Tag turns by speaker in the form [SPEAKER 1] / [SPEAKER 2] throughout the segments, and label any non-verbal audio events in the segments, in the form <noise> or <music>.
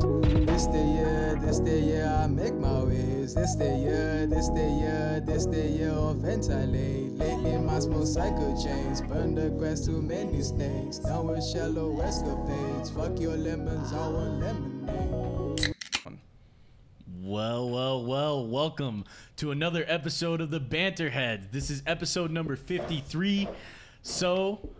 [SPEAKER 1] This the year, this the year I make my ways. This the year, this the year, this the year of ventilate. Lately my small cycle chains burn the grass too many snakes. Down with shallow escapades. Fuck your lemons, I want lemonade.
[SPEAKER 2] Well, well, well, welcome to another episode of the Banter Heads. This is episode number 53. So,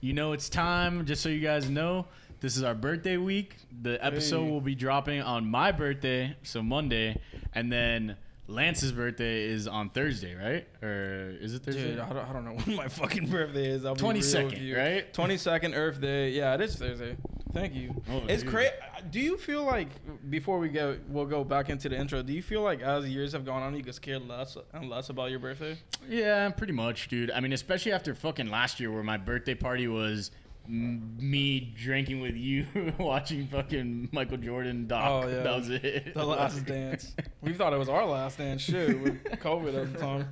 [SPEAKER 2] you know it's time, just so you guys know, this is our birthday week. The episode
[SPEAKER 3] Hey.
[SPEAKER 2] will be dropping on my birthday, so Monday, and then Lance's birthday is on Thursday, right? Or is it Thursday?
[SPEAKER 3] Dude, I don't, I don't know <laughs> when my fucking birthday is. I'll be
[SPEAKER 2] 22nd,
[SPEAKER 3] real with you.
[SPEAKER 2] right?
[SPEAKER 3] 22nd Earth Day. Yeah, it is Thursday. Thank you.
[SPEAKER 2] Oh,
[SPEAKER 3] it's
[SPEAKER 2] dude.
[SPEAKER 3] crazy. Do you feel like before we go, we'll go back into the intro. Do you feel like as years have gone on, you just care less and less about
[SPEAKER 2] <laughs>
[SPEAKER 3] your birthday?
[SPEAKER 2] Yeah, pretty much, dude. I mean, especially after fucking last year where my birthday party was m- me drinking with you <laughs> watching fucking Michael Jordan doc.
[SPEAKER 3] Oh, yeah.
[SPEAKER 2] That was it. <laughs>
[SPEAKER 3] The last dance. We thought it was our last dance. Shit,
[SPEAKER 2] <laughs>
[SPEAKER 3] with COVID at the time.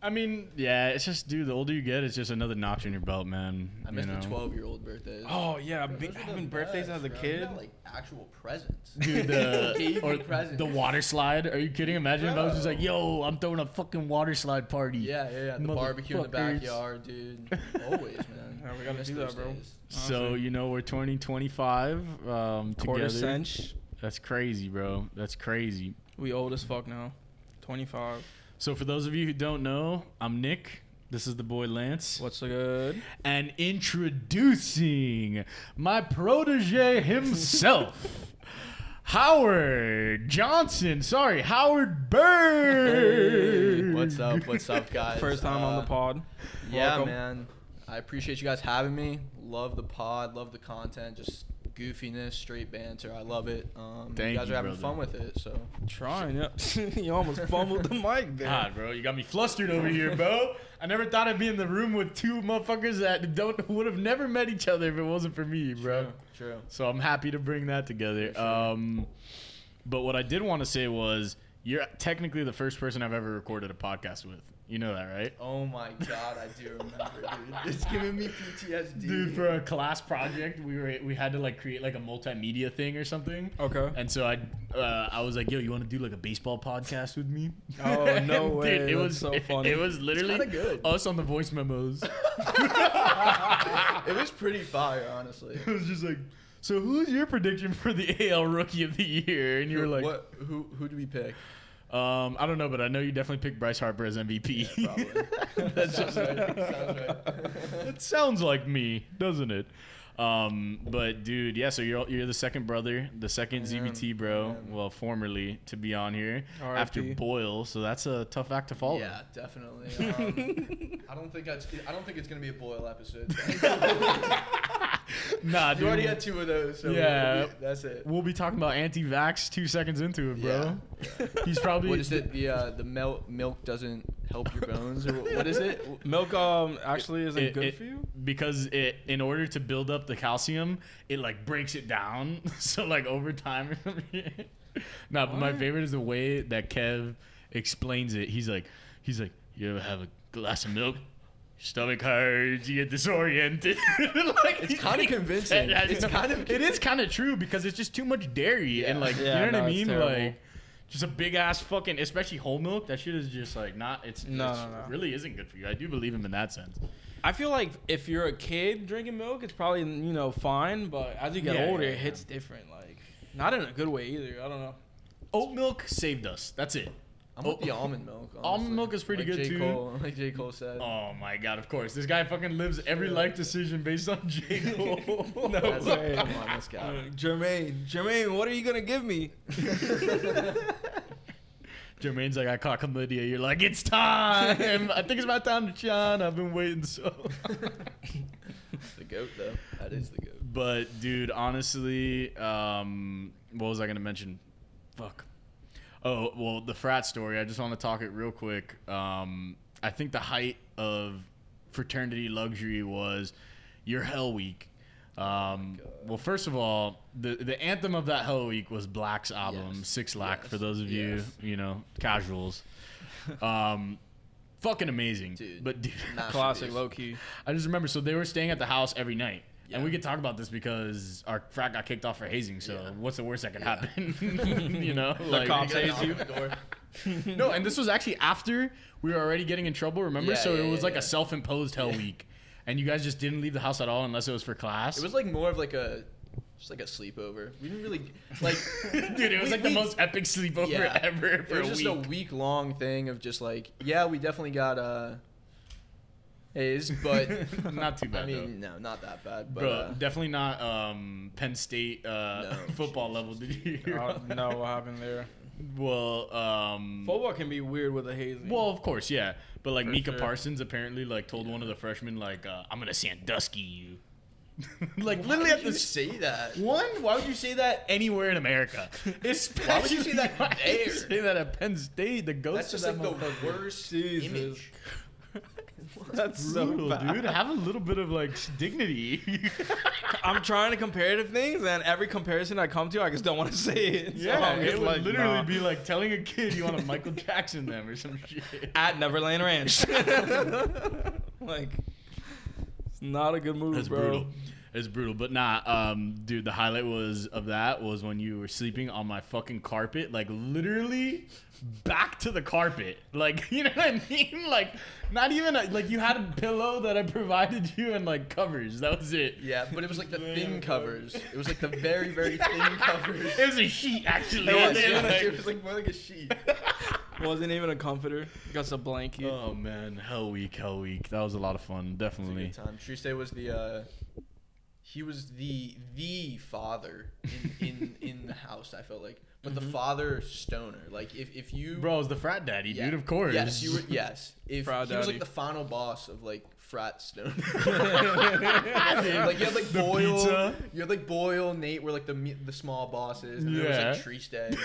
[SPEAKER 2] I mean, yeah, it's just dude, the older you get, it's just another notch in your belt, man.
[SPEAKER 4] I miss
[SPEAKER 2] you know?
[SPEAKER 4] the 12 year old birthdays.
[SPEAKER 3] Oh yeah,
[SPEAKER 4] Those
[SPEAKER 3] be,
[SPEAKER 4] are the
[SPEAKER 3] having birthdays
[SPEAKER 4] best,
[SPEAKER 3] as a
[SPEAKER 4] bro. You
[SPEAKER 3] kid.
[SPEAKER 4] got, like actual presents.
[SPEAKER 2] Dude,
[SPEAKER 4] Gave
[SPEAKER 2] the
[SPEAKER 4] you
[SPEAKER 2] or
[SPEAKER 4] presents.
[SPEAKER 2] the water slide. Are you kidding? Imagine if I was just
[SPEAKER 4] Bro.
[SPEAKER 2] like, "Yo, I'm throwing a fucking water slide party."
[SPEAKER 4] <laughs> Yeah, yeah, yeah. The barbecue in the
[SPEAKER 2] Motherfuckers.
[SPEAKER 4] backyard, dude. Always, man.
[SPEAKER 3] Yeah, we gotta
[SPEAKER 4] Miss
[SPEAKER 3] do
[SPEAKER 4] those
[SPEAKER 3] that, bro.
[SPEAKER 4] days.
[SPEAKER 2] So
[SPEAKER 3] Honestly.
[SPEAKER 2] you know we're turning 25 um,
[SPEAKER 3] quarter
[SPEAKER 2] together.
[SPEAKER 3] cinch.
[SPEAKER 2] That's crazy, bro. That's crazy.
[SPEAKER 3] We old as fuck now. 25.
[SPEAKER 2] So, for those of you who don't know, I'm Nick. This is the boy Lance.
[SPEAKER 3] What's so good?
[SPEAKER 2] And introducing my protege himself, <laughs> Howard Johnson. Sorry, Howard Bird.
[SPEAKER 4] Hey, what's up? What's <laughs> up, guys?
[SPEAKER 3] First time on
[SPEAKER 4] Uh,
[SPEAKER 3] the pod.
[SPEAKER 4] Yeah,
[SPEAKER 3] Welcome.
[SPEAKER 4] man. I appreciate you guys having me. Love the pod. Love the content. Just goofiness, straight banter. I love it. Um,
[SPEAKER 2] Thank
[SPEAKER 4] you guys
[SPEAKER 2] you,
[SPEAKER 4] are having
[SPEAKER 2] brother.
[SPEAKER 4] fun with it. So
[SPEAKER 3] Trying, yeah. <laughs> you almost fumbled the mic
[SPEAKER 2] <laughs>
[SPEAKER 3] there.
[SPEAKER 2] God, bro, you got me flustered over here, bro. I never thought I'd be in the room with two motherfuckers that don't would have never met each other if it wasn't for me, bro.
[SPEAKER 4] true.
[SPEAKER 2] So I'm happy to bring that together. Um, but what I did want to say was, you're technically the first person I've ever recorded a podcast with. You know that, right?
[SPEAKER 4] Oh my god, I do remember, dude. It's giving me PTSD.
[SPEAKER 2] Dude, for a class project, we were we had to like create like a multimedia thing or something.
[SPEAKER 3] Okay.
[SPEAKER 2] And so I, uh, I was like, "Yo, you want to do like a baseball podcast with me?"
[SPEAKER 3] Oh,
[SPEAKER 2] <laughs>
[SPEAKER 3] no way.
[SPEAKER 2] Dude, it
[SPEAKER 3] That's
[SPEAKER 2] was
[SPEAKER 3] so
[SPEAKER 2] it-
[SPEAKER 3] funny.
[SPEAKER 2] It, was literally
[SPEAKER 4] kinda good.
[SPEAKER 2] us on the voice
[SPEAKER 3] <laughs>
[SPEAKER 2] memos. <laughs>
[SPEAKER 4] <laughs> it was pretty fire, honestly.
[SPEAKER 2] it was just like, "So who's your prediction for the AL Rookie of the Year?" And you were like,
[SPEAKER 4] what? Who? Who do
[SPEAKER 2] <laughs>
[SPEAKER 4] we pick?
[SPEAKER 2] Um, I don't know, but I know you definitely picked Bryce Harper as MVP. <laughs>
[SPEAKER 4] <laughs>
[SPEAKER 2] That's just- it sounds like me, doesn't it? Um, but dude, yeah. So you're you're the second brother, the second ZBT bro, well, formerly to be on here
[SPEAKER 3] RIP.
[SPEAKER 2] after Boyle. So that's a tough act to follow.
[SPEAKER 4] Yeah, definitely. Um, I don't think that's. I don't think it's gonna be a boil
[SPEAKER 2] <laughs>
[SPEAKER 4] episode.
[SPEAKER 2] <laughs>
[SPEAKER 4] <laughs>
[SPEAKER 2] Nah, dude.
[SPEAKER 4] you already had two of those, so
[SPEAKER 2] Yeah.
[SPEAKER 4] we- that's it.
[SPEAKER 2] We'll be talking about anti-vax two seconds into it, bro. He's probably
[SPEAKER 4] What is it? The uh, the milk milk doesn't help your bones, or what is it? <laughs>
[SPEAKER 3] Milk um actually isn't
[SPEAKER 2] it-
[SPEAKER 3] good
[SPEAKER 2] it-
[SPEAKER 3] for you.
[SPEAKER 2] because it in order to build up the calcium it like breaks it down <laughs> so like over time <laughs> or something nah but my
[SPEAKER 3] What?
[SPEAKER 2] favorite is the way that kev explains it he's like he's like you ever have a glass of milk your stomach hurts you get disoriented <laughs> like,
[SPEAKER 4] It's kinda convincing. It's kind of-
[SPEAKER 2] it is kind of true because it's just too much dairy and
[SPEAKER 4] Yeah.
[SPEAKER 2] like
[SPEAKER 3] Yeah,
[SPEAKER 2] you know
[SPEAKER 3] no,
[SPEAKER 2] what i
[SPEAKER 3] it's
[SPEAKER 2] mean
[SPEAKER 3] terrible.
[SPEAKER 2] like just a big ass fucking, especially whole milk. That shit is just like not. It's,
[SPEAKER 3] No,
[SPEAKER 2] it's-
[SPEAKER 3] no, no.
[SPEAKER 2] really isn't good for you. I do believe him in that sense.
[SPEAKER 3] I feel like if you're a kid drinking milk, it's probably you know fine, but as you get
[SPEAKER 2] Yeah,
[SPEAKER 3] older,
[SPEAKER 2] yeah,
[SPEAKER 3] it
[SPEAKER 2] yeah.
[SPEAKER 3] hits different. Like not in a good way either. I don't know.
[SPEAKER 2] Oat milk saved us. That's it.
[SPEAKER 4] I'm with
[SPEAKER 2] Oh.
[SPEAKER 4] the almond milk. honestly.
[SPEAKER 2] Almond milk is pretty
[SPEAKER 4] Like
[SPEAKER 2] good
[SPEAKER 4] J.
[SPEAKER 2] too.
[SPEAKER 4] Cole, like J Cole said.
[SPEAKER 2] Oh my god, of course. This guy fucking lives every life decision based on J.
[SPEAKER 4] <laughs>
[SPEAKER 2] Cole.
[SPEAKER 3] No
[SPEAKER 4] That's-
[SPEAKER 3] way.
[SPEAKER 2] <laughs>
[SPEAKER 4] Come on, this guy.
[SPEAKER 3] Jermaine, Jermaine, what are you gonna give me?
[SPEAKER 2] Jermaine's like, I caught chlamydia. You're like, it's time. <laughs> I think it's my time to shine. I've been waiting so.
[SPEAKER 4] <laughs>
[SPEAKER 2] <laughs>
[SPEAKER 4] the goat though. That is the goat.
[SPEAKER 2] but dude, honestly, um, what was I gonna mention? Fuck. Oh well, the frat story. I just want to talk it real quick. Um, I think the height of fraternity luxury was your Hell Week.
[SPEAKER 4] Oh
[SPEAKER 2] Um, well, first of all, the the anthem of that Hell Week was Black's album
[SPEAKER 4] Yes.
[SPEAKER 2] Six Lack
[SPEAKER 4] Yes.
[SPEAKER 2] for those of you
[SPEAKER 4] Yes.
[SPEAKER 2] you know casuals. Um, fucking amazing,
[SPEAKER 4] Dude.
[SPEAKER 2] But dude,
[SPEAKER 4] Masterpiece.
[SPEAKER 3] Classic, low key.
[SPEAKER 2] I just remember. So they were staying at the house every night, And we could talk about this because our frat got kicked off for hazing. So
[SPEAKER 4] Yeah.
[SPEAKER 2] what's the worst that could
[SPEAKER 4] <laughs>
[SPEAKER 2] happen? <laughs> you know, the
[SPEAKER 3] cops
[SPEAKER 4] You
[SPEAKER 3] haze
[SPEAKER 4] gotta
[SPEAKER 3] you.
[SPEAKER 4] knock on the door.
[SPEAKER 2] <laughs> No, and this was actually after we were already getting in trouble. Remember,
[SPEAKER 4] Yeah,
[SPEAKER 2] so
[SPEAKER 4] yeah,
[SPEAKER 2] it was
[SPEAKER 4] yeah,
[SPEAKER 2] like
[SPEAKER 4] yeah.
[SPEAKER 2] a self-imposed hell week, and you guys just didn't leave the house at all unless it was for class.
[SPEAKER 4] It was like more of like a just like a sleepover. We didn't really
[SPEAKER 2] <laughs>
[SPEAKER 4] like <laughs>
[SPEAKER 2] dude. It was
[SPEAKER 4] we-
[SPEAKER 2] like the
[SPEAKER 4] we-
[SPEAKER 2] most epic sleepover
[SPEAKER 4] yeah.
[SPEAKER 2] <laughs> ever for
[SPEAKER 4] it was
[SPEAKER 2] a
[SPEAKER 4] just
[SPEAKER 2] week.
[SPEAKER 4] a week long thing of just like yeah, we definitely got uh A's, but
[SPEAKER 2] <laughs> Not too bad,
[SPEAKER 4] I mean, no, not that bad, but
[SPEAKER 2] Bro,
[SPEAKER 4] uh,
[SPEAKER 2] definitely not um, Penn State uh,
[SPEAKER 4] No,
[SPEAKER 2] <laughs> football
[SPEAKER 4] Jesus,
[SPEAKER 2] level. Did you hear?
[SPEAKER 3] Oh,
[SPEAKER 2] about
[SPEAKER 3] no, what happened there?
[SPEAKER 2] that? Well, um,
[SPEAKER 3] <laughs> Football can be weird with a hazing.
[SPEAKER 2] well, of course, yeah. But like
[SPEAKER 3] For
[SPEAKER 2] Mika
[SPEAKER 3] sure.
[SPEAKER 2] Parsons apparently like told one of the freshmen like, uh, "I'm gonna Sandusky you." <laughs> like literally at
[SPEAKER 4] you
[SPEAKER 2] the
[SPEAKER 4] say that.
[SPEAKER 2] One, why would you say that anywhere in America? Especially
[SPEAKER 4] Why would you say that
[SPEAKER 2] why would you
[SPEAKER 4] there?
[SPEAKER 2] say that at Penn State, the ghost.
[SPEAKER 4] That's
[SPEAKER 2] of
[SPEAKER 4] just
[SPEAKER 2] that
[SPEAKER 4] like the worst
[SPEAKER 3] Jesus.
[SPEAKER 4] image.
[SPEAKER 3] That's
[SPEAKER 2] motherfucker.
[SPEAKER 3] so
[SPEAKER 2] Brutal,
[SPEAKER 3] bad.
[SPEAKER 2] dude. Have a little bit of like dignity. <laughs>
[SPEAKER 3] I'm trying to compare to things, and every comparison I come to, I just don't want to say it. So
[SPEAKER 2] yeah,
[SPEAKER 3] I'm
[SPEAKER 2] it
[SPEAKER 3] just
[SPEAKER 2] would
[SPEAKER 3] like,
[SPEAKER 2] literally
[SPEAKER 3] nah.
[SPEAKER 2] be like telling a kid you want to Michael Jackson them or some <laughs> shit.
[SPEAKER 3] at Neverland Ranch. <laughs> like, it's not a good move,
[SPEAKER 2] That's
[SPEAKER 3] bro.
[SPEAKER 2] brutal. It's brutal, but nah, um, dude. The highlight was of that was when you were sleeping on my fucking carpet, like literally back to the carpet, like <laughs> you know what I mean? Like not even a, like you had a pillow that I provided you and like covers. That was it.
[SPEAKER 4] Yeah, but it
[SPEAKER 2] <laughs>
[SPEAKER 4] was like the
[SPEAKER 2] Damn,
[SPEAKER 4] thin
[SPEAKER 2] bro.
[SPEAKER 4] covers. It was like the very,
[SPEAKER 2] <laughs>
[SPEAKER 4] very thin covers.
[SPEAKER 2] It was a sheet actually.
[SPEAKER 4] It
[SPEAKER 2] And <laughs>
[SPEAKER 4] was,
[SPEAKER 2] then,
[SPEAKER 4] yeah,
[SPEAKER 2] like-
[SPEAKER 4] it was like more like a sheet.
[SPEAKER 3] Wasn't even a comforter. Uh, Just a blanket.
[SPEAKER 2] oh man, hell week, hell week. That was a lot of fun,
[SPEAKER 4] It was a
[SPEAKER 2] definitely.
[SPEAKER 4] good time. Triste was the uh, he was the the father in in, in the house. I felt like, but the father stoner. Like if if you
[SPEAKER 2] Mm-hmm. Bro, it was the frat daddy,
[SPEAKER 4] yeah.
[SPEAKER 2] dude. Of course. <laughs>
[SPEAKER 4] Yes, you were. Yes, if
[SPEAKER 3] Proud
[SPEAKER 4] he was
[SPEAKER 3] daddy.
[SPEAKER 4] like the final boss of like
[SPEAKER 2] <laughs>
[SPEAKER 4] frat stoner. <laughs> like you had like
[SPEAKER 2] The
[SPEAKER 4] Boyle,
[SPEAKER 2] pizza.
[SPEAKER 4] you had like Boyle, Nate were like the me- the small bosses, and there was
[SPEAKER 2] Yeah.
[SPEAKER 4] like Triste. and,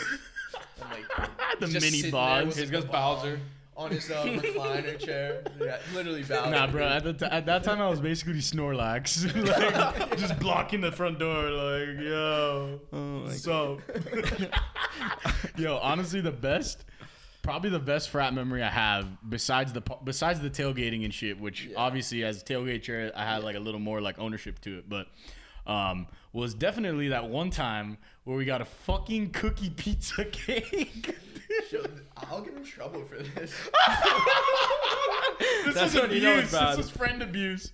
[SPEAKER 4] like,
[SPEAKER 2] the
[SPEAKER 4] just
[SPEAKER 2] mini
[SPEAKER 4] sitting there
[SPEAKER 2] boss.
[SPEAKER 4] with
[SPEAKER 3] Here's goes Bowser.
[SPEAKER 4] On
[SPEAKER 2] <laughs>
[SPEAKER 4] his uh, recliner chair, yeah, literally Bowser.
[SPEAKER 2] Nah, bro. At, the t- at that time, I was basically Snorlax, <laughs> like just blocking the front door. Like, yo,
[SPEAKER 3] Oh my God.
[SPEAKER 2] so, yo, honestly, the best, probably the best frat memory I have besides the pa- besides the tailgating and shit, which
[SPEAKER 4] Yeah.
[SPEAKER 2] obviously as a tailgater, I had like a little more like ownership to it, but. Um, was definitely that one time where we got a fucking cookie pizza <laughs> cake.
[SPEAKER 4] Yo, I'll get in trouble for this.
[SPEAKER 2] <laughs> this
[SPEAKER 3] That's
[SPEAKER 2] was
[SPEAKER 3] when
[SPEAKER 2] abuse.
[SPEAKER 3] you know it's bad.
[SPEAKER 2] This was friend abuse.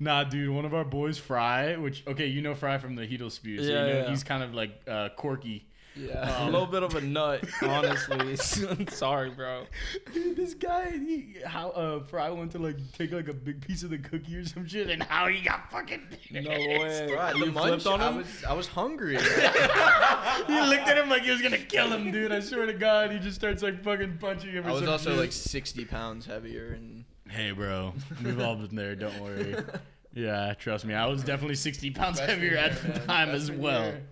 [SPEAKER 2] Nah, dude, one of our boys, Fry, which okay, you know Fry from the Heedle Spew, so
[SPEAKER 3] Yeah,
[SPEAKER 2] you know
[SPEAKER 3] yeah.
[SPEAKER 2] he's kind of like uh, quirky.
[SPEAKER 3] a
[SPEAKER 4] Yeah.
[SPEAKER 3] little bit of a nut, honestly. <laughs> Sorry, bro.
[SPEAKER 2] Dude, this guy, he, how uh, Fry went to like take like a big piece of the cookie or some shit, and how he got fucking. <laughs>
[SPEAKER 3] No way.
[SPEAKER 4] Right,
[SPEAKER 3] you
[SPEAKER 4] the
[SPEAKER 3] flipped
[SPEAKER 4] munch,
[SPEAKER 3] on
[SPEAKER 4] I
[SPEAKER 3] him?
[SPEAKER 4] was, I was hungry. <laughs>
[SPEAKER 2] he looked at him like he was gonna kill him, dude. I swear to God, he just starts like fucking punching him. Or
[SPEAKER 4] I was
[SPEAKER 2] some
[SPEAKER 4] also
[SPEAKER 2] shit.
[SPEAKER 4] like 60 pounds heavier, and
[SPEAKER 2] hey, bro, we've all been there. Don't <laughs> worry. Yeah, trust me. I was definitely 60 pounds
[SPEAKER 4] Freshman
[SPEAKER 2] heavier at
[SPEAKER 4] year,
[SPEAKER 2] the
[SPEAKER 4] man.
[SPEAKER 2] time as
[SPEAKER 4] Freshman
[SPEAKER 2] well.
[SPEAKER 4] year.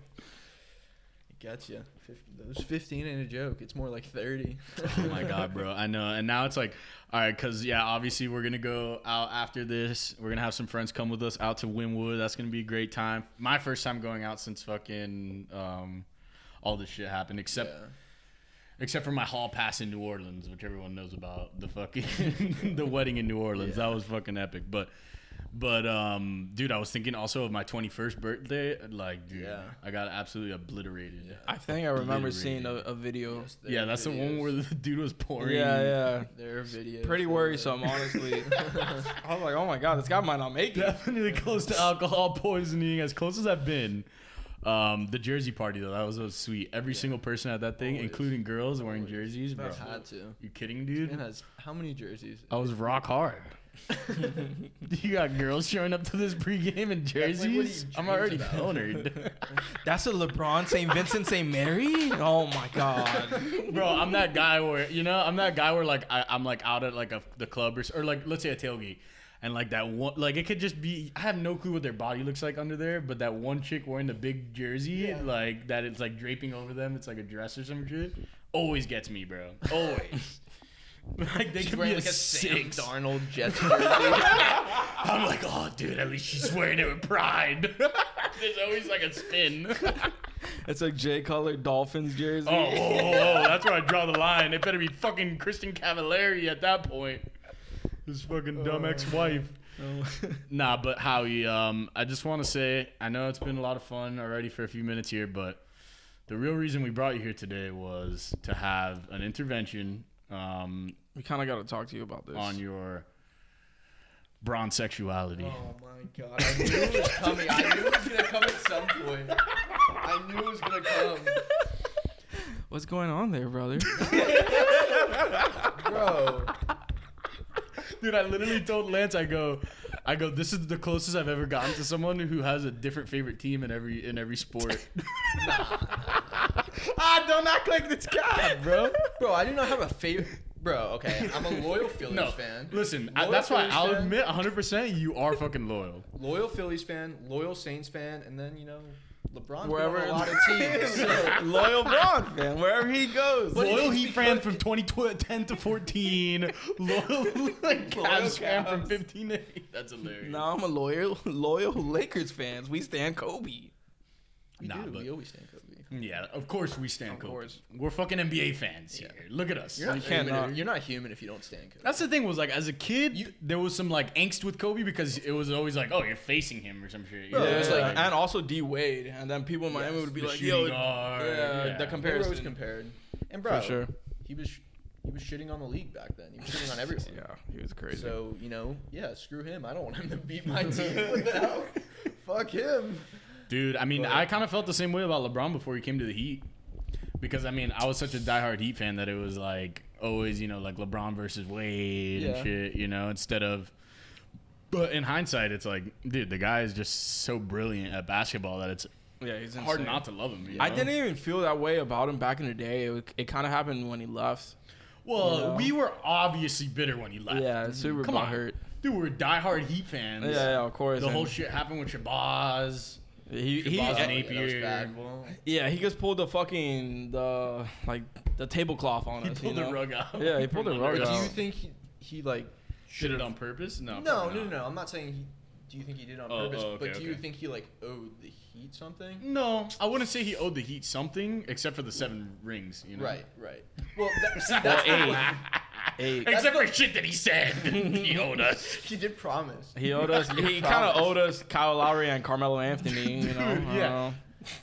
[SPEAKER 4] Gotcha. Fif- Those 15 ain't a joke. It's more like 30. <laughs>
[SPEAKER 2] Oh my god, bro! I know. And now it's like, all right, because yeah, obviously we're gonna go out after this. We're gonna have some friends come with us out to Wynwood. That's gonna be a great time. My first time going out since fucking um, all this shit happened, except
[SPEAKER 4] Yeah.
[SPEAKER 2] except for my hall pass in New Orleans, which everyone knows about. The fucking <laughs> the wedding in New Orleans. That was fucking epic. But but um, dude, I was thinking also of my 21st birthday. Like, dude,
[SPEAKER 4] Yeah.
[SPEAKER 2] I got absolutely obliterated. Yeah,
[SPEAKER 3] I think I remember seeing a,
[SPEAKER 2] Obliterated.
[SPEAKER 3] a video.
[SPEAKER 4] Yes, there are
[SPEAKER 2] that's the one
[SPEAKER 4] videos.
[SPEAKER 2] where the dude was pouring.
[SPEAKER 3] Yeah, yeah.
[SPEAKER 4] There are videos.
[SPEAKER 3] Pretty
[SPEAKER 4] that are-
[SPEAKER 3] worrisome, honestly. I was like, oh my god, this guy might not make
[SPEAKER 2] <laughs>
[SPEAKER 3] it.
[SPEAKER 2] definitely close to alcohol poisoning, as close as I've been. Um, the jersey party though, that was so sweet. Every single person at that thing,
[SPEAKER 4] Always.
[SPEAKER 2] including girls wearing jerseys, bro.
[SPEAKER 4] That's Had to.
[SPEAKER 2] You kidding,
[SPEAKER 4] Man
[SPEAKER 2] dude?
[SPEAKER 4] has how many jerseys?
[SPEAKER 2] I was rock hard. <laughs> you got girls showing up to this pregame in
[SPEAKER 4] like, what he
[SPEAKER 2] jerseys. I'm
[SPEAKER 4] dreams
[SPEAKER 2] already
[SPEAKER 4] about. <laughs>
[SPEAKER 2] bonered,
[SPEAKER 3] That's a LeBron, St. Vincent, St. Mary. Oh my god.
[SPEAKER 2] bro. I'm that guy where you know I'm that guy where like I, I'm like out at like a, the club or, s- or like let's say a tailgate. And like that one, like it could just be. I have no clue what their body looks like under there, but that one chick wearing the big jersey,
[SPEAKER 4] Yeah.
[SPEAKER 2] like that, it's like draping over them. It's like a dress or some shit. Always gets me, bro.
[SPEAKER 4] <laughs>
[SPEAKER 2] Always. like they
[SPEAKER 4] She's
[SPEAKER 2] could be
[SPEAKER 4] wearing
[SPEAKER 2] a,
[SPEAKER 4] like a Oh
[SPEAKER 2] six.
[SPEAKER 4] Sam <laughs> Darnold Jets jersey.
[SPEAKER 2] I'm like, oh, dude, at least she's wearing it with pride. <laughs> There's always like a spin. <laughs>
[SPEAKER 3] It's like Jay Cutler Dolphins jersey.
[SPEAKER 2] Oh, oh, oh, oh, that's where I draw the line.
[SPEAKER 4] Oh,
[SPEAKER 2] It better be fucking Kristen Cavallari at that point. His fucking dumb ex-wife.
[SPEAKER 4] <laughs>
[SPEAKER 2] Nah, but Howie, um, I just want to say I know it's been a lot of fun already for a few minutes here, but the real reason we brought you here today was to have an intervention um,
[SPEAKER 3] we kind of got to talk to you about this.
[SPEAKER 2] on your bronze sexuality.
[SPEAKER 4] Oh my god! I knew it was coming. I knew it was gonna come at some point. I knew it was gonna come,
[SPEAKER 3] What's going on there, brother?
[SPEAKER 4] bro.
[SPEAKER 2] Dude, I literally told Lance, I go, I go. This is the closest I've ever gotten to someone who has a different favorite team in every in every sport.
[SPEAKER 4] <laughs>
[SPEAKER 2] ah, don't act like this guy, bro.
[SPEAKER 4] Bro, I do not have a favorite. Bro, okay, I'm a loyal Phillies
[SPEAKER 2] No,
[SPEAKER 4] fan.
[SPEAKER 2] listen. I,
[SPEAKER 4] Loyal
[SPEAKER 2] that's why
[SPEAKER 4] Phillies
[SPEAKER 2] I'll
[SPEAKER 4] fan.
[SPEAKER 2] admit, 100, percent you are fucking loyal.
[SPEAKER 4] Loyal Phillies fan, loyal Saints fan, and then you know, LeBron's
[SPEAKER 3] Wherever-
[SPEAKER 4] Wherever on a lot of teams. so-
[SPEAKER 3] Loyal Braun fan, wherever he goes.
[SPEAKER 4] But
[SPEAKER 2] loyal
[SPEAKER 4] it's
[SPEAKER 2] Heat
[SPEAKER 4] because-
[SPEAKER 2] fan from 2010 to
[SPEAKER 4] <laughs>
[SPEAKER 2] 14. Loyal like, Cavs fan from 15 to 8. That's hilarious.
[SPEAKER 3] now I'm a loyal, loyal Lakers fans. We stand Kobe.
[SPEAKER 4] We
[SPEAKER 2] Nah,
[SPEAKER 4] do.
[SPEAKER 2] but-
[SPEAKER 4] we always stand Kobe.
[SPEAKER 2] Yeah, of course we stand
[SPEAKER 3] Of
[SPEAKER 2] Kobe.
[SPEAKER 3] course.
[SPEAKER 2] We're fucking NBA fans here. Look at us.
[SPEAKER 4] You're not,
[SPEAKER 3] can't
[SPEAKER 4] human if-
[SPEAKER 3] not.
[SPEAKER 4] you're not human if you don't stand Kobe.
[SPEAKER 2] That's the thing was like as a kid,
[SPEAKER 4] You-
[SPEAKER 2] there was some like angst with Kobe because it was always like, oh, you're facing him or some shit. you
[SPEAKER 4] Bro,
[SPEAKER 2] know?
[SPEAKER 4] it was
[SPEAKER 3] Yeah,
[SPEAKER 4] like-
[SPEAKER 3] and also D Wade, and then people in Miami
[SPEAKER 4] Yes,
[SPEAKER 3] would be
[SPEAKER 2] the
[SPEAKER 3] like,
[SPEAKER 2] shooting
[SPEAKER 3] "Yo,
[SPEAKER 2] guard,
[SPEAKER 3] yeah,
[SPEAKER 2] yeah.
[SPEAKER 3] the
[SPEAKER 4] They were always
[SPEAKER 3] comparison."
[SPEAKER 4] compared. And bro,
[SPEAKER 3] sure.
[SPEAKER 4] he was he was shitting on the league back then. He was shitting on everyone.
[SPEAKER 3] yeah, he was crazy.
[SPEAKER 4] So you know, yeah, screw him. I don't want him to beat my team. What the hell? Fuck him.
[SPEAKER 2] Dude, I mean,
[SPEAKER 4] But-
[SPEAKER 2] I kind of felt the same way about LeBron before he came to the Heat. Because, I mean, I was such a diehard Heat fan that it was like always, you know, like LeBron versus Wade
[SPEAKER 4] Yeah.
[SPEAKER 2] and shit, you know, instead of. But in hindsight, it's like, dude, the guy is just so brilliant at basketball that it's
[SPEAKER 3] yeah, he's
[SPEAKER 2] hard
[SPEAKER 3] insane.
[SPEAKER 2] not to love him. you
[SPEAKER 3] I
[SPEAKER 2] know?
[SPEAKER 3] didn't even feel that way about him back in the day. It, it kind of happened when he left.
[SPEAKER 2] Well,
[SPEAKER 3] you know?
[SPEAKER 2] we were obviously bitter when he left.
[SPEAKER 3] Yeah, super
[SPEAKER 2] Come on.
[SPEAKER 3] butthurt.
[SPEAKER 2] Dude, we're diehard Heat fans.
[SPEAKER 3] Yeah, yeah, of course.
[SPEAKER 2] The whole
[SPEAKER 3] and
[SPEAKER 2] shit happened with Shabazz.
[SPEAKER 3] he,
[SPEAKER 2] Shabazz
[SPEAKER 3] he,
[SPEAKER 4] Yeah,
[SPEAKER 2] and
[SPEAKER 4] that
[SPEAKER 3] yeah,
[SPEAKER 2] Nate.
[SPEAKER 4] was
[SPEAKER 2] Napier.
[SPEAKER 4] bad. Well,
[SPEAKER 3] he just pulled the fucking the like the tablecloth on
[SPEAKER 2] He
[SPEAKER 3] us.
[SPEAKER 2] pulled
[SPEAKER 3] you know?
[SPEAKER 2] the rug out.
[SPEAKER 3] Yeah, he pulled the
[SPEAKER 2] <laughs> From
[SPEAKER 3] rug
[SPEAKER 2] under us.
[SPEAKER 4] But
[SPEAKER 3] out.
[SPEAKER 4] do you think he, he like?
[SPEAKER 2] Did it on purpose? No.
[SPEAKER 4] No, no,
[SPEAKER 2] probably
[SPEAKER 4] no,
[SPEAKER 2] not.
[SPEAKER 4] no. I'm not saying he. Do you think he did it on
[SPEAKER 2] Oh,
[SPEAKER 4] purpose?
[SPEAKER 2] oh, okay,
[SPEAKER 4] but do you
[SPEAKER 2] okay.
[SPEAKER 4] think he like owed the Heat something?
[SPEAKER 2] No, I wouldn't say he owed the Heat something, except for the seven rings. You know?
[SPEAKER 4] Right, right. Well, that, see,
[SPEAKER 2] Well,
[SPEAKER 4] that's
[SPEAKER 3] <laughs>
[SPEAKER 4] the
[SPEAKER 2] hey.
[SPEAKER 4] one-
[SPEAKER 3] Hey,
[SPEAKER 2] Except for shit that he said <laughs> he owed us.
[SPEAKER 4] he did promise.
[SPEAKER 3] he owed us. <laughs> He kind of owed us Kyle Lowry and Carmelo Anthony. You know. uh,
[SPEAKER 2] Dude, <laughs>
[SPEAKER 3] I
[SPEAKER 2] yeah.
[SPEAKER 3] don't know.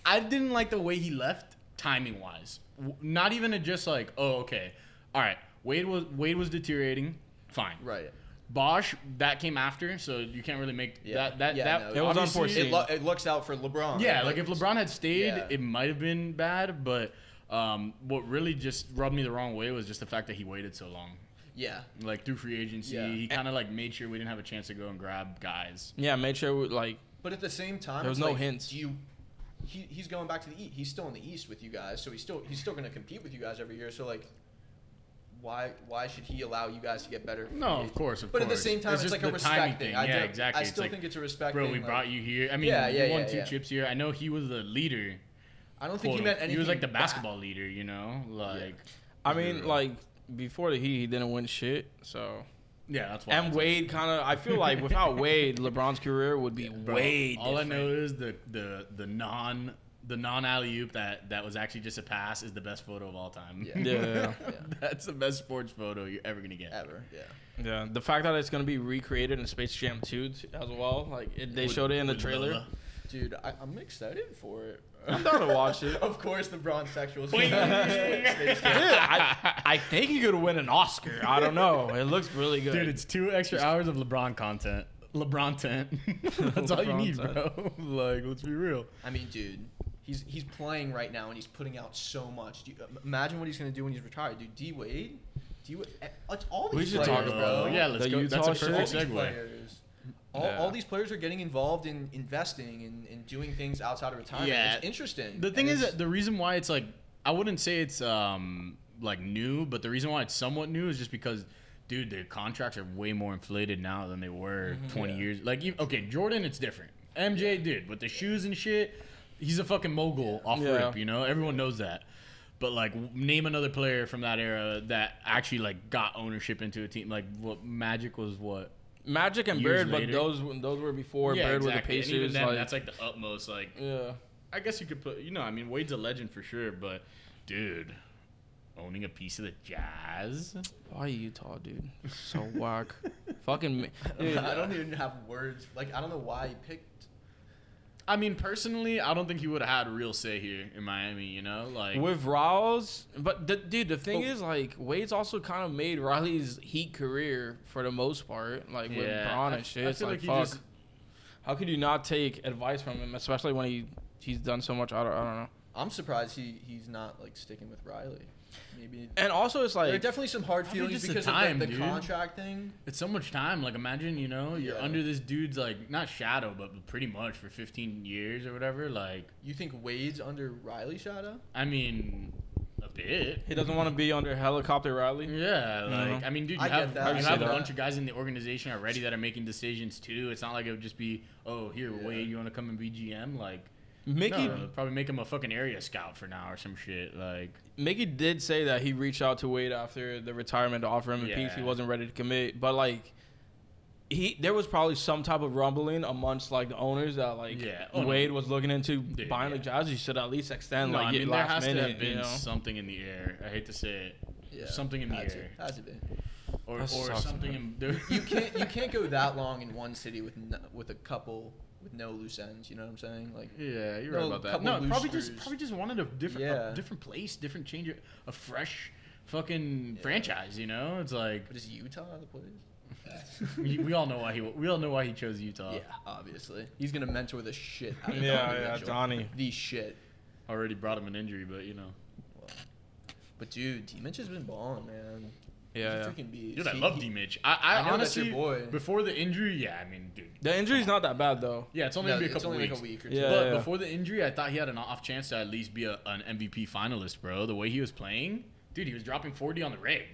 [SPEAKER 2] I didn't like the way he left, timing wise. Not even a just like, oh okay, all right. Wade was Wade was deteriorating. Fine.
[SPEAKER 4] Right.
[SPEAKER 2] Bosch that came after, so you can't really make
[SPEAKER 4] Yeah.
[SPEAKER 2] that that
[SPEAKER 4] Yeah,
[SPEAKER 2] that.
[SPEAKER 4] no,
[SPEAKER 3] It was
[SPEAKER 2] obviously-
[SPEAKER 3] unforeseen.
[SPEAKER 4] It, lo- it looks out for LeBron.
[SPEAKER 2] Yeah, like if
[SPEAKER 4] it's-
[SPEAKER 2] LeBron had stayed,
[SPEAKER 4] Yeah.
[SPEAKER 2] it might have been bad. But um, what really just rubbed me the wrong way was just the fact that he waited so long.
[SPEAKER 4] Yeah.
[SPEAKER 2] Like through free agency,
[SPEAKER 4] Yeah.
[SPEAKER 2] he kind of like made sure we didn't have a chance to go and grab guys.
[SPEAKER 3] Yeah, made sure we, like
[SPEAKER 4] But at the same time,
[SPEAKER 3] There was
[SPEAKER 4] it's
[SPEAKER 3] no
[SPEAKER 4] like,
[SPEAKER 3] hints.
[SPEAKER 4] Do you? He, he's going back to the East. He's still in the East with you guys, so he's still he's still going to compete with you guys every year. So like, why why should he allow you guys to get better?
[SPEAKER 2] No, of course, of
[SPEAKER 4] But at the
[SPEAKER 2] course.
[SPEAKER 4] same time,
[SPEAKER 2] It's
[SPEAKER 4] it's,
[SPEAKER 2] just
[SPEAKER 4] like a
[SPEAKER 2] the timing
[SPEAKER 4] respect thing.
[SPEAKER 2] thing.
[SPEAKER 4] I
[SPEAKER 2] Yeah,
[SPEAKER 4] do-
[SPEAKER 2] exactly.
[SPEAKER 4] I
[SPEAKER 2] It's
[SPEAKER 4] still
[SPEAKER 2] like,
[SPEAKER 4] think it's a respect
[SPEAKER 2] Bro,
[SPEAKER 4] thing.
[SPEAKER 2] we
[SPEAKER 4] like,
[SPEAKER 2] brought you here. I mean,
[SPEAKER 4] Yeah, yeah,
[SPEAKER 2] you won
[SPEAKER 4] yeah,
[SPEAKER 2] two
[SPEAKER 4] yeah.
[SPEAKER 2] chips here. I know he was the leader.
[SPEAKER 4] I don't
[SPEAKER 2] quote,
[SPEAKER 4] think he meant anything.
[SPEAKER 2] was like the
[SPEAKER 4] back.
[SPEAKER 2] basketball leader, you know? Like,
[SPEAKER 3] I
[SPEAKER 2] Zero.
[SPEAKER 3] mean, like before the Heat, he didn't win shit. So
[SPEAKER 2] yeah, that's why.
[SPEAKER 3] and
[SPEAKER 2] it's
[SPEAKER 3] Wade kind of, I feel like
[SPEAKER 2] <laughs>
[SPEAKER 3] without Wade, LeBron's career would be
[SPEAKER 2] Bro,
[SPEAKER 3] way.
[SPEAKER 2] All I know
[SPEAKER 3] different.
[SPEAKER 2] is the the the non the non alley oop that that was actually just a pass is the best photo of all time.
[SPEAKER 4] Yeah.
[SPEAKER 3] Yeah,
[SPEAKER 2] <laughs> that's the best sports photo you're ever gonna get.
[SPEAKER 4] Ever. Yeah.
[SPEAKER 3] yeah, yeah. The fact that it's gonna be recreated in Space Jam 2 t- as well, like it, they showed it in the
[SPEAKER 2] With
[SPEAKER 3] trailer. <laughs>
[SPEAKER 2] Lola.
[SPEAKER 4] Dude, I, I'm excited for it.
[SPEAKER 3] I'm down to watch it.
[SPEAKER 4] <laughs> of course, the bronze sexuals. <laughs>
[SPEAKER 2] Boing.
[SPEAKER 3] Dude, I, I think he could win an Oscar. I don't know. It looks really good.
[SPEAKER 2] Dude, it's two extra hours of LeBron content. LeBron tent. <laughs>
[SPEAKER 3] <laughs>
[SPEAKER 2] that's all you
[SPEAKER 3] LeBron
[SPEAKER 2] need,
[SPEAKER 3] tent.
[SPEAKER 2] bro. <laughs> like, let's be real.
[SPEAKER 4] I mean, dude, he's he's playing right now and he's putting out so much. Do you, imagine what he's gonna do when he's retired, dude. D Wade, D Wade, eh, it's all these
[SPEAKER 3] We should
[SPEAKER 4] players,
[SPEAKER 3] talk
[SPEAKER 4] bro.
[SPEAKER 3] about-
[SPEAKER 2] Yeah, let's
[SPEAKER 3] The
[SPEAKER 2] go.
[SPEAKER 3] Utah
[SPEAKER 2] that's a
[SPEAKER 3] shit.
[SPEAKER 4] all
[SPEAKER 2] perfect
[SPEAKER 4] these
[SPEAKER 2] segue.
[SPEAKER 4] players. All,
[SPEAKER 3] Yeah.
[SPEAKER 4] all these players are getting involved in investing and, and doing things outside of retirement.
[SPEAKER 2] Yeah.
[SPEAKER 4] It's interesting.
[SPEAKER 2] The thing
[SPEAKER 4] And
[SPEAKER 2] is
[SPEAKER 4] it's-
[SPEAKER 2] that the reason why it's like I wouldn't say it's um like new, but the reason why it's somewhat new is just because dude, the contracts are way more inflated now than they were
[SPEAKER 3] Mm-hmm.
[SPEAKER 2] 20 years. Like you- okay, Jordan it's different. MJ dude with the shoes and shit, he's a fucking mogul off
[SPEAKER 3] Yeah.
[SPEAKER 2] rip, you know? Everyone knows that. But like w- name another player from that era that actually like got ownership into a team like what Magic was what
[SPEAKER 3] Magic and
[SPEAKER 2] Years
[SPEAKER 3] Bird, but
[SPEAKER 2] later.
[SPEAKER 3] those those were before Bird with
[SPEAKER 2] And
[SPEAKER 3] the
[SPEAKER 2] even
[SPEAKER 3] Pacers.
[SPEAKER 2] then,
[SPEAKER 3] like,
[SPEAKER 2] that's like the utmost like
[SPEAKER 3] yeah.
[SPEAKER 2] I guess you could put, you know, I mean, Wade's a legend for sure, but dude, owning a piece of the Jazz.
[SPEAKER 3] Why Utah, dude? So <laughs> whack. Fucking. ma-
[SPEAKER 2] <laughs>
[SPEAKER 3] Dude,
[SPEAKER 4] <laughs> I don't even have words. Like I don't know why he picked.
[SPEAKER 2] I mean, personally, I don't think he would have had real say here in Miami. You know, like
[SPEAKER 3] with Rawls, but the, dude, the
[SPEAKER 2] Oh.
[SPEAKER 3] thing is, like, Wade's also kind of made Riley's Heat career for the most part, like with
[SPEAKER 2] Yeah,
[SPEAKER 3] Braun
[SPEAKER 2] I-
[SPEAKER 3] and shit.
[SPEAKER 2] I
[SPEAKER 3] it's
[SPEAKER 2] feel
[SPEAKER 3] like,
[SPEAKER 2] like he
[SPEAKER 3] fuck.
[SPEAKER 2] just-
[SPEAKER 3] How could you not take advice from him, especially when he he's done so much? I don't, I don't know.
[SPEAKER 4] I'm surprised he he's not like sticking with Riley. Maybe
[SPEAKER 3] And also, it's
[SPEAKER 4] there are
[SPEAKER 3] like
[SPEAKER 4] definitely some hard
[SPEAKER 2] I think
[SPEAKER 4] feelings
[SPEAKER 2] just the
[SPEAKER 4] because
[SPEAKER 2] time,
[SPEAKER 4] of the, the
[SPEAKER 2] dude.
[SPEAKER 4] contract thing.
[SPEAKER 2] it's so much time. Like, imagine you know you're
[SPEAKER 4] Yeah.
[SPEAKER 2] under this dude's like not shadow, but pretty much for 15 years or whatever. Like,
[SPEAKER 4] You think Wade's under Riley shadow?
[SPEAKER 2] I mean, a bit.
[SPEAKER 3] he doesn't want to be under helicopter Riley.
[SPEAKER 2] Yeah, like
[SPEAKER 3] Mhm.
[SPEAKER 2] I mean, dude, you
[SPEAKER 4] I get
[SPEAKER 2] have
[SPEAKER 4] that.
[SPEAKER 3] I
[SPEAKER 2] Mm-hmm. you
[SPEAKER 3] see
[SPEAKER 2] have a
[SPEAKER 3] that.
[SPEAKER 2] bunch of guys in the organization already that are making decisions too. It's not like it would just be, oh, here,
[SPEAKER 4] Yeah.
[SPEAKER 2] Wade, you want to come and be GM? Like,
[SPEAKER 3] Mickey
[SPEAKER 2] Mm-hmm. no, probably make him a fucking area scout for now or some shit. Like,
[SPEAKER 3] Mickey did say that he reached out to Wade after the retirement to offer him a piece. He
[SPEAKER 2] Yeah.
[SPEAKER 3] wasn't ready to commit, but like. He there was probably some type of rumbling amongst like the owners that like
[SPEAKER 2] Yeah. Oh, no.
[SPEAKER 3] Wade was looking into
[SPEAKER 2] Dude,
[SPEAKER 3] buying
[SPEAKER 2] yeah.
[SPEAKER 3] the Jazz. You should at least extend
[SPEAKER 2] no,
[SPEAKER 3] like
[SPEAKER 2] I
[SPEAKER 3] your
[SPEAKER 2] mean, there
[SPEAKER 3] last
[SPEAKER 2] has to
[SPEAKER 3] minute.
[SPEAKER 2] have been
[SPEAKER 3] you know?
[SPEAKER 2] something in the air. I hate to say it, something in the
[SPEAKER 4] Had to-
[SPEAKER 2] air,
[SPEAKER 4] had to be.
[SPEAKER 2] or, or
[SPEAKER 3] That sucks,
[SPEAKER 2] something in there.
[SPEAKER 4] You can't you can't go that long in one city with no, with a couple with no loose ends. You know what I'm saying? Like
[SPEAKER 2] <laughs> Yeah, you're
[SPEAKER 4] No,
[SPEAKER 2] right about that.
[SPEAKER 4] couple
[SPEAKER 2] No,
[SPEAKER 4] loose
[SPEAKER 2] probably just
[SPEAKER 4] screws.
[SPEAKER 2] probably just wanted a different
[SPEAKER 4] Yeah.
[SPEAKER 2] a different place, different change, of- a fresh fucking
[SPEAKER 4] Yeah.
[SPEAKER 2] franchise. You know, it's like
[SPEAKER 4] But is Utah the place?
[SPEAKER 2] <laughs> we, we all know why he we all know why he chose Utah.
[SPEAKER 4] yeah, <laughs> obviously. He's gonna mentor the shit out of
[SPEAKER 3] Yeah,
[SPEAKER 4] Donovan
[SPEAKER 3] yeah,
[SPEAKER 4] Mitchell.
[SPEAKER 3] Donnie.
[SPEAKER 4] The shit.
[SPEAKER 2] Already brought him an injury, but you know.
[SPEAKER 4] Well, but dude, D Mitch has been balling, man.
[SPEAKER 3] Yeah,
[SPEAKER 4] He's a
[SPEAKER 3] yeah.
[SPEAKER 4] freaking beast.
[SPEAKER 2] Dude, I
[SPEAKER 4] He-
[SPEAKER 2] love
[SPEAKER 4] he-
[SPEAKER 2] D Mitch. I, I,
[SPEAKER 4] I know that's
[SPEAKER 2] honestly
[SPEAKER 4] your boy.
[SPEAKER 2] before the injury, yeah, I mean, dude.
[SPEAKER 3] The injury's not that bad though.
[SPEAKER 2] Yeah, it's only
[SPEAKER 4] No,
[SPEAKER 2] gonna be a
[SPEAKER 4] it's
[SPEAKER 2] couple
[SPEAKER 4] only
[SPEAKER 2] weeks.
[SPEAKER 4] like a week or two.
[SPEAKER 3] Yeah,
[SPEAKER 2] but
[SPEAKER 3] yeah, yeah.
[SPEAKER 2] before the injury, I thought he had an off chance to at least be a, an MVP finalist, bro. The way he was playing, dude, he was dropping 40 on the rig.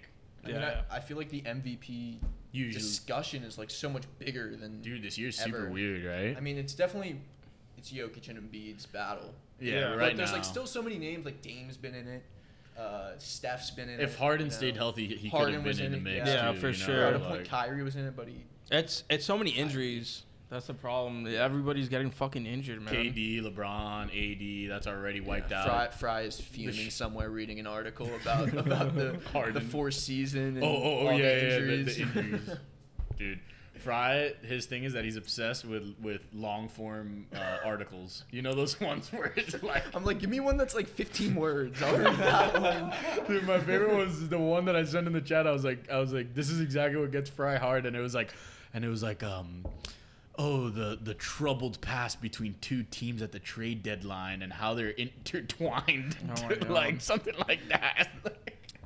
[SPEAKER 4] I, mean,
[SPEAKER 3] Yeah.
[SPEAKER 4] I, I feel like the MVP
[SPEAKER 2] Usually,
[SPEAKER 4] discussion is like so much bigger than.
[SPEAKER 2] dude, this year's
[SPEAKER 4] ever.
[SPEAKER 2] super weird, right?
[SPEAKER 4] I mean, it's definitely it's Jokic and Embiid's battle.
[SPEAKER 2] yeah,
[SPEAKER 3] yeah.
[SPEAKER 2] right
[SPEAKER 4] but there's
[SPEAKER 2] now.
[SPEAKER 4] like still so many names. Like Dame's been in it. Uh, Steph's been in it.
[SPEAKER 2] if Harden
[SPEAKER 4] you know.
[SPEAKER 2] stayed healthy, he- he could
[SPEAKER 4] Harden
[SPEAKER 2] have
[SPEAKER 4] was
[SPEAKER 2] been in the
[SPEAKER 4] in it,
[SPEAKER 2] mix.
[SPEAKER 3] yeah.
[SPEAKER 2] too,
[SPEAKER 3] Yeah, for
[SPEAKER 2] you
[SPEAKER 3] sure.
[SPEAKER 4] Or
[SPEAKER 2] know,
[SPEAKER 4] at a
[SPEAKER 3] Like-
[SPEAKER 4] point Kyrie was in it, but he
[SPEAKER 3] It's it's so many injuries. That's the problem. Everybody's getting fucking injured, man.
[SPEAKER 2] KD, LeBron, AD, that's already wiped out.
[SPEAKER 4] Fry, Fry is fuming
[SPEAKER 2] sh-
[SPEAKER 4] somewhere reading an article about <laughs> about the the
[SPEAKER 2] Harden.
[SPEAKER 4] four season. And
[SPEAKER 2] Oh, oh, oh
[SPEAKER 4] all
[SPEAKER 2] yeah,
[SPEAKER 4] the
[SPEAKER 2] yeah, the-
[SPEAKER 4] injuries.
[SPEAKER 2] the injuries. dude. Fry, his thing is that he's obsessed with with long form uh, articles. You know those <laughs> ones where it's like.
[SPEAKER 4] <laughs> I'm like, give me one that's like 15 words. I'll read
[SPEAKER 2] <laughs>
[SPEAKER 4] that one.
[SPEAKER 2] Dude, my favorite was the one that I sent in the chat. I was like, I was like, this is exactly what gets Fry hard, and it was like, and it was like, um, oh, the the troubled past between two teams at the trade deadline and how they're intertwined,
[SPEAKER 3] Oh my God.
[SPEAKER 2] like something like that. <laughs>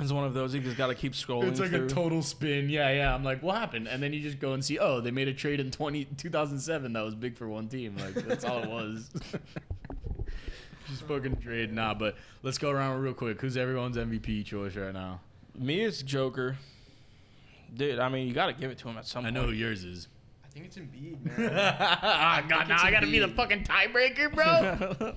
[SPEAKER 3] It's one of those you just gotta keep scrolling.
[SPEAKER 2] It's like
[SPEAKER 3] through.
[SPEAKER 2] a total spin. Yeah, yeah. I'm like, what happened? And then you just go and see, oh, they made a trade in 20, 2007 that was big for one team. Like, that's all it
[SPEAKER 3] <laughs>
[SPEAKER 2] was. just fucking trade. Nah, but let's go around real quick. Who's everyone's MVP choice right now?
[SPEAKER 3] Me is Joker. Dude, I mean, you gotta give it to him at some
[SPEAKER 2] I
[SPEAKER 3] point.
[SPEAKER 2] know who yours
[SPEAKER 4] <laughs>
[SPEAKER 2] is.
[SPEAKER 4] I think it's Embiid, man. Ah,
[SPEAKER 2] God, now I gotta be the
[SPEAKER 4] Embiid.
[SPEAKER 2] fucking tiebreaker, bro.
[SPEAKER 3] <laughs>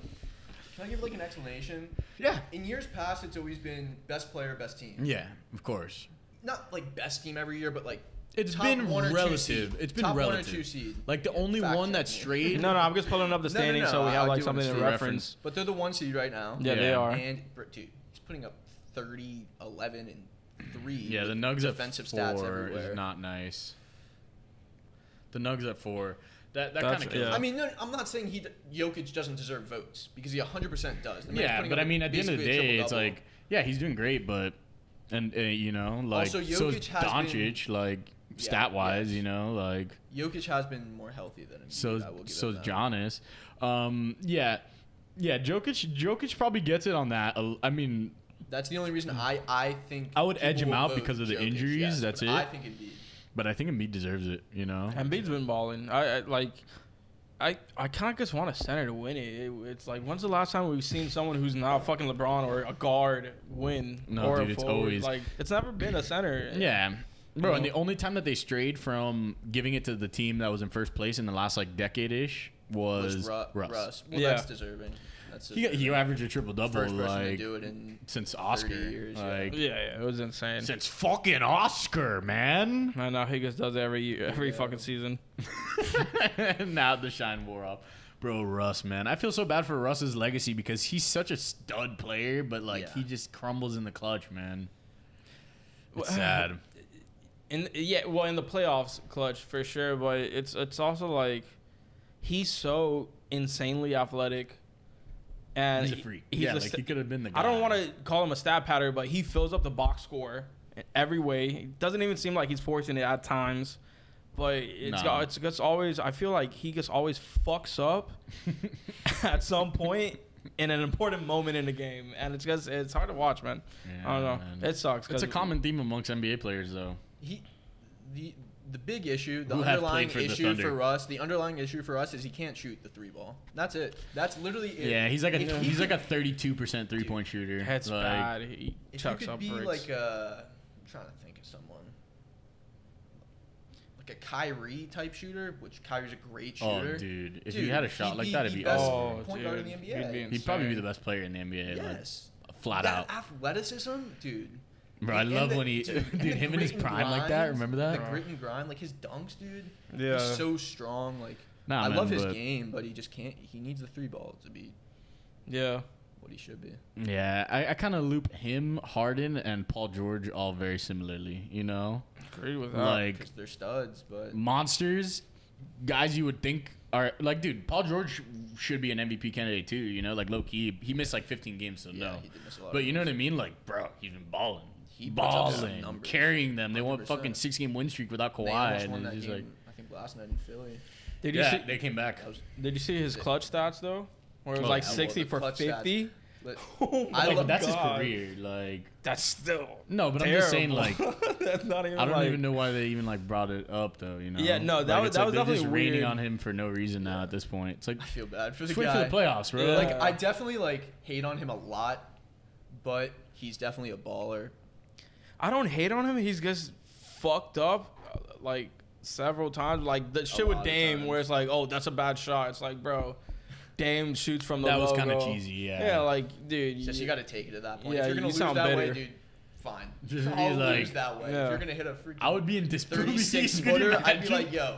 [SPEAKER 4] Can I give like an explanation?
[SPEAKER 2] <laughs> yeah.
[SPEAKER 4] In years past, it's always been best player, best team.
[SPEAKER 2] <laughs> Yeah, of course.
[SPEAKER 4] Not like best team every year, but like
[SPEAKER 2] It's
[SPEAKER 4] it's
[SPEAKER 2] been relative. It's been
[SPEAKER 4] top
[SPEAKER 2] relative.
[SPEAKER 4] one or two seed.
[SPEAKER 2] Like the only
[SPEAKER 4] Fact
[SPEAKER 2] one that's
[SPEAKER 4] check me.
[SPEAKER 2] straight. <laughs>
[SPEAKER 3] no, no, I'm just pulling up the
[SPEAKER 4] No, no,
[SPEAKER 3] standings
[SPEAKER 4] no,
[SPEAKER 3] so we
[SPEAKER 4] I-
[SPEAKER 3] have
[SPEAKER 4] I
[SPEAKER 3] like
[SPEAKER 4] do
[SPEAKER 3] something to
[SPEAKER 4] understand.
[SPEAKER 3] reference.
[SPEAKER 4] But they're the one seed right now.
[SPEAKER 3] Yeah, they
[SPEAKER 2] Yeah.
[SPEAKER 3] are.
[SPEAKER 4] And br- dude, he's putting up 30, 11, and three.
[SPEAKER 2] Yeah, the
[SPEAKER 4] with
[SPEAKER 2] Nugs
[SPEAKER 4] defensive
[SPEAKER 2] at four
[SPEAKER 4] stats everywhere.
[SPEAKER 2] is not nice. The Nugs at four, that that
[SPEAKER 3] That's-
[SPEAKER 2] kind of kills.
[SPEAKER 3] yeah.
[SPEAKER 2] it.
[SPEAKER 4] I mean, no, I'm not saying he d- Jokic doesn't deserve votes because he 100% does. The man's
[SPEAKER 2] yeah,
[SPEAKER 4] putting
[SPEAKER 2] but
[SPEAKER 4] up
[SPEAKER 2] I mean, at the end of the
[SPEAKER 4] basically a
[SPEAKER 2] day, it's
[SPEAKER 4] triple-double.
[SPEAKER 2] like, yeah, he's doing great, but and uh, you know, like
[SPEAKER 4] Also,
[SPEAKER 2] so is
[SPEAKER 4] Jokic has been-
[SPEAKER 2] Doncic, like stat wise,
[SPEAKER 4] yes.
[SPEAKER 2] you know, like
[SPEAKER 4] Jokic has been more healthy than Embiid.
[SPEAKER 2] so
[SPEAKER 4] I will give
[SPEAKER 2] so
[SPEAKER 4] him
[SPEAKER 2] is
[SPEAKER 4] that.
[SPEAKER 2] Giannis. Um, yeah, yeah, Jokic, Jokic probably gets it on that. Uh, I mean,
[SPEAKER 4] That's the only reason I I think
[SPEAKER 2] I would edge
[SPEAKER 4] people
[SPEAKER 2] him
[SPEAKER 4] will
[SPEAKER 2] out
[SPEAKER 4] vote
[SPEAKER 2] because of the
[SPEAKER 4] Jokic,
[SPEAKER 2] injuries,
[SPEAKER 4] yes,
[SPEAKER 2] that's
[SPEAKER 4] but
[SPEAKER 2] it.
[SPEAKER 4] I think Embiid.
[SPEAKER 2] but I think Embiid deserves it. You know,
[SPEAKER 3] Embiid's been balling. I, I like. I, I kind of just want a center to win it. it. It's like when's the last time we've seen someone who's not fucking LeBron or a guard win?
[SPEAKER 2] No,
[SPEAKER 3] or
[SPEAKER 2] dude,
[SPEAKER 3] a
[SPEAKER 2] it's
[SPEAKER 3] forward?
[SPEAKER 2] always-
[SPEAKER 3] like it's never been a center.
[SPEAKER 2] Yeah. Bro, and
[SPEAKER 3] know?
[SPEAKER 2] the only time that they strayed from giving it to the team that was in first place in the last like decade ish was,
[SPEAKER 4] Was Ru-
[SPEAKER 2] Russ.
[SPEAKER 4] Russ. Well,
[SPEAKER 3] Yeah.
[SPEAKER 4] that's deserving. That's
[SPEAKER 2] He,
[SPEAKER 4] deserving.
[SPEAKER 2] he averaged a triple double
[SPEAKER 4] first person to
[SPEAKER 2] like
[SPEAKER 4] do it in
[SPEAKER 2] since Oscar,
[SPEAKER 4] years, yeah.
[SPEAKER 2] like
[SPEAKER 3] yeah, yeah, it was insane.
[SPEAKER 2] since fucking Oscar, man.
[SPEAKER 3] I know he just does it every year, every
[SPEAKER 4] Yeah.
[SPEAKER 3] fucking season.
[SPEAKER 2] <laughs> now the shine wore off, bro. Russ, man, I feel so bad for Russ's legacy because he's such a stud player, but like
[SPEAKER 4] Yeah.
[SPEAKER 2] he just crumbles in the clutch, man.
[SPEAKER 3] Well,
[SPEAKER 2] It's sad.
[SPEAKER 3] in yeah, well, in the playoffs, clutch for sure. But it's it's also like he's so insanely athletic, and
[SPEAKER 2] he's a
[SPEAKER 3] he-
[SPEAKER 2] freak.
[SPEAKER 3] he's
[SPEAKER 2] yeah,
[SPEAKER 3] a
[SPEAKER 2] like
[SPEAKER 3] sta-
[SPEAKER 2] he could have been the guy.
[SPEAKER 3] I don't want to call him a stat pattern, but he fills up the box score in every way. It doesn't even seem like he's forcing it at times, but it's
[SPEAKER 2] Nah.
[SPEAKER 3] got it's, it's always. I feel like he just always fucks up <laughs> at some point in an important moment in the game, and it's just it's hard to watch, man. I don't
[SPEAKER 2] Yeah,
[SPEAKER 3] know.
[SPEAKER 2] man.
[SPEAKER 3] It sucks.
[SPEAKER 2] <laughs> It's
[SPEAKER 3] 'cause-
[SPEAKER 2] a common theme amongst NBA players, though.
[SPEAKER 4] he the the big issue, the
[SPEAKER 2] Who have
[SPEAKER 4] underlying
[SPEAKER 2] played for the
[SPEAKER 4] issue
[SPEAKER 2] Thunder.
[SPEAKER 4] for us, the underlying issue for us is he can't shoot the three ball. That's it. That's literally it.
[SPEAKER 2] Yeah, he's like a
[SPEAKER 4] If he
[SPEAKER 2] he's
[SPEAKER 4] could-
[SPEAKER 2] like a 32% three point shooter.
[SPEAKER 3] It's
[SPEAKER 2] like,
[SPEAKER 3] bad. He
[SPEAKER 4] If you
[SPEAKER 3] chucks
[SPEAKER 4] could
[SPEAKER 3] up
[SPEAKER 4] be
[SPEAKER 3] bricks.
[SPEAKER 4] like a, I'm trying to think of someone, like a Kyrie type shooter, which Kyrie's a great
[SPEAKER 2] Oh,
[SPEAKER 4] shooter.
[SPEAKER 2] dude, if
[SPEAKER 4] Dude,
[SPEAKER 2] you had a
[SPEAKER 4] he'd
[SPEAKER 2] shot like
[SPEAKER 4] be
[SPEAKER 2] that,
[SPEAKER 4] the
[SPEAKER 2] it'd be
[SPEAKER 4] best
[SPEAKER 2] awesome.
[SPEAKER 3] oh,
[SPEAKER 4] point
[SPEAKER 3] dude,
[SPEAKER 4] guard in the NBA.
[SPEAKER 3] he'd be
[SPEAKER 2] He'd probably be the
[SPEAKER 3] insane.
[SPEAKER 2] best player in the NBA.
[SPEAKER 4] Yes.
[SPEAKER 2] Like, flat out.
[SPEAKER 4] that athleticism, dude.
[SPEAKER 2] Bro, I
[SPEAKER 4] And
[SPEAKER 2] love
[SPEAKER 4] the-
[SPEAKER 2] when he- <laughs>
[SPEAKER 4] and
[SPEAKER 2] dude,
[SPEAKER 4] the
[SPEAKER 2] him in his
[SPEAKER 4] grit and
[SPEAKER 2] prime like that,
[SPEAKER 4] grind,
[SPEAKER 2] remember that?
[SPEAKER 4] The
[SPEAKER 2] Bro.
[SPEAKER 4] grit and grind, like his dunks, dude.
[SPEAKER 3] Yeah.
[SPEAKER 4] He's so strong. Like
[SPEAKER 2] Nah,
[SPEAKER 4] I
[SPEAKER 2] man,
[SPEAKER 4] love his
[SPEAKER 2] but-
[SPEAKER 4] game, but he just can't. He needs the three ball to be
[SPEAKER 3] yeah.
[SPEAKER 4] what he should be.
[SPEAKER 2] Yeah, I, I kind of loop him, Harden, and Paul George all very similarly. You know,
[SPEAKER 3] Agree with
[SPEAKER 4] Oh,
[SPEAKER 3] that.
[SPEAKER 2] like
[SPEAKER 4] Because they're studs, but
[SPEAKER 2] Mm, monsters, guys you would think are like, dude, Paul George should be an MVP candidate too. You know, like low key, he missed like 15 games, so
[SPEAKER 4] yeah,
[SPEAKER 2] no.
[SPEAKER 4] he did miss a lot.
[SPEAKER 2] But
[SPEAKER 4] of
[SPEAKER 2] you know what I mean? Like, bro, he's been balling.
[SPEAKER 4] He puts up some
[SPEAKER 2] balling,
[SPEAKER 4] numbers.
[SPEAKER 2] carrying them. They won a
[SPEAKER 4] 100%.
[SPEAKER 2] fucking six game win streak without
[SPEAKER 4] They almost
[SPEAKER 2] Kawhi,
[SPEAKER 4] won
[SPEAKER 2] and
[SPEAKER 4] that
[SPEAKER 2] it's just
[SPEAKER 4] game,
[SPEAKER 2] like,
[SPEAKER 4] I think last night in Philly.
[SPEAKER 3] Did you
[SPEAKER 2] yeah,
[SPEAKER 3] see?
[SPEAKER 2] they came back.
[SPEAKER 4] That was-
[SPEAKER 3] Did you see his clutch stats though? Where it was
[SPEAKER 2] Oh,
[SPEAKER 3] like
[SPEAKER 2] yeah, well,
[SPEAKER 3] sixty
[SPEAKER 4] the
[SPEAKER 3] for
[SPEAKER 4] clutch stats-
[SPEAKER 3] fifty. <laughs>
[SPEAKER 4] But
[SPEAKER 3] Oh
[SPEAKER 4] I
[SPEAKER 2] Like,
[SPEAKER 4] love-
[SPEAKER 2] that's
[SPEAKER 3] God.
[SPEAKER 2] his career. Like,
[SPEAKER 3] That's still
[SPEAKER 2] no, but I'm just saying, like,
[SPEAKER 3] that's not even.
[SPEAKER 2] I don't
[SPEAKER 3] like,
[SPEAKER 2] even know why they even like brought it up though. You know?
[SPEAKER 3] Yeah, no, that
[SPEAKER 2] Like,
[SPEAKER 3] was-
[SPEAKER 2] it's
[SPEAKER 3] that
[SPEAKER 2] like
[SPEAKER 3] was
[SPEAKER 2] they're just
[SPEAKER 3] definitely
[SPEAKER 2] raining
[SPEAKER 3] weird.
[SPEAKER 2] on him for no reason now at this point. It's
[SPEAKER 3] <laughs>
[SPEAKER 2] like
[SPEAKER 4] I feel bad for the
[SPEAKER 2] just wait
[SPEAKER 4] guy.
[SPEAKER 2] for the playoffs, bro.
[SPEAKER 3] Yeah.
[SPEAKER 2] Like,
[SPEAKER 4] Like I definitely like hate on him a lot, but he's definitely a baller.
[SPEAKER 3] I don't hate on him. He's just fucked up, uh, like several times. Like the shit
[SPEAKER 4] lot
[SPEAKER 3] with
[SPEAKER 4] of
[SPEAKER 3] Dame,
[SPEAKER 4] times.
[SPEAKER 3] where it's like, oh, that's a bad shot. It's like, bro, Dame shoots from the.
[SPEAKER 2] That was
[SPEAKER 3] kind
[SPEAKER 2] kinda
[SPEAKER 3] of
[SPEAKER 2] cheesy, yeah.
[SPEAKER 3] Yeah, like, dude.
[SPEAKER 4] Just you got to take it at that point.
[SPEAKER 3] Yeah,
[SPEAKER 4] if you're gonna
[SPEAKER 3] you
[SPEAKER 4] lose
[SPEAKER 3] sound
[SPEAKER 4] that way,
[SPEAKER 3] bitter.
[SPEAKER 4] dude, fine.
[SPEAKER 2] Just be
[SPEAKER 4] I'll lose
[SPEAKER 2] like-
[SPEAKER 4] that way. If
[SPEAKER 3] Yeah.
[SPEAKER 4] you're gonna hit a freaking
[SPEAKER 2] I would be
[SPEAKER 3] <laughs>
[SPEAKER 2] in disbelief.
[SPEAKER 4] 36
[SPEAKER 2] Could you
[SPEAKER 4] footer, I'd be
[SPEAKER 2] imagine?
[SPEAKER 4] like, yo,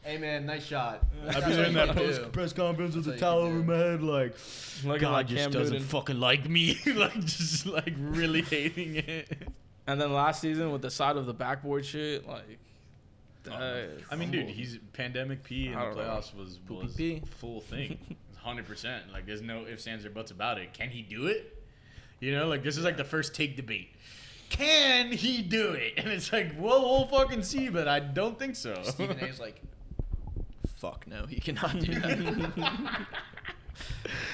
[SPEAKER 4] hey man, nice shot.
[SPEAKER 2] I'd be in that
[SPEAKER 4] That's
[SPEAKER 2] post
[SPEAKER 4] what
[SPEAKER 2] press conference with
[SPEAKER 4] That's
[SPEAKER 2] a
[SPEAKER 4] how
[SPEAKER 2] towel
[SPEAKER 4] you can
[SPEAKER 2] over
[SPEAKER 4] do
[SPEAKER 2] my head, like
[SPEAKER 3] Looking
[SPEAKER 2] God
[SPEAKER 3] like
[SPEAKER 2] just
[SPEAKER 3] Cam
[SPEAKER 2] doesn't
[SPEAKER 3] Newton.
[SPEAKER 2] fucking like me, <laughs> like just like really hating it.
[SPEAKER 3] <laughs> and then last season with the side of the backboard shit, like.
[SPEAKER 2] Oh,
[SPEAKER 3] that-
[SPEAKER 2] Uh, I mean, dude, he's pandemic P in the
[SPEAKER 3] Oh, I don't know.
[SPEAKER 2] playoffs was was
[SPEAKER 3] P.
[SPEAKER 2] full
[SPEAKER 3] <laughs>
[SPEAKER 2] thing, hundred percent. Like, there's no ifs, ands, or buts about it. Can he do it? You know, like this is like the first take debate. Can he do it? And it's like, well, we'll fucking see, but I don't think so.
[SPEAKER 4] I do. Stephen A's like, fuck no, he cannot do that.
[SPEAKER 2] <laughs>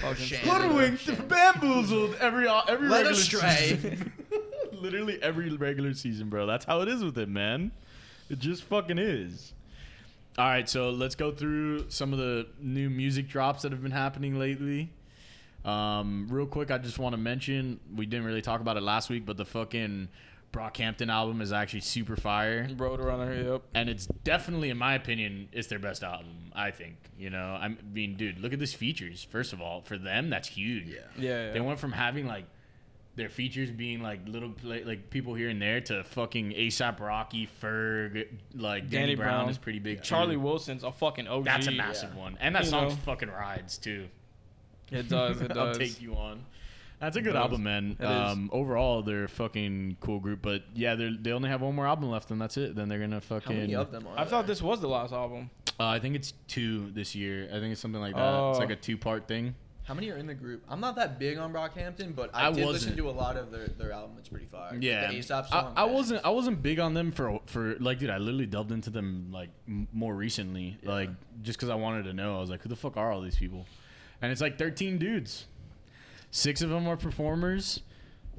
[SPEAKER 3] fucking
[SPEAKER 4] Shame.
[SPEAKER 2] <laughs> Hoodwinked, bamboozled every every
[SPEAKER 4] Led
[SPEAKER 2] regular
[SPEAKER 4] astray.
[SPEAKER 2] season. <laughs> Literally every regular season, bro. That's how it is with it, man. It just fucking is. All right, so let's go through some of the new music drops that have been happening lately. Um, real quick, I just want to mention we didn't really talk about it last week, but the fucking Brockhampton album is actually super fire
[SPEAKER 3] Roadrunner, yep.
[SPEAKER 2] and it's definitely, in my opinion, it's their best album. I think. You know, I mean, dude, look at these features. First of all, for them, that's huge.
[SPEAKER 4] <laughs> Yeah.
[SPEAKER 3] Yeah, yeah.
[SPEAKER 2] They went from having like their features being like little play, like people here and there to fucking ASAP Rocky, Ferg, like Danny,
[SPEAKER 3] Danny
[SPEAKER 2] Brown,
[SPEAKER 3] Brown.
[SPEAKER 2] is pretty big. too.
[SPEAKER 3] Charlie Wilson's a fucking OG.
[SPEAKER 2] That's a massive
[SPEAKER 4] yeah.
[SPEAKER 2] one, and that
[SPEAKER 3] You
[SPEAKER 2] song
[SPEAKER 3] know.
[SPEAKER 2] fucking rides too.
[SPEAKER 3] It does. It
[SPEAKER 2] <laughs>
[SPEAKER 3] does.
[SPEAKER 2] I'll take you on. That's a good
[SPEAKER 3] does.
[SPEAKER 2] album, man.
[SPEAKER 3] It is.
[SPEAKER 2] Um, overall, they're a fucking cool group, but yeah, they they only have one more album left, and that's it. Then they're gonna
[SPEAKER 4] How
[SPEAKER 2] fucking.
[SPEAKER 4] many of them are
[SPEAKER 3] I thought
[SPEAKER 4] there?
[SPEAKER 3] this was the last album.
[SPEAKER 2] Uh, I think it's two this year. I think it's something like that. It's
[SPEAKER 3] Oh.
[SPEAKER 2] like a two-part thing.
[SPEAKER 4] How many are in the group? I'm not that big on Brockhampton, but I,
[SPEAKER 2] I
[SPEAKER 4] did listen
[SPEAKER 2] wasn't.
[SPEAKER 4] to a lot of their, their album. It's pretty fire.
[SPEAKER 2] Yeah,
[SPEAKER 4] The Aesop
[SPEAKER 2] I-
[SPEAKER 4] song.
[SPEAKER 2] I,
[SPEAKER 4] man.
[SPEAKER 2] wasn't. I wasn't big on them for for like, dude. I literally delved into them like m- more recently, like just because I wanted to know. I was like, who the fuck are all these people? And it's like 13 dudes. Six of them are performers.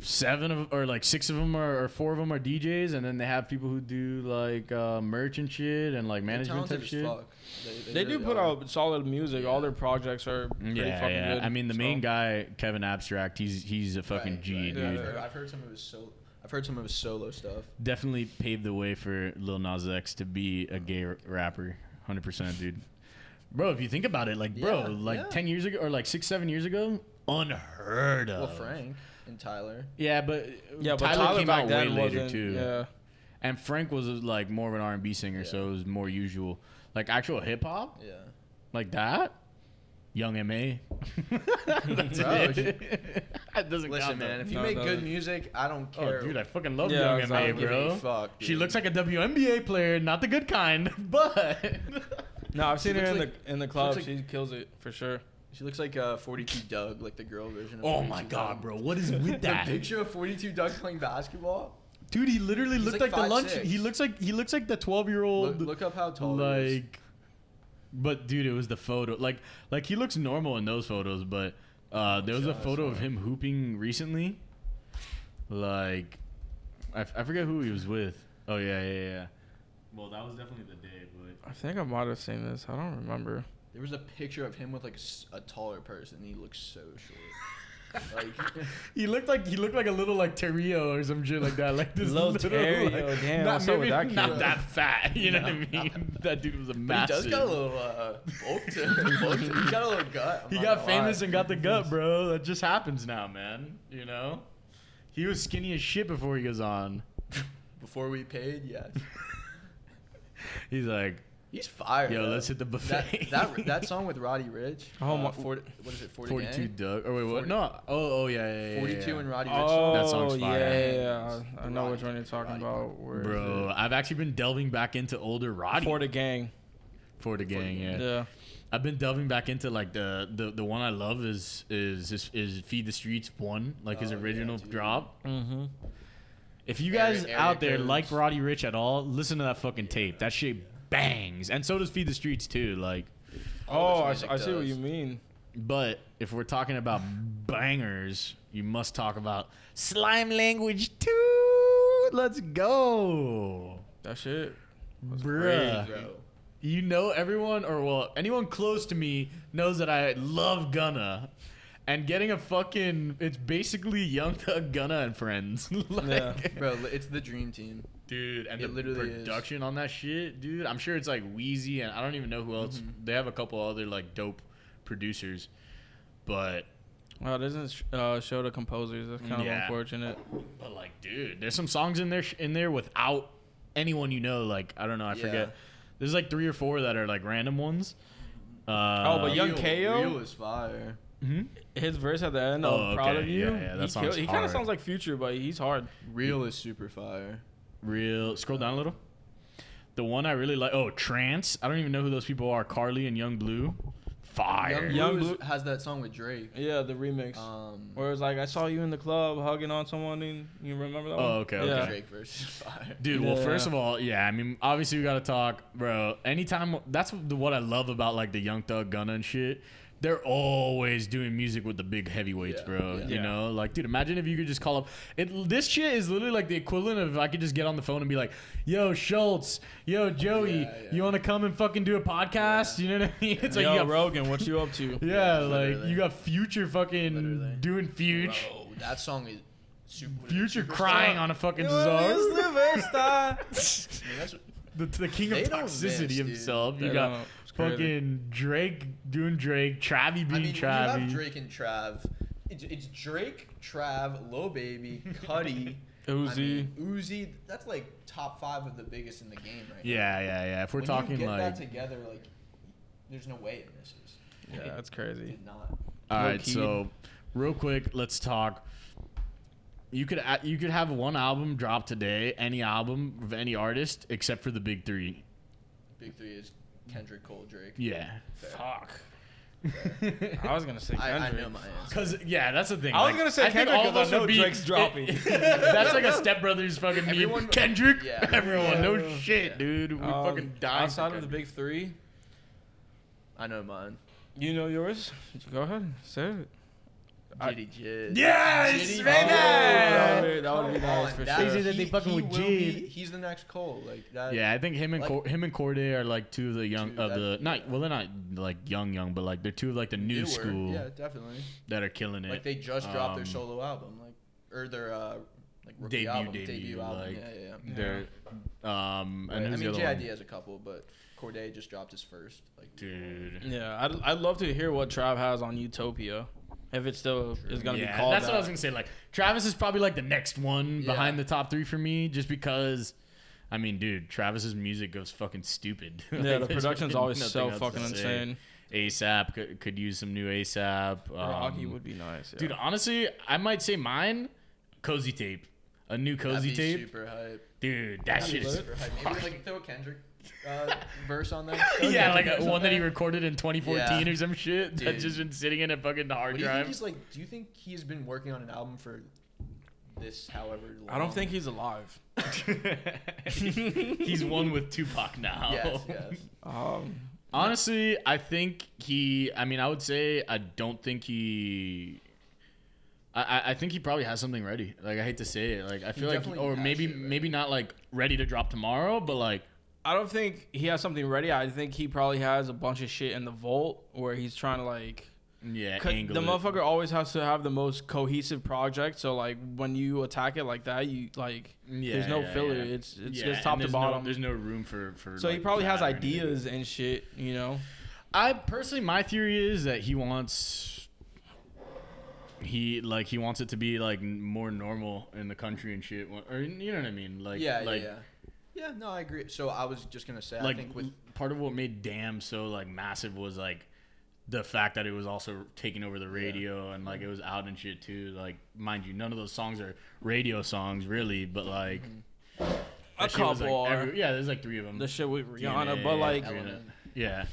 [SPEAKER 2] Seven of or like six of them are or four of them are DJs, and then they have people who do like uh, merch and shit and like
[SPEAKER 4] They're
[SPEAKER 2] management
[SPEAKER 4] talented
[SPEAKER 2] type
[SPEAKER 4] as
[SPEAKER 2] shit.
[SPEAKER 4] fuck. They,
[SPEAKER 3] They do
[SPEAKER 4] really
[SPEAKER 3] put
[SPEAKER 4] are.
[SPEAKER 3] out solid music. All their projects are pretty
[SPEAKER 2] Yeah,
[SPEAKER 3] fucking
[SPEAKER 2] yeah.
[SPEAKER 3] good.
[SPEAKER 2] I mean, the
[SPEAKER 3] so.
[SPEAKER 2] main guy, Kevin Abstract, he's he's a fucking
[SPEAKER 4] Right,
[SPEAKER 2] G,
[SPEAKER 4] right.
[SPEAKER 2] dude.
[SPEAKER 4] I've heard- I've heard some of his solo. I've heard some of his solo stuff.
[SPEAKER 2] definitely paved the way for Lil Nas X to be
[SPEAKER 4] Oh
[SPEAKER 2] a gay r- rapper. 100%, dude. Bro, if you think about it, like, bro,
[SPEAKER 4] Yeah,
[SPEAKER 2] like
[SPEAKER 4] yeah.
[SPEAKER 2] 10 years ago or like six, seven years ago, unheard of.
[SPEAKER 4] Well, Frank and Tyler.
[SPEAKER 2] Yeah, but
[SPEAKER 3] Yeah, but
[SPEAKER 2] Tyler,
[SPEAKER 3] Tyler,
[SPEAKER 2] came
[SPEAKER 3] back
[SPEAKER 2] out way
[SPEAKER 3] then
[SPEAKER 2] later
[SPEAKER 3] wasn't-
[SPEAKER 2] too.
[SPEAKER 3] Yeah,
[SPEAKER 2] And Frank was like more of an R&B singer, so it was more usual. Like actual hip hop
[SPEAKER 4] Yeah.
[SPEAKER 2] like that. Young M.A. <laughs> That's
[SPEAKER 4] Bro,
[SPEAKER 2] it.
[SPEAKER 4] she-
[SPEAKER 2] it doesn't
[SPEAKER 4] Listen,
[SPEAKER 2] count, though.
[SPEAKER 4] man, if you
[SPEAKER 5] No,
[SPEAKER 4] make
[SPEAKER 5] no,
[SPEAKER 4] good
[SPEAKER 5] no.
[SPEAKER 4] music, I don't care.
[SPEAKER 2] Oh, dude, I fucking love
[SPEAKER 5] Yeah,
[SPEAKER 2] Young
[SPEAKER 5] exactly.
[SPEAKER 2] M.A.,
[SPEAKER 4] don't give a
[SPEAKER 2] bro.
[SPEAKER 4] fuck,
[SPEAKER 2] She
[SPEAKER 4] dude.
[SPEAKER 2] looks like a WNBA player, not the good kind, <laughs> but.
[SPEAKER 5] No, I've
[SPEAKER 4] She
[SPEAKER 5] seen her
[SPEAKER 4] looks
[SPEAKER 5] in
[SPEAKER 4] like-
[SPEAKER 5] the in the
[SPEAKER 4] she looks
[SPEAKER 5] club.
[SPEAKER 4] like-
[SPEAKER 5] She kills it for sure.
[SPEAKER 4] She looks like uh, 42 Doug, like the girl version. of
[SPEAKER 2] oh my
[SPEAKER 4] 42
[SPEAKER 2] god,
[SPEAKER 4] Doug.
[SPEAKER 2] bro, what is <laughs> with
[SPEAKER 4] The
[SPEAKER 2] that?
[SPEAKER 4] picture of 42 Doug playing basketball.
[SPEAKER 2] Dude, he literally
[SPEAKER 4] He's
[SPEAKER 2] looked like,
[SPEAKER 4] like
[SPEAKER 2] the lunch.
[SPEAKER 4] 5'6".
[SPEAKER 2] He looks like he looks like the twelve year
[SPEAKER 4] Look,
[SPEAKER 2] old.
[SPEAKER 4] look up how tall. he is.
[SPEAKER 2] like, but dude, it was the photo. Like, like he looks normal in those photos, but uh, there was a
[SPEAKER 4] Yeah, I
[SPEAKER 2] photo
[SPEAKER 4] saw
[SPEAKER 2] of
[SPEAKER 4] it.
[SPEAKER 2] him hooping recently. Like, I, f- I forget who he was with. Oh yeah, yeah, yeah. Well, that was definitely the day, but
[SPEAKER 5] I think I might have seen this. I don't remember.
[SPEAKER 4] there was a picture of him with like a s- a, taller person. He looks so short.
[SPEAKER 2] <laughs>
[SPEAKER 4] like <laughs>
[SPEAKER 2] he looked like he looked like a little like Terrio or some shit like that. Like this
[SPEAKER 5] Little Terrio, damn,
[SPEAKER 2] Not,
[SPEAKER 5] what's up with
[SPEAKER 2] maybe
[SPEAKER 5] that kid?
[SPEAKER 2] not that fat. You know
[SPEAKER 4] No,
[SPEAKER 2] what I
[SPEAKER 4] not
[SPEAKER 2] mean? <laughs> That dude was a
[SPEAKER 4] But he
[SPEAKER 2] massive.
[SPEAKER 4] does got a little uh, bulk to
[SPEAKER 2] <laughs>
[SPEAKER 4] bulk to- He got a little gut. I'm
[SPEAKER 2] He
[SPEAKER 4] not
[SPEAKER 2] got
[SPEAKER 4] gonna lie.
[SPEAKER 2] famous and got the gut, bro. That just happens now, man. You know? He was skinny as shit before he goes on.
[SPEAKER 4] before we paid. Yes,
[SPEAKER 2] He's like,
[SPEAKER 4] he's fired.
[SPEAKER 2] Yo,
[SPEAKER 4] though.
[SPEAKER 2] let's hit the buffet.
[SPEAKER 4] That,
[SPEAKER 2] <laughs>
[SPEAKER 4] that that song with Roddy Rich.
[SPEAKER 5] Oh my-
[SPEAKER 4] 40, what is it? 40
[SPEAKER 2] 42
[SPEAKER 4] 42.
[SPEAKER 2] Doug. Or wait, what?
[SPEAKER 4] 40.
[SPEAKER 2] No. Oh, oh, yeah, yeah, yeah.
[SPEAKER 4] 42
[SPEAKER 2] yeah.
[SPEAKER 4] and Roddy Rich.
[SPEAKER 5] Oh,
[SPEAKER 4] song.
[SPEAKER 2] That song's fire.
[SPEAKER 5] yeah, yeah, yeah. I
[SPEAKER 4] The
[SPEAKER 5] know
[SPEAKER 4] Roddy-
[SPEAKER 5] which one you're talking
[SPEAKER 4] Roddy
[SPEAKER 5] about. Where is
[SPEAKER 2] Bro, I've actually been delving back into older
[SPEAKER 5] it?
[SPEAKER 2] Roddy.
[SPEAKER 5] for the gang.
[SPEAKER 2] For the gang, yeah.
[SPEAKER 5] Yeah,
[SPEAKER 2] I've been delving back into like the the, the one I love is is is, is Feed the Streets one, like his
[SPEAKER 4] Oh, yeah,
[SPEAKER 2] original
[SPEAKER 4] dude.
[SPEAKER 2] drop.
[SPEAKER 5] mm-hmm.
[SPEAKER 2] If you
[SPEAKER 4] Area-
[SPEAKER 2] guys
[SPEAKER 4] area
[SPEAKER 2] out there
[SPEAKER 4] codes.
[SPEAKER 2] like Roddy Rich at all, listen to that fucking tape. That shit bangs, and so does Feed the Streets too. Like,
[SPEAKER 5] Oh,
[SPEAKER 4] All
[SPEAKER 5] I,
[SPEAKER 4] this
[SPEAKER 5] I see what
[SPEAKER 4] music
[SPEAKER 5] you
[SPEAKER 4] does.
[SPEAKER 5] mean.
[SPEAKER 2] but if we're talking about bangers, you must talk about slime language too. Let's go,
[SPEAKER 5] That shit.
[SPEAKER 2] bruh.
[SPEAKER 4] Bro.
[SPEAKER 2] You know everyone, or well, anyone close to me knows that I love Gunna. And getting a fucking, it's basically Young Thug, Gunna, and friends. <laughs> like,
[SPEAKER 5] Yeah.
[SPEAKER 4] Bro, li- it's the dream team.
[SPEAKER 2] Dude, and
[SPEAKER 4] It
[SPEAKER 2] the
[SPEAKER 4] literally is.
[SPEAKER 2] production on that shit, dude. I'm sure it's like Wheezy and I don't even know who else.
[SPEAKER 4] Mm-hmm.
[SPEAKER 2] They have a couple other like dope producers, but
[SPEAKER 5] Wow, doesn't uh, show the composers. That's kind of
[SPEAKER 2] Yeah.
[SPEAKER 5] unfortunate.
[SPEAKER 2] but like, dude, there's some songs in there sh- in there without anyone you know. Like I don't know, I
[SPEAKER 4] Yeah.
[SPEAKER 2] forget. There's like three or four that are like random ones. Uh,
[SPEAKER 5] Oh, but Young
[SPEAKER 4] Real-
[SPEAKER 5] KO?
[SPEAKER 4] Real is fire.
[SPEAKER 2] mhm.
[SPEAKER 5] His verse at the end,
[SPEAKER 2] Oh,
[SPEAKER 5] of proud
[SPEAKER 2] okay.
[SPEAKER 5] of you.
[SPEAKER 2] Yeah, yeah, that
[SPEAKER 5] he
[SPEAKER 2] song's
[SPEAKER 5] he kind
[SPEAKER 2] hard.
[SPEAKER 5] of sounds like Future, but he's hard.
[SPEAKER 4] Real is super fire.
[SPEAKER 2] real. Scroll down a little. The one I really like. Oh, Trance. I don't even know who those people are. Carly and Young Blue. Fire.
[SPEAKER 4] Young,
[SPEAKER 5] Young
[SPEAKER 4] Blue
[SPEAKER 5] Blue-
[SPEAKER 4] is- has that song with Drake.
[SPEAKER 5] Yeah, the remix.
[SPEAKER 4] Um,
[SPEAKER 5] where it's like, I saw you in the club hugging on someone, and you remember that one?
[SPEAKER 2] Oh, okay, okay.
[SPEAKER 5] Yeah.
[SPEAKER 4] Drake verse is fire.
[SPEAKER 2] Dude, well,
[SPEAKER 5] Yeah.
[SPEAKER 2] first of all, yeah, I mean, obviously we gotta talk, bro. Anytime that's the, what I love about like the Young Thug Gunna and shit. They're always doing music with the big heavyweights,
[SPEAKER 4] Yeah,
[SPEAKER 2] bro.
[SPEAKER 4] yeah.
[SPEAKER 2] You
[SPEAKER 5] Yeah.
[SPEAKER 2] know, like, dude, imagine if you could just call up. It, this shit is literally like the equivalent of if I could just get on the phone and be like, "Yo, Schultz, yo, Joey,
[SPEAKER 4] Yeah, yeah.
[SPEAKER 2] you want to come and fucking do a podcast?" You know what I mean? <laughs> It's
[SPEAKER 5] Yo,
[SPEAKER 2] like, you got,
[SPEAKER 5] Rogan, what you up to?
[SPEAKER 2] <laughs> yeah,
[SPEAKER 4] Yeah,
[SPEAKER 2] like
[SPEAKER 4] literally.
[SPEAKER 2] you got future fucking
[SPEAKER 4] Literally.
[SPEAKER 2] doing future,
[SPEAKER 4] Bro, that song is super.
[SPEAKER 2] future crying on a fucking czar.
[SPEAKER 4] I mean, that's what-
[SPEAKER 2] <laughs> the, the king of
[SPEAKER 4] They don't
[SPEAKER 2] toxicity
[SPEAKER 4] miss, dude.
[SPEAKER 2] himself. You
[SPEAKER 5] They
[SPEAKER 2] got
[SPEAKER 5] don't. It's crazy.
[SPEAKER 2] fucking Drake doing Drake, Travi
[SPEAKER 4] I
[SPEAKER 2] being
[SPEAKER 4] mean, you have
[SPEAKER 2] Travi.
[SPEAKER 4] Drake and Trav. It's, it's Drake, Trav, Lil Baby,
[SPEAKER 2] <laughs>
[SPEAKER 4] Cuddy,
[SPEAKER 5] <laughs> Uzi.
[SPEAKER 4] I mean, Uzi. That's like top five of the biggest in the game right now.
[SPEAKER 2] yeah, yeah, yeah. If we're
[SPEAKER 4] When
[SPEAKER 2] talking
[SPEAKER 4] you get
[SPEAKER 2] like,
[SPEAKER 4] that together, like, there's no way it misses.
[SPEAKER 5] yeah, that's crazy.
[SPEAKER 4] Did not.
[SPEAKER 2] all right,
[SPEAKER 5] low-key.
[SPEAKER 2] so real quick, let's talk. You could a- you could have one album drop today, any album of any artist except for the big three.
[SPEAKER 4] Big three is Kendrick, Cole, Drake.
[SPEAKER 2] Yeah,
[SPEAKER 5] Fuck. I was gonna
[SPEAKER 2] <laughs>
[SPEAKER 5] say
[SPEAKER 4] I,
[SPEAKER 5] Kendrick.
[SPEAKER 4] I know my answer.
[SPEAKER 2] cause yeah, that's the thing.
[SPEAKER 5] I was
[SPEAKER 2] like,
[SPEAKER 5] gonna say
[SPEAKER 2] think
[SPEAKER 5] Kendrick
[SPEAKER 2] all of
[SPEAKER 5] 'cause I
[SPEAKER 2] us would
[SPEAKER 5] know Drake's dropping.
[SPEAKER 2] <laughs>
[SPEAKER 5] <laughs>
[SPEAKER 2] that's like a stepbrothers fucking meme.
[SPEAKER 4] Everyone-
[SPEAKER 2] Kendrick,
[SPEAKER 4] yeah.
[SPEAKER 2] <laughs> everyone, no
[SPEAKER 5] Yeah.
[SPEAKER 2] shit,
[SPEAKER 4] Yeah.
[SPEAKER 2] dude. We
[SPEAKER 5] Um,
[SPEAKER 2] fucking die
[SPEAKER 5] outside of the big three.
[SPEAKER 4] I know mine.
[SPEAKER 5] You know yours. Go ahead, say it. I-
[SPEAKER 4] Jitty Jid.
[SPEAKER 2] Yes,
[SPEAKER 4] Jitty
[SPEAKER 5] baby!
[SPEAKER 4] Jid, bro.
[SPEAKER 5] Oh, that would be
[SPEAKER 4] Come
[SPEAKER 5] nice
[SPEAKER 4] on,
[SPEAKER 5] for
[SPEAKER 4] that-
[SPEAKER 5] sure. Easy
[SPEAKER 2] that they
[SPEAKER 4] he-
[SPEAKER 2] fucking
[SPEAKER 4] he
[SPEAKER 2] with
[SPEAKER 4] will be-
[SPEAKER 2] Jid.
[SPEAKER 4] He's the next Cole. Like that.
[SPEAKER 2] Yeah, I think him and
[SPEAKER 4] Like-
[SPEAKER 2] Cor- him and Corday are like two of the young
[SPEAKER 4] Dude,
[SPEAKER 2] of
[SPEAKER 4] that-
[SPEAKER 2] the not well they're not like young young but like they're two of like the new
[SPEAKER 4] newer.
[SPEAKER 2] school
[SPEAKER 4] Yeah, definitely.
[SPEAKER 2] that are killing it.
[SPEAKER 4] Like they just dropped
[SPEAKER 2] Um,
[SPEAKER 4] their solo album, like or their uh, like rookie
[SPEAKER 2] Debut,
[SPEAKER 4] album,
[SPEAKER 2] debut,
[SPEAKER 4] debut album.
[SPEAKER 2] like,
[SPEAKER 4] yeah, yeah. yeah.
[SPEAKER 2] They're um and
[SPEAKER 4] Right. I
[SPEAKER 2] who's
[SPEAKER 4] mean,
[SPEAKER 2] the other
[SPEAKER 4] JID
[SPEAKER 2] one?
[SPEAKER 4] has a couple, but Corday just dropped his first. Like,
[SPEAKER 2] Dude.
[SPEAKER 5] Yeah, I'd, I'd love to hear what Trav has on Utopia, if it still is gonna
[SPEAKER 2] yeah,
[SPEAKER 5] be called.
[SPEAKER 2] that's
[SPEAKER 5] that.
[SPEAKER 2] what I was gonna say. Like Travis is probably like the next one
[SPEAKER 4] Yeah.
[SPEAKER 2] behind the top three for me, just because. I mean, dude, Travis's music goes fucking stupid.
[SPEAKER 5] Yeah,
[SPEAKER 2] Like,
[SPEAKER 5] the
[SPEAKER 2] there's <laughs>
[SPEAKER 5] production's
[SPEAKER 2] fucking
[SPEAKER 5] always
[SPEAKER 2] nothing
[SPEAKER 5] so
[SPEAKER 2] else to
[SPEAKER 5] fucking
[SPEAKER 2] say.
[SPEAKER 5] insane.
[SPEAKER 2] ASAP could, could use some new ASAP. Um,
[SPEAKER 3] Rocky would be nice. Yeah.
[SPEAKER 2] Dude, honestly, I might say mine, cozy tape, a new
[SPEAKER 4] That'd
[SPEAKER 2] cozy
[SPEAKER 4] be
[SPEAKER 2] tape.
[SPEAKER 4] super hype.
[SPEAKER 2] Dude, that
[SPEAKER 4] That'd
[SPEAKER 2] shit
[SPEAKER 4] be
[SPEAKER 2] is. <laughs>
[SPEAKER 4] super hype. Maybe like throw a Kendrick uh, verse on there.
[SPEAKER 2] yeah, like a, one that he recorded in 2014
[SPEAKER 4] Yeah.
[SPEAKER 2] or some shit that's
[SPEAKER 4] Dude.
[SPEAKER 2] just been sitting in a fucking hard
[SPEAKER 4] What do you think
[SPEAKER 2] drive.
[SPEAKER 4] he's like? Do you think he's been working on an album for this however long?
[SPEAKER 3] I don't think he's alive.
[SPEAKER 2] <laughs> he's one with Tupac now.
[SPEAKER 4] Yes, yes.
[SPEAKER 3] Um,
[SPEAKER 2] Honestly, I think he. I mean, I would say I don't think he. I- I, I think he probably has something ready. Like I hate to say it, like I feel like,
[SPEAKER 4] definitely
[SPEAKER 2] or
[SPEAKER 4] has
[SPEAKER 2] maybe
[SPEAKER 4] it ready.
[SPEAKER 2] maybe not like ready to drop tomorrow, but like
[SPEAKER 3] I don't think he has something ready. I think he probably has a bunch of shit in the vault where he's trying to like.
[SPEAKER 2] yeah,
[SPEAKER 3] Cut-
[SPEAKER 2] angle
[SPEAKER 3] the
[SPEAKER 2] it.
[SPEAKER 3] motherfucker always has to have the most cohesive project. So like when you attack it like that, you like
[SPEAKER 2] Yeah,
[SPEAKER 3] there's no
[SPEAKER 2] yeah,
[SPEAKER 3] filler.
[SPEAKER 2] yeah.
[SPEAKER 3] It's it's
[SPEAKER 2] Yeah,
[SPEAKER 3] just top
[SPEAKER 2] and
[SPEAKER 3] to
[SPEAKER 2] there's no-
[SPEAKER 3] bottom.
[SPEAKER 2] there's no room for for.
[SPEAKER 3] so he
[SPEAKER 2] like,
[SPEAKER 3] probably has
[SPEAKER 2] fat or anything.
[SPEAKER 3] ideas and shit. You know,
[SPEAKER 2] I personally, my theory is that he wants he like he wants it to be like n- more normal in the country and shit, or you know what I mean? <laughs> Like
[SPEAKER 4] yeah,
[SPEAKER 2] like,
[SPEAKER 4] yeah, yeah. Yeah, no, I agree. So I was just gonna say,
[SPEAKER 2] like mm,
[SPEAKER 4] I think with
[SPEAKER 2] part of what made Damn so like massive was like the fact that it was also taking over the radio and
[SPEAKER 3] Mm-hmm.
[SPEAKER 2] like it was out and shit too. Like mind you, none of those songs are radio songs really, but like
[SPEAKER 3] Mm-hmm. a
[SPEAKER 2] that shit was,
[SPEAKER 3] couple
[SPEAKER 2] like,
[SPEAKER 3] are
[SPEAKER 2] every- yeah, there's like three of them.
[SPEAKER 3] the shit with
[SPEAKER 2] DNA,
[SPEAKER 3] Rihanna, but like
[SPEAKER 2] Element. yeah.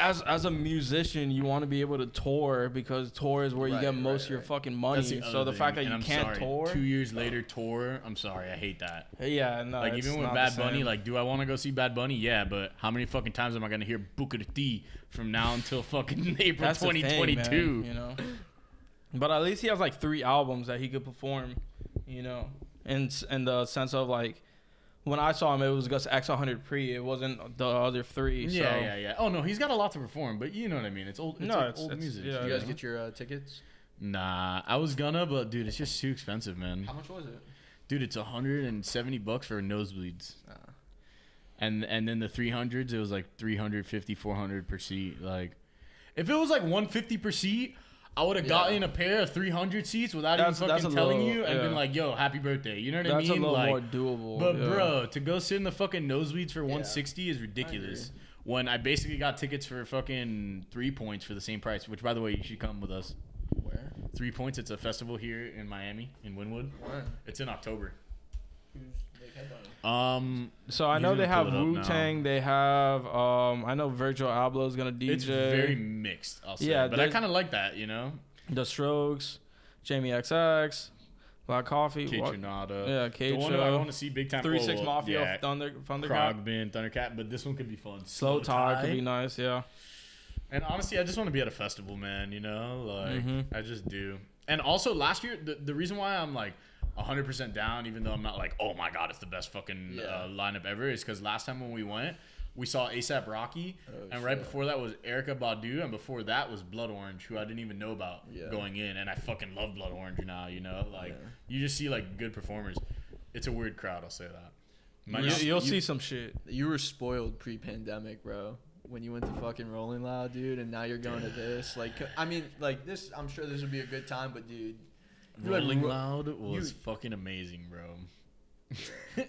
[SPEAKER 3] as as a musician, you want to be able to tour because tour is where you
[SPEAKER 4] Right,
[SPEAKER 3] get most
[SPEAKER 4] right,
[SPEAKER 3] of your
[SPEAKER 4] right.
[SPEAKER 3] fucking money.
[SPEAKER 2] That's
[SPEAKER 3] so
[SPEAKER 2] other
[SPEAKER 3] the fact that
[SPEAKER 2] thing,
[SPEAKER 3] you
[SPEAKER 2] and I'm
[SPEAKER 3] can't
[SPEAKER 2] sorry,
[SPEAKER 3] tour,
[SPEAKER 2] two years later, tour. I'm sorry, I hate that.
[SPEAKER 3] yeah, no,
[SPEAKER 2] Like
[SPEAKER 3] Uh, it's
[SPEAKER 2] even with
[SPEAKER 3] not
[SPEAKER 2] Bad
[SPEAKER 3] the
[SPEAKER 2] Bunny,
[SPEAKER 3] same.
[SPEAKER 2] like, do I want to go see Bad Bunny? Yeah, but how many fucking times am I gonna hear Booker T from now until fucking <laughs> April
[SPEAKER 3] That's the
[SPEAKER 2] twenty
[SPEAKER 3] thing, man,
[SPEAKER 2] twenty two?
[SPEAKER 3] you know. <clears throat> But at least he has like three albums that he could perform, you know, in s- in the sense of like when I saw him, it was just X 100 pre. It wasn't the other three. So.
[SPEAKER 2] Yeah, yeah, yeah. Oh no, he's got a lot to perform, but you know what I mean. It's old. It's
[SPEAKER 3] No,
[SPEAKER 2] like
[SPEAKER 3] it's-
[SPEAKER 2] old
[SPEAKER 3] it's-
[SPEAKER 2] music.
[SPEAKER 3] yeah,
[SPEAKER 4] you
[SPEAKER 3] yeah.
[SPEAKER 4] guys get your uh, tickets.
[SPEAKER 2] Nah, I was gonna, but dude, it's just too expensive, man.
[SPEAKER 4] How much was it?
[SPEAKER 2] Dude, it's hundred and seventy bucks for nosebleeds. and and then the 300s it was like 350 400 per seat like if it was like 150 per seat i would have
[SPEAKER 4] Yeah.
[SPEAKER 2] gotten a pair of 300 seats without
[SPEAKER 3] That's-
[SPEAKER 2] even
[SPEAKER 3] that's
[SPEAKER 2] fucking
[SPEAKER 3] a
[SPEAKER 2] telling
[SPEAKER 3] little-
[SPEAKER 2] you and been
[SPEAKER 3] yeah.
[SPEAKER 2] like yo happy birthday you know what i
[SPEAKER 3] That's
[SPEAKER 2] mean
[SPEAKER 3] a little
[SPEAKER 2] like
[SPEAKER 3] more doable.
[SPEAKER 2] but
[SPEAKER 3] yeah.
[SPEAKER 2] bro to go sit in the fucking nosebleeds for 160 is ridiculous when i basically got tickets for fucking three points for the same price which by the way you should come with us
[SPEAKER 4] Where?
[SPEAKER 2] three points it's a festival here in miami in winwood
[SPEAKER 4] When?
[SPEAKER 2] it's in october
[SPEAKER 4] Who's like headlining?
[SPEAKER 2] um
[SPEAKER 3] So I
[SPEAKER 2] He's
[SPEAKER 3] know they
[SPEAKER 2] gonna
[SPEAKER 3] have
[SPEAKER 2] pull it up now.
[SPEAKER 3] Wu Tang. They have um I know Virgil Abloh is gonna DJ.
[SPEAKER 2] it's very mixed i'll say
[SPEAKER 3] E Yeah,
[SPEAKER 2] but i
[SPEAKER 3] there's-
[SPEAKER 2] kind of like that you know
[SPEAKER 3] The Strokes, Jamie XX, Black Coffee.
[SPEAKER 2] Kid
[SPEAKER 3] Wa-
[SPEAKER 2] Trinata.
[SPEAKER 3] Yeah,
[SPEAKER 2] The
[SPEAKER 3] Cage.
[SPEAKER 2] one that I want to see big time.
[SPEAKER 3] Three Six
[SPEAKER 2] well,
[SPEAKER 3] Mafia,
[SPEAKER 2] yeah,
[SPEAKER 3] Thunder, Thundercat.
[SPEAKER 2] Krogbin, Thundercat, but this one could be fun.
[SPEAKER 3] Slow Tie could be nice. Yeah.
[SPEAKER 2] And honestly, I just want to be at a festival, man. You know, like
[SPEAKER 4] Mm-hmm.
[SPEAKER 3] Mhm.
[SPEAKER 2] I just do. And also, last year, the, the reason why I'm like 100% down, even though I'm not like, oh my god, it's the best fucking
[SPEAKER 4] Yeah.
[SPEAKER 2] uh, lineup ever, is because last time when we went, we saw ASAP Rocky,
[SPEAKER 4] Oh,
[SPEAKER 2] and right
[SPEAKER 4] shit.
[SPEAKER 2] before that was Erica Badu, and before that was Blood Orange, who I didn't even know about
[SPEAKER 4] Yeah.
[SPEAKER 2] going in, and I fucking love Blood Orange now. You know, like
[SPEAKER 4] Yeah.
[SPEAKER 2] you just see like good performers. It's a weird crowd, I'll say that. My-
[SPEAKER 3] You, you'll
[SPEAKER 4] you-
[SPEAKER 3] see some shit.
[SPEAKER 4] You were spoiled pre-pandemic, bro. When you went to fucking Rolling Loud, dude, and now you're going to this. Like, I mean, like this. I'm sure this would be a good time, but dude, you had
[SPEAKER 2] Rolling
[SPEAKER 4] Ro-
[SPEAKER 2] Loud was fucking amazing, bro. <laughs>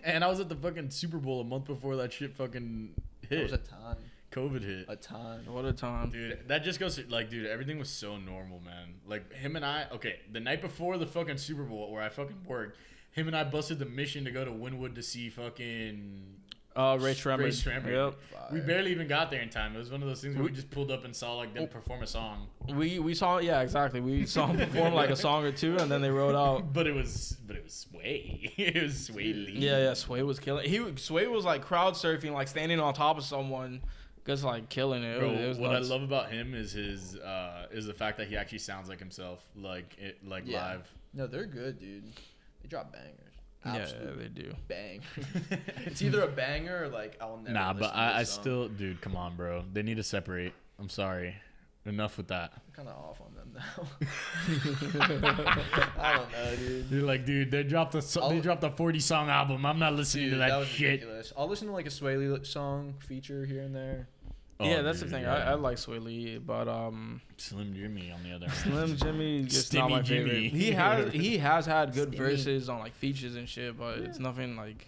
[SPEAKER 2] and I was at the fucking Super Bowl a month before that shit fucking
[SPEAKER 4] it
[SPEAKER 2] hit.
[SPEAKER 4] was Uh, a time,
[SPEAKER 2] COVID hit.
[SPEAKER 4] a time.
[SPEAKER 3] What a time.
[SPEAKER 2] Dude, that just goes to like, dude, everything was so normal, man. Like him and I, okay, the night before the fucking Super Bowl where I fucking worked, him and I busted the mission to go to Winwood to see fucking
[SPEAKER 3] Uh, Ray Shremmer.
[SPEAKER 2] Ray Shremmer.
[SPEAKER 3] Yep.
[SPEAKER 2] We
[SPEAKER 4] Fire.
[SPEAKER 2] barely even got there in time. It was one of those things where we just pulled up and saw like them perform a song,
[SPEAKER 3] We we saw yeah exactly. We saw him perform like a song or two, and then they rode out.
[SPEAKER 2] but it was, but it was sway, <laughs> it was sway. lead.
[SPEAKER 3] Oh. Yeah, yeah. Sway was killing. He Sway was like crowd surfing, like standing on top of someone, just like killing it. It
[SPEAKER 2] Bro,
[SPEAKER 3] was- it was
[SPEAKER 2] what
[SPEAKER 3] nuts.
[SPEAKER 2] I love about him is his uh, is the fact that he actually sounds like himself, like it, like
[SPEAKER 4] Yeah.
[SPEAKER 2] live.
[SPEAKER 4] No, they're good, dude. They drop bangers.
[SPEAKER 3] Yeah,
[SPEAKER 4] Absolute
[SPEAKER 3] yeah, they do.
[SPEAKER 2] <laughs>
[SPEAKER 4] bang. <laughs> it's either a banger or like I'll never.
[SPEAKER 2] Nah,
[SPEAKER 4] listen
[SPEAKER 2] but
[SPEAKER 4] to
[SPEAKER 2] I, I
[SPEAKER 4] this song.
[SPEAKER 2] still, dude, come on, bro. They need to separate. I'm sorry. Enough with that.
[SPEAKER 4] I'm kind of off on them
[SPEAKER 2] <laughs>
[SPEAKER 4] now. I don't know, dude.
[SPEAKER 2] You're like, dude, they dropped a so- they
[SPEAKER 4] I'll-
[SPEAKER 2] dropped a 40 song album. I'm not listening
[SPEAKER 4] Dude,
[SPEAKER 2] to
[SPEAKER 4] that
[SPEAKER 2] that,
[SPEAKER 4] was
[SPEAKER 2] shit.
[SPEAKER 4] ridiculous. I'll listen to like a Sway Lee song feature here and there.
[SPEAKER 3] yeah,
[SPEAKER 2] Oh,
[SPEAKER 3] that's
[SPEAKER 2] dude,
[SPEAKER 3] the thing.
[SPEAKER 2] yeah.
[SPEAKER 3] I, I like Sway Lee, but um,
[SPEAKER 2] Slim Jimmy on the <laughs> other hand.
[SPEAKER 3] Slim Jimmy just not
[SPEAKER 2] Stimmy
[SPEAKER 3] my favorite.
[SPEAKER 2] Jimmy.
[SPEAKER 3] He has he has had good
[SPEAKER 4] Stimmy.
[SPEAKER 3] verses on like features and shit, but it's nothing like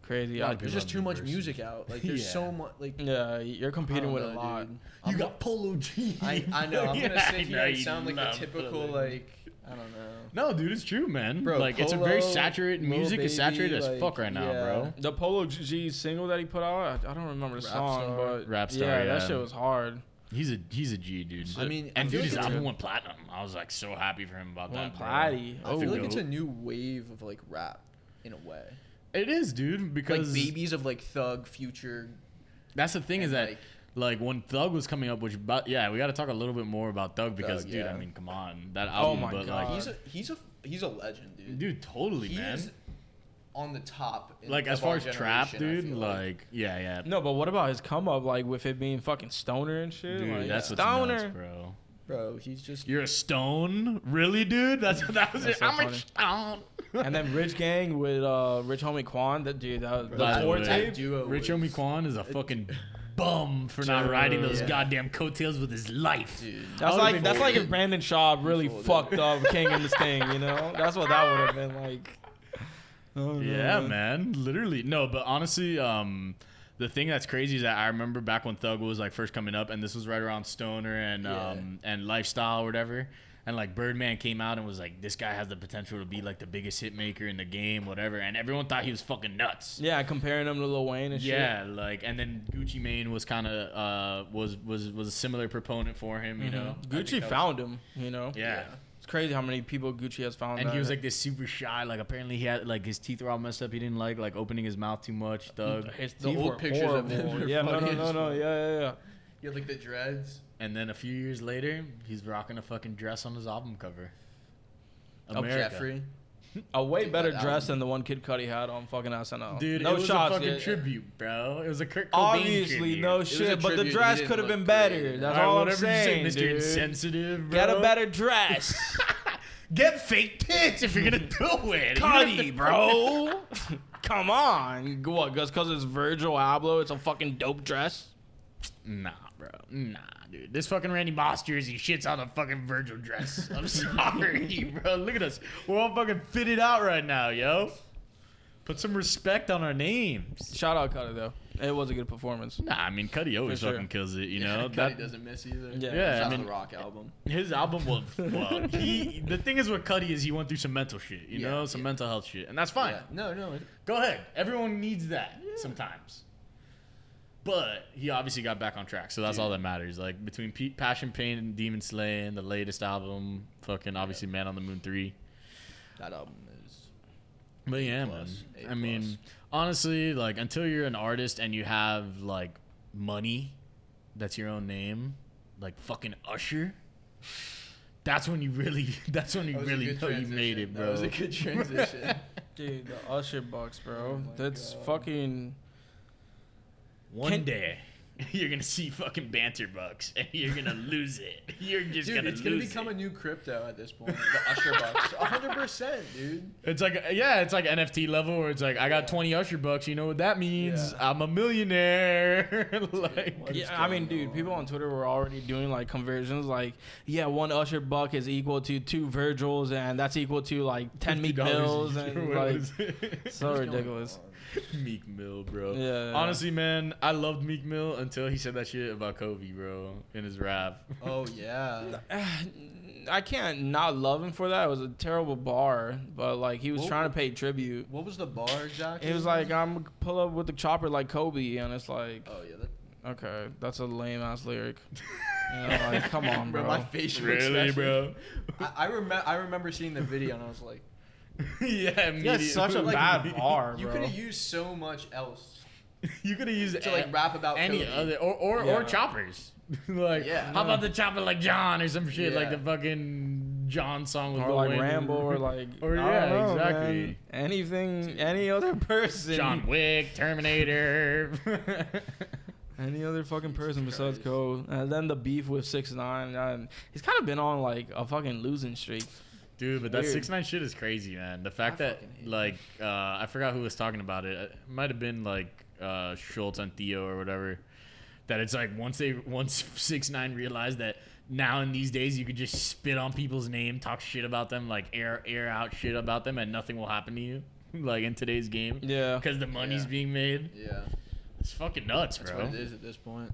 [SPEAKER 3] crazy.
[SPEAKER 2] Yeah,
[SPEAKER 3] I-
[SPEAKER 2] I'd be
[SPEAKER 4] There's just
[SPEAKER 2] loving
[SPEAKER 4] too much
[SPEAKER 2] verses.
[SPEAKER 4] music out. Like
[SPEAKER 2] <laughs>
[SPEAKER 4] there's
[SPEAKER 2] Yeah.
[SPEAKER 4] so much. Like
[SPEAKER 3] yeah, you're
[SPEAKER 4] I
[SPEAKER 3] competing
[SPEAKER 4] don't
[SPEAKER 3] with a
[SPEAKER 4] know,
[SPEAKER 3] lot.
[SPEAKER 4] dude.
[SPEAKER 2] You
[SPEAKER 4] I'm-
[SPEAKER 2] got Polo G.
[SPEAKER 4] <laughs> I, I
[SPEAKER 2] <laughs>
[SPEAKER 4] know. I'm gonna
[SPEAKER 2] Yeah, I
[SPEAKER 4] sit here
[SPEAKER 2] know
[SPEAKER 4] and
[SPEAKER 2] you
[SPEAKER 4] sound like the
[SPEAKER 2] love
[SPEAKER 4] typical
[SPEAKER 2] Polo.
[SPEAKER 4] like I don't
[SPEAKER 2] No,
[SPEAKER 4] know.
[SPEAKER 2] dude, it's true, man.
[SPEAKER 4] Bro,
[SPEAKER 2] like it's a very
[SPEAKER 4] Polo,
[SPEAKER 2] saturated
[SPEAKER 4] Lil
[SPEAKER 2] music is
[SPEAKER 4] Baby,
[SPEAKER 2] saturated as
[SPEAKER 4] like,
[SPEAKER 2] fuck right now,
[SPEAKER 4] yeah.
[SPEAKER 2] bro.
[SPEAKER 3] The Polo G single that he put out, I, I don't remember the
[SPEAKER 4] Rap
[SPEAKER 3] song,
[SPEAKER 4] Star.
[SPEAKER 3] but
[SPEAKER 2] Rap Star,
[SPEAKER 3] yeah, that
[SPEAKER 2] yeah.
[SPEAKER 3] shit was hard.
[SPEAKER 2] He's a he's a G dude.
[SPEAKER 4] I mean,
[SPEAKER 2] and
[SPEAKER 4] I
[SPEAKER 2] dude,
[SPEAKER 4] feel like
[SPEAKER 2] his
[SPEAKER 4] it's
[SPEAKER 2] album
[SPEAKER 4] a-
[SPEAKER 2] went platinum. I was like so happy for him about
[SPEAKER 3] Went
[SPEAKER 2] that. bro.
[SPEAKER 3] platinum.
[SPEAKER 2] I
[SPEAKER 4] I feel
[SPEAKER 2] feel
[SPEAKER 4] like it's a
[SPEAKER 2] dope.
[SPEAKER 4] new wave of like rap in a way.
[SPEAKER 2] It is, dude, because
[SPEAKER 4] Like babies of like Thug, Future.
[SPEAKER 2] that's the thing is
[SPEAKER 4] and,
[SPEAKER 2] that
[SPEAKER 4] like-
[SPEAKER 2] like when Thug was coming up, which but yeah, we got to talk a little bit more about Thug because
[SPEAKER 4] Thug,
[SPEAKER 2] dude,
[SPEAKER 4] yeah. Oh
[SPEAKER 2] I mean, come on, that album,
[SPEAKER 3] my
[SPEAKER 2] but
[SPEAKER 3] God.
[SPEAKER 2] like,
[SPEAKER 4] He's a he's a he's a legend, dude.
[SPEAKER 2] dude, totally,
[SPEAKER 4] he
[SPEAKER 2] man.
[SPEAKER 4] is on the top. in-
[SPEAKER 2] like as
[SPEAKER 4] of our
[SPEAKER 2] far as trap,
[SPEAKER 4] generation, I
[SPEAKER 2] dude,
[SPEAKER 4] feel
[SPEAKER 2] like, yeah, yeah,
[SPEAKER 3] No, but what about his come up, like with it being fucking stoner and shit?
[SPEAKER 2] dude,
[SPEAKER 3] like,
[SPEAKER 2] that's what's
[SPEAKER 3] stoner.
[SPEAKER 2] nuts, bro.
[SPEAKER 4] bro, he's just
[SPEAKER 2] You're a stone, really, dude? That's <laughs> what that was.
[SPEAKER 3] That's
[SPEAKER 2] it.
[SPEAKER 3] so
[SPEAKER 2] I'm a
[SPEAKER 3] funny.
[SPEAKER 2] stone. <laughs>
[SPEAKER 3] and then Rich Gang with uh Rich Homie Quan, that dude, that
[SPEAKER 4] Bro,
[SPEAKER 3] the
[SPEAKER 2] By the
[SPEAKER 3] tour
[SPEAKER 2] way,
[SPEAKER 3] tape.
[SPEAKER 4] duo.
[SPEAKER 2] Rich
[SPEAKER 4] was-
[SPEAKER 2] Omi Kwan is a fucking bum for not riding those
[SPEAKER 4] Yeah.
[SPEAKER 2] goddamn coattails with his life.
[SPEAKER 4] dude.
[SPEAKER 3] That's
[SPEAKER 2] I would've
[SPEAKER 3] like
[SPEAKER 2] been
[SPEAKER 3] that's like if Brandon Shaw really
[SPEAKER 4] fooled,
[SPEAKER 3] fucked up King in this thing,
[SPEAKER 2] <laughs>
[SPEAKER 3] you know? That's what that would have been like.
[SPEAKER 2] Yeah, man. Literally. No, but honestly, um, the thing that's crazy is that I remember back when Thug was like first coming up, and this was right around Stoner and
[SPEAKER 4] Yeah.
[SPEAKER 2] um and Lifestyle or whatever. And like Birdman came out and was like, "This guy has the potential to be like the biggest hit maker in the game, whatever." And everyone thought he was fucking nuts.
[SPEAKER 3] Yeah, comparing him to Lil Wayne and shit.
[SPEAKER 2] Yeah, like and then Gucci Mane was kind of uh was was was a similar proponent for him, you know. I think
[SPEAKER 3] Mm-hmm. Gucci
[SPEAKER 2] that was-
[SPEAKER 3] found him, you know.
[SPEAKER 2] yeah.
[SPEAKER 3] It's crazy how many people Gucci has found.
[SPEAKER 2] And he
[SPEAKER 3] that-
[SPEAKER 2] was like this super shy. Like apparently he had like his teeth were all messed up. He didn't like like opening his mouth too much. Thug.
[SPEAKER 3] his
[SPEAKER 4] the
[SPEAKER 3] teeth
[SPEAKER 4] old
[SPEAKER 3] were
[SPEAKER 4] pictures of him
[SPEAKER 3] horrible.
[SPEAKER 4] are
[SPEAKER 3] Yeah, no, no,
[SPEAKER 4] funny
[SPEAKER 3] no,
[SPEAKER 4] as
[SPEAKER 3] no,
[SPEAKER 4] fuck.
[SPEAKER 3] yeah, yeah, yeah.
[SPEAKER 4] You had like the dreads.
[SPEAKER 2] And then a few years later, he's rocking a fucking dress on his album cover.
[SPEAKER 4] Oh, Jeffrey.
[SPEAKER 3] A way
[SPEAKER 4] Dude,
[SPEAKER 3] better
[SPEAKER 4] that
[SPEAKER 3] dress
[SPEAKER 4] album.
[SPEAKER 3] than the one Kid Cudi had on fucking SNL.
[SPEAKER 2] Dude,
[SPEAKER 3] no
[SPEAKER 2] it was
[SPEAKER 3] shots.
[SPEAKER 2] a fucking
[SPEAKER 3] yeah, yeah.
[SPEAKER 2] tribute, bro. It was a Kurt Cobain
[SPEAKER 3] Obviously,
[SPEAKER 2] tribute.
[SPEAKER 3] no
[SPEAKER 4] was a
[SPEAKER 3] shit. But the
[SPEAKER 4] tribute, he
[SPEAKER 3] dress
[SPEAKER 4] didn't
[SPEAKER 3] could have
[SPEAKER 4] look
[SPEAKER 3] been
[SPEAKER 4] great.
[SPEAKER 3] better. That's all, I'm
[SPEAKER 2] whatever
[SPEAKER 3] saying,
[SPEAKER 2] you say, Mr.
[SPEAKER 3] dude.
[SPEAKER 2] Insensitive, bro.
[SPEAKER 3] Get a better dress,
[SPEAKER 2] <laughs> Get fake tits if you're
[SPEAKER 3] <laughs>
[SPEAKER 2] gonna do it. <laughs>
[SPEAKER 3] Cudi, bro. Come on, what? Just because it's Virgil Abloh, it's a fucking dope dress.
[SPEAKER 2] Nah, bro. Nah, dude. This fucking Randy Moss jersey shits on a fucking Virgil
[SPEAKER 4] <laughs>
[SPEAKER 2] dress. I'm sorry, bro. Look at us. We're all fucking fitted out right now, yo. Put some respect on our names.
[SPEAKER 3] Shout out Cudi though. It was a good performance.
[SPEAKER 2] Nah, I mean Cuddy always
[SPEAKER 3] For sure.
[SPEAKER 2] fucking kills it, you
[SPEAKER 4] Yeah, <laughs>
[SPEAKER 2] know.
[SPEAKER 4] Cudi
[SPEAKER 2] that
[SPEAKER 4] doesn't miss either.
[SPEAKER 3] Yeah.
[SPEAKER 2] Yeah, I
[SPEAKER 4] Shout out
[SPEAKER 2] mean-
[SPEAKER 4] the Rock album.
[SPEAKER 2] his album
[SPEAKER 4] <laughs>
[SPEAKER 2] was well. He the thing is with Cuddy is he went through some mental shit, you
[SPEAKER 4] Yeah,
[SPEAKER 2] know, some
[SPEAKER 4] yeah.
[SPEAKER 2] mental health shit, and that's fine.
[SPEAKER 4] Yeah. No, no. it-
[SPEAKER 2] Go ahead. Everyone needs that sometimes. But he obviously got back on track, so that's all that matters. Like between P- Passion Pain and Demon Slaying, the latest album, fucking obviously Man on the Moon three.
[SPEAKER 4] That album is.
[SPEAKER 2] But yeah,
[SPEAKER 4] plus,
[SPEAKER 2] man.
[SPEAKER 4] A
[SPEAKER 2] I mean,
[SPEAKER 4] plus.
[SPEAKER 2] honestly, like until you're an artist and you have like money that's your own name, like fucking Usher. That's when you really. <laughs> That's when you
[SPEAKER 4] That was a
[SPEAKER 2] really
[SPEAKER 4] good
[SPEAKER 2] know you made
[SPEAKER 4] transition.
[SPEAKER 2] it,
[SPEAKER 4] That
[SPEAKER 2] bro.
[SPEAKER 4] was
[SPEAKER 2] <laughs>
[SPEAKER 4] a good transition.
[SPEAKER 3] Dude, the Usher bucks, bro.
[SPEAKER 4] my
[SPEAKER 3] That's
[SPEAKER 4] God.
[SPEAKER 3] fucking.
[SPEAKER 2] One
[SPEAKER 3] Can-
[SPEAKER 2] day, <laughs> you're gonna see fucking banter bucks, <laughs> and you're gonna lose it. <laughs> You're just
[SPEAKER 4] dude,
[SPEAKER 2] gonna
[SPEAKER 4] it's gonna
[SPEAKER 2] lose
[SPEAKER 4] become
[SPEAKER 2] it.
[SPEAKER 4] a new crypto at this point. The Usher bucks, hundred percent, dude.
[SPEAKER 2] It's like yeah, it's like NFT level where it's like I got
[SPEAKER 4] Yeah.
[SPEAKER 2] 20 Usher bucks. You know what that means?
[SPEAKER 4] Yeah.
[SPEAKER 2] I'm a millionaire. <laughs> like
[SPEAKER 4] what is
[SPEAKER 3] Yeah, I mean,
[SPEAKER 4] going
[SPEAKER 3] dude, people
[SPEAKER 4] on?
[SPEAKER 3] on Twitter were already doing like conversions, like, yeah, one Usher buck is equal to two Virgils, and that's equal to like ten Meek
[SPEAKER 2] $50
[SPEAKER 3] Mills,
[SPEAKER 2] each or
[SPEAKER 3] and
[SPEAKER 2] what
[SPEAKER 3] like,
[SPEAKER 2] was it? <laughs>
[SPEAKER 3] so
[SPEAKER 4] What's going
[SPEAKER 3] ridiculous.
[SPEAKER 4] on?
[SPEAKER 2] Meek Mill, bro.
[SPEAKER 3] Yeah.
[SPEAKER 2] Honestly, man, I loved Meek Mill until he said that shit about Kobe, bro, in his rap.
[SPEAKER 4] Oh <laughs> yeah.
[SPEAKER 3] <sighs> I can't not love him for that. It was a terrible bar, but like he was
[SPEAKER 4] What-
[SPEAKER 3] trying to pay tribute.
[SPEAKER 4] What was the bar exactly?
[SPEAKER 3] He was like, I'm gonna pull up with the chopper like Kobe, and it's like,
[SPEAKER 4] Oh yeah. That,
[SPEAKER 3] okay, that's a lame ass lyric. You know, like, come on,
[SPEAKER 4] bro,
[SPEAKER 3] bro.
[SPEAKER 4] my facial
[SPEAKER 2] really,
[SPEAKER 4] expression.
[SPEAKER 2] bro? <laughs>
[SPEAKER 4] I, I remember. I remember seeing the video and I was like,
[SPEAKER 2] yeah,
[SPEAKER 3] Yeah,
[SPEAKER 2] immediately.
[SPEAKER 3] such a
[SPEAKER 4] Like,
[SPEAKER 3] bad bar,
[SPEAKER 4] you
[SPEAKER 3] bro.
[SPEAKER 4] could have used so much else
[SPEAKER 2] <laughs> You could have used
[SPEAKER 4] to like rap about
[SPEAKER 2] any
[SPEAKER 4] Kobe.
[SPEAKER 2] other or or, or
[SPEAKER 3] Yeah.
[SPEAKER 2] choppers. <laughs> like,
[SPEAKER 4] Yeah.
[SPEAKER 2] how about the chopper like John or some shit like
[SPEAKER 4] Yeah.
[SPEAKER 2] the fucking John song with
[SPEAKER 3] or
[SPEAKER 2] Lil
[SPEAKER 3] like
[SPEAKER 2] Wayne. <laughs>
[SPEAKER 3] Rambo, or like
[SPEAKER 2] Or
[SPEAKER 3] I don't
[SPEAKER 2] yeah,
[SPEAKER 3] know,
[SPEAKER 2] exactly.
[SPEAKER 3] man. Anything, any other <laughs> person,
[SPEAKER 2] John Wick, Terminator.
[SPEAKER 3] <laughs>
[SPEAKER 2] <laughs>
[SPEAKER 3] any other fucking person
[SPEAKER 4] Jesus
[SPEAKER 3] besides
[SPEAKER 4] Christ.
[SPEAKER 3] Cole, and then the beef with Six Nine, and he's kind of been on like a fucking losing streak.
[SPEAKER 2] Dude, but that
[SPEAKER 3] Weird.
[SPEAKER 2] six nine shit is crazy, man. The fact
[SPEAKER 4] I
[SPEAKER 2] that
[SPEAKER 4] fucking hate
[SPEAKER 2] like uh, I forgot who was talking about it. It might have been like uh, Schultz on Theo or whatever. That it's like once they once <laughs> six nine realized that now in these days you could just spit on people's name, talk shit about them, like air air out shit about them, and nothing will happen to you. <laughs> like in today's game
[SPEAKER 3] Yeah.
[SPEAKER 2] because the money's
[SPEAKER 4] Yeah.
[SPEAKER 2] being made.
[SPEAKER 4] Yeah,
[SPEAKER 2] It's fucking nuts,
[SPEAKER 4] that's
[SPEAKER 2] bro.
[SPEAKER 4] what it is at this point.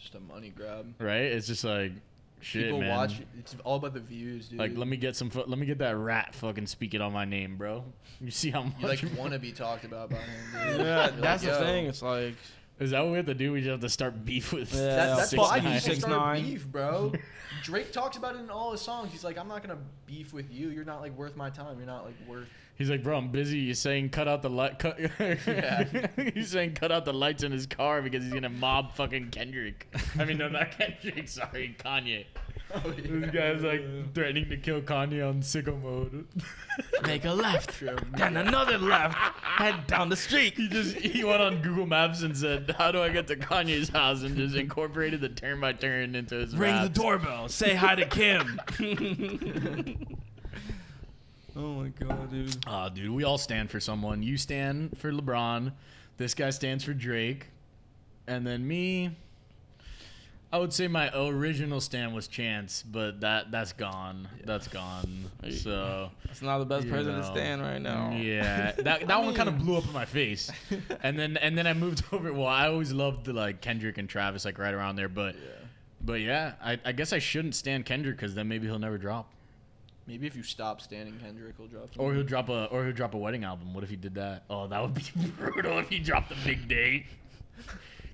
[SPEAKER 4] Just a money grab.
[SPEAKER 2] Right? It's just like shit,
[SPEAKER 4] People
[SPEAKER 2] man.
[SPEAKER 4] watch. It's all about the views, dude.
[SPEAKER 2] Like, let me get some. Fu- let me get that rat fucking speaking on my name, bro. <laughs> You see how much? <laughs>
[SPEAKER 4] You like want to be talked about by him. Dude.
[SPEAKER 3] Yeah,
[SPEAKER 4] You're
[SPEAKER 3] that's
[SPEAKER 4] like,
[SPEAKER 3] the
[SPEAKER 4] yo.
[SPEAKER 3] thing. It's like
[SPEAKER 2] is that what we have to do? We just have to start beef with.
[SPEAKER 3] Yeah.
[SPEAKER 4] That, that's
[SPEAKER 2] Six
[SPEAKER 4] why
[SPEAKER 2] Nine.
[SPEAKER 4] people
[SPEAKER 3] Six
[SPEAKER 4] start
[SPEAKER 3] Nine.
[SPEAKER 4] beef,
[SPEAKER 2] <laughs>
[SPEAKER 4] bro. Drake talks about it in all his songs. He's like, I'm not gonna beef with you. You're not like worth my time. You're not like worth. <laughs>
[SPEAKER 2] He's like, bro, I'm busy. He's saying cut out the light. Cut- <laughs>
[SPEAKER 4] Yeah.
[SPEAKER 2] he's saying cut out the lights in his car because he's gonna mob fucking Kendrick. I mean, no, not <laughs> Kendrick. Sorry, Kanye.
[SPEAKER 4] Oh, yeah.
[SPEAKER 2] This guy's like threatening to kill Kanye on sicko mode. <laughs>
[SPEAKER 3] make a left,
[SPEAKER 4] True.
[SPEAKER 3] then another left, head down the street.
[SPEAKER 2] he just he went on Google Maps and said, "How do I get to Kanye's house?" and just incorporated the turn by turn into his.
[SPEAKER 3] Ring the
[SPEAKER 2] raps.
[SPEAKER 3] doorbell. Say hi to <laughs> Kim. oh my god, dude.
[SPEAKER 2] Ah, dude, we all stand for someone. You stand for LeBron. This guy stands for Drake. And then me, I would say my original stand was Chance, but that that's gone. That's gone. So
[SPEAKER 3] It's not the best
[SPEAKER 2] you
[SPEAKER 3] president
[SPEAKER 2] know.
[SPEAKER 3] stand right now.
[SPEAKER 2] Yeah, that that one kind of blew up in my face, and then and then I moved <laughs> over. Well, I always loved the, like Kendrick and Travis, like right around there. But but yeah, I, I guess I shouldn't stand Kendrick because then maybe he'll never drop,
[SPEAKER 4] Maybe if you stop standing, Kendrick will drop.
[SPEAKER 2] or he'll drop a or he'll drop a wedding album. What if he did that? Oh, that would be <laughs> brutal if he dropped the big day. <laughs>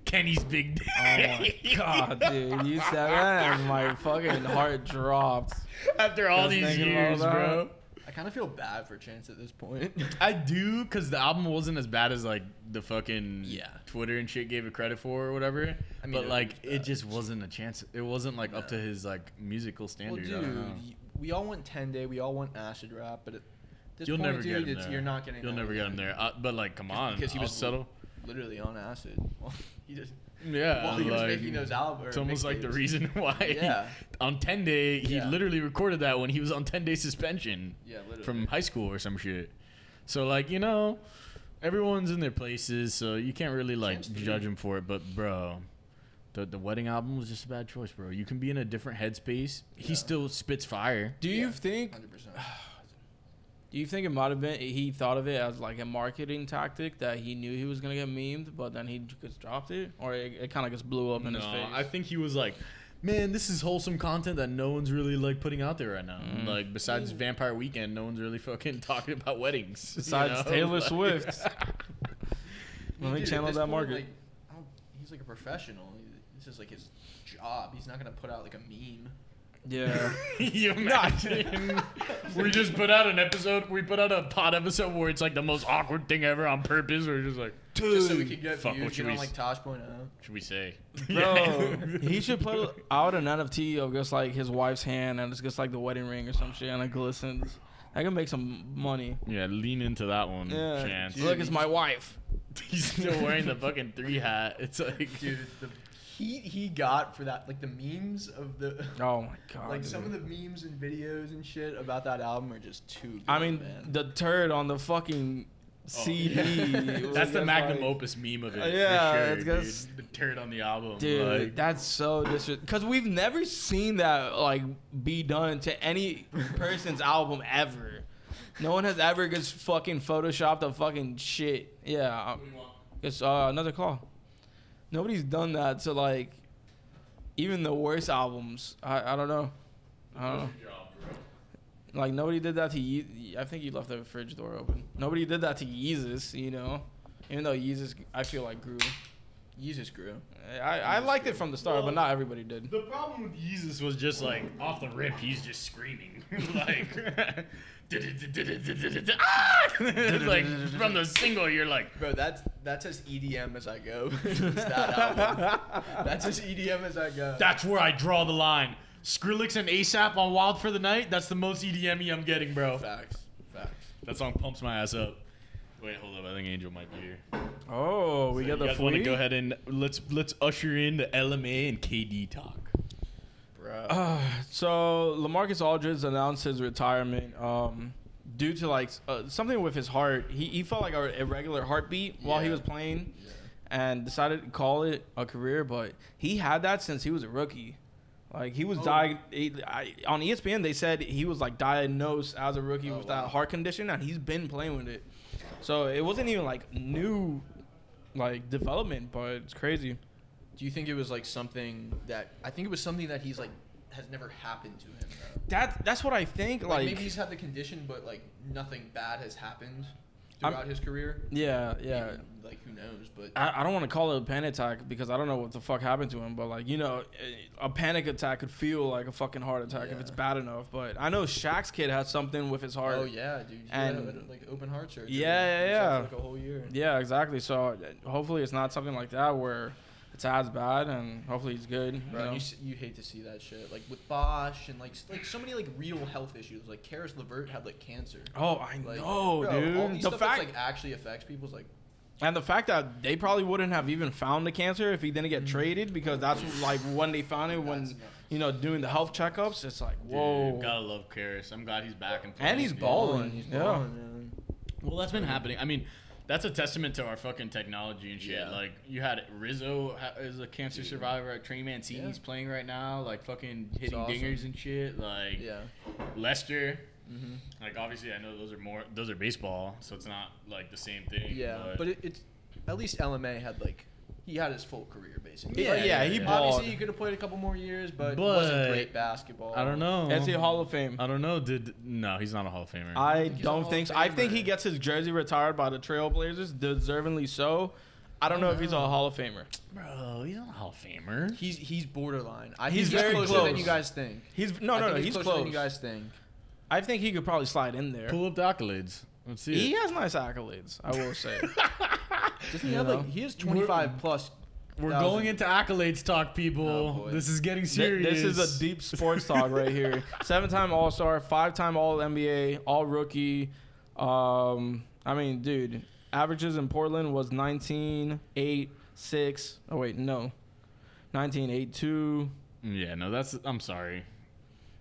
[SPEAKER 2] Kenny's big day.
[SPEAKER 4] Oh
[SPEAKER 3] God, dude, you said that, and my fucking heart dropped.
[SPEAKER 2] <laughs> After all
[SPEAKER 3] Just
[SPEAKER 2] these
[SPEAKER 3] thinking about
[SPEAKER 2] years,
[SPEAKER 3] that.
[SPEAKER 2] bro.
[SPEAKER 4] I kind of feel bad for Chance at this point.
[SPEAKER 2] I do because the album wasn't as bad as like the fucking
[SPEAKER 4] Yeah.
[SPEAKER 2] Twitter and shit gave it credit for or whatever.
[SPEAKER 4] I mean,
[SPEAKER 2] but
[SPEAKER 4] it
[SPEAKER 2] like
[SPEAKER 4] was
[SPEAKER 2] it
[SPEAKER 4] bad.
[SPEAKER 2] just wasn't a chance. It wasn't like up to his like musical
[SPEAKER 4] well,
[SPEAKER 2] standards.
[SPEAKER 4] dude,
[SPEAKER 2] I don't know.
[SPEAKER 4] y- we all want 10 day. We all want acid rap, but at this
[SPEAKER 2] You'll
[SPEAKER 4] point,
[SPEAKER 2] never
[SPEAKER 4] dude,
[SPEAKER 2] get him
[SPEAKER 4] it's,
[SPEAKER 2] there.
[SPEAKER 4] you're not getting.
[SPEAKER 2] You'll
[SPEAKER 4] that
[SPEAKER 2] never get him there. Uh, but like, come
[SPEAKER 4] Just
[SPEAKER 2] on,
[SPEAKER 4] because he
[SPEAKER 2] I'll
[SPEAKER 4] was-
[SPEAKER 2] settle.
[SPEAKER 4] Literally on acid. <laughs> he just
[SPEAKER 2] Yeah,
[SPEAKER 4] while he was
[SPEAKER 2] Uh, like,
[SPEAKER 4] making those albums.
[SPEAKER 2] It's almost like the reason <laughs> why he-
[SPEAKER 4] Yeah.
[SPEAKER 2] on 10 day, he
[SPEAKER 4] Yeah.
[SPEAKER 2] literally recorded that when he was on 10 day suspension
[SPEAKER 4] Yeah, literally.
[SPEAKER 2] from high school or some shit. So, like, you know, everyone's in their places, so you can't really, like,
[SPEAKER 4] Chance three.
[SPEAKER 2] judge him for it. But, bro, the, the wedding album was just a bad choice, bro. You can be in a different headspace. He still spits fire.
[SPEAKER 3] Do you
[SPEAKER 4] Yeah.
[SPEAKER 3] think?
[SPEAKER 4] 100%.
[SPEAKER 3] Do you think it might have been he thought of it as like a marketing tactic that he knew he was gonna get memed, but then he just dropped it, or it, it kind of just blew up in
[SPEAKER 2] <laughs>
[SPEAKER 3] his face?
[SPEAKER 2] I think he was like, man, this is wholesome content that no one's really like putting out there right now.
[SPEAKER 3] Mm.
[SPEAKER 2] Like besides Vampire Weekend, no one's really fucking <laughs> talking about weddings. you
[SPEAKER 3] Besides
[SPEAKER 2] know?
[SPEAKER 3] Taylor
[SPEAKER 2] <laughs> Like-
[SPEAKER 3] Swift. Let me
[SPEAKER 4] Dude, at
[SPEAKER 3] channel
[SPEAKER 4] this
[SPEAKER 3] that
[SPEAKER 4] point,
[SPEAKER 3] market.
[SPEAKER 4] Like, I don't- he's like a professional. He- This is like his job. He's not gonna put out like a meme.
[SPEAKER 3] yeah.
[SPEAKER 2] <laughs> you imagine? <laughs> we just put out an episode. We put out a pod episode where it's like the most awkward thing ever on purpose. We're just like,
[SPEAKER 4] Just so we could get
[SPEAKER 2] Fuck,
[SPEAKER 4] views.
[SPEAKER 2] what
[SPEAKER 4] Get
[SPEAKER 2] should
[SPEAKER 4] on
[SPEAKER 2] we
[SPEAKER 4] like oh.
[SPEAKER 2] s- <laughs>
[SPEAKER 4] Tosh.0.
[SPEAKER 2] should we
[SPEAKER 4] <laughs>
[SPEAKER 2] say?
[SPEAKER 3] Bro, he should put out an NFT of just like his wife's hand and it's just like the wedding ring or some shit and it glistens. I can make some money.
[SPEAKER 2] yeah, lean into that one,
[SPEAKER 3] Yeah.
[SPEAKER 2] Chance.
[SPEAKER 3] Look, it's my wife.
[SPEAKER 2] <laughs> He's still wearing the fucking three hat. It's like,
[SPEAKER 4] Dude, the heat he got for that, like the memes
[SPEAKER 2] <laughs>
[SPEAKER 4] of the.
[SPEAKER 3] Oh my god.
[SPEAKER 4] Like some
[SPEAKER 3] dude.
[SPEAKER 4] of the memes and videos and shit about that album are just too. Good,
[SPEAKER 3] I mean,
[SPEAKER 4] man.
[SPEAKER 3] the turd on the fucking
[SPEAKER 4] <laughs>
[SPEAKER 3] CD. was
[SPEAKER 2] oh, <laughs> That's the
[SPEAKER 3] just
[SPEAKER 2] magnum
[SPEAKER 3] like-
[SPEAKER 2] opus meme of it.
[SPEAKER 3] Uh,
[SPEAKER 2] for
[SPEAKER 3] yeah,
[SPEAKER 2] sure,
[SPEAKER 3] it's just-
[SPEAKER 2] dude. the turd on the album.
[SPEAKER 3] Dude,
[SPEAKER 2] like-
[SPEAKER 3] that's so disrespectful. Because we've never seen that like be done to any person's album ever. No one has ever just fucking photoshopped a fucking shit. Yeah, it's uh, another call. Nobody's done that to like even the worst albums. I, I don't know. I don't know. Like nobody did that to Ye- I think you left the fridge door open. Nobody did that to Yeezus, you know. Even though Yeezus, I feel like grew.
[SPEAKER 4] Yeezus grew.
[SPEAKER 3] I, I liked it from the start, but
[SPEAKER 2] Well-
[SPEAKER 3] not everybody did.
[SPEAKER 2] The problem with Yeezus was just like off the rip, he's just screaming <laughs> like, "Ah!" It's like from the single, you're like,
[SPEAKER 4] Bro, that's that's as EDM as I go. <laughs>
[SPEAKER 3] <laughs>
[SPEAKER 4] It's that album. That's as EDM as I go.
[SPEAKER 2] that's where I draw the line. Skrillex and ASAP on Wild for the Night. That's the most EDM I'm getting, bro.
[SPEAKER 4] Facts. Facts.
[SPEAKER 2] That song pumps my ass up. Wait, hold up. I think Angel might be here.
[SPEAKER 3] Oh, we
[SPEAKER 2] you guys want to go ahead and let's let's usher in the LMA and KD talk.
[SPEAKER 4] Bro.
[SPEAKER 3] Uh-huh. so Lamarcus Aldridge announced his retirement um, due to like s- uh, something with his heart. He, he felt like a irregular heartbeat while he
[SPEAKER 4] Yeah.
[SPEAKER 3] was playing,
[SPEAKER 4] Yeah.
[SPEAKER 3] and decided to call it a career. But he had that since he was a rookie. Like he was
[SPEAKER 4] Oh.
[SPEAKER 3] diag he, I, on E ESPN, they said he was like diagnosed as a rookie
[SPEAKER 4] Oh,
[SPEAKER 3] with
[SPEAKER 4] wow.
[SPEAKER 3] that heart condition, and he's been playing with it. So it wasn't even like new, like development, but it's crazy.
[SPEAKER 4] Do you think it was like something that I think it was something that he's like has never happened to him though.
[SPEAKER 3] That that's what I think.
[SPEAKER 4] Like,
[SPEAKER 3] Like,
[SPEAKER 4] maybe he's had the condition, but like nothing bad has happened
[SPEAKER 3] I'm-
[SPEAKER 4] throughout his career.
[SPEAKER 3] yeah, yeah.
[SPEAKER 4] Maybe, like who knows? But
[SPEAKER 3] I, I don't want to call it a panic attack because I don't know what the fuck happened to him, but like you know, eh, a panic attack could feel like a fucking heart attack if
[SPEAKER 4] Yeah.
[SPEAKER 3] it's bad enough. But I know Shaq's kid had something with his heart.
[SPEAKER 4] oh yeah, dude, he
[SPEAKER 3] And-
[SPEAKER 4] had like open heart surgery.
[SPEAKER 3] Yeah, yeah,
[SPEAKER 4] He was
[SPEAKER 3] yeah.
[SPEAKER 4] out for, Like a whole year.
[SPEAKER 3] Yeah, exactly. So eh, hopefully it's not something like that where it's as bad, and hopefully he's good. you
[SPEAKER 4] Bro,
[SPEAKER 3] know?
[SPEAKER 4] you, s- you hate to see that shit. Like with Bosch and like s- like so many like real health issues. Like Karis LeVert had like cancer.
[SPEAKER 3] Oh, I
[SPEAKER 4] Like,
[SPEAKER 3] know,
[SPEAKER 4] bro, All
[SPEAKER 3] dude.
[SPEAKER 4] these
[SPEAKER 3] The
[SPEAKER 4] stuff
[SPEAKER 3] fact
[SPEAKER 4] that's, like actually affects people's like
[SPEAKER 3] and the fact that they probably wouldn't have even found the cancer if he didn't get traded because that's like when they found it
[SPEAKER 4] Mm. That's
[SPEAKER 3] when
[SPEAKER 4] nuts.
[SPEAKER 3] you know doing the health checkups. It's like
[SPEAKER 2] Dude,
[SPEAKER 3] whoa.
[SPEAKER 2] gotta love Karis. I'm glad he's back and
[SPEAKER 3] and
[SPEAKER 2] playing,
[SPEAKER 3] he's
[SPEAKER 2] dude.
[SPEAKER 3] balling. yeah.
[SPEAKER 4] man.
[SPEAKER 2] Well, that's been happening. I mean, that's a testament to our fucking technology and shit.
[SPEAKER 4] Yeah.
[SPEAKER 2] Like you had Rizzo ha- is a cancer survivor. Trey Mancini's
[SPEAKER 4] Yeah.
[SPEAKER 2] playing right now. Like fucking hitting
[SPEAKER 4] awesome.
[SPEAKER 2] dingers and shit. Like
[SPEAKER 4] Yeah. Mm-hmm.
[SPEAKER 2] Lester. Like obviously, I know those are more. Those are baseball, so it's not like the same thing.
[SPEAKER 4] Yeah, but it, it's at least LMA had like he had his full career basically.
[SPEAKER 3] Yeah,
[SPEAKER 4] Like,
[SPEAKER 3] yeah, he
[SPEAKER 2] yeah.
[SPEAKER 3] balled.
[SPEAKER 4] Obviously, he could have played a couple more years, but,
[SPEAKER 2] But-
[SPEAKER 4] wasn't great basketball.
[SPEAKER 2] I don't know.
[SPEAKER 3] Is he a Hall of Fame?
[SPEAKER 2] I don't know. Did no? He's not a Hall of Famer.
[SPEAKER 3] I
[SPEAKER 4] he's a
[SPEAKER 3] don't
[SPEAKER 4] Hall
[SPEAKER 3] think
[SPEAKER 4] of
[SPEAKER 3] so. I think he
[SPEAKER 4] Famer.
[SPEAKER 3] gets his jersey retired by the Trailblazers, deservingly so. I don't know if he's a Hall of Famer.
[SPEAKER 2] Bro, he's not a Hall of Famer.
[SPEAKER 4] He's he's borderline. I,
[SPEAKER 3] He's
[SPEAKER 4] he's,
[SPEAKER 3] very
[SPEAKER 4] closer than
[SPEAKER 3] close.
[SPEAKER 4] you guys think.
[SPEAKER 3] He's no,
[SPEAKER 4] I
[SPEAKER 3] no, no.
[SPEAKER 4] think
[SPEAKER 3] He's,
[SPEAKER 4] He's closer
[SPEAKER 3] close.
[SPEAKER 4] than you guys think.
[SPEAKER 3] I think he could probably slide in there.
[SPEAKER 2] Pull up the accolades. Let's see.
[SPEAKER 3] He
[SPEAKER 4] <laughs>
[SPEAKER 2] it.
[SPEAKER 3] has nice accolades, I will say. <laughs>
[SPEAKER 4] Doesn't he
[SPEAKER 3] You
[SPEAKER 4] have
[SPEAKER 3] know?
[SPEAKER 4] like he has 25 plus?
[SPEAKER 2] We're
[SPEAKER 4] thousand-
[SPEAKER 2] going into accolades talk, people.
[SPEAKER 4] Oh, boy.
[SPEAKER 2] this is getting
[SPEAKER 3] Th-
[SPEAKER 2] serious.
[SPEAKER 3] this is a deep sports talk
[SPEAKER 2] <laughs>
[SPEAKER 3] right here. Seven-time All-Star, five-time All-NBA, All-Rookie. Um, I mean, dude, averages in Portland was 19, 8, 6. Oh wait, no, 19, 8, 2.
[SPEAKER 2] Yeah, no, that's. I'm sorry.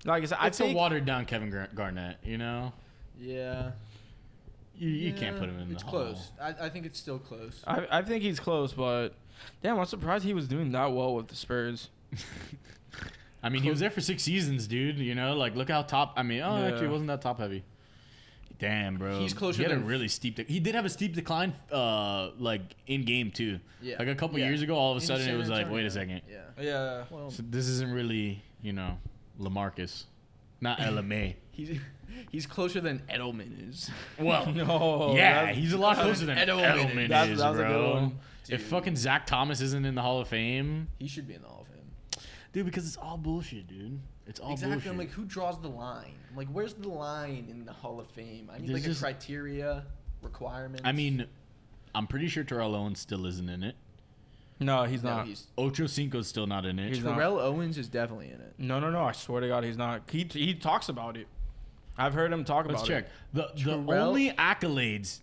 [SPEAKER 3] Like I said, I
[SPEAKER 2] It's a
[SPEAKER 3] think
[SPEAKER 2] watered down Kevin Gar- Garnett. You know,
[SPEAKER 4] Yeah.
[SPEAKER 2] you, you can't put him in
[SPEAKER 4] It's
[SPEAKER 2] the
[SPEAKER 4] close.
[SPEAKER 2] Hall.
[SPEAKER 4] I, I think it's still close.
[SPEAKER 3] I, I think he's close, but damn, I'm surprised he was doing that well with the Spurs.
[SPEAKER 2] <laughs> I mean, he was there for six seasons, dude. You know, like look how top. I mean, oh,
[SPEAKER 3] Yeah.
[SPEAKER 2] actually, it wasn't that top heavy. Damn, bro.
[SPEAKER 4] He's closer
[SPEAKER 2] He had a
[SPEAKER 4] than-
[SPEAKER 2] really steep. De- he did have a steep decline, uh, like in game too.
[SPEAKER 4] Yeah.
[SPEAKER 2] Like a couple
[SPEAKER 4] Yeah.
[SPEAKER 2] years ago, all of a
[SPEAKER 4] In
[SPEAKER 2] sudden
[SPEAKER 4] San
[SPEAKER 2] it was like, wait a
[SPEAKER 4] Antonio.
[SPEAKER 2] second.
[SPEAKER 4] Yeah.
[SPEAKER 3] Yeah.
[SPEAKER 4] Well,
[SPEAKER 2] So this isn't really, you know, Lamarcus,
[SPEAKER 4] <laughs>
[SPEAKER 2] not LMA.
[SPEAKER 4] he's he's closer than Edelman
[SPEAKER 2] <laughs>
[SPEAKER 4] is.
[SPEAKER 2] well,
[SPEAKER 3] <laughs> No.
[SPEAKER 2] yeah,
[SPEAKER 3] that's-
[SPEAKER 2] he's a lot
[SPEAKER 4] that's-
[SPEAKER 2] closer than
[SPEAKER 4] Edelman
[SPEAKER 2] Edelman,
[SPEAKER 4] is.
[SPEAKER 3] That's-
[SPEAKER 2] is,
[SPEAKER 3] that was a
[SPEAKER 2] bro.
[SPEAKER 3] good one.
[SPEAKER 2] If
[SPEAKER 4] Dude.
[SPEAKER 2] fucking Zach Thomas isn't in the Hall of Fame,
[SPEAKER 4] He should be in the Hall of Fame.
[SPEAKER 2] dude, because it's all bullshit, dude. It's all
[SPEAKER 4] Exactly.
[SPEAKER 2] Oh, bullshit.
[SPEAKER 4] I'm like, who draws the line? I'm like, where's the line in the Hall of Fame? I need
[SPEAKER 2] There's
[SPEAKER 4] like
[SPEAKER 2] just-
[SPEAKER 4] a criteria, requirements.
[SPEAKER 2] I mean, I'm pretty sure Terrell Owens still isn't in it.
[SPEAKER 3] No, he's
[SPEAKER 4] no,
[SPEAKER 3] not.
[SPEAKER 4] he's
[SPEAKER 2] Ocho Cinco's still not in it.
[SPEAKER 3] He's not.
[SPEAKER 4] Terrell Owens is definitely in it.
[SPEAKER 3] No, no, no. I swear to God, he's not. He, he talks about it. I've heard him talk
[SPEAKER 2] Let's
[SPEAKER 3] about
[SPEAKER 2] check.
[SPEAKER 3] it.
[SPEAKER 2] The the
[SPEAKER 4] Terrell-
[SPEAKER 2] only accolades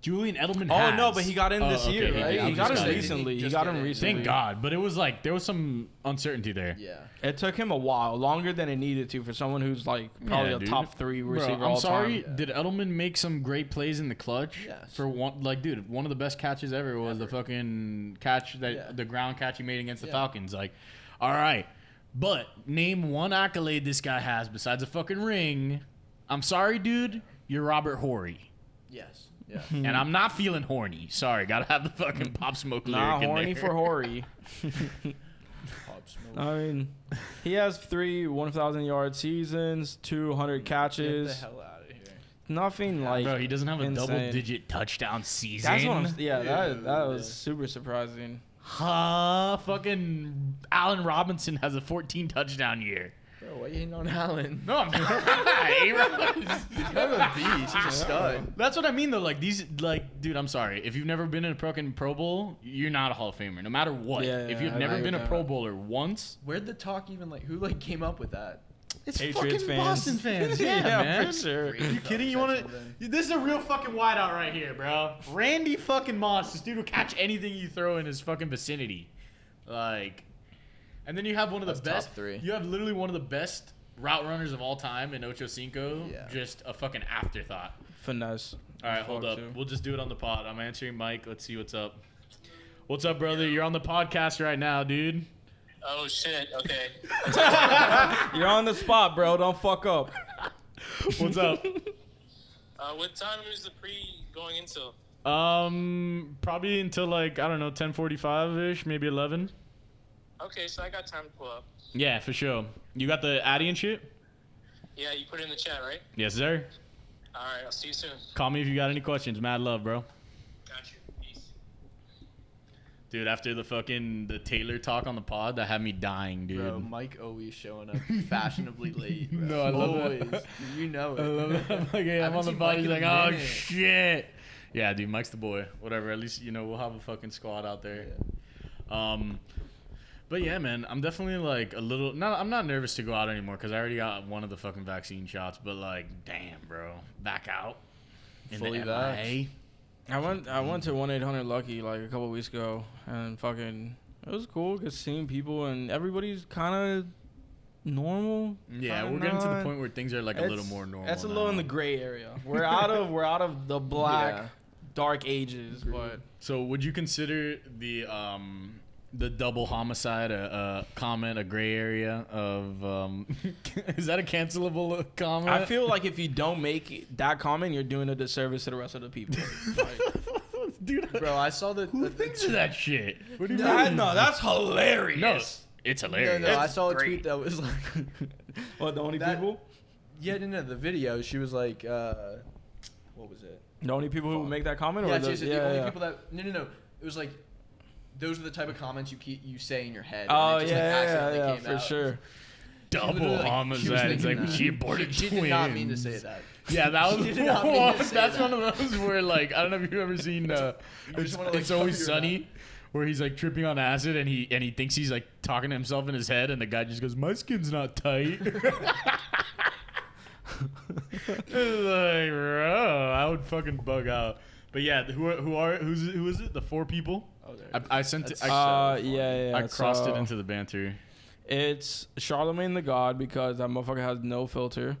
[SPEAKER 2] Julian Edelman
[SPEAKER 3] Oh
[SPEAKER 2] has.
[SPEAKER 3] no, but he got in
[SPEAKER 2] Oh,
[SPEAKER 3] this
[SPEAKER 2] okay,
[SPEAKER 3] year,
[SPEAKER 2] did.
[SPEAKER 3] right?
[SPEAKER 2] I'm
[SPEAKER 3] He
[SPEAKER 2] just
[SPEAKER 3] got in
[SPEAKER 2] excited.
[SPEAKER 3] recently. He
[SPEAKER 4] Just
[SPEAKER 3] got
[SPEAKER 4] got
[SPEAKER 3] in
[SPEAKER 4] it.
[SPEAKER 3] recently.
[SPEAKER 2] Thank God. But it was like there was some uncertainty there.
[SPEAKER 4] Yeah.
[SPEAKER 3] It took him a while, longer than it needed to for someone who's like probably
[SPEAKER 2] Yeah,
[SPEAKER 3] a
[SPEAKER 2] dude.
[SPEAKER 3] top three
[SPEAKER 2] Bro,
[SPEAKER 3] receiver.
[SPEAKER 2] I'm
[SPEAKER 3] all
[SPEAKER 2] sorry.
[SPEAKER 3] Time.
[SPEAKER 2] Did Edelman make some great plays in the clutch?
[SPEAKER 4] Yes.
[SPEAKER 2] For one, like, dude, one of the best catches ever was the
[SPEAKER 4] Ever.
[SPEAKER 2] fucking catch that
[SPEAKER 4] Yeah.
[SPEAKER 2] the ground catch he made against the
[SPEAKER 4] Yeah.
[SPEAKER 2] Falcons. Like, all right, but name one accolade this guy has besides a fucking ring. I'm sorry, dude. You're Robert Horry, <laughs>
[SPEAKER 4] Yes. Yeah.
[SPEAKER 3] Mm.
[SPEAKER 2] and I'm not feeling horny. Sorry, gotta have the fucking pop smoke lyric
[SPEAKER 3] Nah,
[SPEAKER 2] in
[SPEAKER 3] horny
[SPEAKER 2] there. <laughs>
[SPEAKER 3] for Horry.
[SPEAKER 4] Pop Smoke.
[SPEAKER 3] I mean, he has three 1,000 yard seasons, 200
[SPEAKER 4] Get the
[SPEAKER 3] catches,
[SPEAKER 4] hell out of here.
[SPEAKER 3] nothing like.
[SPEAKER 2] Bro, he doesn't have a
[SPEAKER 3] insane.
[SPEAKER 2] double-digit touchdown season.
[SPEAKER 3] That's what I'm. Yeah, that, that
[SPEAKER 4] Yeah.
[SPEAKER 3] was super surprising.
[SPEAKER 2] Huh? Fucking Allen Robinson has a 14 touchdown year.
[SPEAKER 4] Bro, why you hating on Allen?
[SPEAKER 2] No, I'm
[SPEAKER 4] <laughs>
[SPEAKER 2] not.
[SPEAKER 4] He's kind of a beast. He's a stud.
[SPEAKER 2] <laughs> That's what I mean though. Like these, like dude, I'm sorry. If you've never been in a pro, in Pro Bowl, you're not a Hall of Famer, no matter what.
[SPEAKER 3] Yeah,
[SPEAKER 2] if
[SPEAKER 3] yeah,
[SPEAKER 2] you've
[SPEAKER 3] I
[SPEAKER 2] never
[SPEAKER 3] agree
[SPEAKER 2] been a
[SPEAKER 3] with
[SPEAKER 2] Pro
[SPEAKER 3] that.
[SPEAKER 2] Bowler once,
[SPEAKER 4] Where'd the talk even like? Who like came up with that?
[SPEAKER 2] it's
[SPEAKER 3] Patriots
[SPEAKER 2] fucking
[SPEAKER 3] fans.
[SPEAKER 2] <laughs> Boston
[SPEAKER 3] <laughs>
[SPEAKER 2] fans. Yeah,
[SPEAKER 3] Yeah,
[SPEAKER 2] man.
[SPEAKER 3] for sure.
[SPEAKER 2] You kidding? You want to? This is a real fucking wideout right here, bro. Randy fucking Moss. This dude will catch anything you throw in his fucking vicinity. Like, and then you have one of the
[SPEAKER 4] That's top
[SPEAKER 2] best.
[SPEAKER 4] three.
[SPEAKER 2] You have literally one of the best route runners of all time in Ocho Cinco.
[SPEAKER 4] Yeah.
[SPEAKER 2] Just a fucking afterthought.
[SPEAKER 3] Finesse.
[SPEAKER 2] All right, hold
[SPEAKER 3] Fuck,
[SPEAKER 2] up.
[SPEAKER 3] too.
[SPEAKER 2] We'll just do it on the pod. I'm answering Mike. Let's see what's up. What's up, brother? You're on the podcast right now, dude.
[SPEAKER 6] Oh shit. Okay.
[SPEAKER 3] You're on the spot, bro. Don't fuck up.
[SPEAKER 4] <laughs>
[SPEAKER 2] What's up?
[SPEAKER 6] Uh, what time is the pre going into?
[SPEAKER 2] Um, probably until like I don't know, ten forty-five ish, maybe eleven.
[SPEAKER 6] Okay, so I got time to pull up.
[SPEAKER 2] Yeah, for sure. You got the Addy and shit.
[SPEAKER 6] Yeah, you put it in the chat, right?
[SPEAKER 2] Yes, sir.
[SPEAKER 6] All right, I'll see you soon.
[SPEAKER 2] Call me if you got any questions. Mad love, bro.
[SPEAKER 6] Got you. Peace.
[SPEAKER 2] Dude, after the fucking the Taylor talk on the pod, that had me dying, dude.
[SPEAKER 4] Bro,
[SPEAKER 2] <laughs>
[SPEAKER 4] Mike always showing up fashionably late. Bro.
[SPEAKER 2] No, I love
[SPEAKER 4] always.
[SPEAKER 2] it.
[SPEAKER 4] You know it.
[SPEAKER 2] I love
[SPEAKER 4] <laughs>
[SPEAKER 2] it. <laughs> I'm like, yeah, I'm
[SPEAKER 4] Haven't
[SPEAKER 2] on the
[SPEAKER 4] seen
[SPEAKER 2] pod.
[SPEAKER 4] Mike
[SPEAKER 2] He's
[SPEAKER 4] in a
[SPEAKER 2] like, oh
[SPEAKER 4] minute."
[SPEAKER 2] shit. Yeah, dude, Mike's the boy. Whatever. At least you know we'll have a fucking squad out there. Um, but yeah, man, I'm definitely like a little. Not, I'm not nervous to go out anymore because I already got one of the fucking vaccine shots. But like, damn, bro, back out. In
[SPEAKER 4] Fully
[SPEAKER 2] the
[SPEAKER 4] vaxxed.
[SPEAKER 2] MIA.
[SPEAKER 3] I went I went to one eight hundred Lucky like a couple weeks ago, and fucking it was cool because seeing people and everybody's kind of normal.
[SPEAKER 2] Yeah,
[SPEAKER 3] kinda
[SPEAKER 2] we're getting to the
[SPEAKER 3] not.
[SPEAKER 2] point where things are like a little
[SPEAKER 3] It's-
[SPEAKER 2] more normal.
[SPEAKER 3] That's a little in
[SPEAKER 2] now.
[SPEAKER 3] the gray area. We're out of we're out of the black
[SPEAKER 4] Yeah.
[SPEAKER 3] dark ages, but
[SPEAKER 4] Agreed.
[SPEAKER 2] So, would you consider the um the double homicide a, a comment, a gray area of um <laughs> is that a cancelable comment?
[SPEAKER 3] <laughs> I feel like if you don't make it- that comment, you're doing a disservice to the rest of the people.
[SPEAKER 2] dude.
[SPEAKER 4] Bro, I saw the.
[SPEAKER 2] who
[SPEAKER 4] the, the
[SPEAKER 2] thinks of that shit? What do you
[SPEAKER 3] That-
[SPEAKER 2] mean?
[SPEAKER 3] no, that's hilarious.
[SPEAKER 2] no, it's
[SPEAKER 4] No,
[SPEAKER 2] hilarious.
[SPEAKER 4] no, I saw a
[SPEAKER 2] Great.
[SPEAKER 4] tweet that was like. <laughs>
[SPEAKER 3] What the only
[SPEAKER 4] That-
[SPEAKER 3] people?
[SPEAKER 4] yeah, no, no, the video. She was like, uh, what was it?
[SPEAKER 3] The only people who make that comment, or
[SPEAKER 4] Yeah,
[SPEAKER 3] the,
[SPEAKER 4] seriously,
[SPEAKER 3] yeah,
[SPEAKER 4] the only
[SPEAKER 3] yeah.
[SPEAKER 4] people that. No, no, no. It was like, those are the type of comments you keep you say in your head. and
[SPEAKER 3] Oh yeah,
[SPEAKER 4] it just, like,
[SPEAKER 3] yeah,
[SPEAKER 4] accidentally
[SPEAKER 3] yeah,
[SPEAKER 4] came
[SPEAKER 3] for
[SPEAKER 4] out.
[SPEAKER 3] sure.
[SPEAKER 4] She literally,
[SPEAKER 2] double
[SPEAKER 4] like, she was
[SPEAKER 2] homicide. It's like
[SPEAKER 4] thinking that.
[SPEAKER 2] she aborted
[SPEAKER 4] She
[SPEAKER 2] twins.
[SPEAKER 4] did not mean to say that.
[SPEAKER 2] Yeah, that was
[SPEAKER 4] <laughs> She did not mean to say
[SPEAKER 2] that's
[SPEAKER 4] that.
[SPEAKER 2] one of those where like I don't know if you've ever seen uh,
[SPEAKER 4] just
[SPEAKER 2] it's,
[SPEAKER 4] wanna, like,
[SPEAKER 2] it's always
[SPEAKER 4] cover your
[SPEAKER 2] sunny where he's like tripping on acid and he and he thinks he's like talking to himself in his head and the guy just goes my skin's not tight. <laughs> it's like bro, I would fucking bug out. But yeah, who are, who are who's who is it? The four people.
[SPEAKER 4] Oh, there it is.
[SPEAKER 2] I, I sent it.
[SPEAKER 4] That's
[SPEAKER 2] I,
[SPEAKER 4] so
[SPEAKER 3] Uh,
[SPEAKER 4] funny.
[SPEAKER 3] yeah, yeah.
[SPEAKER 2] I crossed
[SPEAKER 3] so
[SPEAKER 2] it into the banter.
[SPEAKER 3] It's Charlemagne the God because that motherfucker has
[SPEAKER 2] <laughs>
[SPEAKER 3] no filter.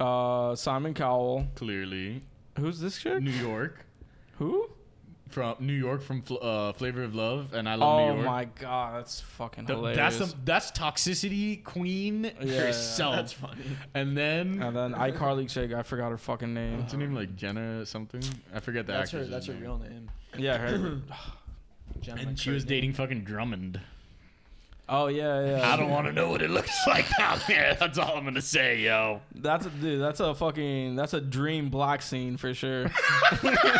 [SPEAKER 3] Uh, Simon Cowell.
[SPEAKER 2] Clearly,
[SPEAKER 3] Who's this chick?
[SPEAKER 2] New York
[SPEAKER 3] Who?
[SPEAKER 2] from New York from Fl- uh, Flavor of Love, and I love New
[SPEAKER 3] Oh
[SPEAKER 2] York.
[SPEAKER 3] my god, that's fucking
[SPEAKER 2] Th-
[SPEAKER 3] hilarious.
[SPEAKER 2] that's the, that's toxicity queen
[SPEAKER 3] yeah, Oh,
[SPEAKER 2] herself.
[SPEAKER 4] That's funny.
[SPEAKER 2] And then
[SPEAKER 3] and then iCarly chick, I forgot her fucking
[SPEAKER 2] <laughs>
[SPEAKER 3] name.
[SPEAKER 2] what's her name? Like Jenna something. I forget the
[SPEAKER 4] That's her.
[SPEAKER 2] actress.
[SPEAKER 4] That's her real name.
[SPEAKER 3] Yeah,
[SPEAKER 2] <laughs>
[SPEAKER 3] her.
[SPEAKER 4] Jenna
[SPEAKER 2] And she was
[SPEAKER 4] McCartney.
[SPEAKER 2] dating fucking Drummond.
[SPEAKER 3] Oh yeah, yeah.
[SPEAKER 2] I don't want to know what it looks <laughs> like out there. That's all I'm gonna say, yo.
[SPEAKER 3] That's a dude. That's a fucking. That's a dream black scene for
[SPEAKER 2] <laughs>
[SPEAKER 3] sure. <laughs>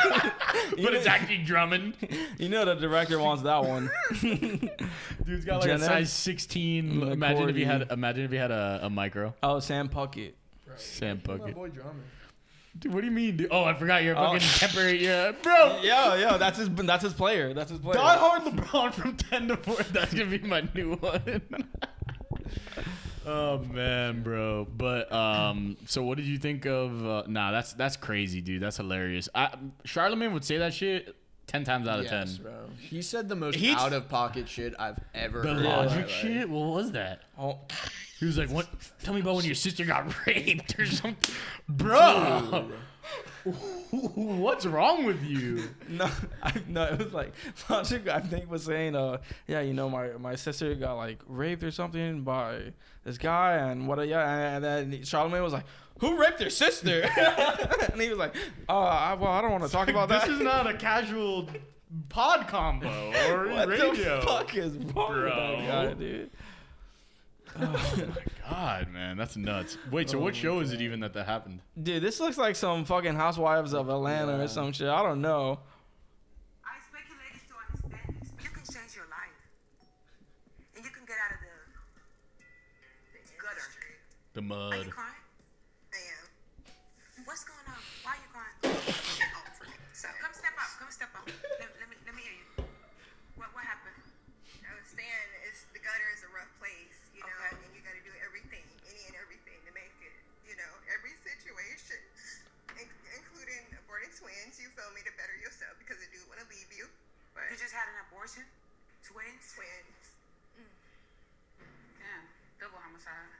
[SPEAKER 2] But it's actually Drummond.
[SPEAKER 3] You know the director wants that
[SPEAKER 2] <laughs>
[SPEAKER 3] one. <laughs>
[SPEAKER 2] Dude's got like
[SPEAKER 3] Jenna?
[SPEAKER 2] a size 16. Imagine if he
[SPEAKER 3] McCordy.
[SPEAKER 2] had. Imagine if he had a, a micro.
[SPEAKER 3] Oh, Sam Puckett.
[SPEAKER 2] Sam
[SPEAKER 4] My
[SPEAKER 2] Puckett.
[SPEAKER 4] boy drummer.
[SPEAKER 2] Dude, what do you mean? Dude? Oh, I forgot you're a
[SPEAKER 3] Oh.
[SPEAKER 2] fucking temporary. Yeah, bro.
[SPEAKER 3] Yo, yo, that's his. That's his player. That's his player.
[SPEAKER 2] Don Hard LeBron from 10 to 4. <laughs> That's going to be my new one. <laughs> oh man, bro. But um so what did you think of uh, Nah, that's that's crazy, dude. That's hilarious. I Charlemagne would say that shit 10 times out of
[SPEAKER 4] Yes,
[SPEAKER 2] 10.
[SPEAKER 4] bro. He said the most
[SPEAKER 2] He's-
[SPEAKER 4] out of pocket shit I've ever.
[SPEAKER 2] The
[SPEAKER 4] heard in my
[SPEAKER 2] logic
[SPEAKER 4] life.
[SPEAKER 2] shit? What was that?
[SPEAKER 3] Oh,
[SPEAKER 2] He was like, "What? Tell me about when your sister got <laughs> raped or something, bro. <laughs> What's wrong with you?
[SPEAKER 3] <laughs> No, I, no, it was like <laughs> Logic. I think was saying, uh, yeah, you know, my my sister got like raped or something by this guy, and what? Yeah, and then Charlemagne was like, who raped their sister? <laughs> and he was like, uh, I, well, I don't want to talk about
[SPEAKER 2] this
[SPEAKER 3] that.
[SPEAKER 2] is
[SPEAKER 3] <laughs>
[SPEAKER 2] not a casual pod combo or
[SPEAKER 3] <laughs> what
[SPEAKER 2] radio.
[SPEAKER 3] the fuck is wrong with
[SPEAKER 2] bro. Oh
[SPEAKER 3] that guy, dude?
[SPEAKER 2] God, man, that's nuts. Wait, so what show is it even that that happened?
[SPEAKER 3] Dude, this looks like some fucking Housewives of Atlanta or some shit. I don't know.
[SPEAKER 7] I expect you ladies to understand this. You can change your life. And you can get out of the gutter.
[SPEAKER 2] The
[SPEAKER 7] Are you
[SPEAKER 2] mud.
[SPEAKER 7] crying? I am. What's going on? Why are you crying? oh, so come step up. Come step up. Let, let me let me hear you. What what happened?
[SPEAKER 8] I was saying it's the gutter is a rough place, you know,
[SPEAKER 7] Okay.
[SPEAKER 8] and you got to do everything, any and everything to make it, you know, every situation, in- including aborted twins. You feel me to better yourself because I do want to leave you, but
[SPEAKER 7] You just had an abortion? Twins?
[SPEAKER 8] twins.
[SPEAKER 7] Damn. Double homicide.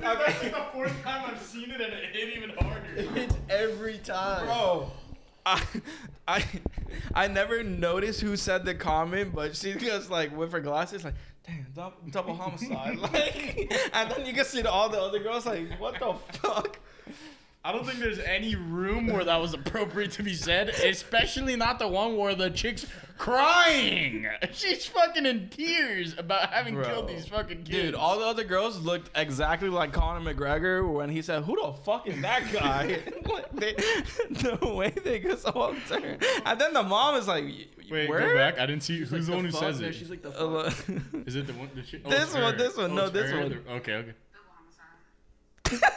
[SPEAKER 2] That's like the fourth time I've seen it, and it hit even harder.
[SPEAKER 4] It's every time.
[SPEAKER 3] Bro, Oh. I, I, I never noticed who said the comment, but she goes like with her glasses, like, damn, double, double homicide. <laughs> like, and then you can see all the other girls like, what the fuck?
[SPEAKER 2] I don't think there's any room where that was appropriate to be said, especially not the one where the chick's crying. <laughs> She's fucking in tears about having killed these fucking kids.
[SPEAKER 3] Dude, all the other girls looked exactly like Conor McGregor when he said, "Who the fuck is that <laughs> guy?" Like, they- the way they just all turned, and then the mom is like, "Y-
[SPEAKER 2] Wait, go
[SPEAKER 3] "Where?" <laughs>
[SPEAKER 2] back. I didn't see who's the, one who says
[SPEAKER 4] there,
[SPEAKER 2] it.
[SPEAKER 4] She's
[SPEAKER 2] Is
[SPEAKER 4] <laughs> like the
[SPEAKER 3] Uh,
[SPEAKER 4] fuck.
[SPEAKER 3] lo-
[SPEAKER 2] it the one? The chick? Oh,
[SPEAKER 3] This
[SPEAKER 2] it's
[SPEAKER 3] one,
[SPEAKER 2] her.
[SPEAKER 3] this one,
[SPEAKER 2] Oh,
[SPEAKER 3] no,
[SPEAKER 2] it's
[SPEAKER 3] this
[SPEAKER 2] her?
[SPEAKER 3] one.
[SPEAKER 2] The- Okay, okay.
[SPEAKER 7] Double homicide.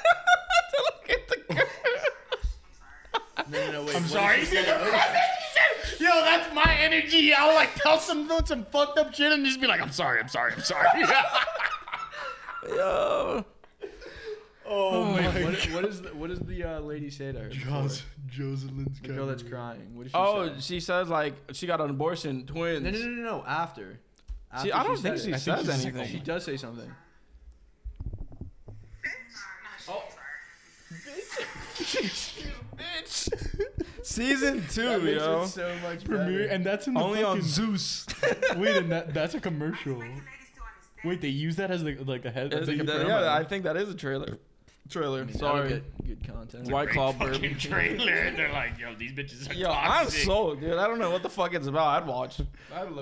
[SPEAKER 3] Look at the girl. <laughs>
[SPEAKER 7] I'm sorry.
[SPEAKER 4] No, no, no, wait.
[SPEAKER 2] I'm
[SPEAKER 4] what
[SPEAKER 2] sorry. <laughs>
[SPEAKER 4] if she said it?
[SPEAKER 2] Yo, that's my energy. I'll like tell some some fucked up shit and just be like, I'm sorry, I'm sorry, I'm sorry. <laughs>
[SPEAKER 3] Yo.
[SPEAKER 2] oh
[SPEAKER 4] Wait, what, what is the, what does the uh, lady say to her? before?
[SPEAKER 2] Jocelyn's
[SPEAKER 4] The girl that's crying. What does she
[SPEAKER 3] Oh,
[SPEAKER 4] say?
[SPEAKER 3] she says like she got an abortion, twins.
[SPEAKER 4] No, no, <laughs> no, no, no. After.
[SPEAKER 3] See,
[SPEAKER 4] After
[SPEAKER 3] I don't
[SPEAKER 4] said
[SPEAKER 3] think
[SPEAKER 4] it.
[SPEAKER 3] she
[SPEAKER 4] I
[SPEAKER 3] says
[SPEAKER 2] she's-
[SPEAKER 3] anything.
[SPEAKER 4] She does say something.
[SPEAKER 7] Oh. Sorry.
[SPEAKER 3] Season two,
[SPEAKER 4] That makes
[SPEAKER 3] yo.
[SPEAKER 4] it so much
[SPEAKER 2] premiere,
[SPEAKER 4] better.
[SPEAKER 2] and that's in the
[SPEAKER 3] Only on
[SPEAKER 2] fucking.
[SPEAKER 3] Zeus.
[SPEAKER 2] <laughs> wait, and that that's a commercial.
[SPEAKER 7] Make the ladies to understand.
[SPEAKER 2] Wait, they use that as the, like a head. That's like a promo.
[SPEAKER 3] yeah, I think that is a trailer. Trailer.
[SPEAKER 4] I mean, that'll
[SPEAKER 3] Sorry.
[SPEAKER 4] get Good content.
[SPEAKER 3] White Claw burp.
[SPEAKER 2] fucking trailer. And they're like, yo, these bitches are
[SPEAKER 3] Yo, I'm sold, dude. I don't know what the fuck it's about. I'd watch.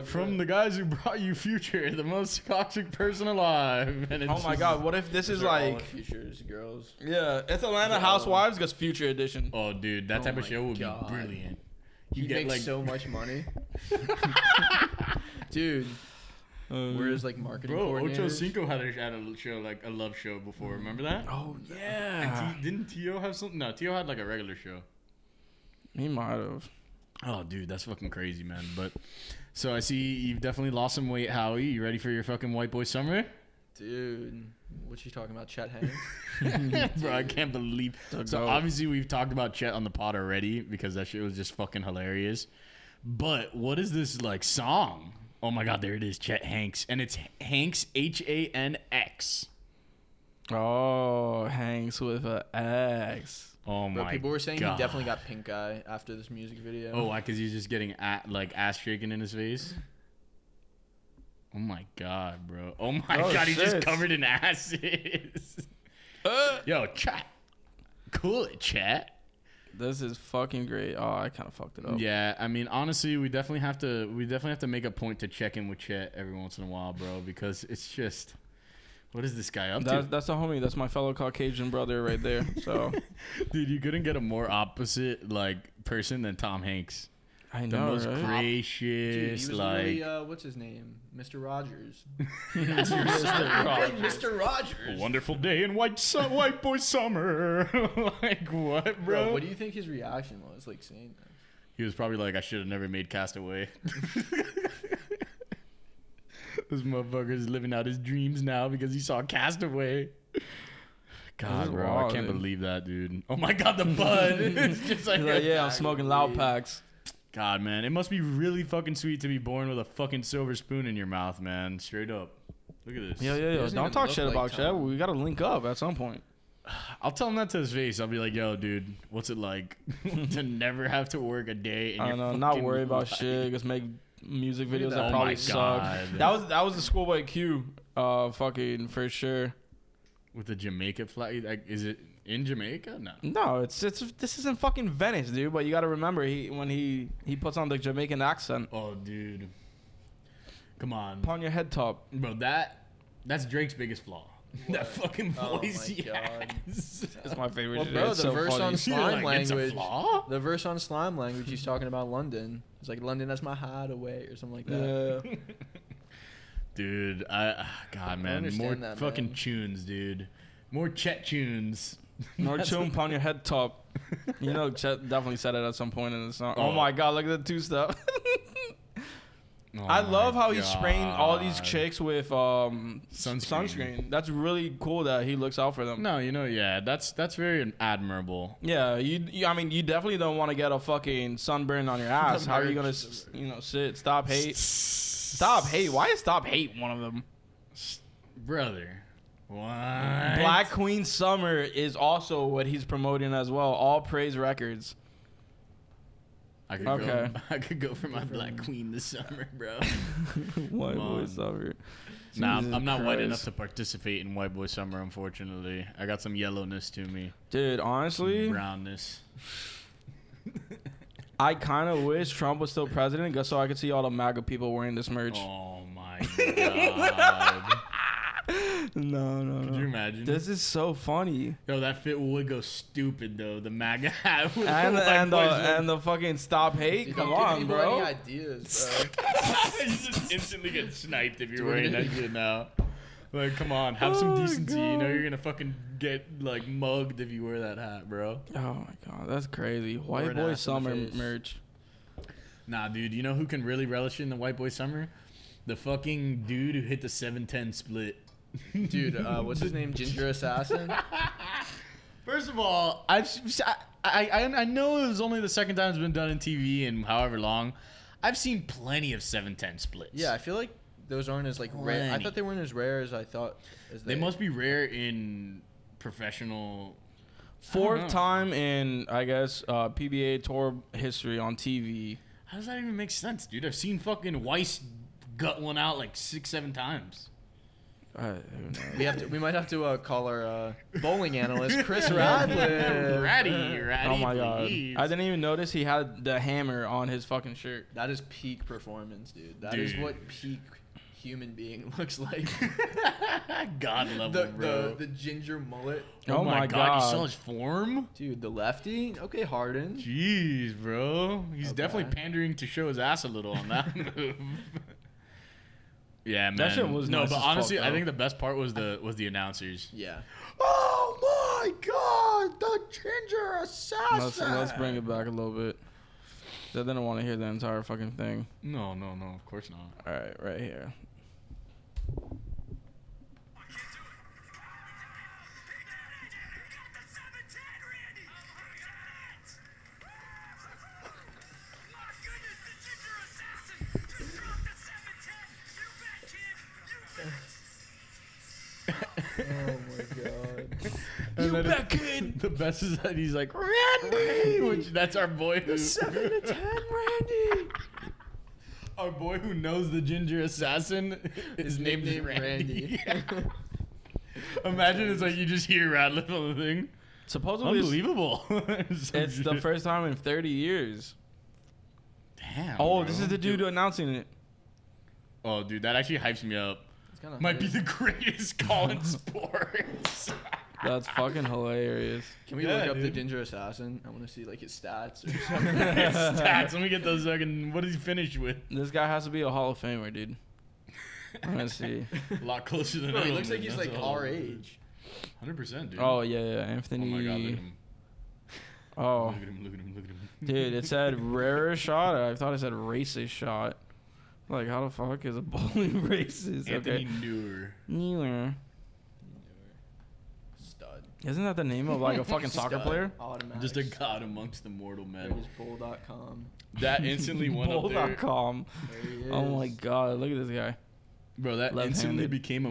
[SPEAKER 2] From the guys who brought you Future, the most toxic person alive. And it's
[SPEAKER 3] Oh my
[SPEAKER 2] just-
[SPEAKER 3] god, what if this is
[SPEAKER 4] They're all
[SPEAKER 3] like?
[SPEAKER 4] futures girls.
[SPEAKER 3] Yeah, it's Atlanta Housewives gets Future Edition.
[SPEAKER 2] Oh, dude, that
[SPEAKER 4] Oh
[SPEAKER 2] type of
[SPEAKER 4] my
[SPEAKER 2] show would
[SPEAKER 4] God.
[SPEAKER 2] be brilliant.
[SPEAKER 4] You
[SPEAKER 2] get,
[SPEAKER 4] make
[SPEAKER 2] like- <laughs>
[SPEAKER 4] so much money, dude. Whereas like marketing
[SPEAKER 2] Bro, Ocho
[SPEAKER 4] coordinators-
[SPEAKER 2] Cinco had a, had a show like a love show before. Remember that?
[SPEAKER 3] Oh
[SPEAKER 2] And
[SPEAKER 3] yeah.
[SPEAKER 2] T- didn't Tio have something? No, Tio had like a regular show.
[SPEAKER 3] He might have.
[SPEAKER 2] Oh, dude, that's fucking crazy, man. But so I see you've definitely lost some weight, Howie. You ready for your fucking white boy summer?
[SPEAKER 4] Dude, what you talking about,
[SPEAKER 2] <laughs>
[SPEAKER 4] Chet Hanks?
[SPEAKER 2] Bro, I can't believe. So obviously we've talked about Chet on the pod already because that shit was just fucking hilarious. But what is this like song? Oh my god, there it is, Chet Hanks, and it's Hanks H A N X.
[SPEAKER 3] Oh, Hanks with a X.
[SPEAKER 2] Oh my.
[SPEAKER 4] Bro, people were saying
[SPEAKER 2] god.
[SPEAKER 4] he definitely got pink eye after this music video.
[SPEAKER 2] Oh, why? Because he's just getting a like ass shaken in his face. Oh my god, bro! Oh my
[SPEAKER 3] Oh,
[SPEAKER 2] god, he's just
[SPEAKER 3] shit.
[SPEAKER 2] covered in asses. <laughs>
[SPEAKER 4] Uh.
[SPEAKER 2] Yo, chat. Cool it, chat.
[SPEAKER 3] This is fucking great. Oh, I kind of fucked it up.
[SPEAKER 2] Yeah, I mean, honestly, we definitely have to. We definitely have to make a point to check in with Chet every once in a while, bro, because it's just. What is this guy up
[SPEAKER 3] That's,
[SPEAKER 2] to?
[SPEAKER 3] that's a homie. That's my fellow Caucasian brother right there.
[SPEAKER 4] <laughs>
[SPEAKER 3] So
[SPEAKER 2] <laughs> Dude, you couldn't get a more opposite like person than Tom Hanks. The
[SPEAKER 3] I know,
[SPEAKER 2] most
[SPEAKER 3] right?
[SPEAKER 4] Dude, he
[SPEAKER 2] gracious,
[SPEAKER 4] was
[SPEAKER 2] like
[SPEAKER 4] literally, uh, what's his name? Mr.
[SPEAKER 2] <laughs>
[SPEAKER 4] Rogers. <laughs>
[SPEAKER 3] Mr. Rogers.
[SPEAKER 4] Mr. Rogers.
[SPEAKER 2] wonderful day in white su- white boy summer. <laughs> like what,
[SPEAKER 4] Bro,
[SPEAKER 2] bro?
[SPEAKER 4] what do you think his reaction was like saying that?
[SPEAKER 2] he was probably like, I should have never made Castaway. <laughs> this motherfucker's living out his dreams now because he saw Castaway. God, bro,
[SPEAKER 3] wild,
[SPEAKER 2] I can't
[SPEAKER 3] dude.
[SPEAKER 2] believe that, dude. Oh my God, the bud. <laughs> it's just like,
[SPEAKER 3] He's like, yeah, I'm smoking loud packs.
[SPEAKER 2] God, man, it must be really fucking sweet to be born with a fucking silver spoon in your mouth, man. Straight up. Look at this.
[SPEAKER 3] Yo, yo, yo!
[SPEAKER 4] doesn't
[SPEAKER 3] Don't
[SPEAKER 4] even
[SPEAKER 3] talk
[SPEAKER 4] look
[SPEAKER 3] shit
[SPEAKER 4] like
[SPEAKER 3] about Chad.
[SPEAKER 4] Tom.
[SPEAKER 3] We gotta link up at some point.
[SPEAKER 2] I'll tell him that to his face. I'll be like, "Yo, dude, what's it like <laughs> to never have to work a day?" In
[SPEAKER 3] I
[SPEAKER 2] your
[SPEAKER 3] don't know. Not
[SPEAKER 2] fucking
[SPEAKER 3] worry about
[SPEAKER 2] life?"
[SPEAKER 3] shit. Just make music videos
[SPEAKER 4] that.
[SPEAKER 3] that
[SPEAKER 2] Oh
[SPEAKER 3] probably
[SPEAKER 2] my
[SPEAKER 3] suck.
[SPEAKER 2] God.
[SPEAKER 3] That was that was the schoolboy Q. Uh, fucking for sure.
[SPEAKER 2] with the Jamaica flag. Like, is it in Jamaica? No.
[SPEAKER 3] No, it's it's this isn't fucking Venice, dude. But you gotta remember he when he he puts on the Jamaican accent
[SPEAKER 2] Oh, dude, come on,
[SPEAKER 3] upon your head top.
[SPEAKER 2] bro. That that's Drake's biggest flaw. <laughs> That fucking
[SPEAKER 4] Oh
[SPEAKER 2] voice
[SPEAKER 4] my
[SPEAKER 2] he
[SPEAKER 4] God.
[SPEAKER 2] has. <laughs>
[SPEAKER 3] It's my favorite.
[SPEAKER 4] Well,
[SPEAKER 3] shit.
[SPEAKER 4] bro,
[SPEAKER 3] It's
[SPEAKER 4] the
[SPEAKER 3] so
[SPEAKER 4] verse
[SPEAKER 3] funny.
[SPEAKER 4] on
[SPEAKER 2] You're
[SPEAKER 4] slime
[SPEAKER 2] like, it's a
[SPEAKER 4] language.
[SPEAKER 2] flaw?
[SPEAKER 4] The verse on slime language, he's talking about London. It's like London, that's my hideaway or something like that.
[SPEAKER 3] <laughs> Yeah. <laughs>
[SPEAKER 2] Dude, I ah, God man,
[SPEAKER 4] understand
[SPEAKER 2] more
[SPEAKER 4] that,
[SPEAKER 2] fucking
[SPEAKER 4] man.
[SPEAKER 2] tunes, dude. More Chet
[SPEAKER 3] <laughs>
[SPEAKER 2] tunes.
[SPEAKER 3] Nor chum upon your head top. <laughs> You know, Chet definitely said it at some point in the song. Oh,
[SPEAKER 2] Oh.
[SPEAKER 3] my god, look at the two <laughs> step.
[SPEAKER 2] Oh my
[SPEAKER 3] I love how he's spraying all these
[SPEAKER 2] God.
[SPEAKER 3] chicks with um
[SPEAKER 2] Sunscreen.
[SPEAKER 3] sunscreen. sunscreen. That's really cool that he looks out for them.
[SPEAKER 2] No, you know, yeah, that's that's very admirable.
[SPEAKER 3] Yeah, you, you. I mean, you definitely don't want to get a fucking sunburn <laughs> on your ass. How are you
[SPEAKER 4] merch.
[SPEAKER 3] gonna, s- you know, sit? Stop hate. Stop hate. Why is stop hate one of them?
[SPEAKER 2] brother. What?
[SPEAKER 3] Black Queen Summer is also what he's promoting as well. All Praise Records.
[SPEAKER 2] I could
[SPEAKER 3] Okay.
[SPEAKER 2] go. <laughs> I could go for my black queen this summer, bro.
[SPEAKER 3] <laughs> White
[SPEAKER 2] on.
[SPEAKER 3] boy summer.
[SPEAKER 2] nah, I'm,
[SPEAKER 3] Jesus
[SPEAKER 2] I'm not white
[SPEAKER 3] Christ.
[SPEAKER 2] enough to participate in White Boy Summer, unfortunately. I got some yellowness to me,
[SPEAKER 3] Dude, honestly,
[SPEAKER 2] brownness.
[SPEAKER 3] I kind of wish Trump was still president, just so I could see all the MAGA people wearing this merch.
[SPEAKER 2] Oh
[SPEAKER 3] <laughs>
[SPEAKER 2] my god!
[SPEAKER 3] <gasps> No, no,
[SPEAKER 2] could
[SPEAKER 3] no.
[SPEAKER 2] you imagine?
[SPEAKER 3] This is so funny.
[SPEAKER 2] Yo, that fit would go stupid though. The MAGA <laughs> hat. with
[SPEAKER 3] And
[SPEAKER 2] the
[SPEAKER 3] the,
[SPEAKER 2] white
[SPEAKER 3] and the
[SPEAKER 2] boys in it. <laughs>
[SPEAKER 3] and the fucking stop hate.
[SPEAKER 4] Dude,
[SPEAKER 3] Come
[SPEAKER 4] don't give
[SPEAKER 3] on,
[SPEAKER 4] anybody
[SPEAKER 3] bro.
[SPEAKER 4] Any ideas, bro.
[SPEAKER 2] you just instantly get sniped if you're wearing that shit now. Like, come on, have some
[SPEAKER 3] Oh,
[SPEAKER 2] decency. You know
[SPEAKER 3] God.
[SPEAKER 2] you're gonna fucking get like mugged if you wear that hat, bro.
[SPEAKER 3] Oh my god, that's crazy.
[SPEAKER 4] Or
[SPEAKER 3] White
[SPEAKER 4] an
[SPEAKER 3] boy
[SPEAKER 4] ass in the
[SPEAKER 3] summer
[SPEAKER 4] face.
[SPEAKER 3] merch.
[SPEAKER 2] Nah, dude. You know who can really relish in the white boy summer? The fucking dude who hit the seven ten split. <laughs>
[SPEAKER 4] Dude, uh, what's his name? Ginger Assassin.
[SPEAKER 3] <laughs>
[SPEAKER 2] First of all, I've s- I, I I know it was only the second time it's been done in TV in however long. I've seen plenty of seven ten splits.
[SPEAKER 4] Yeah, I feel like those aren't as like rare. I
[SPEAKER 2] Plenty.
[SPEAKER 4] thought they weren't as rare as I thought. As
[SPEAKER 2] they must be rare in professional. know.
[SPEAKER 3] Fourth time in I guess uh, PBA tour history on TV.
[SPEAKER 2] How does that even make sense, dude? I've seen fucking Weiss gut one out like six, seven times.
[SPEAKER 3] Uh, who knows?
[SPEAKER 4] We have to. We might have to uh, call our uh, bowling
[SPEAKER 2] <laughs>
[SPEAKER 4] analyst Chris Radley.
[SPEAKER 2] ratty, ratty.
[SPEAKER 3] Oh my god!
[SPEAKER 2] please.
[SPEAKER 3] I didn't even notice he had the hammer on his fucking shirt.
[SPEAKER 4] That is peak performance, dude. That is what
[SPEAKER 2] Dude.
[SPEAKER 4] peak human being <laughs>
[SPEAKER 2] <laughs>
[SPEAKER 4] looks like.
[SPEAKER 2] <laughs> god level,
[SPEAKER 4] the,
[SPEAKER 2] bro.
[SPEAKER 4] the the ginger mullet,
[SPEAKER 2] oh, my, god. you saw
[SPEAKER 3] God.
[SPEAKER 2] his form?
[SPEAKER 4] dude. The lefty. Okay, Harden.
[SPEAKER 2] Jeez, bro. He's
[SPEAKER 4] Okay.
[SPEAKER 2] definitely pandering to show his ass a little on that <laughs> move. Yeah, man.
[SPEAKER 3] shit was
[SPEAKER 2] no,
[SPEAKER 3] nice
[SPEAKER 2] but
[SPEAKER 3] as fuck,
[SPEAKER 2] honestly, I
[SPEAKER 3] though.
[SPEAKER 2] think the best part was the was the announcers.
[SPEAKER 4] Yeah.
[SPEAKER 2] Oh my god, the ginger assassin.
[SPEAKER 3] Let's, let's bring it back a little bit. They didn't want to hear the entire fucking thing.
[SPEAKER 2] No, no, no. Of course not.
[SPEAKER 3] All right, right here.
[SPEAKER 4] <laughs> Oh
[SPEAKER 2] <laughs>
[SPEAKER 4] my god.
[SPEAKER 2] You bet, kid. <laughs> The best is that he's like Randy, which that's our boy. Who,
[SPEAKER 4] Seven to ten,
[SPEAKER 2] <laughs>
[SPEAKER 4] Randy.
[SPEAKER 2] our boy who knows the ginger assassin. His, name's
[SPEAKER 4] nickname
[SPEAKER 2] Randy.
[SPEAKER 3] <laughs>
[SPEAKER 4] Randy.
[SPEAKER 2] <laughs> Yeah. Imagine it's like you just hear Radcliffe on the thing.
[SPEAKER 3] Supposedly, it's-
[SPEAKER 2] Unbelievable. <laughs> Some
[SPEAKER 3] it's the
[SPEAKER 2] shit.
[SPEAKER 3] first time in 30 years.
[SPEAKER 2] Damn.
[SPEAKER 3] Oh,
[SPEAKER 2] bro.
[SPEAKER 3] this is the dude announcing it.
[SPEAKER 2] Oh, dude, that actually hypes me up.
[SPEAKER 4] It's kinda
[SPEAKER 2] Might be
[SPEAKER 4] hard.
[SPEAKER 2] the <laughs> greatest call in sports. <laughs>
[SPEAKER 3] That's fucking hilarious.
[SPEAKER 4] Can we
[SPEAKER 2] Yeah,
[SPEAKER 4] look up the
[SPEAKER 2] dude.
[SPEAKER 4] ginger assassin? I want to see like his
[SPEAKER 2] <laughs>
[SPEAKER 4] stats or something.
[SPEAKER 2] Stats. Let me get those fucking. What does he finish with?
[SPEAKER 3] This guy has to be a Hall of Famer, dude. I'm gonna see.
[SPEAKER 2] A lot closer than.
[SPEAKER 4] Bro, he
[SPEAKER 2] Edelman,
[SPEAKER 4] looks like he's
[SPEAKER 2] that's
[SPEAKER 4] like
[SPEAKER 2] all.
[SPEAKER 4] our age.
[SPEAKER 2] Hundred percent, dude.
[SPEAKER 3] Oh yeah, yeah,
[SPEAKER 2] Oh my god, look at
[SPEAKER 3] Anthony.
[SPEAKER 2] him.
[SPEAKER 3] Oh,
[SPEAKER 2] Look at him. Look at him. Look at him.
[SPEAKER 3] dude, it said rarer shot. I thought it said racist shot. Like, how the fuck is a bowling <laughs> racist?
[SPEAKER 2] Anthony
[SPEAKER 3] Okay.
[SPEAKER 2] Neuer.
[SPEAKER 3] Neither.
[SPEAKER 4] Stud.
[SPEAKER 3] Isn't that the name of like
[SPEAKER 2] <laughs>
[SPEAKER 3] a fucking soccer
[SPEAKER 4] Stud.
[SPEAKER 3] player?
[SPEAKER 4] Automatic.
[SPEAKER 2] Just a god amongst the mortal
[SPEAKER 4] There he
[SPEAKER 2] men.
[SPEAKER 4] is, bull.com.
[SPEAKER 2] That
[SPEAKER 3] <laughs>
[SPEAKER 2] instantly went up there.
[SPEAKER 3] Bowl.com.
[SPEAKER 4] There he is.
[SPEAKER 3] Oh my god, look at this guy.
[SPEAKER 2] Bro, that
[SPEAKER 3] Left-handed.
[SPEAKER 2] instantly became a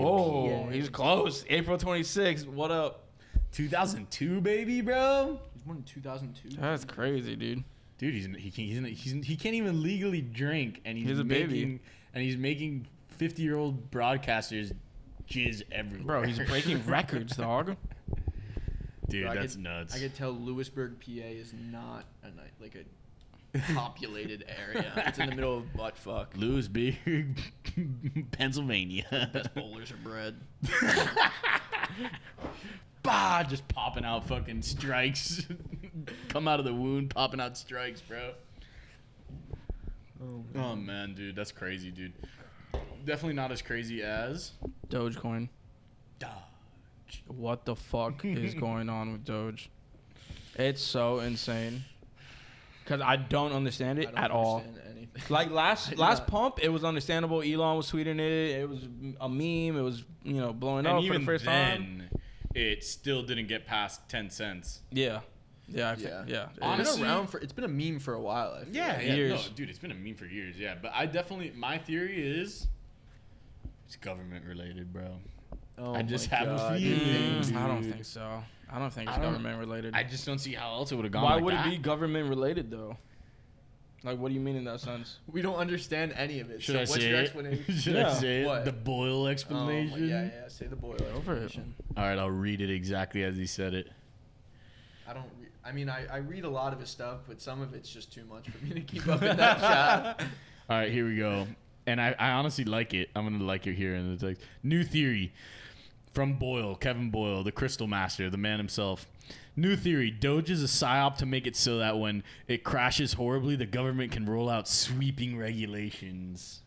[SPEAKER 2] whoa.
[SPEAKER 3] Oh,
[SPEAKER 4] Yeah.
[SPEAKER 3] he's close. April 26th. What up?
[SPEAKER 2] 2002, baby, bro.
[SPEAKER 4] He's born in 2002.
[SPEAKER 3] That's crazy, dude.
[SPEAKER 2] Dude, he's he can't he's, he's he can't even legally drink, and he's,
[SPEAKER 3] He's a
[SPEAKER 2] making,
[SPEAKER 3] baby.
[SPEAKER 2] and he's making 50 year old broadcasters jizz everywhere.
[SPEAKER 3] Bro, he's
[SPEAKER 2] <laughs>
[SPEAKER 3] breaking records, dog.
[SPEAKER 2] Dude,
[SPEAKER 4] Bro, I
[SPEAKER 2] that's
[SPEAKER 4] could-
[SPEAKER 2] nuts.
[SPEAKER 4] I could tell Lewisburg, PA is not a night like a
[SPEAKER 2] <laughs>
[SPEAKER 4] populated area. It's in the middle of butt fuck.
[SPEAKER 2] Lewisburg, <laughs> Pennsylvania. <laughs>
[SPEAKER 4] Bowlers are bred.
[SPEAKER 2] <laughs> bah, just popping out fucking strikes. <laughs> Come out of the wound, popping out strikes, bro. Oh man. dude, that's crazy, dude. Definitely not as crazy as.
[SPEAKER 3] Dogecoin.
[SPEAKER 2] Duh.
[SPEAKER 3] What the fuck
[SPEAKER 4] <laughs>
[SPEAKER 3] is going on with Doge? It's so insane. Cause I don't understand it
[SPEAKER 4] I don't
[SPEAKER 3] at all.
[SPEAKER 4] understand Anything.
[SPEAKER 3] Like
[SPEAKER 4] I
[SPEAKER 3] last
[SPEAKER 4] do
[SPEAKER 3] last
[SPEAKER 4] not-
[SPEAKER 3] pump, it was understandable. Elon was tweeting it. It was a meme. It was you know blowing up
[SPEAKER 2] and
[SPEAKER 3] for
[SPEAKER 2] even
[SPEAKER 3] the first
[SPEAKER 2] then,
[SPEAKER 3] time.
[SPEAKER 2] it still didn't get past ten cents.
[SPEAKER 3] Yeah, yeah, I think,
[SPEAKER 4] Yeah.
[SPEAKER 3] yeah.
[SPEAKER 4] <laughs> It's
[SPEAKER 2] Honest-
[SPEAKER 3] Honestly,
[SPEAKER 2] Honestly-
[SPEAKER 4] been around for. It's been a meme for a while. I feel like.
[SPEAKER 3] years.
[SPEAKER 2] No, dude, it's been a meme for years. Yeah, but I definitely my theory is it's government related, bro.
[SPEAKER 3] Oh
[SPEAKER 2] I just
[SPEAKER 3] my
[SPEAKER 2] have a
[SPEAKER 3] God.
[SPEAKER 2] feeling.
[SPEAKER 3] Mm, I don't
[SPEAKER 2] dude.
[SPEAKER 3] think so. I don't think it's
[SPEAKER 2] I don't-
[SPEAKER 3] government related.
[SPEAKER 2] I just don't see how else it would have gone.
[SPEAKER 3] Why
[SPEAKER 2] like
[SPEAKER 3] would
[SPEAKER 2] that.
[SPEAKER 3] it be
[SPEAKER 4] "Ah."
[SPEAKER 3] government related though? Like, what do you mean in that sense?
[SPEAKER 4] We don't understand any of it.
[SPEAKER 2] Should
[SPEAKER 4] so
[SPEAKER 2] I
[SPEAKER 4] what's
[SPEAKER 2] say
[SPEAKER 4] your
[SPEAKER 2] it?
[SPEAKER 4] explanation?
[SPEAKER 2] <laughs> Should I
[SPEAKER 3] Yeah.
[SPEAKER 2] say it?
[SPEAKER 4] What?
[SPEAKER 2] The Boyle
[SPEAKER 4] Oh my-
[SPEAKER 2] explanation.
[SPEAKER 4] yeah, yeah. Say the
[SPEAKER 3] <sighs>
[SPEAKER 4] boil <sighs> explanation.
[SPEAKER 2] All right, I'll read it exactly as he said it.
[SPEAKER 4] I don't. Re- I mean, I, I read a lot of his stuff, but some of it's just too much for me to keep up in that chat.
[SPEAKER 2] All right, here we go. And I, I honestly like it. I'm gonna like it here in the text. New theory from Boyle, Kevin Boyle, the Crystal Master, the man himself. New theory: Doge is a psyop to make it so that when it crashes horribly, the government can roll out sweeping regulations.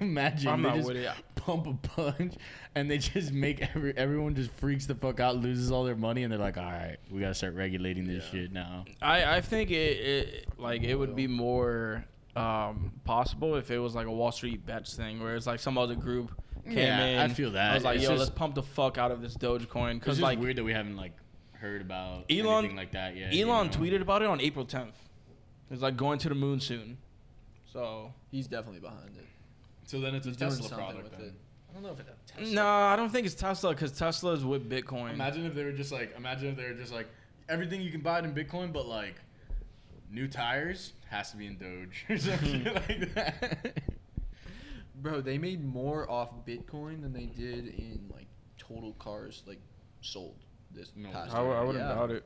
[SPEAKER 2] Imagine
[SPEAKER 3] I'm
[SPEAKER 2] they
[SPEAKER 3] not
[SPEAKER 2] just
[SPEAKER 3] with it.
[SPEAKER 2] pump a punch, and they just make every everyone just freaks the fuck out, loses all their money, and they're like, "All right, we gotta start regulating this shit now."
[SPEAKER 3] I I think it, it like it would be more um, possible if it was like a Wall Street bets thing where it's like some other group came
[SPEAKER 2] Yeah,
[SPEAKER 3] in.
[SPEAKER 2] I feel that.
[SPEAKER 3] I was like,
[SPEAKER 2] It's
[SPEAKER 3] yo,
[SPEAKER 2] just-
[SPEAKER 3] let's pump the fuck out of this Dogecoin
[SPEAKER 2] It's
[SPEAKER 3] because
[SPEAKER 2] just
[SPEAKER 3] like
[SPEAKER 2] weird that we haven't like heard about
[SPEAKER 3] Elon-
[SPEAKER 2] anything like that yet. you
[SPEAKER 3] Elon
[SPEAKER 2] know?
[SPEAKER 3] tweeted about it on April 10th. It's like going to the moon soon. So
[SPEAKER 4] <laughs> He's definitely behind it.
[SPEAKER 2] So then it's a
[SPEAKER 4] He's doing
[SPEAKER 2] Tesla
[SPEAKER 4] something
[SPEAKER 2] product.
[SPEAKER 4] with
[SPEAKER 2] Then.
[SPEAKER 4] it. I don't know if it's a Tesla.
[SPEAKER 3] no, I don't think it's Tesla because Tesla is with Bitcoin.
[SPEAKER 2] Imagine if they were just like, imagine if they were just like, everything you can buy it in Bitcoin, but like, new tires has to be in Doge or
[SPEAKER 3] <laughs>
[SPEAKER 2] something <laughs> like that.
[SPEAKER 4] Bro, they made more off Bitcoin than they did in like total cars like sold this
[SPEAKER 2] No.
[SPEAKER 4] past
[SPEAKER 3] I,
[SPEAKER 4] year.
[SPEAKER 3] I wouldn't
[SPEAKER 4] yeah.
[SPEAKER 3] doubt it.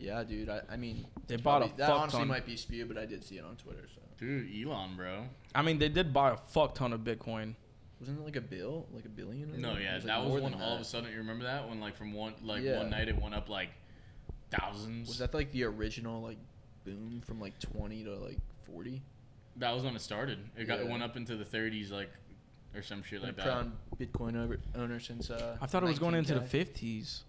[SPEAKER 4] Yeah, dude. I, I mean,
[SPEAKER 3] They bought a
[SPEAKER 4] probably- that
[SPEAKER 3] fuck
[SPEAKER 4] honestly
[SPEAKER 3] ton.
[SPEAKER 4] might be spew, but I did see it on Twitter. So
[SPEAKER 2] Dude, Elon, bro.
[SPEAKER 3] I mean, they did buy a fuck ton of Bitcoin.
[SPEAKER 4] wasn't it like a bill, like a billion? Or
[SPEAKER 2] No,
[SPEAKER 4] something? It
[SPEAKER 2] yeah,
[SPEAKER 4] was, like,
[SPEAKER 2] that
[SPEAKER 4] more
[SPEAKER 2] was
[SPEAKER 4] than
[SPEAKER 2] when all of
[SPEAKER 4] that.
[SPEAKER 2] a sudden you remember that when like from one like
[SPEAKER 4] Yeah.
[SPEAKER 2] one night it went up like thousands.
[SPEAKER 4] Was
[SPEAKER 2] that-,
[SPEAKER 4] that like the original like boom from like twenty to like forty?
[SPEAKER 2] was when it started. It got it
[SPEAKER 4] Yeah.
[SPEAKER 2] went up into the 30s like or some shit
[SPEAKER 4] Been a
[SPEAKER 2] like that.
[SPEAKER 4] proud Bitcoin over, owner since uh.
[SPEAKER 3] I thought it was going into the
[SPEAKER 4] 19K.
[SPEAKER 3] 50s.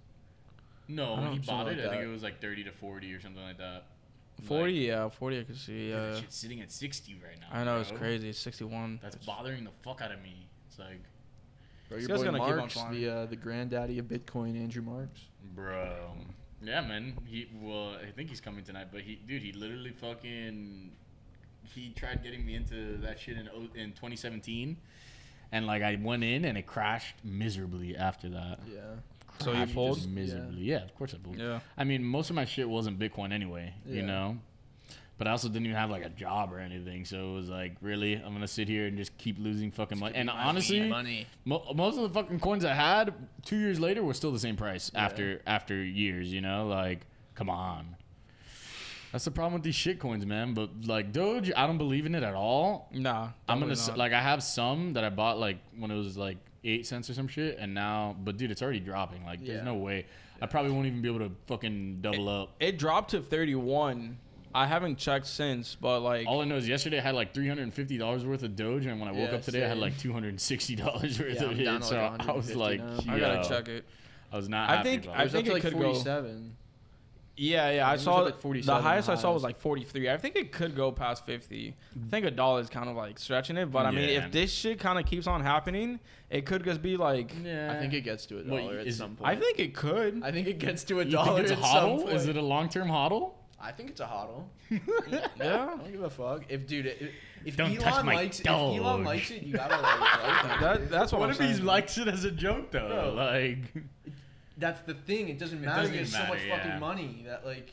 [SPEAKER 2] No,
[SPEAKER 4] I
[SPEAKER 2] when
[SPEAKER 4] don't
[SPEAKER 2] he
[SPEAKER 4] know,
[SPEAKER 2] bought
[SPEAKER 4] something
[SPEAKER 2] it,
[SPEAKER 4] like
[SPEAKER 2] I think
[SPEAKER 4] that.
[SPEAKER 2] it was like 30 to 40 or something like that.
[SPEAKER 3] 40,
[SPEAKER 2] Like,
[SPEAKER 3] yeah, 40 I could see.
[SPEAKER 2] dude,
[SPEAKER 3] Yeah,
[SPEAKER 2] that shit's sitting at 60 right now.
[SPEAKER 3] I know it's
[SPEAKER 2] bro.
[SPEAKER 3] crazy. It's 61.
[SPEAKER 2] That's bothering the fuck out of me. It's like,
[SPEAKER 4] Bro,
[SPEAKER 3] This
[SPEAKER 4] your
[SPEAKER 3] guy's
[SPEAKER 4] boy
[SPEAKER 3] gonna keep on
[SPEAKER 4] Marx,
[SPEAKER 3] flying.
[SPEAKER 4] the uh, the granddaddy of Bitcoin, Andrew Marks.
[SPEAKER 2] bro. Yeah, man. He well, I think he's coming tonight, but he, dude, he literally fucking, he tried getting me into that shit in o- in 2017, and like I went in and it crashed miserably after that.
[SPEAKER 4] Yeah.
[SPEAKER 3] So you
[SPEAKER 2] Crashed
[SPEAKER 3] pulled?
[SPEAKER 2] just miserably. Yeah. of course I pulled.
[SPEAKER 3] Yeah.
[SPEAKER 2] I mean, most of my shit wasn't Bitcoin anyway, you
[SPEAKER 4] Yeah.
[SPEAKER 2] know? But I also didn't even have like a job or anything. So it was like, really? I'm going to sit here and just keep losing fucking money. And honestly, mo- most of the fucking coins I had 2 years later were still the same price after after years, you know? Like, come on. That's the problem with these shit coins, man. But like Doge, I don't believe in it at all.
[SPEAKER 3] Nah.
[SPEAKER 2] I'm
[SPEAKER 3] definitely
[SPEAKER 2] gonna s
[SPEAKER 3] not.
[SPEAKER 2] like I have some that I bought like when it was like eight cents or some shit, and now, but dude, it's already dropping. Like, there's
[SPEAKER 4] Yeah.
[SPEAKER 2] no way. I probably won't even be able to fucking double up.
[SPEAKER 3] It dropped to 31. I haven't checked since, but like
[SPEAKER 2] All I know is yesterday I had like three hundred and fifty dollars worth of Doge, and when I woke
[SPEAKER 4] Yeah,
[SPEAKER 2] up today, I had
[SPEAKER 4] same.
[SPEAKER 2] like two hundred and sixty dollars <laughs> worth
[SPEAKER 4] Yeah,
[SPEAKER 2] of
[SPEAKER 4] I'm down
[SPEAKER 2] it.
[SPEAKER 4] to,
[SPEAKER 2] So
[SPEAKER 4] like,
[SPEAKER 2] I was like,
[SPEAKER 4] $150 now.
[SPEAKER 3] I gotta
[SPEAKER 2] yo,
[SPEAKER 3] check it.
[SPEAKER 2] I was not.
[SPEAKER 3] I
[SPEAKER 2] happy
[SPEAKER 3] think
[SPEAKER 2] about
[SPEAKER 4] I
[SPEAKER 3] I
[SPEAKER 2] it.
[SPEAKER 4] think
[SPEAKER 3] think
[SPEAKER 4] to
[SPEAKER 3] it
[SPEAKER 4] like
[SPEAKER 3] could go-
[SPEAKER 4] 47.
[SPEAKER 3] Yeah, yeah. I
[SPEAKER 4] It was
[SPEAKER 3] saw
[SPEAKER 4] up at 47
[SPEAKER 3] the highest I saw was
[SPEAKER 4] highs.
[SPEAKER 3] like 43. I think it could go past 50. I think a dollar is kind of like stretching it, but I mean,
[SPEAKER 2] Yeah.
[SPEAKER 3] if this shit kind of keeps on happening, it could just be like.
[SPEAKER 4] I think Eh. it gets to a
[SPEAKER 2] What,
[SPEAKER 4] dollar at
[SPEAKER 2] is-
[SPEAKER 4] some point.
[SPEAKER 3] I think it could.
[SPEAKER 4] I think it gets <laughs> to a
[SPEAKER 2] You think
[SPEAKER 4] dollar
[SPEAKER 2] it's a
[SPEAKER 4] at some
[SPEAKER 2] hodl?
[SPEAKER 4] point.
[SPEAKER 2] Is it a long term hodl?
[SPEAKER 4] I think it's a hodl. <laughs> I
[SPEAKER 3] Yeah.
[SPEAKER 4] don't give a fuck. If dude, if, if
[SPEAKER 2] Don't touch
[SPEAKER 4] Elon
[SPEAKER 2] my
[SPEAKER 4] likes, if
[SPEAKER 2] Doge.
[SPEAKER 4] Elon likes it, you gotta
[SPEAKER 3] <laughs>
[SPEAKER 4] like. like it,
[SPEAKER 3] That,
[SPEAKER 4] dude.
[SPEAKER 3] that's <laughs> what,
[SPEAKER 2] What
[SPEAKER 3] I'm
[SPEAKER 2] if he
[SPEAKER 3] saying.
[SPEAKER 2] likes it as a joke though?
[SPEAKER 4] Bro.
[SPEAKER 2] Like.
[SPEAKER 4] that's the thing. It doesn't matter.
[SPEAKER 2] doesn't
[SPEAKER 4] There's so
[SPEAKER 2] matter,
[SPEAKER 4] much
[SPEAKER 2] yeah.
[SPEAKER 4] fucking money that like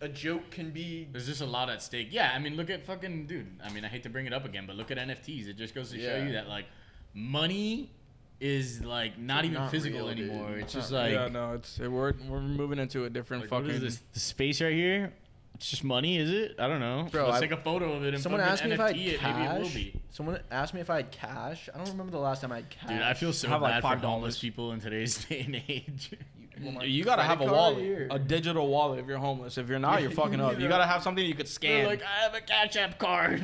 [SPEAKER 4] a joke can be.
[SPEAKER 2] There's just a lot at stake. Yeah, I mean, look at fucking dude. I mean, I hate to bring it up again, but look at NFTs. It just goes to show
[SPEAKER 4] Yeah.
[SPEAKER 2] you that like money is like not even
[SPEAKER 4] not
[SPEAKER 2] physical
[SPEAKER 4] real, dude.
[SPEAKER 2] anymore. It's
[SPEAKER 4] It's
[SPEAKER 2] just
[SPEAKER 4] not
[SPEAKER 2] like,
[SPEAKER 3] yeah, no, it's it, we're we're moving into a different
[SPEAKER 2] like,
[SPEAKER 3] fucking.
[SPEAKER 2] what is this? The space right here? It's just money, is it? I don't know.
[SPEAKER 4] Bro,
[SPEAKER 2] let's
[SPEAKER 4] I-
[SPEAKER 2] take a photo of it and
[SPEAKER 4] Someone
[SPEAKER 2] fucking
[SPEAKER 4] asked me
[SPEAKER 2] NFT
[SPEAKER 4] if I
[SPEAKER 2] it.
[SPEAKER 4] had cash.
[SPEAKER 2] Maybe it will be.
[SPEAKER 4] Someone asked me if I had cash. I don't remember the last time I had cash.
[SPEAKER 2] Dude, I feel so
[SPEAKER 3] I have, like,
[SPEAKER 2] bad for
[SPEAKER 3] $5.
[SPEAKER 2] homeless people in today's <laughs> day and age.
[SPEAKER 4] You want my
[SPEAKER 3] You gotta
[SPEAKER 4] credit
[SPEAKER 3] have a
[SPEAKER 4] card
[SPEAKER 3] wallet,
[SPEAKER 4] or-
[SPEAKER 3] a digital wallet. If you're homeless, if you're not, you're fucking up. You gotta have something you <laughs> could
[SPEAKER 2] They're
[SPEAKER 3] scan.
[SPEAKER 2] like, I have a Cash App card.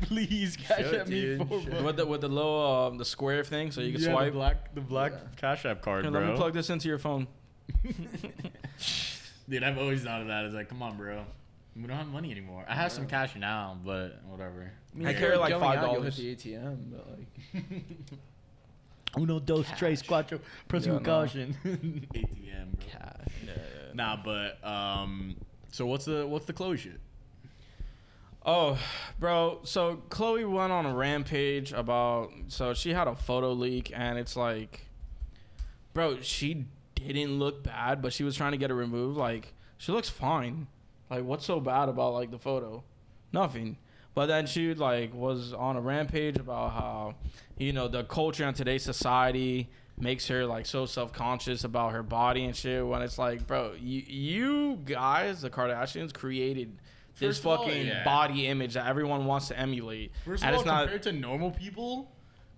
[SPEAKER 2] <laughs> Please cash
[SPEAKER 4] Shut,
[SPEAKER 2] app me
[SPEAKER 4] dude,
[SPEAKER 2] four
[SPEAKER 4] shut.
[SPEAKER 2] bucks.
[SPEAKER 3] with the with the little um, the square thing, so you can swipe.
[SPEAKER 2] the black, the black
[SPEAKER 4] Yeah.
[SPEAKER 2] Cash App card,
[SPEAKER 3] Here,
[SPEAKER 2] bro.
[SPEAKER 3] let me <laughs> plug this into your phone.
[SPEAKER 2] Dude, I've always thought of that. It's like, come on, bro. We don't have money anymore. I have some cash now, but whatever.
[SPEAKER 4] mean,
[SPEAKER 3] I
[SPEAKER 4] if
[SPEAKER 3] carry
[SPEAKER 4] you're
[SPEAKER 3] like
[SPEAKER 4] going out, you'll
[SPEAKER 3] $5.
[SPEAKER 4] hit the ATM, but like.
[SPEAKER 2] Uno, dos, tres, cuatro. Proceed with
[SPEAKER 3] Yeah, no.
[SPEAKER 2] caution. <laughs> ATM, bro.
[SPEAKER 4] Cash.
[SPEAKER 2] Nah, but um, so what's the what's the Chloe shit?
[SPEAKER 3] Oh, bro. So Chloe went on a rampage about. So she had a photo leak, and it's like, bro, she didn't look bad, but she was trying to get it removed. Like, she looks fine. Like, what's so bad about like the photo? Nothing. But then she like was on a rampage about how, you know, the culture in today's society makes her like so self conscious about her body and shit. When it's like, bro, you you guys, the Kardashians, created this
[SPEAKER 2] First of all,
[SPEAKER 3] fucking
[SPEAKER 2] yeah.
[SPEAKER 3] body image that everyone wants to emulate.
[SPEAKER 2] First
[SPEAKER 3] and
[SPEAKER 2] of all,
[SPEAKER 3] it's not
[SPEAKER 2] compared to normal people,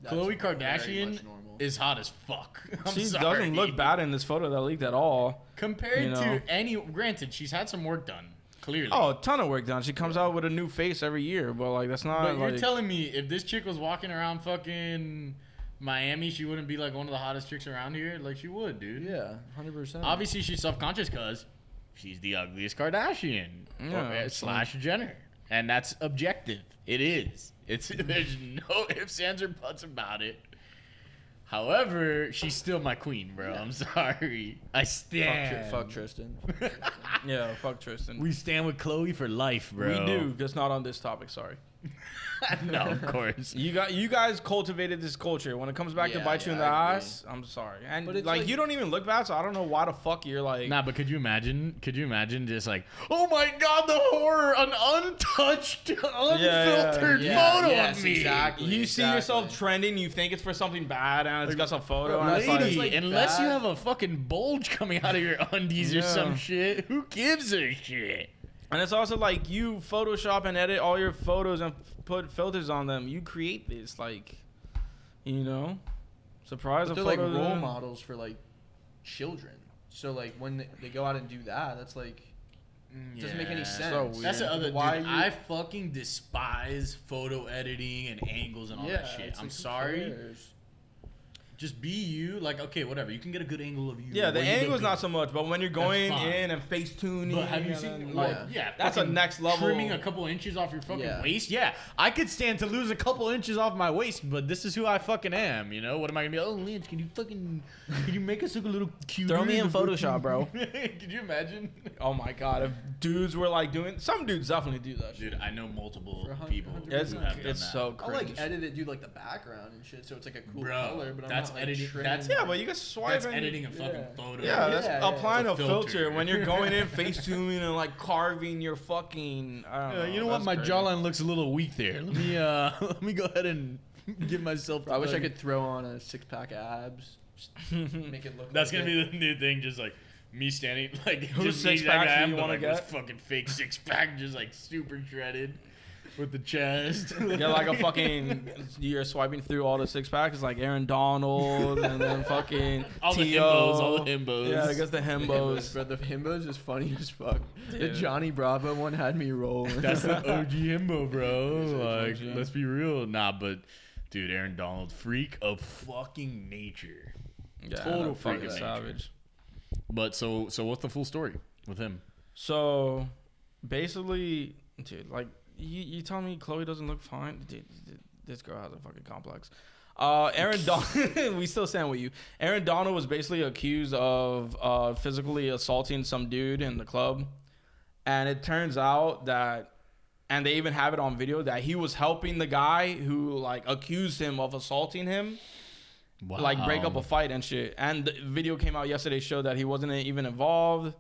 [SPEAKER 4] That's
[SPEAKER 2] Khloe
[SPEAKER 4] very
[SPEAKER 2] Kardashian
[SPEAKER 4] much normal.
[SPEAKER 2] is hot as fuck. <laughs> I'm
[SPEAKER 3] she
[SPEAKER 2] sorry.
[SPEAKER 3] doesn't look bad in this photo that leaked at all.
[SPEAKER 2] compared
[SPEAKER 3] you know.
[SPEAKER 2] to any. Granted, she's had some work done, clearly.
[SPEAKER 3] Oh, a ton of work done. She comes out with a new face every year, but like that's not
[SPEAKER 2] but
[SPEAKER 3] like
[SPEAKER 2] you're telling me if this chick was walking around fucking Miami, she wouldn't be like one of the hottest chicks around here? Like she would, dude.
[SPEAKER 4] Yeah, hundred percent.
[SPEAKER 2] Obviously, she's self-conscious because she's the ugliest Kardashian
[SPEAKER 3] Yeah,
[SPEAKER 2] or- eh,
[SPEAKER 3] it's
[SPEAKER 2] slash Jenner, and that's objective. It is. It's <laughs> there's no ifs, ands, or buts about it. However, she's still my queen, bro. I'm <laughs> sorry. I stand.
[SPEAKER 4] Fuck Tristan.
[SPEAKER 2] <laughs>
[SPEAKER 3] yeah, fuck Tristan.
[SPEAKER 2] we stand with Chloe for life, bro.
[SPEAKER 3] We do, just not on this topic. Sorry.
[SPEAKER 2] <laughs> no, of course.
[SPEAKER 3] You got you guys cultivated this culture. When it comes back to
[SPEAKER 4] Yeah,
[SPEAKER 3] bite you
[SPEAKER 4] yeah,
[SPEAKER 3] in the
[SPEAKER 4] I agree.
[SPEAKER 3] ass, I'm sorry. And
[SPEAKER 4] But
[SPEAKER 3] like,
[SPEAKER 4] it's like-
[SPEAKER 3] you don't even look bad, so I don't know why the fuck you're like.
[SPEAKER 2] Nah, but could you imagine? Could you imagine just like, oh my god, the horror, an untouched, <laughs> unfiltered
[SPEAKER 4] Yeah,
[SPEAKER 2] photo
[SPEAKER 4] yes,
[SPEAKER 2] of me.
[SPEAKER 4] exactly,
[SPEAKER 3] you see yourself
[SPEAKER 4] exactly.
[SPEAKER 3] trending, you think it's for something bad, and it's got some photo.
[SPEAKER 4] bro,
[SPEAKER 3] and it's like,
[SPEAKER 2] Lady,
[SPEAKER 4] like
[SPEAKER 2] unless you
[SPEAKER 4] that.
[SPEAKER 2] have a fucking bulge coming out of your undies or
[SPEAKER 3] Yeah.
[SPEAKER 2] some shit, who gives a shit?
[SPEAKER 3] and it's also like you Photoshop and edit all your photos and put filters on them. You create this, like, you know, surprise.
[SPEAKER 4] But
[SPEAKER 3] a
[SPEAKER 4] they're like
[SPEAKER 3] photo
[SPEAKER 4] role
[SPEAKER 3] that-
[SPEAKER 4] models for like children. So like when they, they go out and do that, that's like doesn't make any sense.
[SPEAKER 3] so weird.
[SPEAKER 2] That's the other
[SPEAKER 4] Why
[SPEAKER 2] dude,
[SPEAKER 4] you-
[SPEAKER 2] I fucking despise photo editing and angles and all that shit.
[SPEAKER 4] it's
[SPEAKER 2] I'm
[SPEAKER 4] like, who
[SPEAKER 2] sorry.
[SPEAKER 4] cares?
[SPEAKER 2] Just be you. Like, okay, whatever. You can get a good angle of you.
[SPEAKER 3] Yeah,
[SPEAKER 2] What
[SPEAKER 3] the
[SPEAKER 2] are you gonna
[SPEAKER 3] angle's
[SPEAKER 2] do?
[SPEAKER 3] not so much, but when you're going
[SPEAKER 2] fine.
[SPEAKER 3] in and face tuning,
[SPEAKER 2] But have you
[SPEAKER 3] and
[SPEAKER 2] seen
[SPEAKER 3] then,
[SPEAKER 2] like
[SPEAKER 4] Yeah.
[SPEAKER 2] yeah,
[SPEAKER 3] That's a
[SPEAKER 2] fucking
[SPEAKER 3] next level-
[SPEAKER 2] trimming a couple inches off your fucking
[SPEAKER 4] Yeah.
[SPEAKER 2] waist? Yeah, I could stand to lose a couple inches off my waist, but this is who I fucking am. You know what am I gonna be? Oh, Lance, can you fucking can you make us look a little cute?
[SPEAKER 3] Throw me in Photoshop,
[SPEAKER 2] <laughs>
[SPEAKER 3] bro.
[SPEAKER 2] Could you imagine?
[SPEAKER 3] Oh my god,
[SPEAKER 2] uh,
[SPEAKER 3] if dudes were like doing some dudes definitely do that
[SPEAKER 2] <laughs>
[SPEAKER 3] shit.
[SPEAKER 2] Dude, I know multiple
[SPEAKER 4] For a hun-
[SPEAKER 2] people
[SPEAKER 4] hundred
[SPEAKER 2] who have
[SPEAKER 3] It's,
[SPEAKER 4] percent.
[SPEAKER 2] done
[SPEAKER 3] it's
[SPEAKER 2] that.
[SPEAKER 3] so
[SPEAKER 4] I'll
[SPEAKER 3] cringe.
[SPEAKER 4] like edit it, do like the background and shit, so it's like a cool
[SPEAKER 2] Bro,
[SPEAKER 4] color. But I'm
[SPEAKER 2] that's
[SPEAKER 4] not, like,
[SPEAKER 2] editing-
[SPEAKER 4] trimming
[SPEAKER 2] that's- <laughs>
[SPEAKER 3] yeah, but you can swipe
[SPEAKER 2] That's
[SPEAKER 3] and-
[SPEAKER 2] editing a fucking
[SPEAKER 4] yeah.
[SPEAKER 2] photo.
[SPEAKER 3] Yeah, that's
[SPEAKER 4] Yeah, yeah,
[SPEAKER 3] applying
[SPEAKER 2] it's
[SPEAKER 3] a
[SPEAKER 2] a
[SPEAKER 3] filter.
[SPEAKER 2] filter. <laughs>
[SPEAKER 3] when you're going in face tuning and like carving your fucking. I don't
[SPEAKER 2] Uh,
[SPEAKER 3] know,
[SPEAKER 2] you know what?
[SPEAKER 3] that's
[SPEAKER 2] My
[SPEAKER 3] crazy.
[SPEAKER 2] jawline looks a little weak there. Let me <laughs> uh, let me go ahead and give myself.
[SPEAKER 4] I wish I
[SPEAKER 2] the-
[SPEAKER 4] could throw on a six pack abs, just
[SPEAKER 2] <laughs>
[SPEAKER 4] make it look.
[SPEAKER 2] That's
[SPEAKER 4] like
[SPEAKER 2] gonna
[SPEAKER 4] it.
[SPEAKER 2] be the new thing, just like me standing <laughs> like
[SPEAKER 3] Whose
[SPEAKER 2] just me
[SPEAKER 3] six pack
[SPEAKER 2] like I
[SPEAKER 3] do
[SPEAKER 2] am,
[SPEAKER 3] you
[SPEAKER 2] but,
[SPEAKER 3] wanna
[SPEAKER 2] like, this
[SPEAKER 3] get?
[SPEAKER 2] fucking fake six pack, just like super shredded with the
[SPEAKER 3] <laughs>
[SPEAKER 2] chest.
[SPEAKER 3] You're like a fucking. You're swiping through all the six packs. It's like Aaron Donald
[SPEAKER 2] <laughs>
[SPEAKER 3] and then fucking
[SPEAKER 2] <laughs> all the
[SPEAKER 3] T.O.
[SPEAKER 2] himbos, all the himbos.
[SPEAKER 3] Yeah, I guess the
[SPEAKER 4] The
[SPEAKER 3] himbos.
[SPEAKER 4] himbos, bro. The himbos is funny as fuck. The
[SPEAKER 3] Dude.
[SPEAKER 4] Johnny Bravo one had me
[SPEAKER 2] <laughs> <laughs>
[SPEAKER 4] rolling.
[SPEAKER 2] that's the
[SPEAKER 4] <laughs>
[SPEAKER 2] OG himbo,
[SPEAKER 3] <laughs>
[SPEAKER 2] bro.
[SPEAKER 3] It
[SPEAKER 2] Like,
[SPEAKER 3] is OG.
[SPEAKER 2] let's be real, nah, but. Dude, Aaron Donald, freak of fucking nature.
[SPEAKER 3] Yeah,
[SPEAKER 2] total
[SPEAKER 3] no,
[SPEAKER 2] freak of nature.
[SPEAKER 3] savage.
[SPEAKER 2] But so, so what's the full story with him?
[SPEAKER 3] So, basically, dude, like you, you tell me Chloe doesn't look fine. Dude, dude, this girl has a fucking complex. Uh, Aaron Donald, <laughs> we still stand with you. Aaron Donald was basically accused of uh, physically assaulting some dude in the club, and it turns out that, and they even have it on video that he was helping the guy who like accused him of assaulting him
[SPEAKER 2] Wow.
[SPEAKER 3] like break up a fight and shit. And the video came out yesterday showed that he wasn't even involved,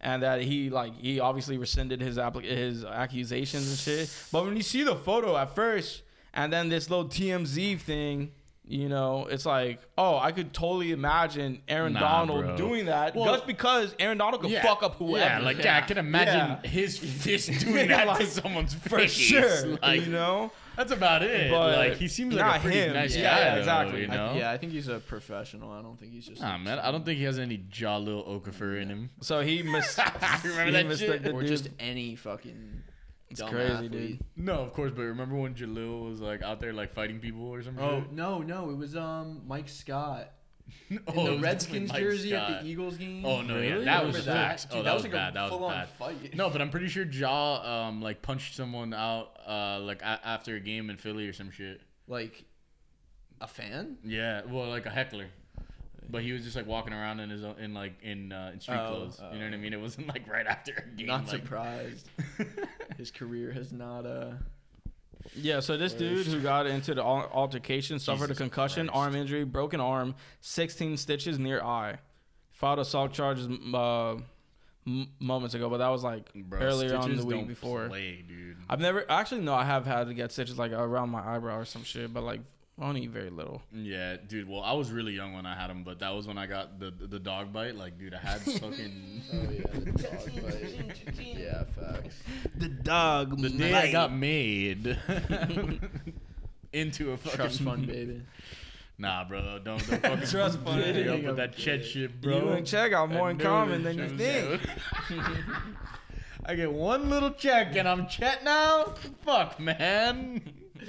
[SPEAKER 3] and that he like he obviously rescinded his applic his accusations and shit. But when you see the photo at first, and then this little TMZ thing. You know, it's like, oh, I could totally imagine Aaron
[SPEAKER 2] Nah,
[SPEAKER 3] Donald
[SPEAKER 2] bro.
[SPEAKER 3] doing that
[SPEAKER 2] Well-
[SPEAKER 3] just because Aaron Donald could fuck up whoever.
[SPEAKER 2] Yeah, like yeah. I can imagine
[SPEAKER 3] Yeah.
[SPEAKER 2] his <laughs> fist
[SPEAKER 3] <laughs>
[SPEAKER 2] doing that to
[SPEAKER 3] Like,
[SPEAKER 2] someone's face.
[SPEAKER 3] <laughs> for sure.
[SPEAKER 2] <laughs> Like,
[SPEAKER 3] you know,
[SPEAKER 2] That's about it.
[SPEAKER 3] But
[SPEAKER 2] like he seems like
[SPEAKER 3] not
[SPEAKER 2] a pretty
[SPEAKER 3] him.
[SPEAKER 2] nice
[SPEAKER 3] Yeah,
[SPEAKER 2] guy.
[SPEAKER 3] yeah,
[SPEAKER 2] though,
[SPEAKER 3] exactly.
[SPEAKER 2] you
[SPEAKER 3] I-
[SPEAKER 2] know?
[SPEAKER 4] Yeah, I think he's a professional. I don't think he's just.
[SPEAKER 2] Nah, man, I don't think he has any jaw little Okafor in him.
[SPEAKER 3] so
[SPEAKER 2] <laughs>
[SPEAKER 3] he missed.
[SPEAKER 2] Remember
[SPEAKER 3] he
[SPEAKER 2] that
[SPEAKER 3] mistook
[SPEAKER 2] shit?
[SPEAKER 3] the
[SPEAKER 4] Or
[SPEAKER 3] dude.
[SPEAKER 4] just any fucking.
[SPEAKER 3] It's
[SPEAKER 4] dumb
[SPEAKER 3] crazy,
[SPEAKER 4] athlete.
[SPEAKER 3] dude.
[SPEAKER 2] No, of course, but remember when Jalil was like out there like fighting people or something?
[SPEAKER 4] Oh no, no, it was um Mike Scott
[SPEAKER 2] <laughs> in
[SPEAKER 4] in the Redskins jersey at the Eagles game.
[SPEAKER 2] Oh, no, yeah,
[SPEAKER 4] Really?
[SPEAKER 2] that
[SPEAKER 4] I
[SPEAKER 2] was
[SPEAKER 4] remember
[SPEAKER 2] facts.
[SPEAKER 4] Dude,
[SPEAKER 2] Oh, that was
[SPEAKER 4] like
[SPEAKER 2] bad,
[SPEAKER 4] a
[SPEAKER 2] that was
[SPEAKER 4] full-on
[SPEAKER 2] bad.
[SPEAKER 4] fight.
[SPEAKER 2] No, but I'm pretty sure Jaw um like punched someone out uh like a- after a game in Philly or some shit.
[SPEAKER 4] like a fan.
[SPEAKER 2] Yeah, well like a heckler. but he was just like walking around in his own, in like in uh, in street
[SPEAKER 4] Oh,
[SPEAKER 2] clothes. you know what I
[SPEAKER 4] oh.
[SPEAKER 2] mean? It wasn't like right after a game.
[SPEAKER 4] Not
[SPEAKER 2] like,
[SPEAKER 4] surprised.
[SPEAKER 2] <laughs>
[SPEAKER 4] His career has not uh
[SPEAKER 3] Yeah, so this dude who got into the al- altercation suffered
[SPEAKER 2] Jesus
[SPEAKER 3] a concussion,
[SPEAKER 2] Christ.
[SPEAKER 3] arm injury, broken arm, 16 stitches near eye. Filed assault charges uh, m- moments ago, but that was like
[SPEAKER 2] Bro,
[SPEAKER 3] earlier on
[SPEAKER 2] stitches
[SPEAKER 3] the week
[SPEAKER 2] don't
[SPEAKER 3] before.
[SPEAKER 2] play, dude.
[SPEAKER 3] I've never actually no, I have had to get stitches like around my eyebrow or some shit, but like only very little.
[SPEAKER 2] Yeah, dude. Well, I was really young when I had him, but that was when I got the the dog bite. Like, dude, I had
[SPEAKER 3] <laughs>
[SPEAKER 2] fucking.
[SPEAKER 4] Oh yeah, the dog <laughs> bite. yeah, facts.
[SPEAKER 3] The dog.
[SPEAKER 2] the day I got made <laughs> into a fucking
[SPEAKER 4] Trust fund baby.
[SPEAKER 2] Nah, bro, don't don't fucking
[SPEAKER 3] <laughs> Trust fund.
[SPEAKER 2] Hit me up with that Chet shit, bro.
[SPEAKER 3] You and Chad got more in
[SPEAKER 2] I know
[SPEAKER 3] common
[SPEAKER 2] this
[SPEAKER 3] than you
[SPEAKER 2] shit.
[SPEAKER 3] think.
[SPEAKER 2] <laughs> I get one little check and I'm Chet now. Fuck, man. <laughs>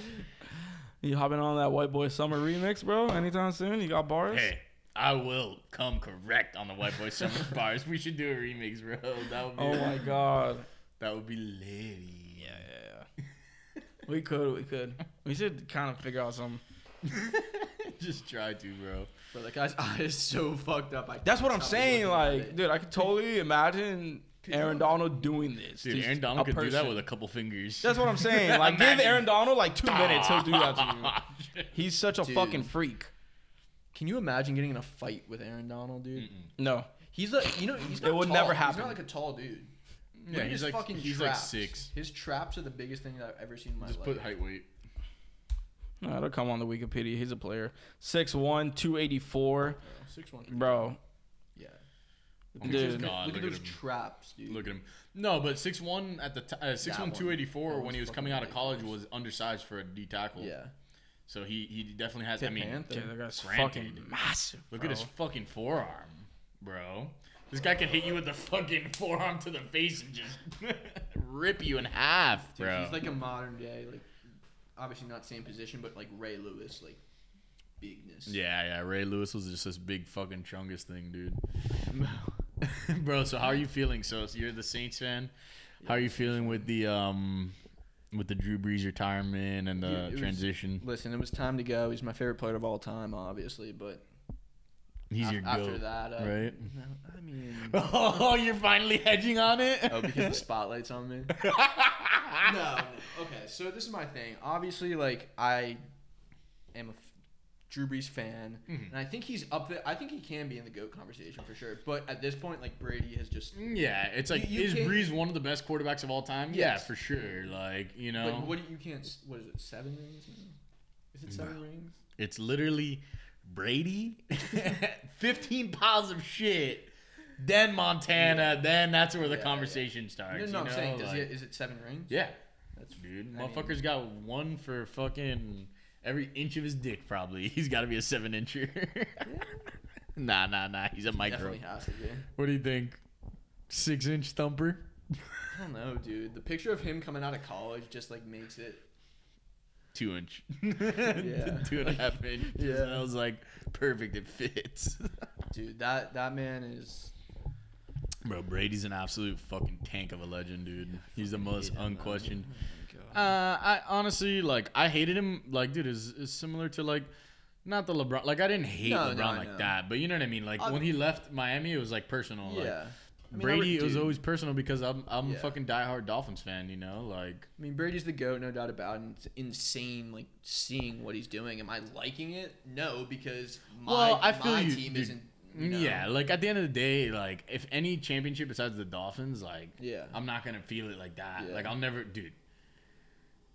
[SPEAKER 3] You hopping on that white boy summer remix, bro? Anytime soon? You got bars?
[SPEAKER 2] Hey, I will come correct on the White Boy
[SPEAKER 3] <laughs>
[SPEAKER 2] Summer bars. We should do a remix, bro. That would be
[SPEAKER 3] Oh my god.
[SPEAKER 2] that would be lady.
[SPEAKER 3] Yeah, yeah, yeah. we could, we could. We should kind of figure out some.
[SPEAKER 2] <laughs> Just try to, bro.
[SPEAKER 4] Bro, that guy's <laughs> eye is so fucked up. I
[SPEAKER 3] That's what I'm
[SPEAKER 4] can't stop
[SPEAKER 3] saying.
[SPEAKER 4] looking at
[SPEAKER 3] Like,
[SPEAKER 4] it.
[SPEAKER 3] dude, I could totally imagine Aaron Donald doing this.
[SPEAKER 2] Dude,
[SPEAKER 3] Just
[SPEAKER 2] Aaron Donald
[SPEAKER 3] a
[SPEAKER 2] could do that
[SPEAKER 3] person.
[SPEAKER 2] with a couple fingers.
[SPEAKER 3] That's
[SPEAKER 2] <laughs>
[SPEAKER 3] what I'm saying. Like, give
[SPEAKER 2] Imagine. Ah.
[SPEAKER 3] Aaron Donald like two minutes, he'll do that to you.
[SPEAKER 2] you.
[SPEAKER 3] He's such a
[SPEAKER 4] Dude.
[SPEAKER 3] fucking freak.
[SPEAKER 4] can you imagine getting in a fight with Aaron Donald, dude?
[SPEAKER 3] No,
[SPEAKER 4] He's like, you know, he's not
[SPEAKER 3] It would
[SPEAKER 4] tall.
[SPEAKER 3] never
[SPEAKER 4] He's
[SPEAKER 3] happen.
[SPEAKER 4] not like a tall dude. Look
[SPEAKER 2] Yeah,
[SPEAKER 4] at
[SPEAKER 2] he's
[SPEAKER 4] his
[SPEAKER 2] like
[SPEAKER 4] fucking
[SPEAKER 2] he's like
[SPEAKER 4] traps.
[SPEAKER 2] six.
[SPEAKER 4] His traps are the biggest thing that I've ever seen in
[SPEAKER 2] <laughs>
[SPEAKER 4] my
[SPEAKER 2] Just
[SPEAKER 4] life.
[SPEAKER 2] put height weight.
[SPEAKER 3] no, it'll come on the Wikipedia. He's a player. 6'1", 284.
[SPEAKER 4] six one.
[SPEAKER 3] bro.
[SPEAKER 4] Yeah.
[SPEAKER 2] Oh my
[SPEAKER 3] Dude.
[SPEAKER 2] God,
[SPEAKER 4] look,
[SPEAKER 2] look
[SPEAKER 4] at
[SPEAKER 2] at
[SPEAKER 4] those
[SPEAKER 2] him.
[SPEAKER 4] traps, dude.
[SPEAKER 2] Look at him. No, but six one at the t- uh, six one
[SPEAKER 4] one.
[SPEAKER 2] two eighty four
[SPEAKER 4] That
[SPEAKER 2] when
[SPEAKER 4] one's
[SPEAKER 2] he was
[SPEAKER 4] fucking
[SPEAKER 2] coming out of college
[SPEAKER 4] ridiculous.
[SPEAKER 2] was undersized for a D tackle.
[SPEAKER 4] yeah.
[SPEAKER 2] So he he definitely has. I
[SPEAKER 4] Tip
[SPEAKER 2] mean,
[SPEAKER 4] Panther.
[SPEAKER 3] Dude, that guy's
[SPEAKER 2] Granted.
[SPEAKER 3] fucking massive.
[SPEAKER 2] look
[SPEAKER 3] bro.
[SPEAKER 2] at his fucking forearm, bro. This guy can hit you with the fucking <laughs> forearm to the face and just <laughs> rip you in half,
[SPEAKER 4] Dude,
[SPEAKER 2] bro.
[SPEAKER 4] He's like a modern day, like obviously not same position, but like Ray Lewis, like bigness.
[SPEAKER 2] yeah, yeah. Ray Lewis was just this big fucking chungus thing,
[SPEAKER 4] <laughs>
[SPEAKER 2] dude. bro, so how are you feeling? So, so you're the Saints fan. How are you feeling with the um with the Drew Brees retirement and
[SPEAKER 4] Dude,
[SPEAKER 2] the
[SPEAKER 4] it was-
[SPEAKER 2] transition?
[SPEAKER 4] Listen, it was time to go. He's my favorite player of all time, obviously, but
[SPEAKER 2] He's
[SPEAKER 4] af-
[SPEAKER 2] your
[SPEAKER 4] after
[SPEAKER 2] goat,
[SPEAKER 4] that, uh,
[SPEAKER 2] right?
[SPEAKER 4] no, I mean,
[SPEAKER 2] <laughs> Oh, you're finally hedging on it.
[SPEAKER 4] oh,
[SPEAKER 2] <laughs>
[SPEAKER 4] because the spotlight's on me. <laughs> no, no. Okay, so this is my thing. Obviously, like I am a f- Drew Brees fan,
[SPEAKER 2] Mm-hmm.
[SPEAKER 4] and I think he's up there. I think he can be in the goat conversation for sure. But at this point, like Brady has just.
[SPEAKER 2] yeah, it's like
[SPEAKER 4] You- you
[SPEAKER 2] is
[SPEAKER 4] can't-
[SPEAKER 2] Breeze one of the best quarterbacks of all time?
[SPEAKER 4] Yes.
[SPEAKER 2] Yeah, for sure. Like you know,
[SPEAKER 4] Like, what do you can't? s- What is it? Seven rings? now? Is it seven rings?
[SPEAKER 2] it's literally Brady, <laughs> fifteen piles of shit, then Montana, then that's where the
[SPEAKER 4] Yeah,
[SPEAKER 2] conversation
[SPEAKER 4] No, no,
[SPEAKER 2] starts. you
[SPEAKER 4] I'm
[SPEAKER 2] know?
[SPEAKER 4] saying, does he,
[SPEAKER 2] like-
[SPEAKER 4] is it seven rings?
[SPEAKER 2] yeah,
[SPEAKER 4] That's
[SPEAKER 2] dude,
[SPEAKER 4] I mean-
[SPEAKER 2] motherfucker's got one for fucking every inch of his dick. Probably <laughs> he's got to be a seven incher. <laughs> nah, nah, nah. He's a micro.
[SPEAKER 4] Definitely has
[SPEAKER 2] <laughs>
[SPEAKER 4] to be.
[SPEAKER 2] What do you think? Six inch thumper?
[SPEAKER 4] I don't know, dude. The picture of him coming out of college just like makes it.
[SPEAKER 2] Two inch. <laughs> yeah. Two and a half inch.
[SPEAKER 4] <laughs> Yeah.
[SPEAKER 2] Yeah. I was like, perfect, it fits. <laughs>
[SPEAKER 4] Dude, that that man is.
[SPEAKER 2] Bro, Brady's an absolute fucking tank of a legend, dude. He's the most
[SPEAKER 4] hate him, man.
[SPEAKER 2] unquestioned. Uh, I honestly like I hated him. Like, dude, is is similar to like, not the LeBron. Like, I didn't hate
[SPEAKER 4] No, no,
[SPEAKER 2] LeBron
[SPEAKER 4] I
[SPEAKER 2] like
[SPEAKER 4] know.
[SPEAKER 2] that, but you know what I mean. Like
[SPEAKER 4] I-
[SPEAKER 2] when he left Miami, it was like personal. Like,
[SPEAKER 4] Yeah. I mean, I
[SPEAKER 2] Brady,
[SPEAKER 4] would-
[SPEAKER 2] it was
[SPEAKER 4] dude.
[SPEAKER 2] always personal because I'm I'm
[SPEAKER 4] Yeah.
[SPEAKER 2] a fucking diehard Dolphins fan. You know, like
[SPEAKER 4] I mean, Brady's the goat, no doubt about. it. And it's insane, like seeing what he's doing. Am I liking it? No, because my,
[SPEAKER 2] well, I feel
[SPEAKER 4] my
[SPEAKER 2] you,
[SPEAKER 4] team
[SPEAKER 2] dude.
[SPEAKER 4] isn't. you know.
[SPEAKER 2] Yeah, like at the end of the day, like if any championship besides the Dolphins, like
[SPEAKER 4] Yeah.
[SPEAKER 2] I'm not gonna feel it like that.
[SPEAKER 4] Yeah.
[SPEAKER 2] Like I'll never, dude.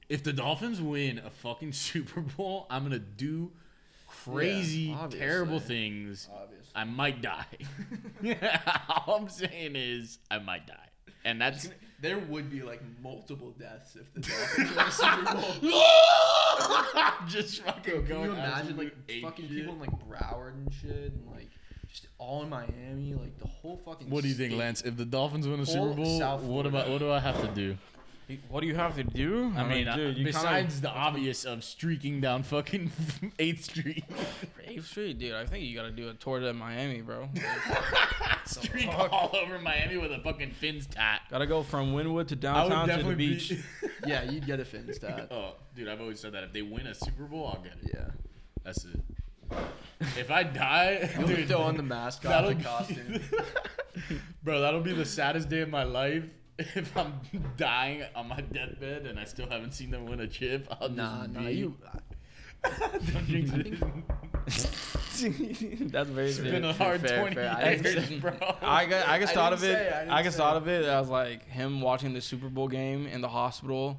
[SPEAKER 2] If the Dolphins win a fucking <laughs> Super Bowl, I'm gonna do crazy,
[SPEAKER 4] obviously.
[SPEAKER 2] terrible things.
[SPEAKER 4] Obviously.
[SPEAKER 2] I might
[SPEAKER 4] <laughs>
[SPEAKER 2] die. <laughs> All I'm saying is I might die, and that's
[SPEAKER 4] There would be like multiple deaths if the Dolphins won the Super
[SPEAKER 2] <laughs>
[SPEAKER 4] Bowl.
[SPEAKER 2] just fucking
[SPEAKER 4] Bro,
[SPEAKER 2] going.
[SPEAKER 4] can you imagine
[SPEAKER 2] absolute
[SPEAKER 4] like
[SPEAKER 2] ape
[SPEAKER 4] fucking
[SPEAKER 2] shit.
[SPEAKER 4] people in like Broward and shit, and like just all in Miami, like the whole fucking.
[SPEAKER 2] What do you think,
[SPEAKER 4] state.
[SPEAKER 2] Lance? If the Dolphins win a Super
[SPEAKER 4] Whole
[SPEAKER 2] Bowl,
[SPEAKER 4] South
[SPEAKER 2] what am I? What do I have to do?
[SPEAKER 3] What do you have to do?
[SPEAKER 2] I mean,
[SPEAKER 3] dude,
[SPEAKER 2] uh,
[SPEAKER 3] you
[SPEAKER 2] besides the obvious of streaking down fucking <laughs> 8th
[SPEAKER 3] <laughs>
[SPEAKER 2] Street,
[SPEAKER 3] kind of street, dude. I think you got to do a tour to Miami, bro.
[SPEAKER 2] streak all over Miami with a fucking Finns tat.
[SPEAKER 3] <laughs> Gotta go from Wynwood to downtown to the <laughs>
[SPEAKER 4] <laughs>
[SPEAKER 3] beach.
[SPEAKER 4] <laughs> Yeah, you'd get a
[SPEAKER 2] <laughs>
[SPEAKER 4] fin stat.
[SPEAKER 2] oh, dude, I've always said that. If they win a Super Bowl, I'll get it.
[SPEAKER 4] Yeah.
[SPEAKER 2] That's it. If I die,
[SPEAKER 4] <laughs> You'll
[SPEAKER 2] dude,
[SPEAKER 4] throw on the mascot
[SPEAKER 2] that'll
[SPEAKER 4] the
[SPEAKER 2] be- <laughs>
[SPEAKER 4] costume.
[SPEAKER 2] bro, that'll be the saddest day of my life. <laughs> If I'm dying on my deathbed and I still haven't seen them win a chip, I'll
[SPEAKER 4] nah,
[SPEAKER 2] just
[SPEAKER 4] nah,
[SPEAKER 2] be- <laughs>
[SPEAKER 4] you. uh,
[SPEAKER 2] Don't jinx it.
[SPEAKER 3] <laughs> That's very
[SPEAKER 2] It's <laughs> been
[SPEAKER 3] true.
[SPEAKER 2] a hard
[SPEAKER 4] Fair,
[SPEAKER 2] 20
[SPEAKER 4] fair. I didn't
[SPEAKER 2] years,
[SPEAKER 4] say-
[SPEAKER 2] bro.
[SPEAKER 3] <laughs> I got, I just
[SPEAKER 4] I
[SPEAKER 3] thought of
[SPEAKER 4] didn't
[SPEAKER 3] it.
[SPEAKER 4] say, I
[SPEAKER 3] I,
[SPEAKER 4] didn't
[SPEAKER 3] just
[SPEAKER 4] say.
[SPEAKER 3] thought of it as like him watching the Super Bowl game in the hospital.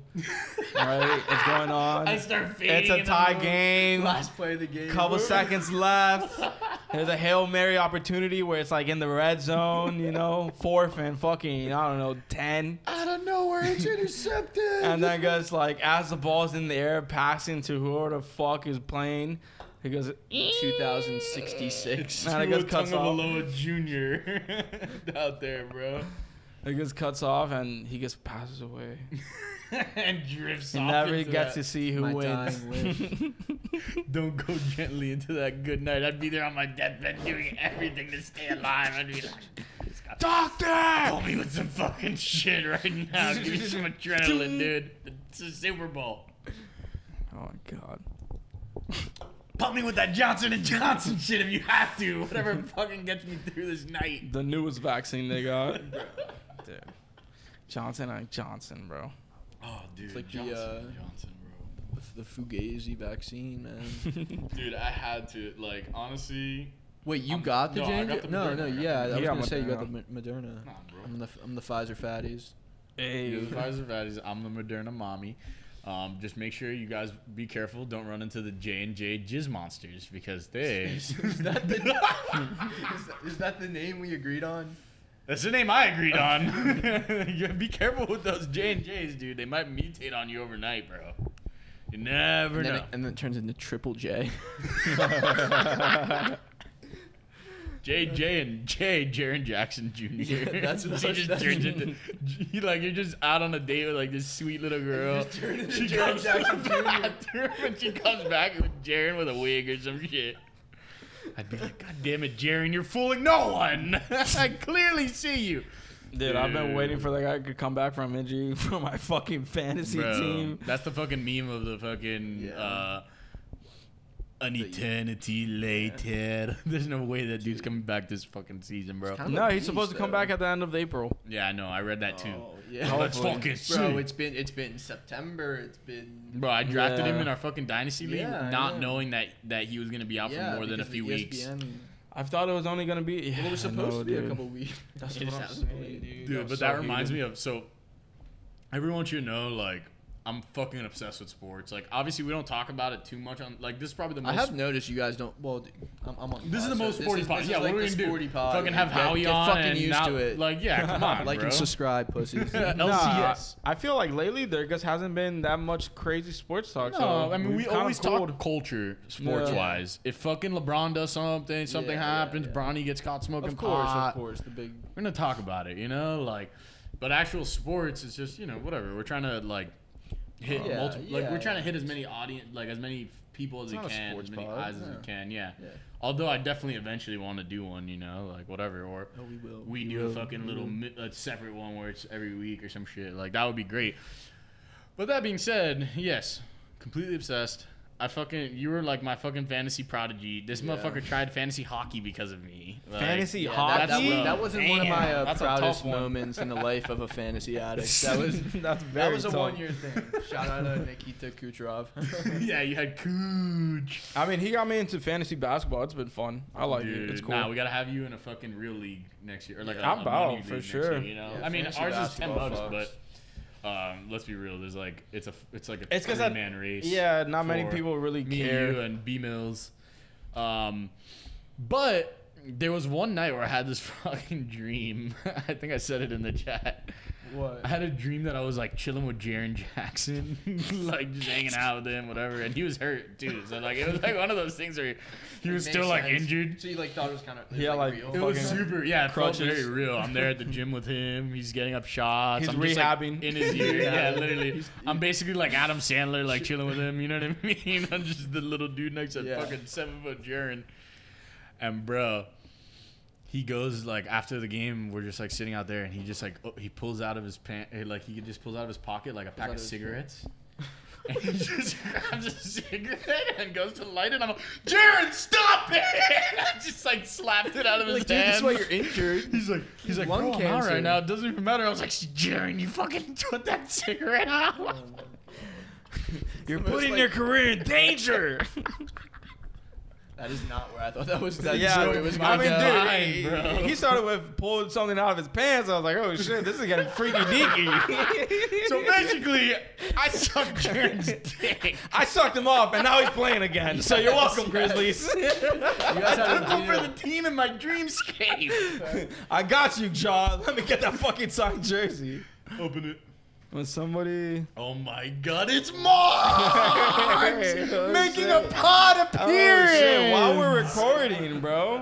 [SPEAKER 3] right, it's going on.
[SPEAKER 2] I start fading.
[SPEAKER 3] It's a
[SPEAKER 2] and
[SPEAKER 3] tie
[SPEAKER 2] I'm like,
[SPEAKER 3] game.
[SPEAKER 4] Last play of the game.
[SPEAKER 3] Couple seconds left. There's a hail mary opportunity where it's like in the red zone, you know, fourth and fucking I don't know ten.
[SPEAKER 4] I don't know where it's intercepted.
[SPEAKER 3] And <laughs> then goes like as the ball's in the air, passing to whoever the fuck is playing. He goes, "Eek."
[SPEAKER 4] 2066.
[SPEAKER 3] Nah, that
[SPEAKER 2] Tua
[SPEAKER 3] goes cuts off.
[SPEAKER 2] Tagovailoa Jr. <laughs> out there, bro, <laughs>
[SPEAKER 3] he gets cuts off and he just passes away.
[SPEAKER 2] and drifts
[SPEAKER 3] He
[SPEAKER 2] off.
[SPEAKER 3] never
[SPEAKER 2] into
[SPEAKER 3] gets
[SPEAKER 2] that.
[SPEAKER 3] to see who
[SPEAKER 4] My
[SPEAKER 3] wins.
[SPEAKER 4] dying
[SPEAKER 3] <laughs>
[SPEAKER 4] wish.
[SPEAKER 2] Don't go gently into that good night. I'd be there on my deathbed doing everything to stay alive. I'd be like,
[SPEAKER 3] Doctor!
[SPEAKER 2] Help me with some fucking shit right now. Give me some adrenaline, dude. It's the Super Bowl.
[SPEAKER 3] Oh my god.
[SPEAKER 2] Pump me with that Johnson and Johnson shit if you have to. Whatever fucking gets me through this
[SPEAKER 3] <laughs>
[SPEAKER 2] night. Oh,
[SPEAKER 3] The newest vaccine they got.
[SPEAKER 2] <laughs>
[SPEAKER 3] Dude. Johnson and Johnson, bro. <laughs>
[SPEAKER 2] Oh, dude,
[SPEAKER 4] like the, Johnson and uh,
[SPEAKER 2] Johnson, bro.
[SPEAKER 4] the Fugazi vaccine, man.
[SPEAKER 2] Dude, I had to like honestly.
[SPEAKER 4] Wait, you
[SPEAKER 2] I'm-
[SPEAKER 4] got the
[SPEAKER 2] no, I
[SPEAKER 4] J?
[SPEAKER 2] got the
[SPEAKER 4] No,
[SPEAKER 2] Moderna,
[SPEAKER 4] no,
[SPEAKER 2] I got
[SPEAKER 4] yeah.
[SPEAKER 2] the
[SPEAKER 4] I was
[SPEAKER 3] Yeah,
[SPEAKER 4] gonna say you got the
[SPEAKER 3] Moderna.
[SPEAKER 4] Mo- Moderna.
[SPEAKER 2] Nah, bro.
[SPEAKER 4] I'm the f- I'm the Pfizer fatties. <laughs>
[SPEAKER 3] Hey.
[SPEAKER 2] You're the Pfizer fatties. I'm the Moderna mommy. Um, just make sure you guys be careful. Don't run into the J and J jizz monsters because
[SPEAKER 4] <laughs>
[SPEAKER 2] they.
[SPEAKER 4] is, that, is that the name we agreed on?
[SPEAKER 2] That's the name I agreed on. <laughs> You be careful with those J and J's, dude. They might mutate on you overnight, bro. You never
[SPEAKER 4] And then,
[SPEAKER 2] know.
[SPEAKER 4] it, and then it turns into Triple J.
[SPEAKER 2] JJ and J, Jaron Jackson Jr.
[SPEAKER 4] Yeah, that's
[SPEAKER 2] <laughs>
[SPEAKER 4] what
[SPEAKER 2] he
[SPEAKER 4] I was-
[SPEAKER 2] just
[SPEAKER 4] that's-
[SPEAKER 2] turns into. He, like you're just out on a date with like this sweet little girl.
[SPEAKER 4] turned into
[SPEAKER 2] She
[SPEAKER 4] Jaron
[SPEAKER 2] comes
[SPEAKER 4] Jackson
[SPEAKER 2] <laughs> to the bathroom and she comes back with Jaron with a wig or some shit. I'd be like, God damn it, Jaron, you're fooling no one. <laughs> I clearly see you.
[SPEAKER 3] Dude, I've been waiting
[SPEAKER 2] Dude.
[SPEAKER 3] for that guy to come back from injury <laughs> for my fucking fantasy
[SPEAKER 2] Bro,
[SPEAKER 3] team.
[SPEAKER 2] That's the fucking meme of the fucking
[SPEAKER 4] Yeah.
[SPEAKER 2] uh an eternity later. <laughs> There's no way that dude's coming back this fucking season, bro.
[SPEAKER 4] kinda-
[SPEAKER 3] No, he's
[SPEAKER 4] Jeez,
[SPEAKER 3] supposed to come
[SPEAKER 4] though.
[SPEAKER 3] back at the end of April.
[SPEAKER 2] Yeah, I know. I read
[SPEAKER 4] <laughs>
[SPEAKER 2] that too.
[SPEAKER 4] Oh, yeah.
[SPEAKER 2] Let's
[SPEAKER 3] Hopefully.
[SPEAKER 2] fucking
[SPEAKER 4] Bro,
[SPEAKER 2] see.
[SPEAKER 4] it's been it's been September. It's been
[SPEAKER 2] Bro, I drafted him
[SPEAKER 3] Yeah.
[SPEAKER 2] in our fucking dynasty league,
[SPEAKER 4] Yeah, I
[SPEAKER 2] not
[SPEAKER 4] know.
[SPEAKER 2] knowing that that he was gonna be out for more than a few
[SPEAKER 4] E
[SPEAKER 2] weeks.
[SPEAKER 3] I thought it was only gonna be.
[SPEAKER 4] Well, it was
[SPEAKER 3] Yeah, I
[SPEAKER 4] supposed
[SPEAKER 3] know,
[SPEAKER 4] to be a
[SPEAKER 3] dude.
[SPEAKER 4] couple weeks. <laughs>
[SPEAKER 3] That's
[SPEAKER 4] It
[SPEAKER 3] what I'm
[SPEAKER 4] sounds
[SPEAKER 3] saying,
[SPEAKER 4] weird.
[SPEAKER 3] dude.
[SPEAKER 2] Dude,
[SPEAKER 3] I'm
[SPEAKER 2] but
[SPEAKER 3] so
[SPEAKER 2] that reminds
[SPEAKER 3] heated.
[SPEAKER 2] me of so everyone should know like I'm fucking obsessed with sports. Like obviously we don't talk about it too much on like this is probably the most
[SPEAKER 4] I have noticed you guys don't. Well, d- I'm, I'm on.
[SPEAKER 2] This is
[SPEAKER 4] pod,
[SPEAKER 2] the
[SPEAKER 4] so
[SPEAKER 2] most sporty
[SPEAKER 4] is-
[SPEAKER 2] pod.
[SPEAKER 4] this is
[SPEAKER 2] Yeah,
[SPEAKER 4] like
[SPEAKER 2] what are we
[SPEAKER 4] the
[SPEAKER 2] gonna
[SPEAKER 4] sporty
[SPEAKER 2] do?
[SPEAKER 4] pod.
[SPEAKER 2] Fucking have
[SPEAKER 4] Get-
[SPEAKER 2] Howie
[SPEAKER 4] get
[SPEAKER 2] on
[SPEAKER 4] fucking
[SPEAKER 2] and
[SPEAKER 4] used
[SPEAKER 2] not,
[SPEAKER 4] to it.
[SPEAKER 2] Like, yeah,
[SPEAKER 4] <laughs>
[SPEAKER 2] come on,
[SPEAKER 4] like
[SPEAKER 2] bro.
[SPEAKER 4] and
[SPEAKER 2] <laughs>
[SPEAKER 4] subscribe, pussies.
[SPEAKER 3] Nah,
[SPEAKER 2] LCS.
[SPEAKER 3] I feel like lately there just hasn't been that much crazy sports talk. so
[SPEAKER 2] No, I mean we
[SPEAKER 3] we've kinda
[SPEAKER 2] always
[SPEAKER 3] cooled.
[SPEAKER 2] talk culture sports
[SPEAKER 3] Yeah.
[SPEAKER 2] wise. If fucking LeBron does something, something
[SPEAKER 4] Yeah, yeah,
[SPEAKER 2] happens,
[SPEAKER 4] yeah.
[SPEAKER 2] Bronny gets caught smoking
[SPEAKER 4] of course,
[SPEAKER 2] pot.
[SPEAKER 4] of course, the big.
[SPEAKER 2] We're gonna talk about it, you know, like. But actual sports is just you know whatever. We're trying to like hit
[SPEAKER 4] Yeah,
[SPEAKER 2] multiple. Like
[SPEAKER 4] yeah,
[SPEAKER 2] we're trying to
[SPEAKER 4] yeah.
[SPEAKER 2] hit as many audience, like as many people as we
[SPEAKER 4] not a
[SPEAKER 2] can, as
[SPEAKER 4] sports
[SPEAKER 2] many
[SPEAKER 4] pod,
[SPEAKER 2] eyes as
[SPEAKER 4] yeah.
[SPEAKER 2] we can. Yeah.
[SPEAKER 4] Yeah.
[SPEAKER 2] Although I definitely eventually want to do one, you know, like whatever, or
[SPEAKER 4] Oh, we will. Mm-hmm.
[SPEAKER 2] we do a fucking little mi- a separate one where it's every week or some shit. Like that would be great. But that being said, yes, completely obsessed. I fucking you were like my fucking fantasy prodigy. This
[SPEAKER 4] Yeah.
[SPEAKER 2] motherfucker tried fantasy hockey because of me. Like,
[SPEAKER 3] Fantasy
[SPEAKER 4] Yeah,
[SPEAKER 3] hockey.
[SPEAKER 4] that, that, was,
[SPEAKER 2] rough.
[SPEAKER 4] that wasn't one of
[SPEAKER 3] Damn,
[SPEAKER 4] my uh,
[SPEAKER 3] that's a
[SPEAKER 4] proudest
[SPEAKER 3] tough one.
[SPEAKER 4] moments in the life of a
[SPEAKER 2] <laughs>
[SPEAKER 4] fantasy addict. That was
[SPEAKER 3] <laughs> that's very
[SPEAKER 4] that was a
[SPEAKER 3] tough.
[SPEAKER 4] one year thing. <laughs> Shout out to Nikita <laughs> Kucherov.
[SPEAKER 2] <laughs> yeah, you had Cooch.
[SPEAKER 3] I mean, he got me into fantasy basketball. It's been fun. I like
[SPEAKER 2] Dude,
[SPEAKER 3] it. Oh, It's cool.
[SPEAKER 2] Nah, we gotta have you in a fucking real league next year, or like
[SPEAKER 3] Yeah.
[SPEAKER 2] a,
[SPEAKER 3] I'm
[SPEAKER 2] a
[SPEAKER 3] about,
[SPEAKER 2] money league
[SPEAKER 3] for
[SPEAKER 2] next
[SPEAKER 3] sure.
[SPEAKER 2] year, you know,
[SPEAKER 4] Yeah,
[SPEAKER 2] I mean,
[SPEAKER 4] fantasy
[SPEAKER 2] ours is ten
[SPEAKER 4] basketball
[SPEAKER 2] bucks,
[SPEAKER 4] fucks.
[SPEAKER 2] but um, let's be real. There's like it's a it's like a
[SPEAKER 3] It's 'cause
[SPEAKER 2] three
[SPEAKER 3] I-
[SPEAKER 2] man race.
[SPEAKER 3] yeah, not many
[SPEAKER 2] for
[SPEAKER 3] people really
[SPEAKER 2] me,
[SPEAKER 3] care.
[SPEAKER 2] you, and B Mills. Um, but there was one night where I had this <laughs> fucking dream. <laughs> I think I said it in the chat.
[SPEAKER 4] What?
[SPEAKER 2] I had a dream that I was like chilling with Jaron <laughs> Jackson, like just hanging out with him, whatever. And he was hurt too, so like it was like one of those things where he was
[SPEAKER 4] Makes
[SPEAKER 2] still like
[SPEAKER 4] sense.
[SPEAKER 2] injured.
[SPEAKER 4] So you like thought it was kind of
[SPEAKER 3] Yeah, like,
[SPEAKER 4] real.
[SPEAKER 2] It was
[SPEAKER 3] Fucking
[SPEAKER 2] super, yeah. It felt
[SPEAKER 3] crutches.
[SPEAKER 2] very real. I'm there at the gym with him. He's getting up shots.
[SPEAKER 3] He's
[SPEAKER 2] I'm just, like,
[SPEAKER 3] rehabbing.
[SPEAKER 2] in his ear.
[SPEAKER 4] Yeah.
[SPEAKER 2] yeah, literally. I'm basically like Adam Sandler, like chilling with him. You know what I <laughs> mean? I'm just the little dude next to
[SPEAKER 4] Yeah.
[SPEAKER 2] fucking seven foot Jaron. And bro, he goes like after the game, we're just like sitting out there, and he just like oh, he pulls out of his pant, eh, like he just pulls out of his pocket like a pack
[SPEAKER 4] out
[SPEAKER 2] of
[SPEAKER 4] of his
[SPEAKER 2] cigarettes. <laughs> And he just grabs a cigarette and goes to light it. <laughs> I'm like, Jaron, stop it! like slapped it out of his
[SPEAKER 4] Like, dude,
[SPEAKER 2] hand.
[SPEAKER 4] that's why you're injured.
[SPEAKER 2] He's like, he's like,
[SPEAKER 4] Lung
[SPEAKER 2] lung cancer. I'm out
[SPEAKER 4] cancer.
[SPEAKER 2] right now. It doesn't even matter. I was like, Jaren, you fucking <laughs> put that cigarette
[SPEAKER 3] Oh,
[SPEAKER 2] out.
[SPEAKER 4] You're
[SPEAKER 2] Putting your career in
[SPEAKER 3] <laughs>
[SPEAKER 2] danger.
[SPEAKER 4] That is not where I thought that was. That
[SPEAKER 3] Yeah,
[SPEAKER 4] joke was
[SPEAKER 3] I
[SPEAKER 4] going.
[SPEAKER 3] mean,
[SPEAKER 4] down.
[SPEAKER 3] dude,
[SPEAKER 2] Mine,
[SPEAKER 3] he-
[SPEAKER 2] bro.
[SPEAKER 3] he started with pulling something out of his pants. I was like, oh shit, this is getting freaky
[SPEAKER 2] <laughs>
[SPEAKER 3] deaky.
[SPEAKER 2] so basically, I sucked Jaren's dick.
[SPEAKER 3] I sucked him off, and now he's playing again. So
[SPEAKER 4] <laughs>
[SPEAKER 3] you're
[SPEAKER 2] Yes,
[SPEAKER 3] welcome, Grizzlies.
[SPEAKER 4] You guys had a
[SPEAKER 2] Took over
[SPEAKER 4] video-
[SPEAKER 2] the team in my dreamscape.
[SPEAKER 3] I got you, John. Let me get that fucking signed jersey.
[SPEAKER 2] Open it.
[SPEAKER 3] When somebody
[SPEAKER 2] Oh my god, it's Mars!
[SPEAKER 3] <laughs> Oh,
[SPEAKER 2] Making
[SPEAKER 3] shit.
[SPEAKER 2] a pod appearance!
[SPEAKER 3] Oh, while we're recording, bro.
[SPEAKER 4] on the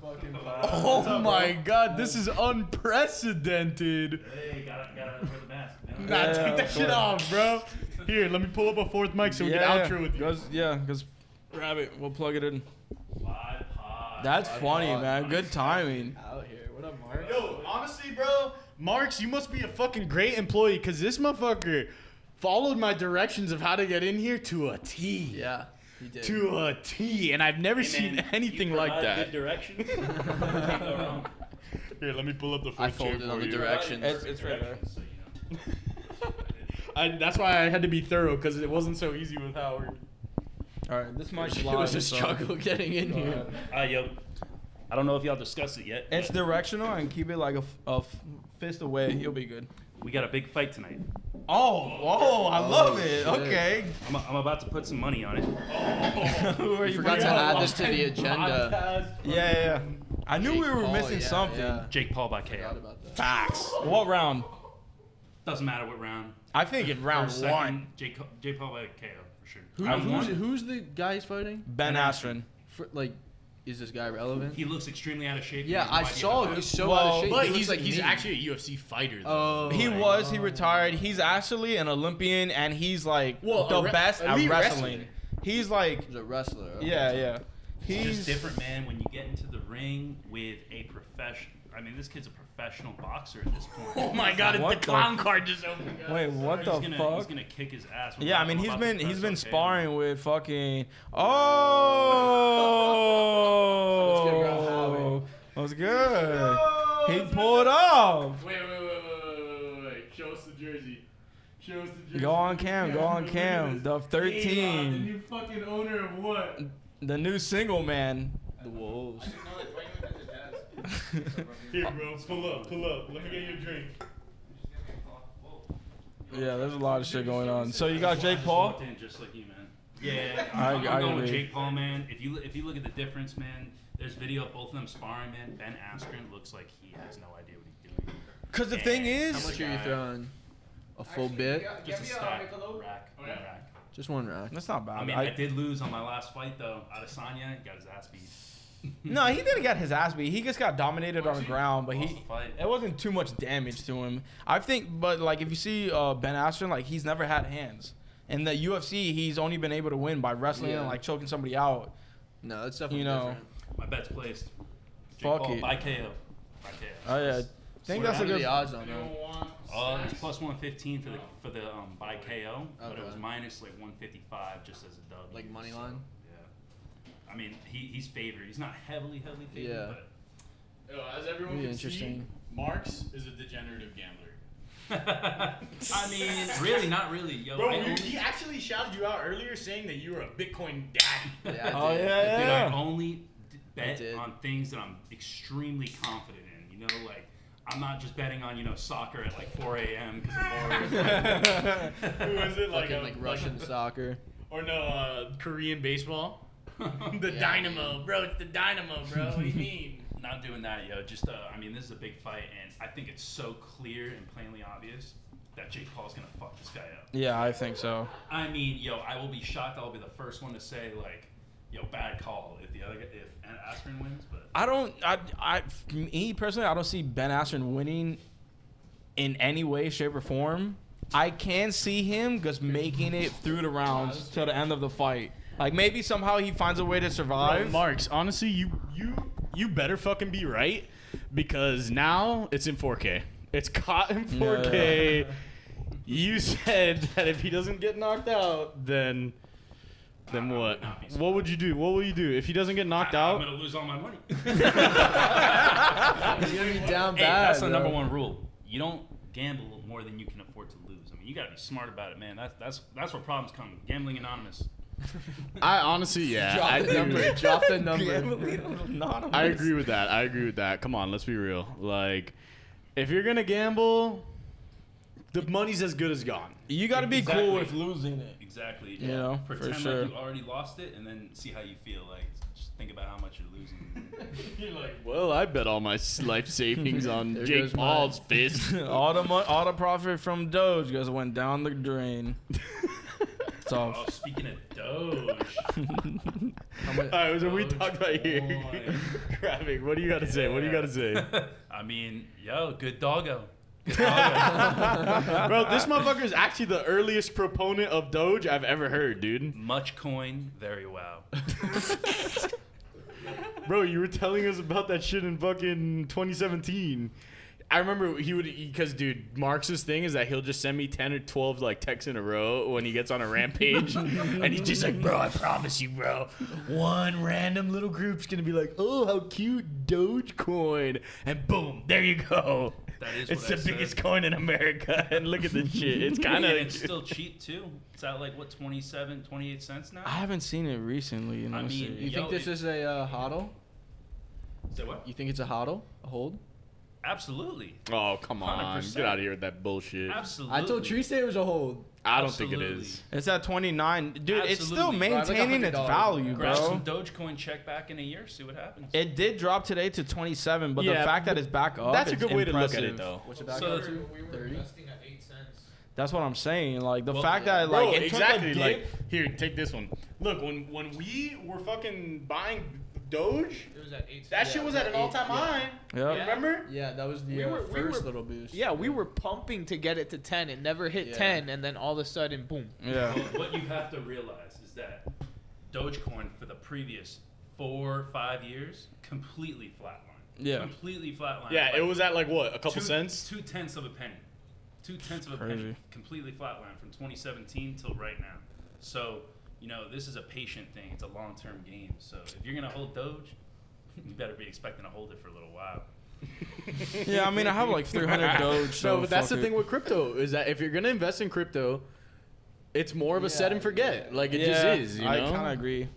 [SPEAKER 4] fucking pod.
[SPEAKER 2] Oh my god, this is unprecedented.
[SPEAKER 9] Hey, gotta, gotta wear the mask. man.
[SPEAKER 2] Nah,
[SPEAKER 3] Yeah,
[SPEAKER 2] take that
[SPEAKER 3] of
[SPEAKER 2] shit
[SPEAKER 3] course.
[SPEAKER 2] off, bro. Here, let me pull up a fourth mic so we can outro with you.
[SPEAKER 3] Goes- yeah, because Rabbit, we'll plug it in.
[SPEAKER 9] Live pod.
[SPEAKER 3] That's funny,
[SPEAKER 4] God.
[SPEAKER 3] man. Good timing.
[SPEAKER 4] Out here. What up, Mark?
[SPEAKER 2] Yo, honestly, bro, Marks, you must be a fucking great employee because this motherfucker followed my directions of how to get in here to a T.
[SPEAKER 4] Yeah, he did.
[SPEAKER 2] To a T, and I've never
[SPEAKER 9] Hey,
[SPEAKER 2] seen
[SPEAKER 9] man,
[SPEAKER 2] anything
[SPEAKER 9] you
[SPEAKER 2] like
[SPEAKER 9] provide
[SPEAKER 2] that.
[SPEAKER 9] Good directions. You can't go wrong.
[SPEAKER 2] <laughs> Here, let me pull up the fourth
[SPEAKER 4] I folded
[SPEAKER 2] chair
[SPEAKER 4] on
[SPEAKER 2] for you.
[SPEAKER 4] the direct- Directions.
[SPEAKER 9] Provide
[SPEAKER 3] It's- it's right there.
[SPEAKER 9] directions, so you know.
[SPEAKER 2] <laughs> I, that's why I had to be thorough because it wasn't so easy with Howard.
[SPEAKER 3] All right, this mic is
[SPEAKER 4] It
[SPEAKER 3] live.
[SPEAKER 4] was a
[SPEAKER 3] so-
[SPEAKER 4] struggle getting in here.
[SPEAKER 9] Ah, yo. I don't know if y'all discussed it yet.
[SPEAKER 3] It's
[SPEAKER 9] but
[SPEAKER 3] directional and keep it like a, f- a f- fist away. You'll be good.
[SPEAKER 9] we got a big fight tonight.
[SPEAKER 3] Oh, whoa! I love it.
[SPEAKER 4] Oh, shit.
[SPEAKER 3] Okay. <laughs>
[SPEAKER 9] I'm, I'm about to put some money on it.
[SPEAKER 3] Who are
[SPEAKER 4] We forgot to add this to the agenda.
[SPEAKER 3] Yeah, yeah, yeah. I knew
[SPEAKER 4] Jake
[SPEAKER 3] we were
[SPEAKER 4] Paul,
[SPEAKER 3] missing
[SPEAKER 4] Oh, yeah,
[SPEAKER 3] something.
[SPEAKER 4] yeah.
[SPEAKER 9] Jake Paul by
[SPEAKER 4] Forgot
[SPEAKER 9] KO.
[SPEAKER 4] about that.
[SPEAKER 3] Facts. What round?
[SPEAKER 9] Doesn't matter what round.
[SPEAKER 3] I think in round
[SPEAKER 9] First,
[SPEAKER 3] one.
[SPEAKER 9] second, Jake, Jake Paul by KO for sure.
[SPEAKER 4] Who,
[SPEAKER 9] Round
[SPEAKER 4] who's,
[SPEAKER 9] one,
[SPEAKER 4] who's the guy he's fighting?
[SPEAKER 3] Ben Askren.
[SPEAKER 4] For, like, is this guy relevant?
[SPEAKER 9] He looks extremely out of shape.
[SPEAKER 4] yeah,
[SPEAKER 9] He has no
[SPEAKER 4] I
[SPEAKER 9] idea
[SPEAKER 4] saw
[SPEAKER 9] how
[SPEAKER 4] him.
[SPEAKER 9] to
[SPEAKER 4] He's so out
[SPEAKER 3] Well,
[SPEAKER 4] of shape.
[SPEAKER 2] But
[SPEAKER 4] He
[SPEAKER 2] he's
[SPEAKER 4] looks
[SPEAKER 2] like he's
[SPEAKER 4] me.
[SPEAKER 2] actually a UFC fighter though.
[SPEAKER 4] Oh,
[SPEAKER 3] He
[SPEAKER 4] like-
[SPEAKER 3] was. He retired. He's actually an Olympian, and he's like
[SPEAKER 2] Well, a
[SPEAKER 3] the
[SPEAKER 2] re-
[SPEAKER 3] best at
[SPEAKER 2] elite
[SPEAKER 3] wrestling.
[SPEAKER 2] wrestler.
[SPEAKER 3] He's like,
[SPEAKER 4] He's a wrestler. okay.
[SPEAKER 3] yeah, yeah.
[SPEAKER 9] It's
[SPEAKER 3] He's
[SPEAKER 9] just different, man. When you get into the ring with a profession, I mean, this kid's a professional boxer at this point.
[SPEAKER 2] Oh my god, it-
[SPEAKER 3] What
[SPEAKER 2] the
[SPEAKER 3] the-
[SPEAKER 2] clown card just opened.
[SPEAKER 3] Wait, what
[SPEAKER 9] he's
[SPEAKER 3] the
[SPEAKER 9] gonna, He's
[SPEAKER 3] fuck?
[SPEAKER 9] gonna kick his ass. when
[SPEAKER 3] Yeah, I
[SPEAKER 9] I'm
[SPEAKER 3] mean he's
[SPEAKER 9] about to
[SPEAKER 3] been
[SPEAKER 9] press
[SPEAKER 3] he's been
[SPEAKER 9] okay.
[SPEAKER 3] sparring with fucking <laughs> oh was good. He pulled off.
[SPEAKER 2] Wait, wait, wait, wait, wait, wait, wait. Show us the jersey. Show us the jersey.
[SPEAKER 3] Go on cam, go on
[SPEAKER 2] look at this.
[SPEAKER 3] cam. The
[SPEAKER 2] Hey, uh, the
[SPEAKER 3] 13,
[SPEAKER 2] new fucking owner of what?
[SPEAKER 3] the new single man. <laughs>
[SPEAKER 4] The Wolves.
[SPEAKER 2] Here, bro. Pull up, pull up. Let me get you a drink.
[SPEAKER 3] Yeah, there's a lot of shit going on. So you got
[SPEAKER 9] I
[SPEAKER 3] Jake
[SPEAKER 9] just
[SPEAKER 3] Paul.
[SPEAKER 9] walked in just like you, man. Yeah,
[SPEAKER 3] I-
[SPEAKER 9] I'm,
[SPEAKER 3] I
[SPEAKER 9] I'm going with
[SPEAKER 3] agree.
[SPEAKER 9] Jake Paul, man. If you if you look at the difference, man, there's video of both of them sparring, man. Ben Askren looks like he has no idea what he's doing.
[SPEAKER 3] Cause the thing
[SPEAKER 4] How
[SPEAKER 3] is,
[SPEAKER 4] much are you throwing? A full bit?
[SPEAKER 9] Just a stack rack,
[SPEAKER 2] yeah.
[SPEAKER 9] rack.
[SPEAKER 4] Just one rack.
[SPEAKER 3] that's not bad.
[SPEAKER 9] I mean, I, did lose on my last fight though. Adesanya got his ass beat.
[SPEAKER 3] no, he didn't get his ass beat. He just got dominated on the ground, but
[SPEAKER 9] Lost
[SPEAKER 3] he
[SPEAKER 9] the fight.
[SPEAKER 3] it wasn't too much damage to him. I think, but like if you see uh, Ben Askren, like he's never had hands. In the UFC, he's only been able to win by wrestling and
[SPEAKER 4] Yeah.
[SPEAKER 3] like choking somebody out.
[SPEAKER 4] No, that's definitely
[SPEAKER 3] You know.
[SPEAKER 4] different.
[SPEAKER 9] My bet's placed. Jake
[SPEAKER 3] Fuck
[SPEAKER 9] Paul
[SPEAKER 3] it.
[SPEAKER 9] by KO. By KO.
[SPEAKER 3] Oh yeah, I think that's a
[SPEAKER 4] What are
[SPEAKER 3] good.
[SPEAKER 4] the odds on that?
[SPEAKER 2] Oh,
[SPEAKER 9] Uh, it's plus 115 for the for the um, by KO, but
[SPEAKER 4] Okay.
[SPEAKER 9] it was minus like 155 just as a dub.
[SPEAKER 4] Like money
[SPEAKER 9] so,
[SPEAKER 4] line?
[SPEAKER 9] Yeah. I mean, he, he's favored. He's not heavily heavily favored,
[SPEAKER 4] Yeah.
[SPEAKER 2] Yo, as everyone
[SPEAKER 4] Be
[SPEAKER 2] can see,
[SPEAKER 4] interesting.
[SPEAKER 2] Marks is a degenerative gambler.
[SPEAKER 9] but <laughs>
[SPEAKER 2] <laughs>
[SPEAKER 9] I mean, really, not really, yo. I
[SPEAKER 2] Bro,
[SPEAKER 9] only,
[SPEAKER 2] you, he actually shouted you out earlier saying that you were a Bitcoin daddy.
[SPEAKER 4] Yeah, I
[SPEAKER 3] Oh
[SPEAKER 4] did.
[SPEAKER 3] yeah,
[SPEAKER 4] I
[SPEAKER 9] dude,
[SPEAKER 4] did.
[SPEAKER 3] yeah.
[SPEAKER 9] I only d- bet
[SPEAKER 4] did.
[SPEAKER 9] on things that I'm extremely confident in. You know, like I'm not just betting on you know soccer at like 4 a.m.
[SPEAKER 4] <laughs>
[SPEAKER 9] because I'm
[SPEAKER 2] <laughs>
[SPEAKER 9] bored.
[SPEAKER 3] <laughs>
[SPEAKER 2] Who is
[SPEAKER 9] <laughs>
[SPEAKER 2] it? <laughs> Like,
[SPEAKER 4] Fucking
[SPEAKER 2] a-
[SPEAKER 4] like <laughs> Russian soccer.
[SPEAKER 2] Or no, uh, Korean baseball. The
[SPEAKER 4] Yeah.
[SPEAKER 2] Dynamo, bro. It's the Dynamo, bro. What do
[SPEAKER 4] <laughs>
[SPEAKER 2] you mean?
[SPEAKER 9] Not doing that, yo. Just, uh, I mean, this is a big fight, and I think it's so clear and plainly obvious that Jake Paul's gonna fuck this guy up.
[SPEAKER 3] Yeah, I think so.
[SPEAKER 9] I mean, yo, I will be shocked. I'll be the first one to say like, yo, bad call if the other guy- if Askren wins, but
[SPEAKER 3] I don't. I. I. Me personally, I don't see Ben Askren winning in any way, shape, or form. I can see him just making it through the rounds till the end of the fight. Like maybe somehow he finds a way to survive. <laughs>
[SPEAKER 2] Marks, honestly, you you you better fucking be right because now it's in 4K. It's caught in 4K. You said that if he doesn't get knocked out, then Then what?
[SPEAKER 9] would not be
[SPEAKER 2] What would you do? What will you do if he doesn't get knocked
[SPEAKER 9] I'm
[SPEAKER 2] out?
[SPEAKER 9] gonna lose all my money.
[SPEAKER 4] He's gonna be down
[SPEAKER 9] Hey,
[SPEAKER 4] bad.
[SPEAKER 9] that's the
[SPEAKER 4] bro.
[SPEAKER 9] number one rule. You don't gamble more than you can afford to lose. I mean, you got to be smart about it, man. That's that's that's where problems come. Gambling anonymous.
[SPEAKER 2] I honestly, yeah,
[SPEAKER 4] Drop
[SPEAKER 2] I,
[SPEAKER 4] the number.
[SPEAKER 2] do.
[SPEAKER 4] Drop the number.
[SPEAKER 2] I agree with that. I agree with that. Come on, let's be real. Like, if you're gonna gamble, the money's as good as gone.
[SPEAKER 5] You got to be
[SPEAKER 9] Exactly.
[SPEAKER 5] cool with losing it.
[SPEAKER 9] Exactly.
[SPEAKER 5] You know, for
[SPEAKER 9] pretend
[SPEAKER 5] sure.
[SPEAKER 9] like you already lost it, and then see how you feel. Like, just think about how much you're losing.
[SPEAKER 2] You're like, well, I bet all my s- life <laughs> savings on
[SPEAKER 4] There
[SPEAKER 2] Jake
[SPEAKER 4] goes mine.
[SPEAKER 2] Paul's
[SPEAKER 4] <laughs>
[SPEAKER 2] fist.
[SPEAKER 5] all the mon- all the profit from Doge goes went down the
[SPEAKER 9] <laughs>
[SPEAKER 5] drain. It's
[SPEAKER 9] oh,
[SPEAKER 5] all
[SPEAKER 9] speaking of Doge,
[SPEAKER 2] All
[SPEAKER 3] <laughs>
[SPEAKER 2] right, so we talked about you. <laughs>
[SPEAKER 9] boy.
[SPEAKER 2] Graphic, what do you got to say? What do you got to
[SPEAKER 9] <laughs>
[SPEAKER 2] say?
[SPEAKER 9] I mean, yo, good doggo. Good doggo.
[SPEAKER 2] Bro, this motherfucker is actually the earliest proponent of Doge I've ever heard, dude.
[SPEAKER 9] Much coin, very wow.
[SPEAKER 2] Bro, you were telling us about that shit in fucking 2017. I remember he would, because, dude, Marx's thing is that he'll just send me 10 or 12, like, texts in a row when he gets on a <laughs> rampage. and he's just like, bro, I promise you, bro. One random little group's gonna be like, oh, how cute, Dogecoin. And boom, there you go.
[SPEAKER 9] That is
[SPEAKER 2] it's
[SPEAKER 9] what
[SPEAKER 2] the
[SPEAKER 9] I said.
[SPEAKER 2] biggest coin in America. <laughs> And look at this shit. It's kind
[SPEAKER 9] And
[SPEAKER 2] of.
[SPEAKER 9] it's still cheap too. It's at like what 27, 28 cents now.
[SPEAKER 5] <laughs> I haven't seen it recently. You know,
[SPEAKER 9] I mean,
[SPEAKER 4] You think
[SPEAKER 9] yo,
[SPEAKER 4] this
[SPEAKER 9] it-
[SPEAKER 4] is a uh, hodl?
[SPEAKER 9] Say what?
[SPEAKER 4] You think it's a hodl? A hold?
[SPEAKER 9] Absolutely,
[SPEAKER 2] Oh, come on.
[SPEAKER 9] 100%.
[SPEAKER 2] Get out of here with that bullshit.
[SPEAKER 9] absolutely.
[SPEAKER 4] I told Treese it was a hold.
[SPEAKER 2] I don't think it
[SPEAKER 9] Absolutely.
[SPEAKER 2] is.
[SPEAKER 5] it's at twenty nine, dude. It's still
[SPEAKER 9] Absolutely, bro.
[SPEAKER 4] It's like
[SPEAKER 5] maintaining its
[SPEAKER 4] $100,
[SPEAKER 5] value,
[SPEAKER 9] Grab
[SPEAKER 5] bro.
[SPEAKER 9] some Dogecoin, check back in a year, see what happens.
[SPEAKER 5] It did drop today to twenty seven, but
[SPEAKER 2] Yeah,
[SPEAKER 5] the fact that
[SPEAKER 2] but
[SPEAKER 5] it's back up,
[SPEAKER 2] That's a
[SPEAKER 5] it's
[SPEAKER 2] good way to look at
[SPEAKER 5] impressive.
[SPEAKER 2] it, though.
[SPEAKER 4] What's it back
[SPEAKER 9] So
[SPEAKER 4] up
[SPEAKER 9] that's-
[SPEAKER 4] to? Thirty.
[SPEAKER 5] That's what I'm saying. Like the
[SPEAKER 9] Well,
[SPEAKER 5] fact
[SPEAKER 9] yeah.
[SPEAKER 5] that like
[SPEAKER 2] Bro,
[SPEAKER 5] it took a
[SPEAKER 2] exactly.
[SPEAKER 5] dip-
[SPEAKER 2] Like, here, take this one. Look, when when we were fucking buying Doge,
[SPEAKER 10] It was at eight.
[SPEAKER 2] that
[SPEAKER 10] yeah.
[SPEAKER 2] shit was
[SPEAKER 4] it
[SPEAKER 2] at an
[SPEAKER 4] was
[SPEAKER 2] all time
[SPEAKER 4] eight, yeah.
[SPEAKER 2] high.
[SPEAKER 5] Yep.
[SPEAKER 2] Remember?
[SPEAKER 4] Yeah, that was the
[SPEAKER 10] We
[SPEAKER 4] uh,
[SPEAKER 10] were- we
[SPEAKER 4] first
[SPEAKER 10] were-
[SPEAKER 4] little boost.
[SPEAKER 10] Yeah, we were pumping to get it to ten. It never hit
[SPEAKER 4] Yeah.
[SPEAKER 10] ten, and then all of a sudden, boom.
[SPEAKER 2] <laughs>
[SPEAKER 5] yeah.
[SPEAKER 9] Well, what you have to realize is that Dogecoin for the previous four, five years completely flatlined.
[SPEAKER 5] Yeah.
[SPEAKER 9] Completely flatlined.
[SPEAKER 2] Yeah,
[SPEAKER 9] Like,
[SPEAKER 2] it was at like what, a couple
[SPEAKER 9] two,
[SPEAKER 2] cents?
[SPEAKER 9] Two tenths of a penny. Two tenths of a
[SPEAKER 5] Crazy.
[SPEAKER 9] penny. Completely flatlined from 2017 till right now. So, you know, this is a patient thing. It's a long term game. So if you're going to hold Doge, <laughs> you better be expecting to hold it for a little while.
[SPEAKER 5] yeah, I mean, I have like 300 Doge. So
[SPEAKER 2] <laughs> no, but that's the
[SPEAKER 5] fuck it.
[SPEAKER 2] thing with crypto is that if you're gonna invest in crypto, it's more of a set and forget. Like it just is, you know.
[SPEAKER 5] I kind of agree.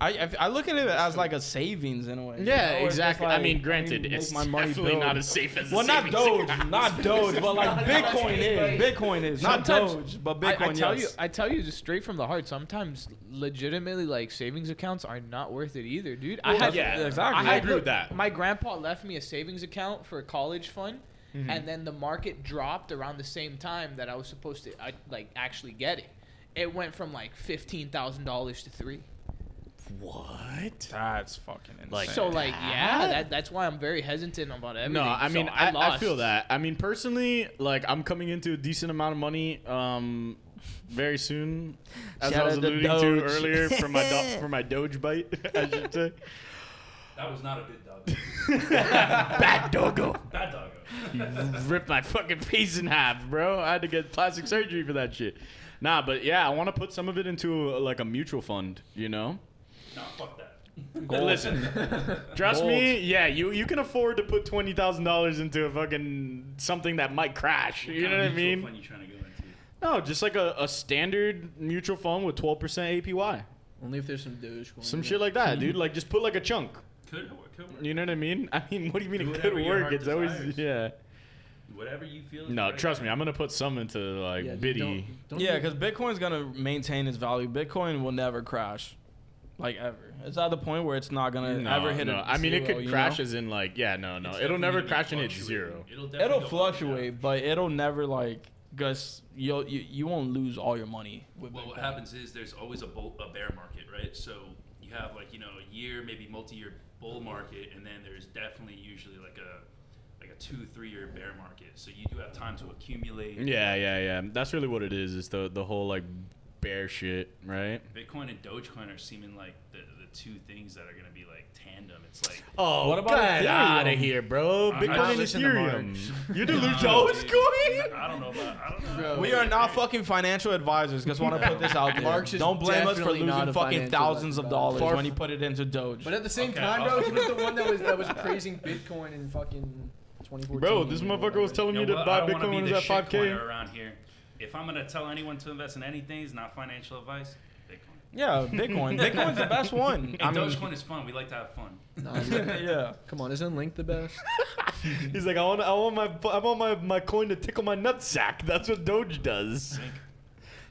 [SPEAKER 5] I, I I look at it as like a savings in a way.
[SPEAKER 2] Yeah,
[SPEAKER 5] Or it's just
[SPEAKER 2] exactly.
[SPEAKER 5] like,
[SPEAKER 2] I mean, granted,
[SPEAKER 5] make
[SPEAKER 2] it's
[SPEAKER 5] my money
[SPEAKER 2] definitely
[SPEAKER 5] build.
[SPEAKER 2] not as safe as
[SPEAKER 5] well,
[SPEAKER 2] a
[SPEAKER 5] not
[SPEAKER 2] savings
[SPEAKER 5] Doge,
[SPEAKER 2] account. <laughs>
[SPEAKER 5] not Doge, but like Bitcoin is. Bitcoin is not
[SPEAKER 10] Sometimes-
[SPEAKER 5] Doge, but
[SPEAKER 10] I,
[SPEAKER 5] Bitcoin.
[SPEAKER 10] I tell
[SPEAKER 5] yes.
[SPEAKER 10] you, I tell you, just straight from the heart. Sometimes, legitimately, like savings accounts are not worth it either, dude. I had,
[SPEAKER 2] yeah,
[SPEAKER 5] exactly.
[SPEAKER 10] I,
[SPEAKER 5] I
[SPEAKER 10] had,
[SPEAKER 2] agree with
[SPEAKER 10] look,
[SPEAKER 2] that.
[SPEAKER 10] My grandpa left me a savings account for a college fund, and then the market dropped around the same time that I was supposed to, I, like, actually get it. It went from like fifteen thousand dollars to three.
[SPEAKER 2] What?
[SPEAKER 5] that's fucking insane. Like,
[SPEAKER 10] so, like, yeah, that, that's why I'm very hesitant about everything.
[SPEAKER 2] No, I
[SPEAKER 10] So
[SPEAKER 2] mean I, I,
[SPEAKER 10] lost.
[SPEAKER 2] feel that. I mean personally, like I'm coming into a decent amount of money um very soon, as
[SPEAKER 5] Shout
[SPEAKER 2] I was
[SPEAKER 5] out to
[SPEAKER 2] alluding to,
[SPEAKER 5] Doge.
[SPEAKER 2] earlier for my do- for my Doge bite, <laughs> I should say.
[SPEAKER 9] That was not a good dog.
[SPEAKER 2] Bad doggo,
[SPEAKER 9] Bad
[SPEAKER 2] <laughs>
[SPEAKER 9] doggo.
[SPEAKER 2] ripped my fucking face in half, bro. I had to get plastic surgery for that shit. Nah, but yeah, I want to put some of it into a, like a mutual fund, you know.
[SPEAKER 9] no, fuck that.
[SPEAKER 2] Listen, <laughs> trust me. Yeah, you you can afford to put twenty thousand dollars into a fucking something that might crash. you know what I mean?
[SPEAKER 9] Fun you trying to go into.
[SPEAKER 2] No, just like a, a standard mutual fund with 12% APY.
[SPEAKER 4] Only if there's some Doge. going
[SPEAKER 2] Some
[SPEAKER 9] Mm-hmm.
[SPEAKER 4] in.
[SPEAKER 2] shit like that,
[SPEAKER 9] <laughs>
[SPEAKER 2] dude. Like, just put like a chunk.
[SPEAKER 9] Could work. Could work.
[SPEAKER 2] You know what I mean? <laughs> I mean, what do you mean
[SPEAKER 9] Do
[SPEAKER 2] it could
[SPEAKER 9] whatever your
[SPEAKER 2] work?
[SPEAKER 9] heart
[SPEAKER 2] It's always,
[SPEAKER 9] desires.
[SPEAKER 2] yeah.
[SPEAKER 9] Whatever you feel. is
[SPEAKER 2] No,
[SPEAKER 9] right.
[SPEAKER 2] trust me. I'm going to put some into like
[SPEAKER 4] Yeah,
[SPEAKER 2] Biddy.
[SPEAKER 4] don't- don't
[SPEAKER 5] yeah,
[SPEAKER 4] do-
[SPEAKER 5] because Bitcoin's gonna maintain its value. Bitcoin will never crash, like ever. It's at the point where it's not gonna
[SPEAKER 2] No,
[SPEAKER 5] ever hit.
[SPEAKER 2] no.
[SPEAKER 5] a
[SPEAKER 2] I mean, it
[SPEAKER 5] zero,
[SPEAKER 2] could
[SPEAKER 5] you
[SPEAKER 2] crash
[SPEAKER 5] know?
[SPEAKER 2] as in like, yeah, no, no.
[SPEAKER 9] It's
[SPEAKER 2] It'll
[SPEAKER 9] definitely
[SPEAKER 2] never
[SPEAKER 9] gonna be
[SPEAKER 2] crash and hit
[SPEAKER 9] fluctuating.
[SPEAKER 2] zero.
[SPEAKER 9] It'll, definitely
[SPEAKER 5] It'll
[SPEAKER 9] go up and down.
[SPEAKER 5] fluctuate, but it'll never like Gus. You'll, you you won't lose all your money with
[SPEAKER 9] Well, what
[SPEAKER 5] Bitcoin.
[SPEAKER 9] happens is there's always a, bull, a bear market, right? So you have like you know a year, maybe multi-year bull market, and then there's definitely usually like a like a two, three-year bear market. So you do have time to accumulate.
[SPEAKER 2] Yeah, yeah, yeah. That's really what it is. It's the, the whole like bear shit, right?
[SPEAKER 9] Bitcoin and Dogecoin are seeming like the, the two things that are going to be like tandem. It's like
[SPEAKER 2] Oh,
[SPEAKER 3] What about
[SPEAKER 2] get
[SPEAKER 3] Ethereum?
[SPEAKER 2] out of here, bro?
[SPEAKER 9] I'm not
[SPEAKER 2] Bitcoin and
[SPEAKER 9] listening to Mark.
[SPEAKER 2] Ethereum.
[SPEAKER 5] <laughs>
[SPEAKER 2] You're
[SPEAKER 9] Nah,
[SPEAKER 2] delusional.
[SPEAKER 9] Oh, dude. I don't know about I don't know.
[SPEAKER 3] Oh, We are not fucking financial advisors. Just want to put this out there.
[SPEAKER 4] Marx is
[SPEAKER 3] Don't blame us for
[SPEAKER 4] definitely not
[SPEAKER 3] losing
[SPEAKER 4] a
[SPEAKER 3] fucking
[SPEAKER 4] financial
[SPEAKER 3] thousands of
[SPEAKER 4] advisor.
[SPEAKER 3] dollars
[SPEAKER 4] Far
[SPEAKER 3] when you put it into Doge.
[SPEAKER 4] But at the same
[SPEAKER 9] Okay,
[SPEAKER 4] time,
[SPEAKER 9] I'll-
[SPEAKER 3] oh.
[SPEAKER 4] bro, he was the one that
[SPEAKER 3] <laughs>
[SPEAKER 4] was that was praising Bitcoin in fucking 2014.
[SPEAKER 2] Bro, this motherfucker was telling
[SPEAKER 9] You
[SPEAKER 2] you
[SPEAKER 9] know
[SPEAKER 2] to
[SPEAKER 9] what?
[SPEAKER 2] buy
[SPEAKER 9] I don't want to
[SPEAKER 2] Bitcoin
[SPEAKER 9] be
[SPEAKER 2] when
[SPEAKER 9] the
[SPEAKER 2] it was at 5K.
[SPEAKER 9] shitcoiner around here. If I'm gonna tell anyone to invest in anything, it's not financial advice. Bitcoin.
[SPEAKER 3] yeah, Bitcoin. Bitcoin's the best
[SPEAKER 4] <laughs>
[SPEAKER 3] one. I
[SPEAKER 9] And
[SPEAKER 3] mean,
[SPEAKER 9] Dogecoin is fun. We like to have fun.
[SPEAKER 5] <laughs>
[SPEAKER 3] <laughs> yeah.
[SPEAKER 4] Come on, isn't Link the best?
[SPEAKER 2] <laughs> He's like, I want, I want my, I want my, my coin to tickle my nutsack. That's what Doge does.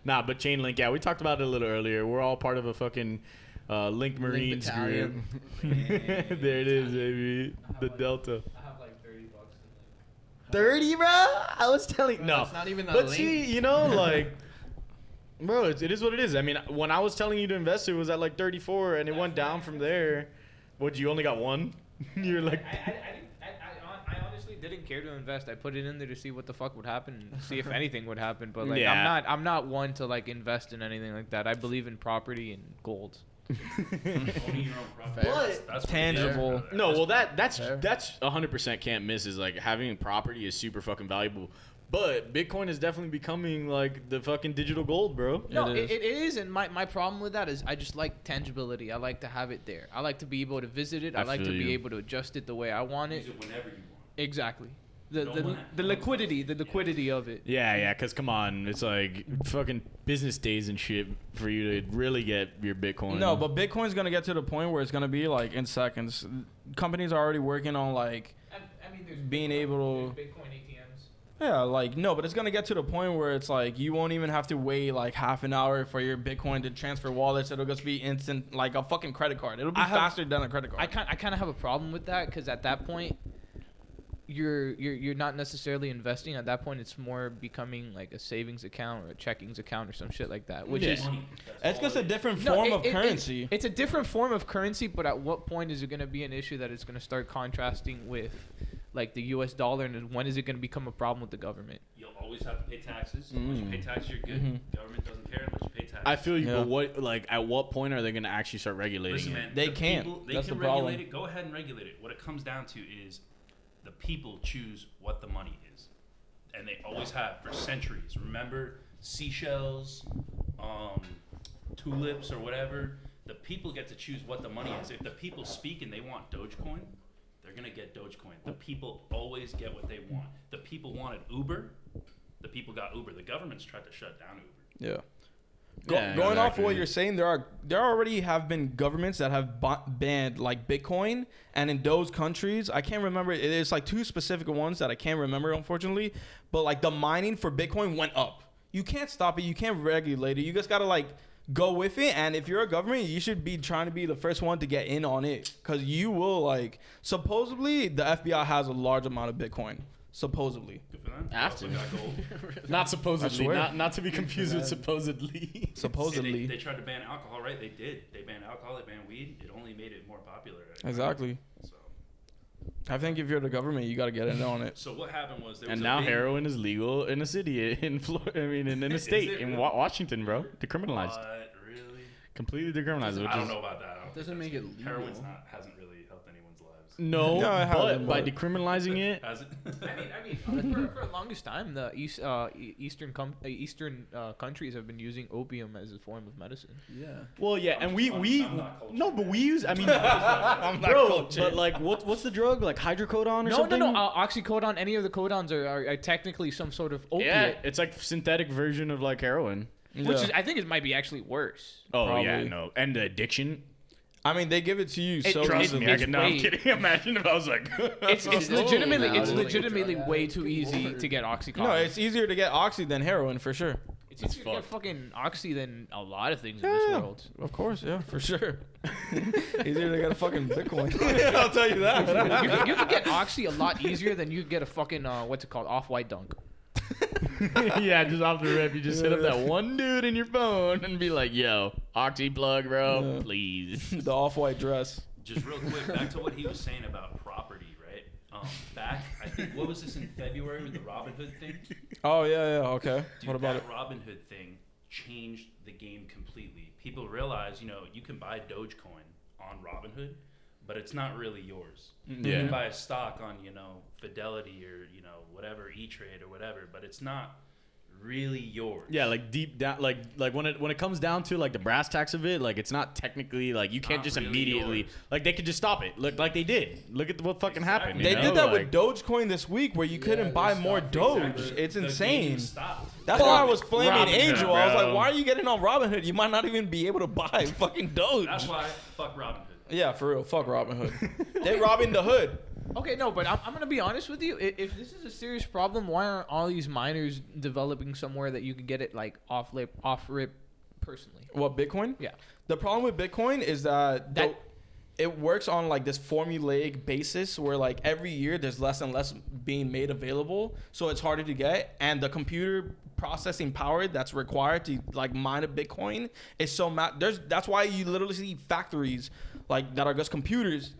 [SPEAKER 2] nah, but Chainlink, yeah, we talked about it a little earlier. We're all part of a fucking uh, Link Marines group. <laughs>
[SPEAKER 10] Battalion.
[SPEAKER 2] there it is, baby. The Delta.
[SPEAKER 5] I have like 30 bucks. In
[SPEAKER 2] Thirty, bro. I was telling. No,
[SPEAKER 4] It's not even the
[SPEAKER 2] but
[SPEAKER 4] link.
[SPEAKER 2] see, you know, like, bro, it's, it is what it is. I mean, when I was telling you to invest, it was at like thirty-four, and it went down from there. What you only got one? <laughs> You're
[SPEAKER 10] <laughs>
[SPEAKER 2] like,
[SPEAKER 10] I, I, I, didn't- I, I, hon- I honestly didn't care to invest. I put it in there to see what the fuck would happen, and <laughs> see if anything would happen. But like,
[SPEAKER 2] Yeah.
[SPEAKER 10] I'm not, I'm not one to like invest in anything like that. I believe in property and gold.
[SPEAKER 9] Owning your own property.
[SPEAKER 2] But-
[SPEAKER 9] That's- that's what it is,
[SPEAKER 3] Tangible.
[SPEAKER 9] brother.
[SPEAKER 2] No,
[SPEAKER 9] That's-
[SPEAKER 2] well that that's
[SPEAKER 4] Fair.
[SPEAKER 2] that's hundred percent can't miss is like having property is super fucking valuable. But Bitcoin is definitely becoming like the fucking digital gold, bro.
[SPEAKER 10] No,
[SPEAKER 3] It
[SPEAKER 10] it, it is, and my, my problem with that is I just like tangibility. I like to have it there. I like to be able to visit it. I,
[SPEAKER 2] I
[SPEAKER 10] like to
[SPEAKER 2] feel
[SPEAKER 10] be
[SPEAKER 2] you.
[SPEAKER 10] able to adjust it the way I want
[SPEAKER 9] Use
[SPEAKER 10] it.
[SPEAKER 9] it whenever you want.
[SPEAKER 10] Exactly. The
[SPEAKER 9] Don't
[SPEAKER 10] the,
[SPEAKER 9] want-
[SPEAKER 10] the liquidity, the liquidity of it.
[SPEAKER 2] Yeah, yeah, cause come on, it's like fucking business days and shit for you to really get your Bitcoin.
[SPEAKER 3] No, but Bitcoin's gonna get to the point where it's gonna be like in seconds. Companies are already working on like
[SPEAKER 10] I, I mean, there's
[SPEAKER 3] Being able
[SPEAKER 10] there's Bitcoin ATMs.
[SPEAKER 3] yeah, like no, but it's gonna get to the point where it's like you won't even have to wait like half an hour for your Bitcoin to transfer wallets. It'll just be instant, like a fucking credit card. It'll be
[SPEAKER 10] I have-
[SPEAKER 3] faster than a credit card.
[SPEAKER 10] I kind I kind of have a problem with that because at that point, you're you're you're not necessarily investing. At that point, it's more becoming like a savings account or a checkings account or some shit like that, which
[SPEAKER 2] Yeah.
[SPEAKER 10] is
[SPEAKER 9] Money. That's
[SPEAKER 3] it's
[SPEAKER 9] all
[SPEAKER 3] just
[SPEAKER 9] it
[SPEAKER 3] a different
[SPEAKER 10] No,
[SPEAKER 3] form
[SPEAKER 10] it-
[SPEAKER 3] of
[SPEAKER 10] it- it-
[SPEAKER 3] currency.
[SPEAKER 10] It's, a different form of currency, but at what point is it going to be an issue that it's going to start contrasting with like the U.S. dollar, and then when is it going to become a problem with the government?
[SPEAKER 9] You'll always have to pay taxes. Once you pay taxes, you're good. Government doesn't care unless you pay taxes.
[SPEAKER 2] I feel you.
[SPEAKER 3] Yeah.
[SPEAKER 2] But what, like, at what point are they gonna actually start regulating
[SPEAKER 9] Listen,
[SPEAKER 2] it?
[SPEAKER 9] man,
[SPEAKER 3] They
[SPEAKER 9] the
[SPEAKER 3] can't.
[SPEAKER 9] people- they
[SPEAKER 3] That's
[SPEAKER 9] can
[SPEAKER 3] the problem.
[SPEAKER 9] regulate it. Go ahead and regulate it. What it comes down to is the people choose what the money is, and they always have for centuries. Remember seashells, um, tulips, or whatever. The people get to choose what the money is. If the people speak and they want Dogecoin, they're gonna get Dogecoin. The people always get what they want. The people wanted Uber. The people got Uber. The government's tried to shut down Uber.
[SPEAKER 3] yeah. Go,
[SPEAKER 2] Yeah,
[SPEAKER 3] going off
[SPEAKER 2] exactly.
[SPEAKER 3] what you're saying, there are there already have been governments that have ba- banned like Bitcoin, and in those countries, I can't remember. it- It's like two specific ones that I can't remember, unfortunately. But like the mining for Bitcoin went up. You can't stop it. You can't regulate it. You just gotta like go with it. And if you're a government, you should be trying to be the first one to get in on it, because you will like. Supposedly, the FBI has a large amount of Bitcoin. Supposedly,
[SPEAKER 9] Good for them. They
[SPEAKER 2] Have to.
[SPEAKER 9] also got
[SPEAKER 2] <laughs> <laughs>
[SPEAKER 9] gold.
[SPEAKER 2] Not
[SPEAKER 3] I
[SPEAKER 2] supposedly.
[SPEAKER 3] swear.
[SPEAKER 2] Not not to be confused with supposedly. <laughs>
[SPEAKER 9] They-
[SPEAKER 3] supposedly,
[SPEAKER 9] They, tried to ban alcohol, right? They did. They banned alcohol. They banned weed. It only made it more popular.
[SPEAKER 3] exactly.
[SPEAKER 9] So,
[SPEAKER 3] I think if you're the government, you gotta get in on it.
[SPEAKER 9] so what happened was there
[SPEAKER 2] and
[SPEAKER 9] was a
[SPEAKER 2] now
[SPEAKER 9] big-
[SPEAKER 2] heroin is legal in a city <laughs> in Florida. I mean, in, in a
[SPEAKER 9] Is
[SPEAKER 2] state
[SPEAKER 9] it
[SPEAKER 2] in
[SPEAKER 9] really?
[SPEAKER 2] Wa- Washington, bro. Decriminalized.
[SPEAKER 9] What? really?
[SPEAKER 2] Completely decriminalized. Which
[SPEAKER 9] I don't
[SPEAKER 2] is,
[SPEAKER 9] know about that. I don't
[SPEAKER 4] Doesn't
[SPEAKER 9] think
[SPEAKER 4] make it
[SPEAKER 9] that's- Heroin's
[SPEAKER 4] legal.
[SPEAKER 9] not hasn't really helped anyone's lives.
[SPEAKER 2] No, <laughs>
[SPEAKER 3] No,
[SPEAKER 2] but
[SPEAKER 3] it hasn't,
[SPEAKER 2] by
[SPEAKER 3] but-
[SPEAKER 2] decriminalizing it,
[SPEAKER 9] <laughs> Has it?
[SPEAKER 10] I mean, I mean, for, for the longest time, the east, uh, e- eastern com- uh, eastern uh, countries have been using opium as a form of medicine.
[SPEAKER 4] Yeah.
[SPEAKER 2] well, yeah, and we
[SPEAKER 9] I'm-
[SPEAKER 2] we
[SPEAKER 9] I'm not cultured.
[SPEAKER 2] no, but we use. <laughs> I mean, bro, but like, what what's the drug like hydrocodone or
[SPEAKER 10] No,
[SPEAKER 2] something?
[SPEAKER 10] no, no. Uh, oxycodone. Any of the codons are, are, are technically some sort of opiate,
[SPEAKER 2] uh, yeah, it's like synthetic version of like heroin.
[SPEAKER 10] which
[SPEAKER 3] Yeah.
[SPEAKER 10] is I think it might be actually worse.
[SPEAKER 2] Oh yeah,
[SPEAKER 3] Probably.
[SPEAKER 2] no, and the addiction.
[SPEAKER 3] I mean, they give it to you so
[SPEAKER 2] Trust
[SPEAKER 10] it-
[SPEAKER 2] me,
[SPEAKER 3] easily.
[SPEAKER 2] I
[SPEAKER 10] it's
[SPEAKER 2] can. No, I'm
[SPEAKER 10] way-
[SPEAKER 2] kidding. <laughs> Imagine if I was like,
[SPEAKER 10] It's,
[SPEAKER 2] <laughs>
[SPEAKER 10] it's
[SPEAKER 4] Oh,
[SPEAKER 10] legitimately
[SPEAKER 4] now it's
[SPEAKER 10] it's
[SPEAKER 4] like a
[SPEAKER 10] legitimately
[SPEAKER 4] drug
[SPEAKER 10] way
[SPEAKER 4] addict.
[SPEAKER 10] too
[SPEAKER 4] Good
[SPEAKER 10] easy
[SPEAKER 4] lord.
[SPEAKER 10] to get oxycodone.
[SPEAKER 3] no, it's easier to get oxy than heroin for sure.
[SPEAKER 10] It's easier to get
[SPEAKER 2] fucked.
[SPEAKER 10] fucking oxy than a lot of things in this world.
[SPEAKER 3] Of course, yeah, for sure. <laughs> easier to get a fucking <laughs> Bitcoin. I'll tell you
[SPEAKER 10] You
[SPEAKER 3] that.
[SPEAKER 10] can, you can
[SPEAKER 3] <laughs>
[SPEAKER 10] get oxy a lot easier than you get a fucking uh, what's it called off white dunk.
[SPEAKER 2] yeah, just off the rip, you just hit up <laughs> that one dude in your phone and be like, "Yo, oxy plug, bro,
[SPEAKER 3] Yeah.
[SPEAKER 2] please."
[SPEAKER 3] the off-white dress.
[SPEAKER 9] <laughs> Just real quick, back to what he was saying about property, right? Um, back, I think what was this in February with the Robin Hood thing?
[SPEAKER 3] Oh yeah, yeah. Okay.
[SPEAKER 9] Dude,
[SPEAKER 3] what about
[SPEAKER 9] that
[SPEAKER 3] it?
[SPEAKER 9] Robin Hood thing changed the game completely. People realize, you know, you can buy Dogecoin on Robinhood, but it's not really yours. You
[SPEAKER 2] Yeah.
[SPEAKER 9] can buy a stock on, you know, Fidelity or, you know, whatever, E Trade or whatever, but it's not really yours.
[SPEAKER 2] Yeah, like deep down, like like when it when it comes down to like the brass tacks of it, like it's not technically like you can't
[SPEAKER 9] Not
[SPEAKER 2] just
[SPEAKER 9] really
[SPEAKER 2] immediately
[SPEAKER 9] yours.
[SPEAKER 2] like they could just stop it. Look like they did. Look at what fucking happened. you
[SPEAKER 3] They
[SPEAKER 2] know?
[SPEAKER 3] did that
[SPEAKER 2] Like-
[SPEAKER 3] with Dogecoin this week, where you couldn't buy more Doge. It's
[SPEAKER 9] The game
[SPEAKER 3] insane.
[SPEAKER 9] stopped.
[SPEAKER 3] That's why I was flaming
[SPEAKER 2] Robinhood,
[SPEAKER 3] Angel. I was
[SPEAKER 2] bro.
[SPEAKER 3] like, why are you getting on Robinhood? You might not even be able to buy <laughs> fucking Doge.
[SPEAKER 9] That's why fuck Robinhood.
[SPEAKER 3] <laughs> Yeah, for real.
[SPEAKER 2] <laughs>
[SPEAKER 3] Fuck Robinhood. they robbing the hood.
[SPEAKER 10] Okay, no, but I'm, I'm gonna be honest with you. If, if this is a serious problem, why aren't all these miners developing somewhere that you can get it like off lip, off rip, personally?
[SPEAKER 3] What Bitcoin?
[SPEAKER 10] Yeah.
[SPEAKER 3] The problem with Bitcoin is that,
[SPEAKER 10] That-
[SPEAKER 3] the- it works on like this formulaic basis where like every year there's less and less being made available, so it's harder to get, and the computer processing power that's required to like mine a Bitcoin is so ma- there's that's why you literally see factories like that are just computers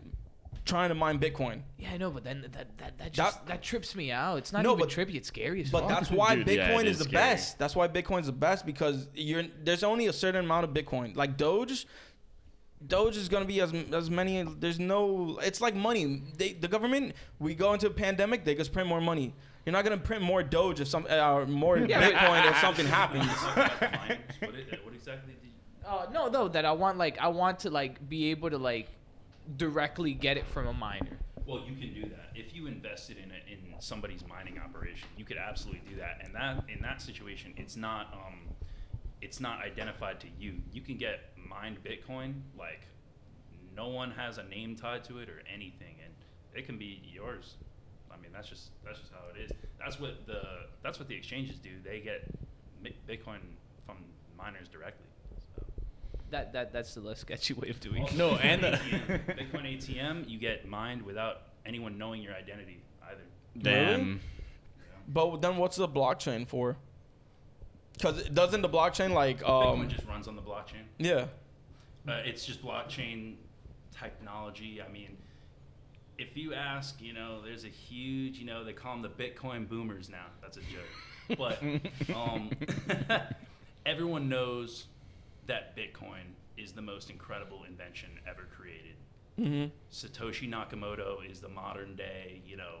[SPEAKER 3] trying to mine Bitcoin.
[SPEAKER 10] Yeah, I know, but then that that that, just, that, trips me out. It's not
[SPEAKER 3] No,
[SPEAKER 10] even
[SPEAKER 3] but-
[SPEAKER 10] trippy. It's scary as
[SPEAKER 3] But
[SPEAKER 10] fuck.
[SPEAKER 3] that's why
[SPEAKER 2] Dude, yeah,
[SPEAKER 3] Bitcoin
[SPEAKER 2] it
[SPEAKER 3] is,
[SPEAKER 2] is
[SPEAKER 3] the
[SPEAKER 2] scary.
[SPEAKER 3] best. That's why Bitcoin's the best because you're there's only a certain amount of Bitcoin. Like Doge, Doge is gonna be as as many. There's no. It's like money. They, the government. We go into a pandemic. They just print more money. You're not gonna print more Doge if some uh, more
[SPEAKER 10] Yeah, but-
[SPEAKER 3] Bitcoin
[SPEAKER 10] <laughs>
[SPEAKER 3] if something happens.
[SPEAKER 9] what, it- what exactly did you
[SPEAKER 10] Uh, no, though that I want like I want to like be able to like directly get it from a miner.
[SPEAKER 9] Well, you can do that if you invested in a, in somebody's mining operation. You could absolutely do that, and that in that situation, it's not um, it's not identified to you. You can get mined Bitcoin like no one has a name tied to it or anything, and it can be yours. I mean, that's just that's just how it is. That's what the that's what the exchanges do. They get mi- Bitcoin from miners directly. So.
[SPEAKER 10] That that that's the less sketchy way of doing it.
[SPEAKER 9] Also,
[SPEAKER 2] No,
[SPEAKER 9] Bitcoin
[SPEAKER 2] and the-
[SPEAKER 9] <laughs> ATM. Bitcoin ATM, you get mined without anyone knowing your identity either.
[SPEAKER 2] Damn.
[SPEAKER 3] But then what's the blockchain for? Because doesn't the blockchain like
[SPEAKER 9] Bitcoin
[SPEAKER 3] um
[SPEAKER 9] just runs on the blockchain.
[SPEAKER 3] yeah
[SPEAKER 9] Uh, it's just blockchain technology. I mean, if you ask, you know, there's a huge, you know, they call them the Bitcoin boomers now. That's a joke.
[SPEAKER 3] <laughs>
[SPEAKER 9] But um, <laughs> everyone knows that Bitcoin is the most incredible invention ever created.
[SPEAKER 3] Mm-hmm.
[SPEAKER 9] Satoshi Nakamoto is the modern day, you know,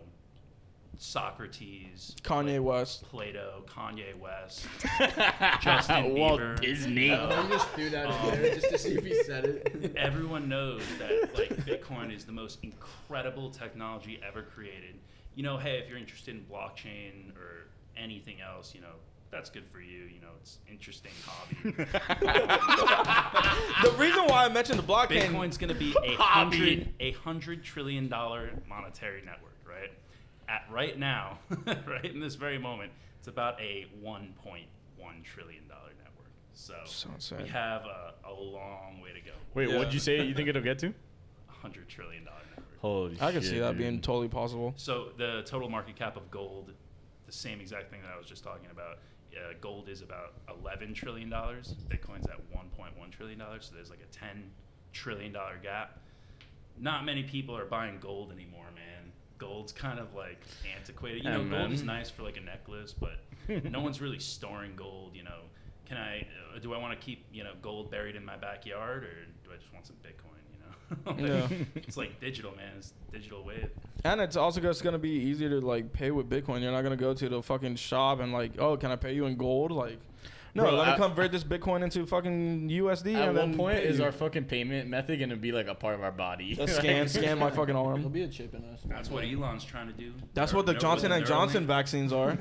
[SPEAKER 9] Socrates,
[SPEAKER 3] Kanye West?
[SPEAKER 9] Plato, Kanye
[SPEAKER 3] <laughs>
[SPEAKER 9] West, <laughs>
[SPEAKER 2] <laughs>
[SPEAKER 9] Justin
[SPEAKER 2] Walt
[SPEAKER 9] Bieber.
[SPEAKER 2] Disney.
[SPEAKER 4] I just threw that in there just to see if he said it.
[SPEAKER 9] everyone knows that like Bitcoin is the most incredible technology ever created. You know, hey, if you're interested in blockchain or anything else, you know, that's good for you. You know, it's interesting hobby.
[SPEAKER 3] The reason why I mentioned the blockchain.
[SPEAKER 9] Bitcoin's gonna be a hundred a hundred trillion dollar monetary network, right? At right now, <laughs> right in this very moment, it's about a one point one trillion dollar network. So, we have a, a long way to go.
[SPEAKER 2] Wait,
[SPEAKER 3] Yeah.
[SPEAKER 2] what'd you say? You think it'll get
[SPEAKER 9] <laughs>
[SPEAKER 2] to?
[SPEAKER 9] A hundred trillion dollar network.
[SPEAKER 2] Holy
[SPEAKER 3] I can
[SPEAKER 2] shit,
[SPEAKER 3] see that
[SPEAKER 2] dude.
[SPEAKER 3] being totally possible.
[SPEAKER 9] So the total market cap of gold, the same exact thing that I was just talking about. Uh, gold is about eleven trillion dollars. Bitcoin's at one point one trillion dollars. So there's like a ten trillion dollar gap. Not many people are buying gold anymore, man. Gold's kind of like antiquated. You
[SPEAKER 2] Yeah,
[SPEAKER 9] know,
[SPEAKER 2] man.
[SPEAKER 9] gold is nice for like a necklace, but no one's really storing gold. You know, can I? Uh, do I want to keep you know gold buried in my backyard, or do I just want some Bitcoin? You know, <laughs> Like,
[SPEAKER 3] Yeah.
[SPEAKER 9] it's like digital, man. It's digital wave.
[SPEAKER 3] And it's also just gonna be easier to like pay with Bitcoin. You're not gonna go to the fucking shop and like, oh, can I pay you in gold? Like, no,
[SPEAKER 2] Bro,
[SPEAKER 3] let
[SPEAKER 2] I-
[SPEAKER 3] me convert this Bitcoin into fucking USD.
[SPEAKER 2] At one
[SPEAKER 3] and then
[SPEAKER 2] point,
[SPEAKER 3] pay
[SPEAKER 2] is
[SPEAKER 3] you.
[SPEAKER 2] our fucking payment method gonna be like a part of our body? <laughs>
[SPEAKER 3] Just <laughs> scan scan my fucking
[SPEAKER 4] There'll
[SPEAKER 3] arm?
[SPEAKER 4] be a chip in us.
[SPEAKER 9] That's what Elon's trying to do.
[SPEAKER 3] That's
[SPEAKER 9] Or-
[SPEAKER 3] what the
[SPEAKER 9] or
[SPEAKER 3] Johnson
[SPEAKER 9] with
[SPEAKER 3] and Johnson <laughs> vaccines are.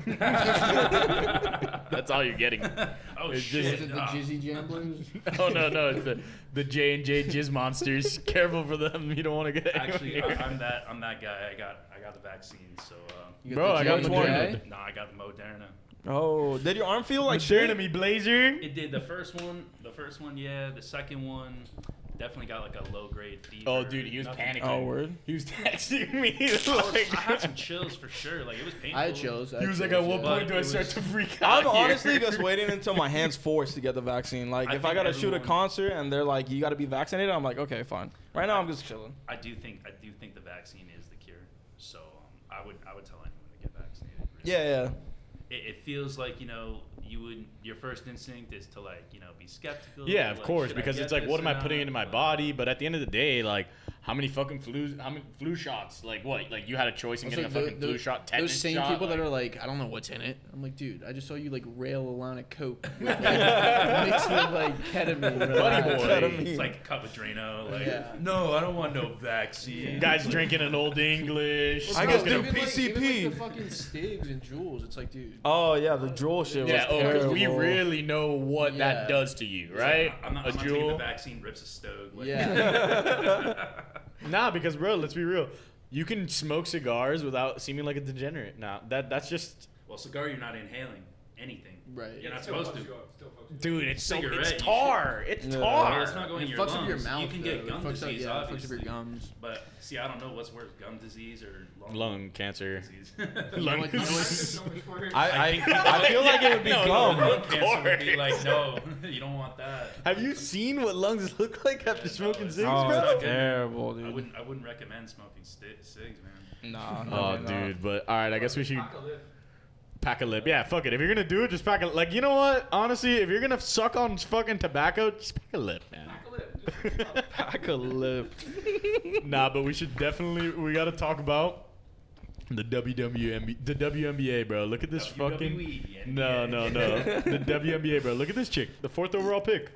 [SPEAKER 2] <laughs>
[SPEAKER 9] Neuralink.
[SPEAKER 2] That's all you're
[SPEAKER 3] <laughs>
[SPEAKER 2] getting.
[SPEAKER 9] <laughs> oh
[SPEAKER 2] It's
[SPEAKER 9] shit!
[SPEAKER 2] just-
[SPEAKER 4] Is it the
[SPEAKER 9] Ah,
[SPEAKER 4] Jizzy Jamblers?
[SPEAKER 2] Oh <laughs> no, no, it's the the J and J jizz monsters. <laughs> Careful for them. You don't want to get anyone <laughs>
[SPEAKER 9] actually,
[SPEAKER 2] here.
[SPEAKER 9] I, I'm that I'm that guy. I got I got the vaccine. So uh,
[SPEAKER 4] <laughs> You
[SPEAKER 2] Bro, I got
[SPEAKER 4] J&J?
[SPEAKER 2] Moderna.
[SPEAKER 9] nah, I got the Moderna.
[SPEAKER 3] Oh, did your arm feel like
[SPEAKER 2] Turn to
[SPEAKER 3] shit?
[SPEAKER 2] me, Blazer.
[SPEAKER 9] It did the first one. The first one, yeah. The second one, definitely got like a low grade fever.
[SPEAKER 2] Oh, dude, he was
[SPEAKER 9] Nothing-
[SPEAKER 2] panicking. <laughs>
[SPEAKER 3] Oh, word.
[SPEAKER 2] He was texting
[SPEAKER 9] <laughs>
[SPEAKER 2] me. <laughs> He
[SPEAKER 3] Oh,
[SPEAKER 2] was
[SPEAKER 9] I, was- I had
[SPEAKER 2] like,
[SPEAKER 9] some chills for sure. Like it was painful.
[SPEAKER 4] I had chills. I
[SPEAKER 2] he
[SPEAKER 4] had
[SPEAKER 2] was like,
[SPEAKER 4] chills,
[SPEAKER 2] at what
[SPEAKER 4] yeah.
[SPEAKER 9] But
[SPEAKER 2] point do I
[SPEAKER 9] it
[SPEAKER 2] start
[SPEAKER 9] was-
[SPEAKER 2] to freak out?
[SPEAKER 3] I'm honestly
[SPEAKER 2] here?
[SPEAKER 3] just waiting until my hands forced to get the vaccine. Like,
[SPEAKER 9] I
[SPEAKER 3] if I
[SPEAKER 9] think
[SPEAKER 3] gotta shoot a
[SPEAKER 9] everyone-
[SPEAKER 3] concert and they're like, you gotta be vaccinated, I'm like, okay, fine. Right now, I'm just chilling.
[SPEAKER 9] I do think I do think the vaccine is the cure. So um, I would I would tell anyone to get vaccinated. really.
[SPEAKER 3] Yeah, yeah.
[SPEAKER 9] it, it feels like you know you would your first instinct is to like you know be skeptical.
[SPEAKER 2] <laughs> Yeah, of
[SPEAKER 9] like,
[SPEAKER 2] course,
[SPEAKER 9] should I
[SPEAKER 2] because
[SPEAKER 9] get
[SPEAKER 2] it's like,
[SPEAKER 9] this
[SPEAKER 2] what am
[SPEAKER 9] or
[SPEAKER 2] I putting
[SPEAKER 9] not?
[SPEAKER 2] into my
[SPEAKER 9] <laughs> But-
[SPEAKER 2] body? But at the end of the day, like, how many fucking flu, how many flu shots? Like, what? Like, you had a choice in
[SPEAKER 4] It's
[SPEAKER 2] getting
[SPEAKER 4] like
[SPEAKER 2] a
[SPEAKER 4] tho-
[SPEAKER 2] fucking
[SPEAKER 4] tho-
[SPEAKER 2] flu shot, tetanus
[SPEAKER 4] Those same
[SPEAKER 2] shot,
[SPEAKER 4] people
[SPEAKER 2] like-
[SPEAKER 4] that are like, I don't know what's in it. I'm like, dude, I just saw you like rail a line
[SPEAKER 2] <laughs>
[SPEAKER 4] of coke with, like, mixed with like ketamine.
[SPEAKER 2] Buddy
[SPEAKER 4] relax.
[SPEAKER 2] boy.
[SPEAKER 9] It's like a cup of Drano. Like,
[SPEAKER 4] Yeah.
[SPEAKER 9] no, I don't want no
[SPEAKER 2] <laughs>
[SPEAKER 9] vaccine.
[SPEAKER 2] guys drinking an old English.
[SPEAKER 5] I guess they're
[SPEAKER 2] smoking a-
[SPEAKER 4] Even, like- even,
[SPEAKER 5] PCP.
[SPEAKER 4] like, the fucking Stigs and Jules. It's like, dude,
[SPEAKER 5] Oh yeah, the drool shit was
[SPEAKER 2] yeah, oh, 'cause
[SPEAKER 5] terrible.
[SPEAKER 2] we really know what
[SPEAKER 4] Yeah.
[SPEAKER 2] that does to you,
[SPEAKER 9] It's like,
[SPEAKER 2] right?
[SPEAKER 9] I'm not,
[SPEAKER 2] a
[SPEAKER 9] I'm not taking the
[SPEAKER 2] jewel.
[SPEAKER 9] vaccine. Rips a stove. Like,
[SPEAKER 4] yeah.
[SPEAKER 2] Nah, because bro, let's be real. You can smoke cigars without seeming like a degenerate. Nah, that that's just,
[SPEAKER 9] <laughs> well, cigar, you're not inhaling anything.
[SPEAKER 4] Right.
[SPEAKER 9] You're not supposed to.
[SPEAKER 2] dude. It's so
[SPEAKER 9] Cigarette, you
[SPEAKER 2] it's
[SPEAKER 9] should-
[SPEAKER 2] tar. It's
[SPEAKER 5] Yeah.
[SPEAKER 9] Well,
[SPEAKER 2] tar.
[SPEAKER 9] it's not going
[SPEAKER 4] It
[SPEAKER 9] in your
[SPEAKER 4] fucks
[SPEAKER 9] lungs.
[SPEAKER 4] up your mouth.
[SPEAKER 9] you can
[SPEAKER 4] though.
[SPEAKER 9] get
[SPEAKER 4] It
[SPEAKER 9] gum
[SPEAKER 4] fucks
[SPEAKER 9] disease,
[SPEAKER 4] up, yeah, it fucks up
[SPEAKER 9] obviously.
[SPEAKER 4] your gums.
[SPEAKER 9] But see, I don't know what's worse, gum disease or lung,
[SPEAKER 2] Lung cancer.
[SPEAKER 9] disease. <laughs>
[SPEAKER 2] Lung.
[SPEAKER 4] You know what-
[SPEAKER 5] I, I, I feel like it would be
[SPEAKER 2] <laughs> No,
[SPEAKER 5] gum.
[SPEAKER 2] no, no.
[SPEAKER 9] Lung cancer would be
[SPEAKER 2] course.
[SPEAKER 9] like, no, <laughs> you don't want that.
[SPEAKER 2] Have you seen what lungs look like after
[SPEAKER 9] no,
[SPEAKER 2] smoking
[SPEAKER 9] it's-
[SPEAKER 2] cigs,
[SPEAKER 5] Oh,
[SPEAKER 2] bro?
[SPEAKER 5] it's terrible,
[SPEAKER 9] I
[SPEAKER 5] dude.
[SPEAKER 9] wouldn't. I wouldn't recommend smoking sti- cigs, man.
[SPEAKER 5] Nah,
[SPEAKER 2] Oh,
[SPEAKER 5] no, no.
[SPEAKER 2] dude. But all right, I guess we should pack a lip. Yeah, fuck it. If you're gonna do it, just pack a like. You know what? Honestly, if you're gonna suck on fucking tobacco, just pack a lip, man. <laughs>
[SPEAKER 5] Pack a lip.
[SPEAKER 2] nah, but we should definitely. We gotta talk about the WWNBA, the WNBA, bro. Look at this fucking.
[SPEAKER 9] WWE,
[SPEAKER 2] No, no,
[SPEAKER 9] <laughs>
[SPEAKER 2] no. the WNBA, bro. Look at this chick, the fourth overall pick.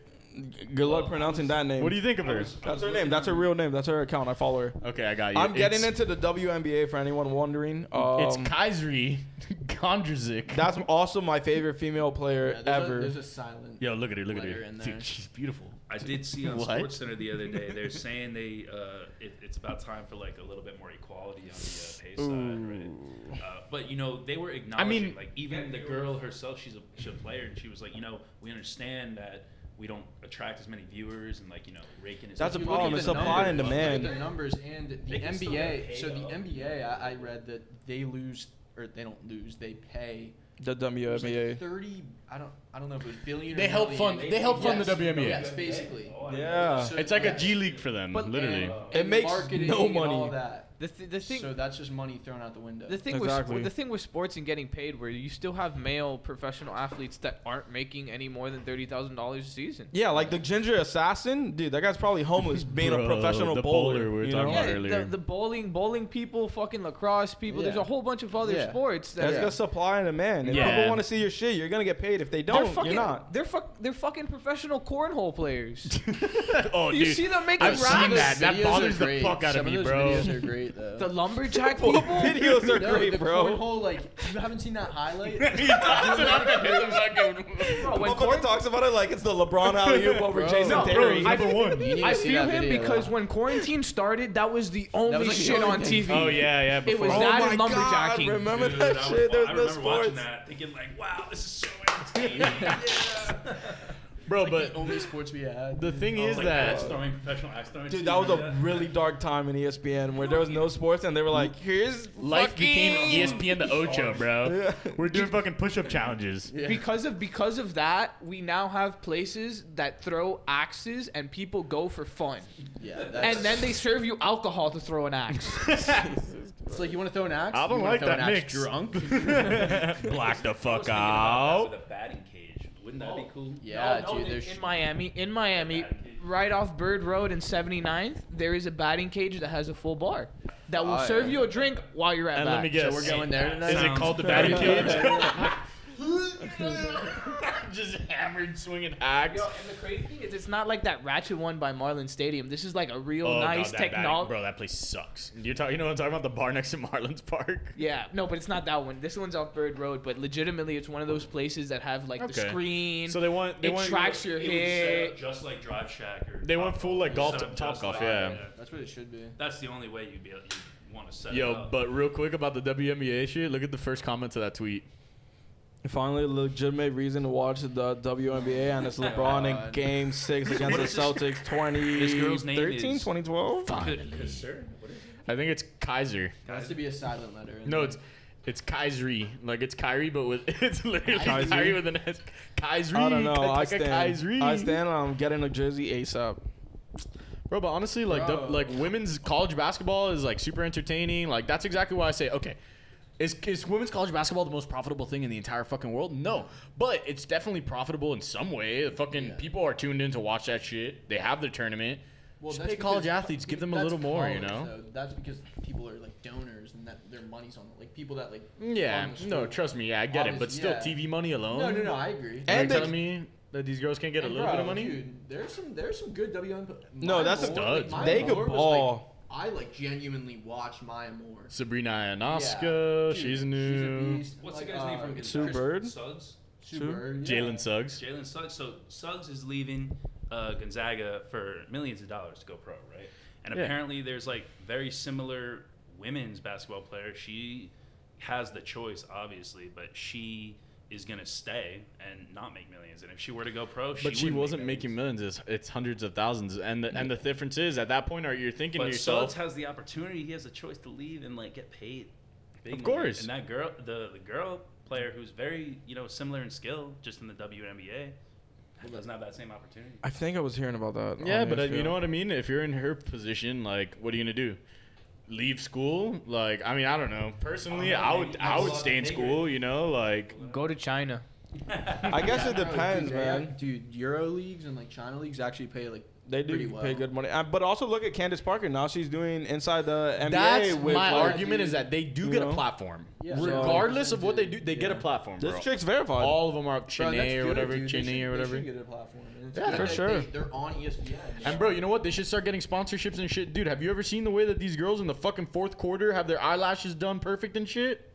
[SPEAKER 5] Good luck pronouncing that name.
[SPEAKER 2] What do you think of her?
[SPEAKER 5] That's her name. That's her real name. That's her account. I follow her.
[SPEAKER 2] Okay, I got you.
[SPEAKER 5] I'm getting
[SPEAKER 2] It's-
[SPEAKER 5] into the WNBA for anyone wondering. Um,
[SPEAKER 2] It's Kaisri Gondrazik.
[SPEAKER 5] that's also my favorite female player
[SPEAKER 4] Yeah, there's
[SPEAKER 5] ever.
[SPEAKER 4] A, there's a silent.
[SPEAKER 2] Yo, look at her. Look at
[SPEAKER 4] Let her
[SPEAKER 2] her.
[SPEAKER 4] in there.
[SPEAKER 2] Dude, she's beautiful.
[SPEAKER 9] I did see on
[SPEAKER 2] What?
[SPEAKER 9] SportsCenter the other day
[SPEAKER 2] <laughs>
[SPEAKER 9] they're saying they uh, it, it's about time for like a little bit more equality on the uh, pay side, right? Uh, but you know they were acknowledging
[SPEAKER 2] mean-
[SPEAKER 9] like even the girl herself, she's a, she's a player, and she was like, you know, we understand that we don't attract as many viewers, and like you know, raking is
[SPEAKER 5] That's a
[SPEAKER 4] You look
[SPEAKER 5] problem.
[SPEAKER 4] at
[SPEAKER 5] It's
[SPEAKER 4] the
[SPEAKER 5] supply and
[SPEAKER 4] numbers, look at
[SPEAKER 5] demand.
[SPEAKER 4] The numbers and the
[SPEAKER 9] They can still get
[SPEAKER 4] NBA.
[SPEAKER 9] paid,
[SPEAKER 4] So the
[SPEAKER 9] though.
[SPEAKER 4] NBA, I, I read that they lose or they don't lose. They pay
[SPEAKER 5] the
[SPEAKER 4] it was like
[SPEAKER 5] WNBA.
[SPEAKER 4] thirty. I don't. I don't know if it was billion.
[SPEAKER 2] They
[SPEAKER 4] or
[SPEAKER 2] help
[SPEAKER 4] million.
[SPEAKER 2] fund- they help fund the WNBA.
[SPEAKER 4] Yes, basically.
[SPEAKER 5] Yeah.
[SPEAKER 4] So-
[SPEAKER 2] It's like a
[SPEAKER 4] yes.
[SPEAKER 2] G League for them,
[SPEAKER 10] But-
[SPEAKER 2] Mm, literally.
[SPEAKER 5] It
[SPEAKER 4] And
[SPEAKER 5] makes
[SPEAKER 4] marketing
[SPEAKER 5] no
[SPEAKER 4] and all
[SPEAKER 5] money.
[SPEAKER 4] that.
[SPEAKER 10] The, th- the thing
[SPEAKER 4] so that's just money thrown out the window.
[SPEAKER 10] The thing
[SPEAKER 5] Exactly.
[SPEAKER 10] with the thing with sports and getting paid, where you still have male professional athletes that aren't making any more than thirty thousand dollars a season.
[SPEAKER 5] Yeah, like the ginger assassin, dude. That guy's probably
[SPEAKER 2] <laughs>
[SPEAKER 5] homeless, being
[SPEAKER 2] Bro,
[SPEAKER 5] a professional
[SPEAKER 2] the
[SPEAKER 5] bowler.
[SPEAKER 2] bowler we were
[SPEAKER 5] you
[SPEAKER 2] talking
[SPEAKER 5] know?
[SPEAKER 2] about.
[SPEAKER 10] Yeah,
[SPEAKER 2] earlier.
[SPEAKER 10] the, the bowling, bowling people, fucking lacrosse people. There's
[SPEAKER 4] Yeah.
[SPEAKER 10] a whole bunch of other
[SPEAKER 4] Yeah.
[SPEAKER 10] sports that
[SPEAKER 5] That's just supply and demand. If
[SPEAKER 2] Yeah.
[SPEAKER 5] people want to see your shit, you're gonna get paid. If they
[SPEAKER 10] they're
[SPEAKER 5] don't,
[SPEAKER 10] fucking,
[SPEAKER 5] you're
[SPEAKER 4] <laughs>
[SPEAKER 5] not.
[SPEAKER 10] They're fuck, they're fucking professional cornhole players.
[SPEAKER 2] <laughs> oh,
[SPEAKER 10] you
[SPEAKER 2] dude.
[SPEAKER 10] see them making
[SPEAKER 2] I've seen
[SPEAKER 10] rockets.
[SPEAKER 2] that. That
[SPEAKER 4] Videos are
[SPEAKER 2] bothers the
[SPEAKER 4] great.
[SPEAKER 2] fuck out of
[SPEAKER 4] Some
[SPEAKER 2] me,
[SPEAKER 4] those
[SPEAKER 2] bro.
[SPEAKER 4] Videos are great
[SPEAKER 5] <laughs>
[SPEAKER 4] though.
[SPEAKER 10] The <laughs> lumberjack people.
[SPEAKER 5] Videos are
[SPEAKER 4] no,
[SPEAKER 5] great,
[SPEAKER 4] the
[SPEAKER 5] bro.
[SPEAKER 4] cornhole, like you haven't seen that highlight.
[SPEAKER 2] <laughs> He tosses it up and it's like a-
[SPEAKER 10] Bro, when
[SPEAKER 5] Motherfucker
[SPEAKER 10] corn-
[SPEAKER 5] talks about it like it's the LeBron alley oop over
[SPEAKER 4] Bro.
[SPEAKER 5] Jason
[SPEAKER 4] No, bro,
[SPEAKER 2] Bro,
[SPEAKER 5] Terry.
[SPEAKER 2] he's number one.
[SPEAKER 4] need to
[SPEAKER 10] I
[SPEAKER 4] see
[SPEAKER 10] feel
[SPEAKER 4] that
[SPEAKER 10] him
[SPEAKER 4] video.
[SPEAKER 10] because when quarantine started, that was the only
[SPEAKER 4] was, like, the
[SPEAKER 10] shit
[SPEAKER 4] only
[SPEAKER 10] on
[SPEAKER 4] thing.
[SPEAKER 10] TV.
[SPEAKER 2] Oh yeah, yeah.
[SPEAKER 10] It was
[SPEAKER 2] before-
[SPEAKER 10] that
[SPEAKER 5] my
[SPEAKER 10] and
[SPEAKER 5] God,
[SPEAKER 10] lumberjacking.
[SPEAKER 5] remember
[SPEAKER 9] Dude,
[SPEAKER 5] that
[SPEAKER 9] I was
[SPEAKER 5] shit?
[SPEAKER 9] wa-
[SPEAKER 5] There's
[SPEAKER 9] I
[SPEAKER 5] no
[SPEAKER 9] remember watching
[SPEAKER 5] sports.
[SPEAKER 9] that, thinking like, wow, this is so entertaining.
[SPEAKER 4] <laughs>
[SPEAKER 9] yeah.
[SPEAKER 2] bro.
[SPEAKER 4] but
[SPEAKER 2] But
[SPEAKER 4] only sports we had.
[SPEAKER 2] the thing is
[SPEAKER 9] like, axe
[SPEAKER 2] that
[SPEAKER 9] throwing, professional axe throwing.
[SPEAKER 5] Dude,
[SPEAKER 9] team
[SPEAKER 5] that was
[SPEAKER 9] like
[SPEAKER 5] a really dark time
[SPEAKER 3] E
[SPEAKER 5] in ESPN where there was no sports and they were like, here's
[SPEAKER 2] life became E
[SPEAKER 5] fucking-
[SPEAKER 2] ESPN the Ocho, bro.
[SPEAKER 5] Yeah.
[SPEAKER 2] We're doing fucking push-up challenges.
[SPEAKER 4] Yeah.
[SPEAKER 10] Because of because of that, we now have places that throw axes and people go for fun.
[SPEAKER 4] yeah, that's,
[SPEAKER 10] and then they serve you alcohol to throw an axe.
[SPEAKER 4] it's like you want to throw an axe.
[SPEAKER 2] I don't
[SPEAKER 4] You wanna
[SPEAKER 2] like
[SPEAKER 4] throw an
[SPEAKER 2] that
[SPEAKER 4] axe
[SPEAKER 2] mix. <laughs>
[SPEAKER 4] Drunk.
[SPEAKER 2] Black the
[SPEAKER 9] I was <laughs>
[SPEAKER 2] fuck
[SPEAKER 9] thinking about that
[SPEAKER 2] out.
[SPEAKER 9] with a batting cage. Wouldn't that be cool?
[SPEAKER 4] <laughs> Yeah,
[SPEAKER 10] Oh, No, no,
[SPEAKER 4] dude.
[SPEAKER 10] in-
[SPEAKER 4] There's
[SPEAKER 10] in Miami, in Miami,
[SPEAKER 9] Batting cage.
[SPEAKER 10] right off Bird Road and 79th, there is a batting cage that has a full bar that will
[SPEAKER 4] Oh,
[SPEAKER 10] serve
[SPEAKER 4] yeah.
[SPEAKER 10] you a drink while you're at
[SPEAKER 2] And
[SPEAKER 10] bat.
[SPEAKER 2] let me guess.
[SPEAKER 4] we're going there tonight?
[SPEAKER 2] Is it
[SPEAKER 9] Sounds
[SPEAKER 2] called the
[SPEAKER 9] very
[SPEAKER 2] batting
[SPEAKER 9] good.
[SPEAKER 2] cage? <laughs> Just hammered, swinging axe.
[SPEAKER 10] Yo, and the crazy thing is, it's not like that Ratchet one by Marlin Stadium. This is like a real
[SPEAKER 2] Oh, God,
[SPEAKER 10] nice
[SPEAKER 2] that batting-
[SPEAKER 10] technology.
[SPEAKER 2] Bro, that place sucks. You're talking. You know what I'm talking about? The bar next to Marlins Park.
[SPEAKER 10] <laughs> Yeah, no, but it's not that one. This one's off Bird Road, but legitimately, it's one of those places that have like
[SPEAKER 2] Okay.
[SPEAKER 10] the screen.
[SPEAKER 2] So they want. They
[SPEAKER 10] it
[SPEAKER 2] want.
[SPEAKER 10] tracks your
[SPEAKER 9] It would set
[SPEAKER 2] uh,
[SPEAKER 9] up
[SPEAKER 10] hit.
[SPEAKER 9] just like Drive Shack or
[SPEAKER 2] They went
[SPEAKER 9] Topgolf.
[SPEAKER 2] full, like,
[SPEAKER 9] It would
[SPEAKER 2] golf
[SPEAKER 9] set
[SPEAKER 2] to-
[SPEAKER 9] up just
[SPEAKER 2] Topgolf,
[SPEAKER 9] like
[SPEAKER 2] yeah.
[SPEAKER 9] that.
[SPEAKER 4] that's what it should be.
[SPEAKER 9] That's the only way you'd be able you want to set it
[SPEAKER 2] Yo,
[SPEAKER 10] Oh.
[SPEAKER 9] up. <laughs>
[SPEAKER 2] but real quick about the WNBA shit. Look at the first comment to that
[SPEAKER 10] <laughs>
[SPEAKER 2] tweet.
[SPEAKER 5] Finally, a legitimate reason to watch the WNBA,
[SPEAKER 3] <laughs> Oh
[SPEAKER 5] and it's LeBron in
[SPEAKER 4] God.
[SPEAKER 5] Game 6 against the Celtics 2013,
[SPEAKER 9] This girl's name is-
[SPEAKER 5] 2012.
[SPEAKER 9] Good, good, sir. What is
[SPEAKER 2] I think it's Kaiser.
[SPEAKER 4] It has to be a silent letter. in
[SPEAKER 2] No,
[SPEAKER 4] there.
[SPEAKER 2] it's it's Kaisri. Like it's Kyrie, but with <laughs> it's literally
[SPEAKER 5] Kaisri?
[SPEAKER 2] Kyrie, with an S. Kaisri.
[SPEAKER 5] I don't know. I
[SPEAKER 2] Kataka Kaisri.
[SPEAKER 5] stand. I stand on getting a jersey ASAP.
[SPEAKER 2] Bro, but honestly, like the,
[SPEAKER 4] Bro.
[SPEAKER 2] like women's college basketball is like super entertaining. Like that's exactly why I say okay. Is, is women's college basketball the most profitable thing in the entire fucking world? No, but it's definitely profitable in some way. The fucking people are tuned in to watch that shit. They have their tournament. Just pay college athletes, give them a
[SPEAKER 4] that's
[SPEAKER 2] little more, you
[SPEAKER 4] college,
[SPEAKER 2] know.
[SPEAKER 4] though. That's because people are like donors and that their money's on it. Like people that like.
[SPEAKER 2] Yeah,
[SPEAKER 4] on the
[SPEAKER 2] no,
[SPEAKER 4] sport.
[SPEAKER 2] trust me. Yeah, I get it, but
[SPEAKER 4] Obvious-
[SPEAKER 2] still,
[SPEAKER 4] yeah.
[SPEAKER 2] TV money alone.
[SPEAKER 4] No, no, no. I agree.
[SPEAKER 2] Are you
[SPEAKER 5] And they-
[SPEAKER 2] telling me that these girls can't get a
[SPEAKER 4] And
[SPEAKER 2] little
[SPEAKER 4] bro,
[SPEAKER 2] bit of money?
[SPEAKER 4] Dude, there's some there's some good WM.
[SPEAKER 5] No, that's a
[SPEAKER 2] stud.
[SPEAKER 5] They could ball.
[SPEAKER 4] I like genuinely watched Maya Moore.
[SPEAKER 2] Sabrina
[SPEAKER 4] Yeah,
[SPEAKER 2] Ionoska,
[SPEAKER 4] dude,
[SPEAKER 2] she's
[SPEAKER 4] She's a
[SPEAKER 2] new.
[SPEAKER 4] beast.
[SPEAKER 9] What's
[SPEAKER 4] Like,
[SPEAKER 9] the guy's name
[SPEAKER 4] uh,
[SPEAKER 9] from
[SPEAKER 4] Chris
[SPEAKER 3] Sue Bird?
[SPEAKER 9] Suggs.
[SPEAKER 3] Sue?
[SPEAKER 4] Bird, yeah.
[SPEAKER 2] Jalen Suggs.
[SPEAKER 9] Jalen Suggs. So Suggs is leaving uh, Gonzaga for millions of dollars to go pro, right? And
[SPEAKER 2] Yeah.
[SPEAKER 9] apparently, there's like very similar women's basketball player. She has the choice, obviously, but she is gonna stay and not make millions. And if she were to go pro, she
[SPEAKER 2] But she
[SPEAKER 9] would make
[SPEAKER 2] wasn't making millions. It's, it's hundreds of thousands, and the, and the difference is at that point, are you're thinking
[SPEAKER 9] But
[SPEAKER 2] to yourself,
[SPEAKER 9] Suggs has the opportunity. He has a choice to leave and like get paid. big
[SPEAKER 2] Of
[SPEAKER 9] money.
[SPEAKER 2] course.
[SPEAKER 9] And that girl, the the girl player who's very you know similar in skill, just in the WNBA, doesn't have that same opportunity.
[SPEAKER 3] I think I was hearing about that.
[SPEAKER 2] yeah,
[SPEAKER 3] on
[SPEAKER 2] but uh,
[SPEAKER 3] HBO.
[SPEAKER 2] you know what I mean. If you're in her position, like, what are you gonna do? Leave school? Like, I mean, I don't know. Personally,
[SPEAKER 9] Oh,
[SPEAKER 2] I
[SPEAKER 9] man,
[SPEAKER 2] would
[SPEAKER 9] you
[SPEAKER 2] I
[SPEAKER 9] guys
[SPEAKER 2] would
[SPEAKER 9] love
[SPEAKER 2] stay in
[SPEAKER 9] the
[SPEAKER 2] school.
[SPEAKER 9] Patriots.
[SPEAKER 2] You know, like,
[SPEAKER 10] Go to China.
[SPEAKER 3] I guess it
[SPEAKER 4] Yeah, no,
[SPEAKER 3] depends,
[SPEAKER 4] dude, they act-
[SPEAKER 3] man.
[SPEAKER 4] Dude, Euro leagues and like China leagues actually pay like
[SPEAKER 3] They
[SPEAKER 4] pretty
[SPEAKER 3] do
[SPEAKER 4] well.
[SPEAKER 3] pay good money, Uh, but also look at Candace Parker. Now she's doing inside the NBA
[SPEAKER 2] That's
[SPEAKER 3] with
[SPEAKER 2] my
[SPEAKER 3] like,
[SPEAKER 2] argument is that they do
[SPEAKER 3] you
[SPEAKER 2] get a
[SPEAKER 3] know?
[SPEAKER 2] platform.
[SPEAKER 4] Yeah.
[SPEAKER 2] Regardless
[SPEAKER 4] So-
[SPEAKER 2] of what they do, they get a
[SPEAKER 4] Yeah.
[SPEAKER 2] platform.
[SPEAKER 3] this
[SPEAKER 2] bro.
[SPEAKER 3] chick's verified.
[SPEAKER 2] all of them are
[SPEAKER 4] Bro, that's
[SPEAKER 2] Chinese or
[SPEAKER 4] good,
[SPEAKER 2] whatever,
[SPEAKER 4] dude. They
[SPEAKER 2] Chinese
[SPEAKER 4] should-
[SPEAKER 2] or
[SPEAKER 4] they
[SPEAKER 2] whatever.
[SPEAKER 4] should get a platform. And it's
[SPEAKER 2] Yeah,
[SPEAKER 4] good
[SPEAKER 2] for
[SPEAKER 4] that they-
[SPEAKER 3] sure.
[SPEAKER 4] They're on E ESPN.
[SPEAKER 2] And bro, you know what? They should start getting sponsorships and shit, dude. Have you ever seen the way that these girls in the fucking fourth quarter have their eyelashes done perfect and shit?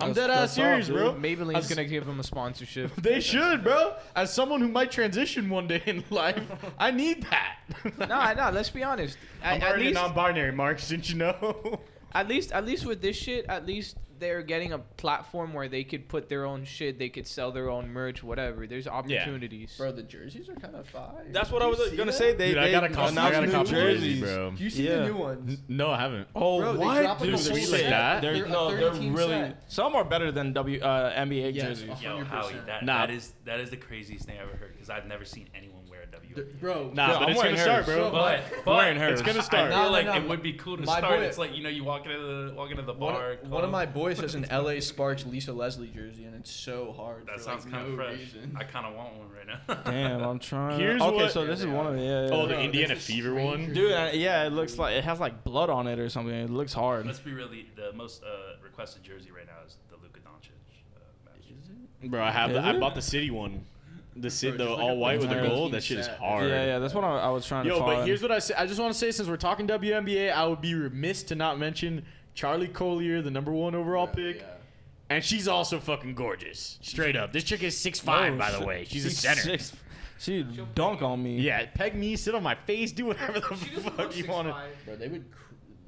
[SPEAKER 2] I'm
[SPEAKER 3] That's-
[SPEAKER 2] dead ass
[SPEAKER 3] that's
[SPEAKER 2] serious,
[SPEAKER 3] off,
[SPEAKER 2] bro.
[SPEAKER 3] dude.
[SPEAKER 10] Maybelline's
[SPEAKER 2] As-
[SPEAKER 10] gonna give him a sponsorship.
[SPEAKER 2] <laughs> They should, bro. As someone who might transition one day in <laughs> life, I need
[SPEAKER 3] <laughs>
[SPEAKER 2] that.
[SPEAKER 10] no, no. Let's be honest.
[SPEAKER 2] <laughs> I'm
[SPEAKER 10] At, at
[SPEAKER 2] already
[SPEAKER 10] least,
[SPEAKER 2] non-binary, Mark. <laughs> Didn't you know?
[SPEAKER 10] at least, at least with this shit, at least they're getting a platform where they could put their own shit. They could sell their own merch, whatever. There's opportunities.
[SPEAKER 2] <laughs>
[SPEAKER 4] Bro, the jerseys are kind of fire.
[SPEAKER 3] That's what
[SPEAKER 4] Do
[SPEAKER 3] I
[SPEAKER 4] you
[SPEAKER 3] was
[SPEAKER 4] see
[SPEAKER 3] gonna
[SPEAKER 4] that?
[SPEAKER 3] say. They
[SPEAKER 2] dude,
[SPEAKER 3] they
[SPEAKER 2] I got a couple, I got a couple
[SPEAKER 3] announced new
[SPEAKER 2] jerseys,
[SPEAKER 3] jerseys.
[SPEAKER 2] bro.
[SPEAKER 4] Do you see
[SPEAKER 3] Yeah.
[SPEAKER 4] the new ones?
[SPEAKER 2] No, I haven't.
[SPEAKER 3] Oh,
[SPEAKER 4] Bro, they
[SPEAKER 3] what?
[SPEAKER 4] dropped, like,
[SPEAKER 2] a
[SPEAKER 3] Dude,
[SPEAKER 2] whole
[SPEAKER 3] they're
[SPEAKER 2] set.
[SPEAKER 3] sick.
[SPEAKER 2] They're-
[SPEAKER 3] They're,
[SPEAKER 4] a
[SPEAKER 3] no, they're
[SPEAKER 4] 13
[SPEAKER 3] really.
[SPEAKER 4] set.
[SPEAKER 3] Some are better than W uh, NBA
[SPEAKER 4] Yes,
[SPEAKER 3] jerseys.
[SPEAKER 4] uh-huh.
[SPEAKER 9] Yo,
[SPEAKER 4] 100%.
[SPEAKER 9] Howie, that,
[SPEAKER 2] Nah.
[SPEAKER 9] that is that is the craziest thing I've ever heard because I've never seen anyone wear a W.
[SPEAKER 4] The- Bro,
[SPEAKER 2] Nah,
[SPEAKER 3] Bro,
[SPEAKER 2] but
[SPEAKER 3] I'm
[SPEAKER 2] it's
[SPEAKER 3] wearing
[SPEAKER 2] gonna start,
[SPEAKER 3] hers.
[SPEAKER 2] bro.
[SPEAKER 9] but but
[SPEAKER 3] wearing hers.
[SPEAKER 2] It's gonna
[SPEAKER 9] I
[SPEAKER 2] start.
[SPEAKER 9] feel
[SPEAKER 4] Nah, nah,
[SPEAKER 9] like
[SPEAKER 4] nah.
[SPEAKER 9] it would be cool to
[SPEAKER 4] My
[SPEAKER 9] start.
[SPEAKER 4] boy-
[SPEAKER 9] it's like you know you walk into the walk into the
[SPEAKER 4] One,
[SPEAKER 9] bar.
[SPEAKER 4] of- one of
[SPEAKER 9] club.
[SPEAKER 4] my boys has an LA Sparks Lisa Leslie jersey, and it's so hard.
[SPEAKER 9] That
[SPEAKER 4] for,
[SPEAKER 9] sounds
[SPEAKER 4] like,
[SPEAKER 9] kind of
[SPEAKER 4] no
[SPEAKER 9] fresh.
[SPEAKER 4] reason.
[SPEAKER 9] I kind of want one right now.
[SPEAKER 3] <laughs> Damn, I'm trying.
[SPEAKER 2] Here's
[SPEAKER 3] okay,
[SPEAKER 2] what-
[SPEAKER 3] so this is one of them. Yeah, yeah.
[SPEAKER 2] Oh, the
[SPEAKER 3] yeah.
[SPEAKER 4] Bro,
[SPEAKER 2] Indiana
[SPEAKER 4] this is
[SPEAKER 2] Fever one.
[SPEAKER 4] stranger.
[SPEAKER 3] Dude, uh, yeah, it looks like it has like blood on it or something. It looks hard.
[SPEAKER 9] <laughs> Let's be really the most uh, requested jersey right now is the Luka Doncic. Uh, match.
[SPEAKER 2] Bro, I have.
[SPEAKER 3] Is
[SPEAKER 2] The, I
[SPEAKER 3] it?
[SPEAKER 2] bought the city one. The city,
[SPEAKER 4] Bro,
[SPEAKER 2] the
[SPEAKER 4] just like
[SPEAKER 2] all
[SPEAKER 4] a
[SPEAKER 2] white with the
[SPEAKER 3] Panther
[SPEAKER 2] gold.
[SPEAKER 4] team
[SPEAKER 2] That shit is
[SPEAKER 4] set.
[SPEAKER 2] hard.
[SPEAKER 3] Yeah, yeah, that's what I, I was trying to
[SPEAKER 2] Yo,
[SPEAKER 3] find.
[SPEAKER 2] but here's what I say. I just want to say, since we're talking WNBA, I would be remiss to not mention Charlie Collier, the number one overall pick,
[SPEAKER 4] Yeah.
[SPEAKER 2] and she's also fucking gorgeous. Straight up, this chick is six five,
[SPEAKER 3] Oh,
[SPEAKER 2] by the
[SPEAKER 3] shit.
[SPEAKER 2] way. She's, a center.
[SPEAKER 3] six- She dunk on me.
[SPEAKER 2] Yeah, peg me, sit on my face, do whatever the fuck you want. to.
[SPEAKER 4] Bro, they would cr-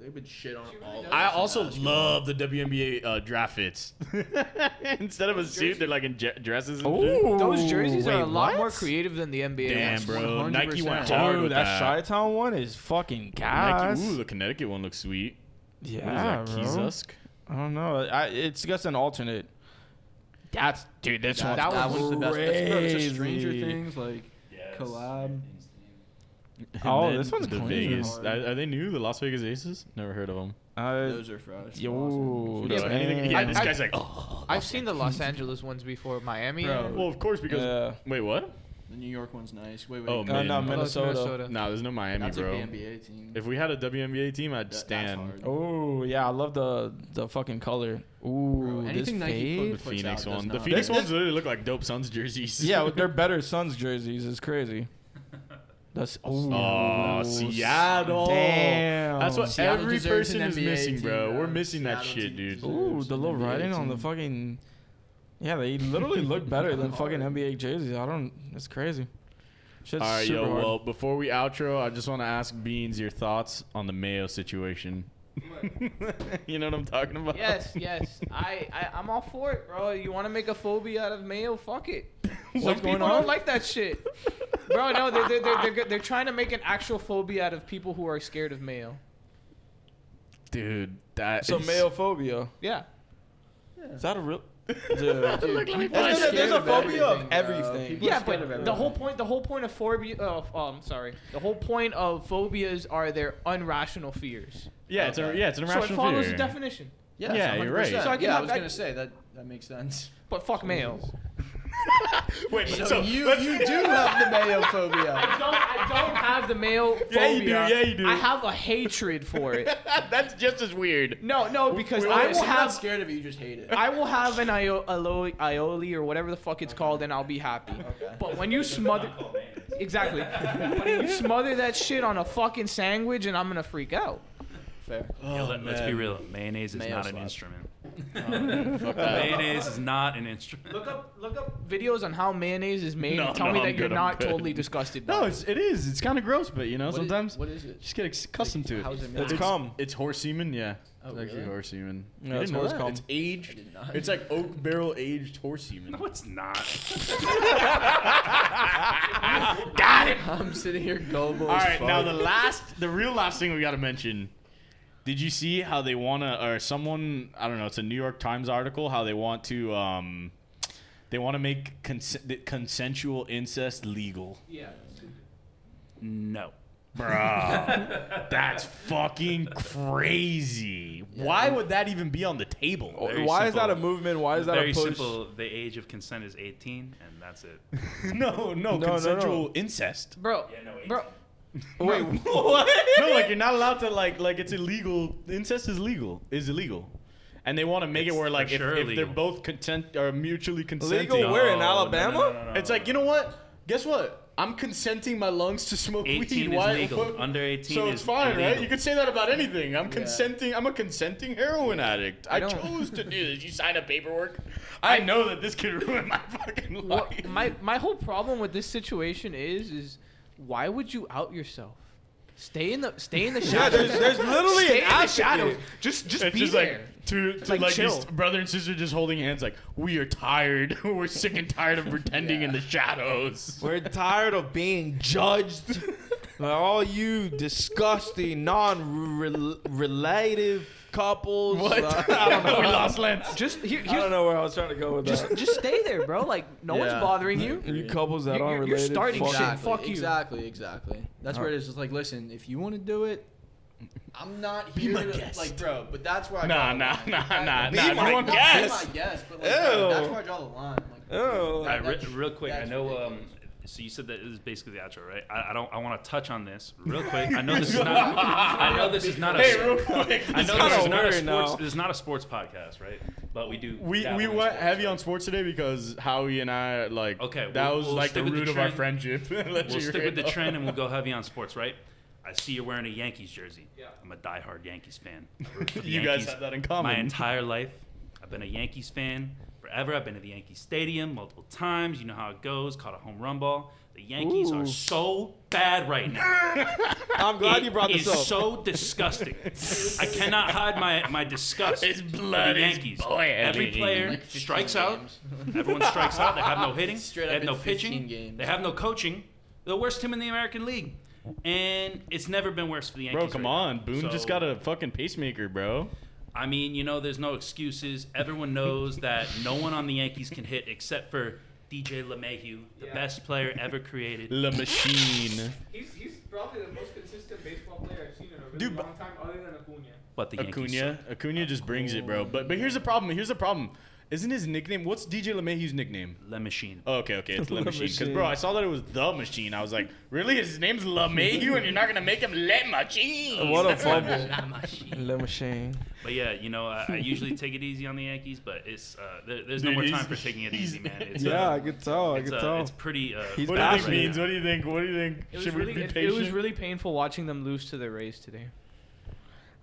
[SPEAKER 4] they would shit on all. of
[SPEAKER 2] I
[SPEAKER 4] us in
[SPEAKER 2] also
[SPEAKER 4] basketball.
[SPEAKER 2] love the WNBA uh, draft fits. <laughs> Instead of a suit, they're like in je- dresses and shit.
[SPEAKER 3] Ooh,
[SPEAKER 10] Those jerseys
[SPEAKER 3] wait,
[SPEAKER 10] are a lot
[SPEAKER 3] what?
[SPEAKER 10] more creative than the NBA.
[SPEAKER 2] Damn,
[SPEAKER 10] ones.
[SPEAKER 2] bro. Nike went
[SPEAKER 10] 100%.
[SPEAKER 2] hard
[SPEAKER 3] Dude,
[SPEAKER 2] with that.
[SPEAKER 3] that Chi Town one is fucking
[SPEAKER 2] Nike,
[SPEAKER 3] gas.
[SPEAKER 2] ooh, the Connecticut one looks sweet.
[SPEAKER 3] yeah,
[SPEAKER 2] what is
[SPEAKER 3] bro.
[SPEAKER 2] that, Kizusk?
[SPEAKER 3] I don't know. I, it's just an alternate. That's dude. This
[SPEAKER 4] That,
[SPEAKER 3] one's
[SPEAKER 4] that
[SPEAKER 10] one's
[SPEAKER 4] one's the best. That's, bro, it's just Stranger
[SPEAKER 3] crazy.
[SPEAKER 4] Things, like
[SPEAKER 9] Yes. <laughs>
[SPEAKER 4] collab.
[SPEAKER 2] And
[SPEAKER 3] Oh,
[SPEAKER 2] then
[SPEAKER 3] this one's
[SPEAKER 2] the
[SPEAKER 3] clean.
[SPEAKER 2] Vegas. Are, are they new? The Las Vegas Aces? Never heard of them.
[SPEAKER 3] I,
[SPEAKER 4] Those are fresh.
[SPEAKER 3] yo,
[SPEAKER 4] Awesome.
[SPEAKER 2] Bro,
[SPEAKER 3] damn.
[SPEAKER 2] anything- yeah, this
[SPEAKER 10] I-
[SPEAKER 2] guy's like, oh.
[SPEAKER 10] I've seen the Los Angeles ones before. Miami.
[SPEAKER 4] Bro,
[SPEAKER 2] Well, of course, because
[SPEAKER 3] Yeah.
[SPEAKER 2] wait, what?
[SPEAKER 4] The New York one's nice. Wait, wait.
[SPEAKER 2] Oh,
[SPEAKER 3] Uh,
[SPEAKER 2] man.
[SPEAKER 3] no,
[SPEAKER 10] Oh, it's
[SPEAKER 3] Minnesota.
[SPEAKER 2] Nah, there's no Miami,
[SPEAKER 4] that's
[SPEAKER 2] bro.
[SPEAKER 4] like the NBA team.
[SPEAKER 2] If we had a WNBA team, I'd
[SPEAKER 4] That-
[SPEAKER 2] stand.
[SPEAKER 4] That's hard.
[SPEAKER 3] Oh yeah, I love the the fucking color.
[SPEAKER 4] Bro,
[SPEAKER 3] Ooh, this
[SPEAKER 4] anything Nike
[SPEAKER 2] The
[SPEAKER 4] put-
[SPEAKER 3] fade.
[SPEAKER 4] puts
[SPEAKER 2] Phoenix
[SPEAKER 4] out does
[SPEAKER 2] one. The
[SPEAKER 4] not-
[SPEAKER 2] Phoenix
[SPEAKER 3] This-
[SPEAKER 2] ones literally look like dope Suns <laughs> jerseys.
[SPEAKER 3] Yeah, they're better Suns jerseys. It's crazy. That's ooh.
[SPEAKER 2] Oh, Seattle.
[SPEAKER 3] Damn.
[SPEAKER 2] That's what
[SPEAKER 4] Seattle
[SPEAKER 2] every
[SPEAKER 4] deserves an
[SPEAKER 2] person is
[SPEAKER 4] NBA
[SPEAKER 2] missing,
[SPEAKER 4] team,
[SPEAKER 2] bro.
[SPEAKER 4] bro.
[SPEAKER 2] We're missing that
[SPEAKER 4] Seattle
[SPEAKER 2] shit,
[SPEAKER 4] team
[SPEAKER 2] dude.
[SPEAKER 4] deserves-
[SPEAKER 3] Ooh, the little
[SPEAKER 4] NBA
[SPEAKER 3] writing on the
[SPEAKER 4] team.
[SPEAKER 3] fucking. Yeah, they literally look better than fucking NBA jerseys. I don't. It's crazy. Shit's
[SPEAKER 2] All right,
[SPEAKER 3] super
[SPEAKER 2] yo.
[SPEAKER 3] hard. <laughs>
[SPEAKER 2] Well, before we outro, I just want to ask Beans your thoughts on the Mayo situation. <laughs> you know what I'm talking about?
[SPEAKER 10] Yes, yes. I, I I'm all for it, bro. You want to make a phobia out of Mayo? Fuck it.
[SPEAKER 3] What's
[SPEAKER 10] People
[SPEAKER 3] going
[SPEAKER 10] don't
[SPEAKER 3] on?
[SPEAKER 10] like <laughs> that shit, bro. No, they're they're, they're, they're, they're trying to make an actual phobia out of people who are scared of Mayo.
[SPEAKER 2] dude. That
[SPEAKER 3] so
[SPEAKER 2] is-
[SPEAKER 3] male phobia.
[SPEAKER 10] Yeah.
[SPEAKER 3] Is that a <laughs> real? Dude.
[SPEAKER 4] Dude, people
[SPEAKER 3] There's
[SPEAKER 4] are
[SPEAKER 3] a-
[SPEAKER 4] scared
[SPEAKER 3] there's a
[SPEAKER 4] of
[SPEAKER 3] phobia of
[SPEAKER 4] everything, bro.
[SPEAKER 3] everything.
[SPEAKER 4] People are
[SPEAKER 10] Yeah,
[SPEAKER 4] scared of
[SPEAKER 10] but the
[SPEAKER 4] everything.
[SPEAKER 10] whole point the whole point of phobia of um sorry the whole point of phobias are their irrational fears.
[SPEAKER 2] <laughs> Yeah, it's a, yeah, it's an
[SPEAKER 10] So it
[SPEAKER 2] irrational
[SPEAKER 10] follows
[SPEAKER 2] fear.
[SPEAKER 10] the definition.
[SPEAKER 4] Yeah,
[SPEAKER 2] Yeah, you're right.
[SPEAKER 4] So
[SPEAKER 10] So I
[SPEAKER 4] I,
[SPEAKER 10] can
[SPEAKER 4] yeah, I
[SPEAKER 10] have-
[SPEAKER 4] was
[SPEAKER 10] I-
[SPEAKER 4] gonna say that that makes sense.
[SPEAKER 10] But fuck mayo.
[SPEAKER 2] Wait, so,
[SPEAKER 4] you
[SPEAKER 2] let's-
[SPEAKER 4] you do have the mayo <laughs> phobia.
[SPEAKER 10] I don't, I don't have the mayo phobia.
[SPEAKER 2] <laughs> Yeah, you do, yeah, you do.
[SPEAKER 10] I have a hatred for it.
[SPEAKER 2] <laughs> That's just as weird.
[SPEAKER 10] No, no, because
[SPEAKER 2] Wait,
[SPEAKER 10] I
[SPEAKER 2] wait,
[SPEAKER 10] will
[SPEAKER 2] so
[SPEAKER 4] I'm not
[SPEAKER 10] have
[SPEAKER 4] scared of it. You just hate it.
[SPEAKER 10] I will have an io- alo- aioli or whatever the fuck it's called, and I'll be happy. But when you smother, exactly,
[SPEAKER 2] <laughs>
[SPEAKER 10] but you smother that shit on a fucking sandwich, and I'm gonna freak out.
[SPEAKER 4] Fair.
[SPEAKER 9] Yo, let, us be
[SPEAKER 2] man.
[SPEAKER 9] real. Mayonnaise is
[SPEAKER 4] Oh, Mayo Oh,
[SPEAKER 9] not an
[SPEAKER 4] slap. <laughs>
[SPEAKER 9] instrument.
[SPEAKER 2] Fuck that.
[SPEAKER 9] Mayonnaise is not an instrument.
[SPEAKER 10] Look up, look up videos on how mayonnaise is made.
[SPEAKER 2] No,
[SPEAKER 10] and tell
[SPEAKER 2] no,
[SPEAKER 10] me that
[SPEAKER 2] I'm
[SPEAKER 10] you're
[SPEAKER 2] good, I'm
[SPEAKER 10] not
[SPEAKER 2] good.
[SPEAKER 10] totally disgusted. By
[SPEAKER 2] No,
[SPEAKER 10] it.
[SPEAKER 2] it's, it is. It's kind of gross, but you know,
[SPEAKER 4] What is-
[SPEAKER 2] sometimes
[SPEAKER 4] what is it?
[SPEAKER 2] just get ex- accustomed to it.
[SPEAKER 4] How's it made?
[SPEAKER 3] It's cum.
[SPEAKER 2] It's horse semen, yeah.
[SPEAKER 10] Oh,
[SPEAKER 2] it's actually
[SPEAKER 4] really?
[SPEAKER 2] horse semen. You
[SPEAKER 3] it's
[SPEAKER 2] didn't know
[SPEAKER 3] horse
[SPEAKER 2] that?
[SPEAKER 3] cum.
[SPEAKER 2] It's aged.
[SPEAKER 4] did not.
[SPEAKER 2] It's like oak barrel aged horse semen.
[SPEAKER 9] No,
[SPEAKER 2] <laughs>
[SPEAKER 9] it's not.
[SPEAKER 2] Got it.
[SPEAKER 4] I'm sitting here gullible.
[SPEAKER 2] All right, now the last, the real last thing we got to mention. Did you see how they want to, or someone, I don't know, it's a New York Times article, how they want to, um, they want to make cons- consensual incest legal.
[SPEAKER 9] No.
[SPEAKER 2] Bruh, <laughs> that's fucking crazy. Why would that even be on the table?
[SPEAKER 9] Very
[SPEAKER 3] Why is
[SPEAKER 9] simple.
[SPEAKER 3] that a movement? Why is that
[SPEAKER 9] Very
[SPEAKER 3] a push?
[SPEAKER 9] simple. The age of consent is 18, and that's
[SPEAKER 2] <laughs> <laughs>
[SPEAKER 9] it.
[SPEAKER 2] no, no,
[SPEAKER 3] no.
[SPEAKER 2] consensual incest.
[SPEAKER 10] bro,
[SPEAKER 9] Yeah, no,
[SPEAKER 10] bro,
[SPEAKER 3] Wait, what?
[SPEAKER 2] no, like you're not allowed to like like it's illegal. Incest is legal. Is illegal. And they want to make
[SPEAKER 9] It's
[SPEAKER 2] it where
[SPEAKER 9] for
[SPEAKER 2] like if,
[SPEAKER 9] sure
[SPEAKER 2] if they're
[SPEAKER 9] illegal.
[SPEAKER 2] both content or mutually consenting.
[SPEAKER 3] Legal where? in Alabama?
[SPEAKER 2] It's like you know what? Guess what? I'm consenting my lungs to smoke
[SPEAKER 9] 18
[SPEAKER 2] weed.
[SPEAKER 9] is
[SPEAKER 2] Why-
[SPEAKER 9] legal.
[SPEAKER 2] what-
[SPEAKER 9] Under 18
[SPEAKER 2] so
[SPEAKER 9] is
[SPEAKER 2] it's fine, right?
[SPEAKER 9] illegal.
[SPEAKER 2] You could say that about anything. I'm consenting. I'm a consenting heroin addict. I,
[SPEAKER 10] don't-
[SPEAKER 2] chose to do this. You sign a paperwork. I know that this could ruin my fucking life.
[SPEAKER 10] what, my my whole problem with this situation is is why would you out yourself? Stay in the stay
[SPEAKER 2] <laughs>
[SPEAKER 10] in
[SPEAKER 3] <laughs>
[SPEAKER 10] the
[SPEAKER 3] Yeah,
[SPEAKER 10] shadows.
[SPEAKER 3] there's, there's literally
[SPEAKER 10] stay
[SPEAKER 3] an
[SPEAKER 10] in the
[SPEAKER 3] advocate.
[SPEAKER 10] shadows. Just just
[SPEAKER 2] it's
[SPEAKER 10] be
[SPEAKER 2] just
[SPEAKER 10] there.
[SPEAKER 2] like two, two
[SPEAKER 10] like,
[SPEAKER 2] like,
[SPEAKER 10] chill.
[SPEAKER 2] his brother and sister just holding hands, like we are tired. <laughs> We're sick and tired of pretending in the
[SPEAKER 9] <laughs>
[SPEAKER 2] shadows.
[SPEAKER 3] <laughs> We're tired of being judged <laughs> by all you disgusting, non-relative couples.
[SPEAKER 2] What?
[SPEAKER 3] I
[SPEAKER 2] <laughs>
[SPEAKER 3] don't know.
[SPEAKER 2] we lost Lance.
[SPEAKER 10] just here,
[SPEAKER 3] I
[SPEAKER 10] here's
[SPEAKER 3] don't know where I was trying to go with
[SPEAKER 10] just
[SPEAKER 3] that.
[SPEAKER 10] just stay there, bro. Like no one's
[SPEAKER 4] Yeah.
[SPEAKER 10] bothering you.
[SPEAKER 3] You couples that
[SPEAKER 10] You're-
[SPEAKER 3] aren't
[SPEAKER 10] you're- you're
[SPEAKER 3] related.
[SPEAKER 10] starting
[SPEAKER 3] fuck
[SPEAKER 10] shit.
[SPEAKER 3] it.
[SPEAKER 4] exactly,
[SPEAKER 10] fuck you.
[SPEAKER 4] Exactly, exactly. That's where it is. It's like, listen, if you want to do it, I'm not
[SPEAKER 2] Be
[SPEAKER 4] here.
[SPEAKER 2] my
[SPEAKER 4] to-
[SPEAKER 2] guest.
[SPEAKER 4] Like, bro, but that's where I
[SPEAKER 2] Nah,
[SPEAKER 4] draw the
[SPEAKER 2] nah,
[SPEAKER 4] line.
[SPEAKER 2] nah,
[SPEAKER 4] I-
[SPEAKER 2] nah,
[SPEAKER 4] Be
[SPEAKER 2] nah.
[SPEAKER 4] my
[SPEAKER 2] You want guest?
[SPEAKER 4] guest. Be my guest, but like, bro,
[SPEAKER 3] Ew.
[SPEAKER 4] that's where I draw the line. Like,
[SPEAKER 3] Oh.
[SPEAKER 9] All right, re-
[SPEAKER 4] That's-
[SPEAKER 9] real quick, I
[SPEAKER 4] that's
[SPEAKER 9] know. Um,
[SPEAKER 4] ridiculous.
[SPEAKER 9] so you said that this is basically the outro, right? I, I don't. I want to touch on this real quick. I know this is
[SPEAKER 2] <laughs>
[SPEAKER 9] not. I know this is not a.
[SPEAKER 2] Hey, real quick.
[SPEAKER 9] I know
[SPEAKER 3] kinda
[SPEAKER 9] this is not a
[SPEAKER 3] weird now.
[SPEAKER 9] sports. This is not a sports podcast, right? But we do.
[SPEAKER 2] We
[SPEAKER 9] dabble
[SPEAKER 2] we
[SPEAKER 9] in
[SPEAKER 2] went
[SPEAKER 9] sports,
[SPEAKER 2] heavy
[SPEAKER 9] right?
[SPEAKER 2] on sports today because Howie and I like
[SPEAKER 9] Okay,
[SPEAKER 2] that
[SPEAKER 9] we'll-
[SPEAKER 2] was
[SPEAKER 9] we'll
[SPEAKER 2] like the
[SPEAKER 9] stick with the
[SPEAKER 2] root of our
[SPEAKER 9] trend.
[SPEAKER 2] friendship. <laughs> Let
[SPEAKER 9] We'll
[SPEAKER 2] you
[SPEAKER 9] stick with the
[SPEAKER 2] handle.
[SPEAKER 9] trend and we'll go heavy on sports, right? I see you're wearing a Yankees jersey. I'm a diehard Yankees fan. I
[SPEAKER 2] <laughs>
[SPEAKER 9] root for the
[SPEAKER 2] You guys
[SPEAKER 9] Yankees
[SPEAKER 2] have that in
[SPEAKER 9] My
[SPEAKER 2] common.
[SPEAKER 9] entire life, I've been a Yankees fan forever. I've been to the Yankee Stadium multiple times. You know how it goes. Caught a home run ball. The Yankees are so bad right now.
[SPEAKER 3] I'm glad
[SPEAKER 9] It
[SPEAKER 3] you brought this
[SPEAKER 9] is
[SPEAKER 3] up.
[SPEAKER 9] so disgusting. I cannot hide my, my
[SPEAKER 2] <laughs>
[SPEAKER 9] disgust.
[SPEAKER 2] His
[SPEAKER 9] for
[SPEAKER 2] blood
[SPEAKER 9] the
[SPEAKER 2] is
[SPEAKER 9] Yankees.
[SPEAKER 2] boiling.
[SPEAKER 9] Every player
[SPEAKER 4] Like 15
[SPEAKER 9] strikes out.
[SPEAKER 4] games.
[SPEAKER 9] Everyone strikes out. They have no hitting.
[SPEAKER 4] <laughs> Straight
[SPEAKER 9] they
[SPEAKER 4] up
[SPEAKER 9] have no
[SPEAKER 4] in 15
[SPEAKER 9] pitching.
[SPEAKER 4] games.
[SPEAKER 9] They have no coaching. The worst team in the American League, and it's never been worse for the Yankees.
[SPEAKER 2] Bro, come
[SPEAKER 9] right
[SPEAKER 2] on.
[SPEAKER 9] now.
[SPEAKER 2] Boone
[SPEAKER 9] So,
[SPEAKER 2] just got a fucking pacemaker,
[SPEAKER 9] <laughs>
[SPEAKER 2] bro.
[SPEAKER 9] I mean, you know, there's no excuses. Everyone knows that no one on the Yankees can hit except for DJ LeMahieu, the best player ever created.
[SPEAKER 2] The machine.
[SPEAKER 10] He's, he's probably the most consistent baseball player I've seen in a really
[SPEAKER 2] Dude, but-
[SPEAKER 10] long time, other than Acuna.
[SPEAKER 9] But the Yankees.
[SPEAKER 2] Acuna,
[SPEAKER 9] suck.
[SPEAKER 2] Acuna just brings it, bro. But but here's the problem. Here's the problem. Isn't his nickname? What's DJ LeMahieu's nickname?
[SPEAKER 9] Le Machine.
[SPEAKER 2] Oh, okay, okay, it's Le
[SPEAKER 3] Le
[SPEAKER 2] Machine. Because
[SPEAKER 3] Machine.
[SPEAKER 2] bro, I saw that it was the Machine. I was like, really? His name's LeMahieu, and you're not gonna make him Le Machine?
[SPEAKER 3] Uh, What
[SPEAKER 2] <laughs>
[SPEAKER 3] a fumble. Le machine.
[SPEAKER 9] But yeah, you know, I, I usually take it easy on the Yankees, but it's uh, there, there's no
[SPEAKER 2] Dude,
[SPEAKER 9] more
[SPEAKER 2] he's-
[SPEAKER 9] time for taking it easy, man. It's,
[SPEAKER 3] Yeah,
[SPEAKER 9] uh,
[SPEAKER 3] I could tell. I
[SPEAKER 9] it's,
[SPEAKER 3] could
[SPEAKER 9] uh,
[SPEAKER 3] tell.
[SPEAKER 9] it's pretty. Uh,
[SPEAKER 3] He's
[SPEAKER 2] What do
[SPEAKER 9] bad
[SPEAKER 2] you
[SPEAKER 3] back
[SPEAKER 2] think,
[SPEAKER 9] right
[SPEAKER 2] Beans?
[SPEAKER 9] now.
[SPEAKER 2] What do you think? What do you think?
[SPEAKER 10] It was,
[SPEAKER 2] Should
[SPEAKER 10] really,
[SPEAKER 2] we be
[SPEAKER 10] it,
[SPEAKER 2] patient?
[SPEAKER 10] it was really painful watching them lose to the Rays today.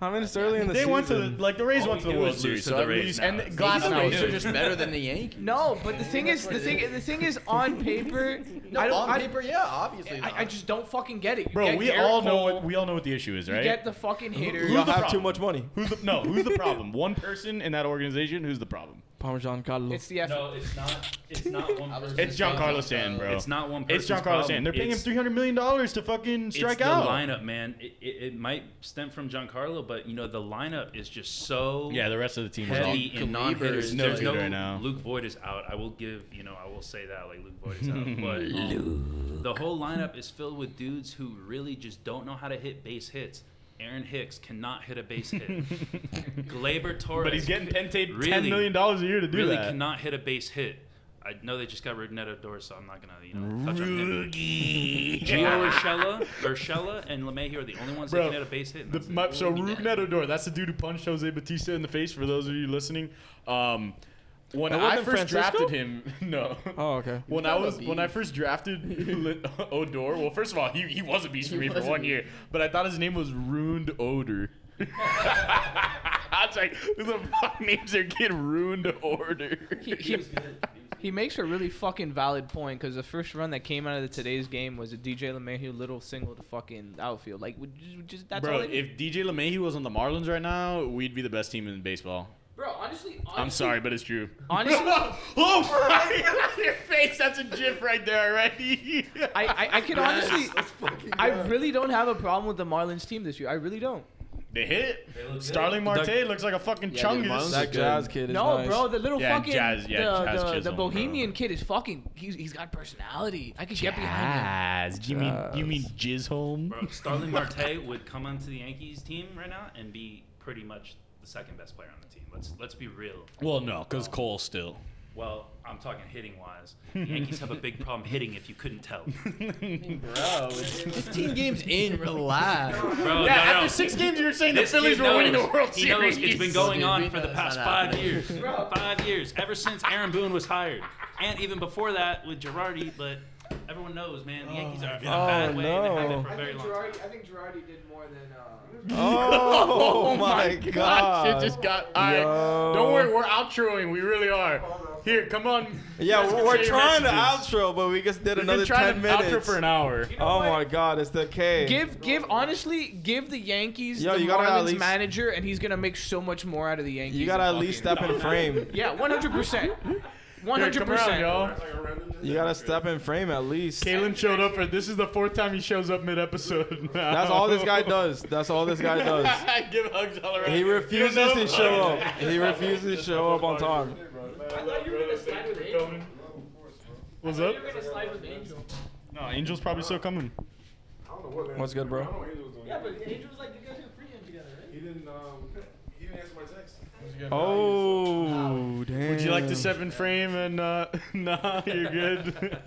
[SPEAKER 3] I mean, it's early in the
[SPEAKER 2] they
[SPEAKER 3] season.
[SPEAKER 2] went to the, like the Rays
[SPEAKER 9] All
[SPEAKER 2] went
[SPEAKER 9] we
[SPEAKER 2] to the
[SPEAKER 9] do
[SPEAKER 2] World
[SPEAKER 9] is
[SPEAKER 2] Series,
[SPEAKER 9] lose to
[SPEAKER 2] so
[SPEAKER 9] the
[SPEAKER 2] at
[SPEAKER 9] Rays
[SPEAKER 2] least
[SPEAKER 9] now.
[SPEAKER 2] and
[SPEAKER 9] Maybe
[SPEAKER 2] Glass
[SPEAKER 4] the Rays are
[SPEAKER 2] now.
[SPEAKER 4] just better than the Yankees.
[SPEAKER 10] No, but the thing is, the thing, the thing is, on <laughs> paper,
[SPEAKER 4] No,
[SPEAKER 10] I don't,
[SPEAKER 4] on
[SPEAKER 10] I,
[SPEAKER 4] paper, yeah, obviously.
[SPEAKER 10] I, I just don't fucking get it. You
[SPEAKER 2] Bro,
[SPEAKER 10] get
[SPEAKER 2] we
[SPEAKER 10] Garrett
[SPEAKER 2] all know
[SPEAKER 10] Cole,
[SPEAKER 2] what we all know what the issue is,
[SPEAKER 10] you
[SPEAKER 2] right?
[SPEAKER 10] get the fucking hitter.
[SPEAKER 3] Y'all
[SPEAKER 2] the
[SPEAKER 3] have too
[SPEAKER 2] problem?
[SPEAKER 3] much money.
[SPEAKER 2] who's the no? Who's the problem? One person in that organization. Who's the problem?
[SPEAKER 3] Parmesan Carlo.
[SPEAKER 10] It's the effort.
[SPEAKER 9] No, it's not. It's not one
[SPEAKER 4] I was uh,
[SPEAKER 9] person.
[SPEAKER 2] It's Giancarlo Stanton, bro.
[SPEAKER 9] It's not one person.
[SPEAKER 2] It's Giancarlo Stanton. They're paying him three hundred million dollars to fucking strike
[SPEAKER 9] it's
[SPEAKER 2] out.
[SPEAKER 9] The lineup, man. It, it, it might stem from Giancarlo, but you know the lineup is just so
[SPEAKER 2] Yeah, the rest of the team is
[SPEAKER 9] heavy
[SPEAKER 4] all-
[SPEAKER 9] in
[SPEAKER 4] Kaliber
[SPEAKER 9] non-hitters.
[SPEAKER 4] is
[SPEAKER 2] no
[SPEAKER 9] There's
[SPEAKER 2] good
[SPEAKER 9] no
[SPEAKER 2] right now.
[SPEAKER 9] Luke Void is out. I will give you know I will say that like Luke
[SPEAKER 2] <laughs>
[SPEAKER 9] Void is out, but um, the whole lineup is filled with dudes who really just don't know how to hit base hits. Aaron Hicks cannot hit a
[SPEAKER 2] <laughs>
[SPEAKER 9] base hit. Glaber Torres,
[SPEAKER 2] But he's getting pen paid ten
[SPEAKER 9] Really-
[SPEAKER 2] million dollars a year to do
[SPEAKER 9] really
[SPEAKER 2] that.
[SPEAKER 9] cannot hit a base hit. I know they just got rid of Neto Doris, so I'm not gonna you know touch on
[SPEAKER 2] <laughs>
[SPEAKER 9] him. Gio Urshela, Urshela, and LeMahieu are the only ones
[SPEAKER 2] Bro,
[SPEAKER 9] that can hit a base hit. and
[SPEAKER 2] The,
[SPEAKER 9] that's it.
[SPEAKER 2] my, so Rugnet Odor, that's the dude who punched Jose Batista in the face. For those of you listening, um, when
[SPEAKER 3] That
[SPEAKER 2] I
[SPEAKER 3] wasn't
[SPEAKER 2] first
[SPEAKER 3] Francisco?
[SPEAKER 2] drafted him, <laughs> no.
[SPEAKER 3] Oh, okay.
[SPEAKER 2] When I was when I first drafted <laughs> Lin- Odor, well, first of all, he, he was a beast for me for one year, but I thought his name was Ruined Odor. <laughs> I was like, who the fuck names their kid Ruined Odor?
[SPEAKER 10] He, he, he makes a really fucking valid point because the first run that came out of the today's game was a DJ LeMahieu little single to fucking outfield. Like, would you- just that's
[SPEAKER 2] Bro,
[SPEAKER 10] all. They
[SPEAKER 2] if DJ LeMahieu was on the Marlins right now, we'd be the best team in baseball.
[SPEAKER 10] bro, honestly, honestly,
[SPEAKER 2] I'm sorry, but it's true. <laughs>
[SPEAKER 10] Honestly-
[SPEAKER 2] oh my! <laughs> Your face. That's a gif right there already.
[SPEAKER 10] I, I, I can honestly, I really don't have a problem with the Marlins team this year. I really don't.
[SPEAKER 2] <laughs> they hit.
[SPEAKER 9] look
[SPEAKER 2] Starling
[SPEAKER 3] good.
[SPEAKER 2] Marte looks like a fucking
[SPEAKER 4] Yeah, dude,
[SPEAKER 2] chungus.
[SPEAKER 4] Marlins
[SPEAKER 3] That
[SPEAKER 4] Good.
[SPEAKER 3] jazz kid is
[SPEAKER 10] No,
[SPEAKER 3] nice.
[SPEAKER 10] bro, the little
[SPEAKER 2] Yeah,
[SPEAKER 10] fucking
[SPEAKER 2] Jazz- yeah,
[SPEAKER 10] the,
[SPEAKER 2] Jazz
[SPEAKER 10] the, the
[SPEAKER 2] Chisholm, bro.
[SPEAKER 10] Bohemian kid is fucking. He's, he's got personality. I could get behind him.
[SPEAKER 2] Do you mean you mean jizz home?
[SPEAKER 9] Bro, Starling Marte would come onto the Yankees team right now and be pretty much the second best player on the team. Let's let's be real.
[SPEAKER 2] Well, no, because Cole still.
[SPEAKER 9] Well, I'm talking hitting wise. The Yankees have a big problem hitting if you couldn't
[SPEAKER 2] <laughs>
[SPEAKER 9] tell.
[SPEAKER 2] Bro.
[SPEAKER 4] 15 games
[SPEAKER 2] <laughs>
[SPEAKER 4] in, relax.
[SPEAKER 9] Bro,
[SPEAKER 2] Yeah,
[SPEAKER 9] no, no.
[SPEAKER 2] after six games, you were saying the
[SPEAKER 9] This kid
[SPEAKER 2] Phillies were winning the
[SPEAKER 9] knows.
[SPEAKER 2] World
[SPEAKER 9] he
[SPEAKER 2] Series.
[SPEAKER 9] knows it's been going
[SPEAKER 4] Dude, we
[SPEAKER 9] on for
[SPEAKER 4] know
[SPEAKER 9] the
[SPEAKER 4] that's
[SPEAKER 9] past
[SPEAKER 4] not
[SPEAKER 9] five
[SPEAKER 2] <laughs>
[SPEAKER 4] happening.
[SPEAKER 9] years. Five years, ever since Aaron Boone was hired, and even before that with Girardi. But everyone knows, man, the Yankees are in a bad way. and
[SPEAKER 2] Oh,
[SPEAKER 9] They have
[SPEAKER 3] no.
[SPEAKER 9] been for a very long time.
[SPEAKER 10] I think Girardi did more than. uh,
[SPEAKER 2] <laughs>
[SPEAKER 3] Oh, my
[SPEAKER 2] It
[SPEAKER 3] god.
[SPEAKER 2] just got. I
[SPEAKER 3] Yo.
[SPEAKER 2] don't worry, we're outroing. We really are. Here, come on.
[SPEAKER 3] Yeah,
[SPEAKER 2] Let's
[SPEAKER 3] we're,
[SPEAKER 2] get
[SPEAKER 3] we're
[SPEAKER 2] your
[SPEAKER 3] trying
[SPEAKER 2] messages.
[SPEAKER 3] to outro, but we just did
[SPEAKER 2] We've
[SPEAKER 3] another
[SPEAKER 2] been trying
[SPEAKER 3] 10
[SPEAKER 2] to outro
[SPEAKER 3] minutes.
[SPEAKER 2] for an hour.
[SPEAKER 3] oh my god, it's the K.
[SPEAKER 10] Give, give, honestly, give the Yankees
[SPEAKER 3] Yo,
[SPEAKER 10] the
[SPEAKER 3] you gotta at
[SPEAKER 10] Marlins
[SPEAKER 3] least-
[SPEAKER 10] manager, and he's gonna make so much more out of the Yankees.
[SPEAKER 3] you gotta
[SPEAKER 10] than
[SPEAKER 3] at least
[SPEAKER 10] fucking-
[SPEAKER 3] step
[SPEAKER 2] <laughs>
[SPEAKER 3] in frame.
[SPEAKER 10] Yeah, one hundred percent. One
[SPEAKER 2] Here,
[SPEAKER 10] hundred
[SPEAKER 2] come around,
[SPEAKER 10] percent.
[SPEAKER 2] y'all.
[SPEAKER 3] You gotta step in frame at least.
[SPEAKER 2] Kalen showed up for this is the fourth time he shows up mid <laughs> episode.
[SPEAKER 3] That's all this guy does. That's all this
[SPEAKER 2] <laughs>
[SPEAKER 3] guy does.
[SPEAKER 2] Give hugs all around.
[SPEAKER 3] He
[SPEAKER 2] Give
[SPEAKER 3] refuses
[SPEAKER 2] another
[SPEAKER 3] to show
[SPEAKER 2] hug.
[SPEAKER 3] up. He refuses to show up on time.
[SPEAKER 2] <laughs> What's up? No, Angel's probably still coming.
[SPEAKER 3] What's good, bro? Oh, damn.
[SPEAKER 2] Would you like the seven frame and uh <laughs> nah, you're <laughs> good.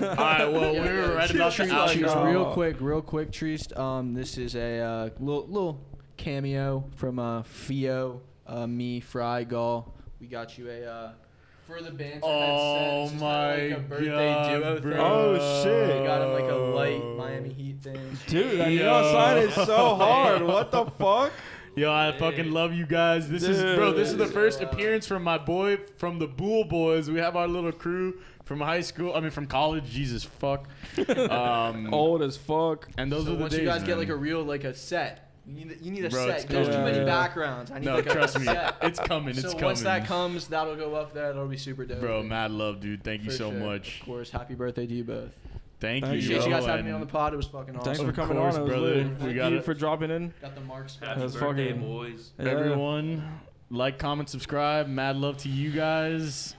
[SPEAKER 2] Alright, well we were right about the
[SPEAKER 4] Trees,
[SPEAKER 2] outro.
[SPEAKER 4] real quick, real quick, Trees. Um, this is a uh, little little cameo from uh, Fio, uh, me, Fry, Gall. We got you a uh, for the banter.
[SPEAKER 2] Oh
[SPEAKER 4] headset. This is
[SPEAKER 2] my
[SPEAKER 4] kinda like a birthday
[SPEAKER 2] god.
[SPEAKER 4] duo thing.
[SPEAKER 2] bro. Oh.
[SPEAKER 3] Oh, shit.
[SPEAKER 4] We got him like a light Miami Heat thing.
[SPEAKER 3] Dude, that neon sign
[SPEAKER 2] <laughs>
[SPEAKER 3] is so hard. What the fuck?
[SPEAKER 2] Yo, I fucking love you guys. This is bro. This is the first appearance from my boy from the Bull Boys. We have our little crew from high school. I mean, from college. Jesus
[SPEAKER 3] <laughs>
[SPEAKER 2] fuck. Um,
[SPEAKER 3] Old as fuck.
[SPEAKER 2] and those
[SPEAKER 4] So
[SPEAKER 2] are the
[SPEAKER 4] once
[SPEAKER 2] days.
[SPEAKER 4] you guys get like
[SPEAKER 2] man.
[SPEAKER 4] a real like a set, you need you need a
[SPEAKER 2] Bro, it's uh,
[SPEAKER 4] set. There's too
[SPEAKER 3] coming.
[SPEAKER 4] many
[SPEAKER 3] Yeah.
[SPEAKER 4] backgrounds. I need
[SPEAKER 2] no,
[SPEAKER 4] like
[SPEAKER 2] trust
[SPEAKER 4] a
[SPEAKER 2] me,
[SPEAKER 4] set.
[SPEAKER 2] it's coming. It's
[SPEAKER 4] so
[SPEAKER 2] coming.
[SPEAKER 4] once that comes, that'll go up there. That'll be super dope.
[SPEAKER 2] bro, mad love, dude. Thank you
[SPEAKER 4] For
[SPEAKER 2] so
[SPEAKER 4] sure.
[SPEAKER 2] much.
[SPEAKER 4] Of course, happy birthday to you both.
[SPEAKER 2] Thank you.
[SPEAKER 3] Thank
[SPEAKER 4] Appreciate
[SPEAKER 2] yo,
[SPEAKER 4] you guys having me
[SPEAKER 2] and
[SPEAKER 4] on the pod. It was fucking awesome.
[SPEAKER 3] Thanks for
[SPEAKER 2] Of
[SPEAKER 3] coming
[SPEAKER 2] course,
[SPEAKER 3] on, It was
[SPEAKER 2] brother.
[SPEAKER 3] lit.
[SPEAKER 2] We
[SPEAKER 3] Thank
[SPEAKER 2] got
[SPEAKER 3] you
[SPEAKER 2] it.
[SPEAKER 3] for dropping in.
[SPEAKER 4] Got the marks back.
[SPEAKER 9] Happy
[SPEAKER 3] That's
[SPEAKER 9] birthday,
[SPEAKER 3] fucking-
[SPEAKER 9] boys.
[SPEAKER 3] Yeah.
[SPEAKER 2] Everyone, like, comment, subscribe. Mad love to you guys.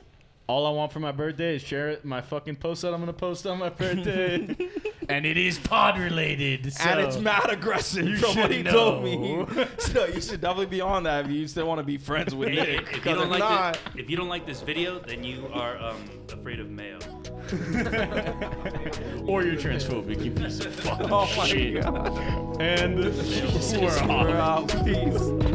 [SPEAKER 2] All I want for my birthday is share it, my fucking post that I'm gonna post on my
[SPEAKER 3] <laughs>
[SPEAKER 2] birthday, and it is pod related. So.
[SPEAKER 3] And it's mad aggressive
[SPEAKER 2] You
[SPEAKER 3] from what
[SPEAKER 2] should
[SPEAKER 3] he
[SPEAKER 2] know.
[SPEAKER 3] told me. <laughs> So you should definitely be on that if you still want to be friends with
[SPEAKER 9] Hey,
[SPEAKER 3] Nick.
[SPEAKER 9] if, you
[SPEAKER 3] 'Cause
[SPEAKER 9] don't
[SPEAKER 3] if
[SPEAKER 9] like
[SPEAKER 3] not,
[SPEAKER 9] thi- if you don't like this video, then you are um, afraid of
[SPEAKER 2] <laughs>
[SPEAKER 9] mayo. <laughs>
[SPEAKER 2] or you're transphobic,
[SPEAKER 3] <laughs>
[SPEAKER 2] you piece of fucking
[SPEAKER 3] Oh my
[SPEAKER 2] shit.
[SPEAKER 3] god.
[SPEAKER 2] And we're
[SPEAKER 3] We're
[SPEAKER 2] off.
[SPEAKER 3] out. Peace.